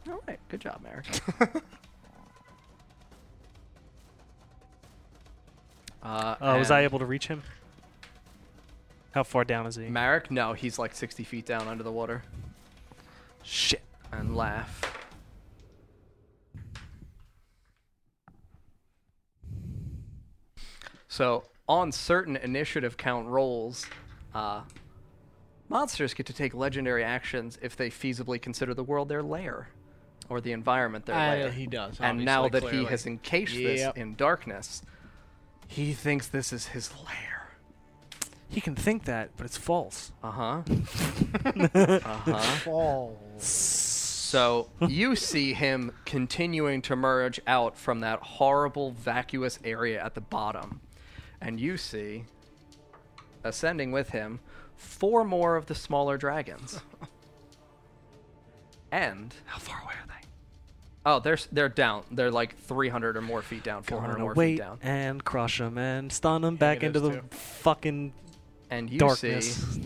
[SPEAKER 2] All right, good job, Merrick. uh,
[SPEAKER 3] Uh, was I
[SPEAKER 2] and
[SPEAKER 3] able to reach him? How far down is he?
[SPEAKER 2] Merrick? No, he's like 60 feet down under the water.
[SPEAKER 3] Shit.
[SPEAKER 2] and laugh. So, on certain initiative count rolls, uh, monsters get to take legendary actions if they feasibly consider the world their lair or the environment their
[SPEAKER 1] Uh,
[SPEAKER 2] lair.
[SPEAKER 1] he does,
[SPEAKER 2] And now
[SPEAKER 1] obviously,
[SPEAKER 2] that he
[SPEAKER 1] clearly.
[SPEAKER 2] has encased
[SPEAKER 1] Yep.
[SPEAKER 2] this in darkness, he thinks this is his lair.
[SPEAKER 3] He can think that, but it's false. Uh-huh.
[SPEAKER 2] Uh huh. uh huh.
[SPEAKER 1] Balls.
[SPEAKER 2] So you see him continuing to merge out from that horrible vacuous area at the bottom. And you see, ascending with him, four more of the smaller dragons. and
[SPEAKER 3] How far away are they?
[SPEAKER 2] oh, they're s- they're down. They're like 300 or more feet down, 400
[SPEAKER 3] Gonna
[SPEAKER 2] more
[SPEAKER 3] wait
[SPEAKER 2] feet down.
[SPEAKER 3] and crush him and stun him back
[SPEAKER 1] it
[SPEAKER 3] into
[SPEAKER 1] is
[SPEAKER 3] the
[SPEAKER 1] too.
[SPEAKER 3] fucking
[SPEAKER 2] And you see
[SPEAKER 3] darkness.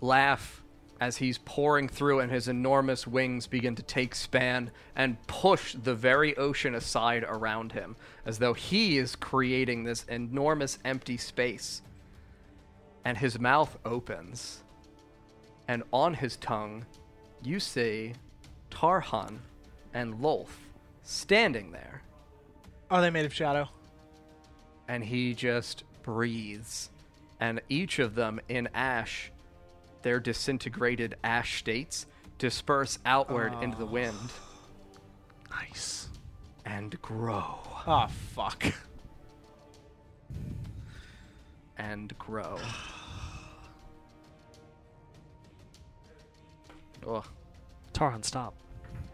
[SPEAKER 2] laugh as he's pouring through and his enormous wings begin to take span and push the very ocean aside around him as though he is creating this enormous empty space and his mouth opens and on his tongue you see tarhan and lolf standing there
[SPEAKER 1] Are Oh, they made of shadow?
[SPEAKER 2] and he just breathes. And each of them in ash, their disintegrated ash states disperse outward into the wind
[SPEAKER 3] Nice.
[SPEAKER 2] and grow
[SPEAKER 1] Oh fuck.
[SPEAKER 2] and grow. Ugh.
[SPEAKER 3] Tarhan, stop.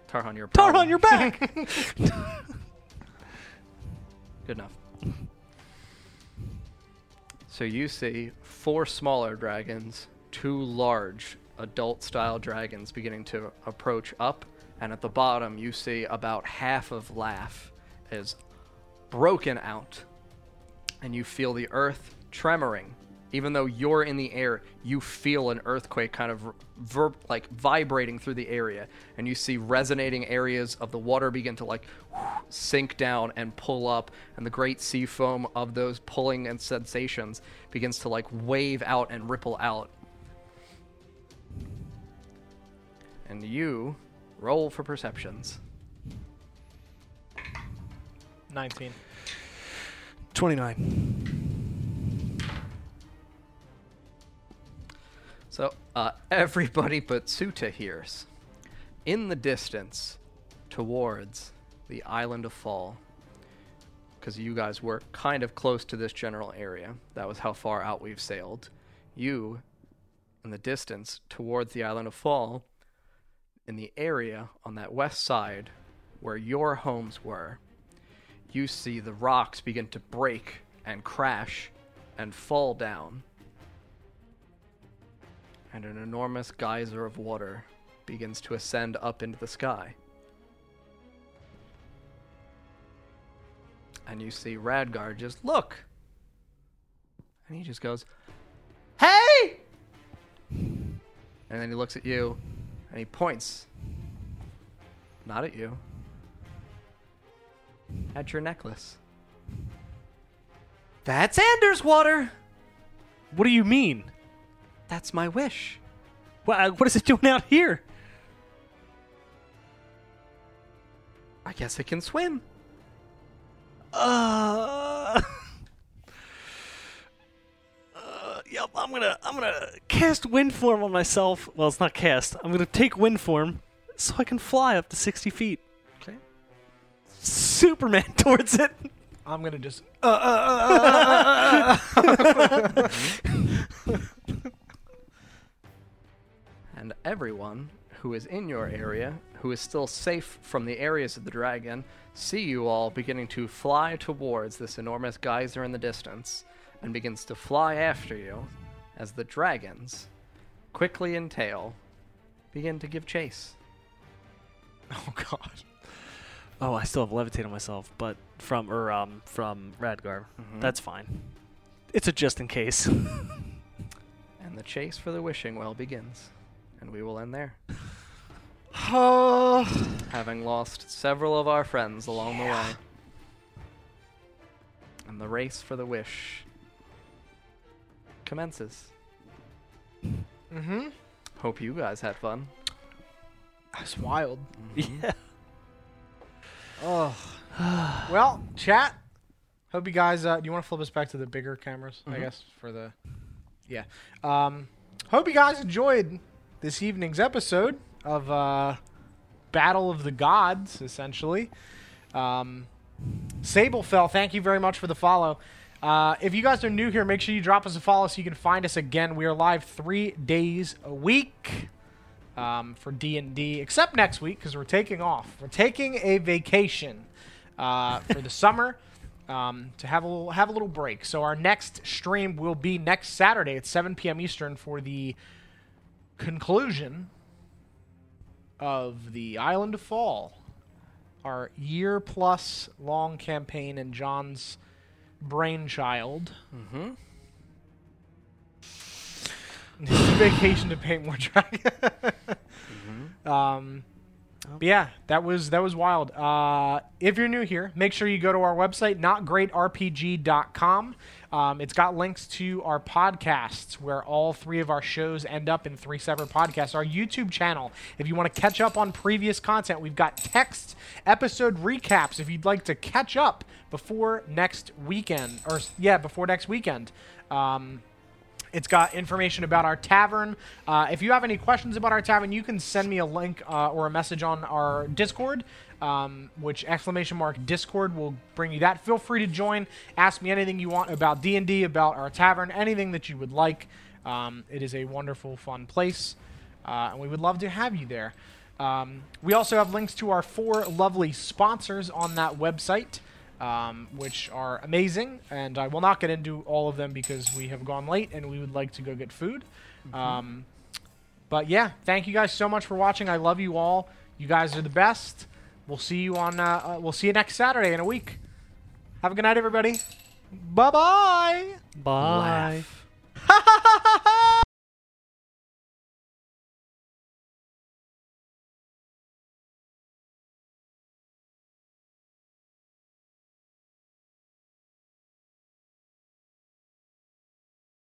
[SPEAKER 2] Tarhan, you're a
[SPEAKER 3] Tarhan,
[SPEAKER 2] problem.
[SPEAKER 3] you're back!
[SPEAKER 2] Good enough. So you see four smaller dragons, two large adult style dragons beginning to approach up, and at the bottom you see about half of Laugh is broken out. And you feel the earth tremoring, Even though you're in the air, you feel an earthquake kind of ver- like vibrating through the area, and you see resonating areas of the water begin to like sink down and pull up, and the great sea foam of those pulling and sensations begins to like wave out and ripple out. And you roll for perceptions.
[SPEAKER 1] 19.
[SPEAKER 3] 29.
[SPEAKER 2] So uh, everybody but Suta hears. In the distance, towards the island of Fall, because you guys were kind of close to this general area. That was how far out we've sailed. You, in the distance, towards the island of Fall, in the area on that west side where your homes were, you see the rocks begin to break and crash and fall down and an enormous geyser of water begins to ascend up into the sky. And you see Radgar just look. And he just goes, Hey! And then he looks at you and he points. Not at you. At your necklace. That's Anders water!
[SPEAKER 3] What do you mean?
[SPEAKER 2] That's my wish.
[SPEAKER 3] What, what is it doing out here?
[SPEAKER 2] I guess it can swim.
[SPEAKER 3] Uh, uh, yep, I'm gonna I'm gonna cast wind form on myself. Well, it's not cast. I'm gonna take wind form so I can fly up to 60 feet.
[SPEAKER 2] Okay.
[SPEAKER 3] Superman towards it.
[SPEAKER 1] I'm going to just.
[SPEAKER 2] and everyone who is in your area, who is still safe from the areas of the dragon, see you all beginning to fly towards this enormous geyser in the distance and begins to fly after you as the dragons, quickly in tail, begin to give chase.
[SPEAKER 3] Oh God. Oh, I still have levitate on myself, but from or um from Radgar. That's fine. It's a just in case.
[SPEAKER 2] And the chase for the wishing well begins. And we will end there. Having lost several of our friends along the way. And the race for the wish commences.
[SPEAKER 1] Mm-hmm.
[SPEAKER 2] Hope you guys had fun.
[SPEAKER 1] That's wild.
[SPEAKER 3] yeah.
[SPEAKER 1] Oh. well, chat. Hope you guys. Uh, do you want to flip us back to the bigger cameras? I guess for the. Yeah. Um, hope you guys enjoyed this evening's episode of uh, Battle of the Gods, essentially. Um, Sablefell, thank you very much for the follow. Uh, if you guys are new here, make sure you drop us a follow so you can find us again. We are live three days a week um, for D and D, except next week because we're taking off. We're taking a vacation uh, for the summer um, to have a little, have a little break. So our next stream will be next Saturday at 7 p.m. Eastern for the conclusion of the Island of Fall, our year plus long campaign and John's brainchild. Mm-hmm. vacation to paint more dragons. Um, but yeah, that was that was wild. Uh, if you're new here, make sure you go to our website, notgreatrpg.com. Um, it's got links to our podcasts where all three of our shows end up in three separate podcasts. Our YouTube channel, if you want to catch up on previous content, we've got text episode recaps if you'd like to catch up before next weekend, or yeah, before next weekend. Um, it's got information about our tavern. Uh, if you have any questions about our tavern, you can send me a link uh, or a message on our Discord, um, which exclamation mark Discord will bring you that. Feel free to join. Ask me anything you want about D and D, about our tavern, anything that you would like. Um, it is a wonderful, fun place, uh, and we would love to have you there. Um, we also have links to our four lovely sponsors on that website um, which are amazing. And I will not get into all of them because we have gone late and we would like to go get food. Um, but yeah, thank you guys so much for watching. I love you all. You guys are the best. We'll see you on. Uh, uh, we'll see you next Saturday in a week. Have a good night, everybody. Bye bye.
[SPEAKER 3] Bye.
[SPEAKER 2] Laugh.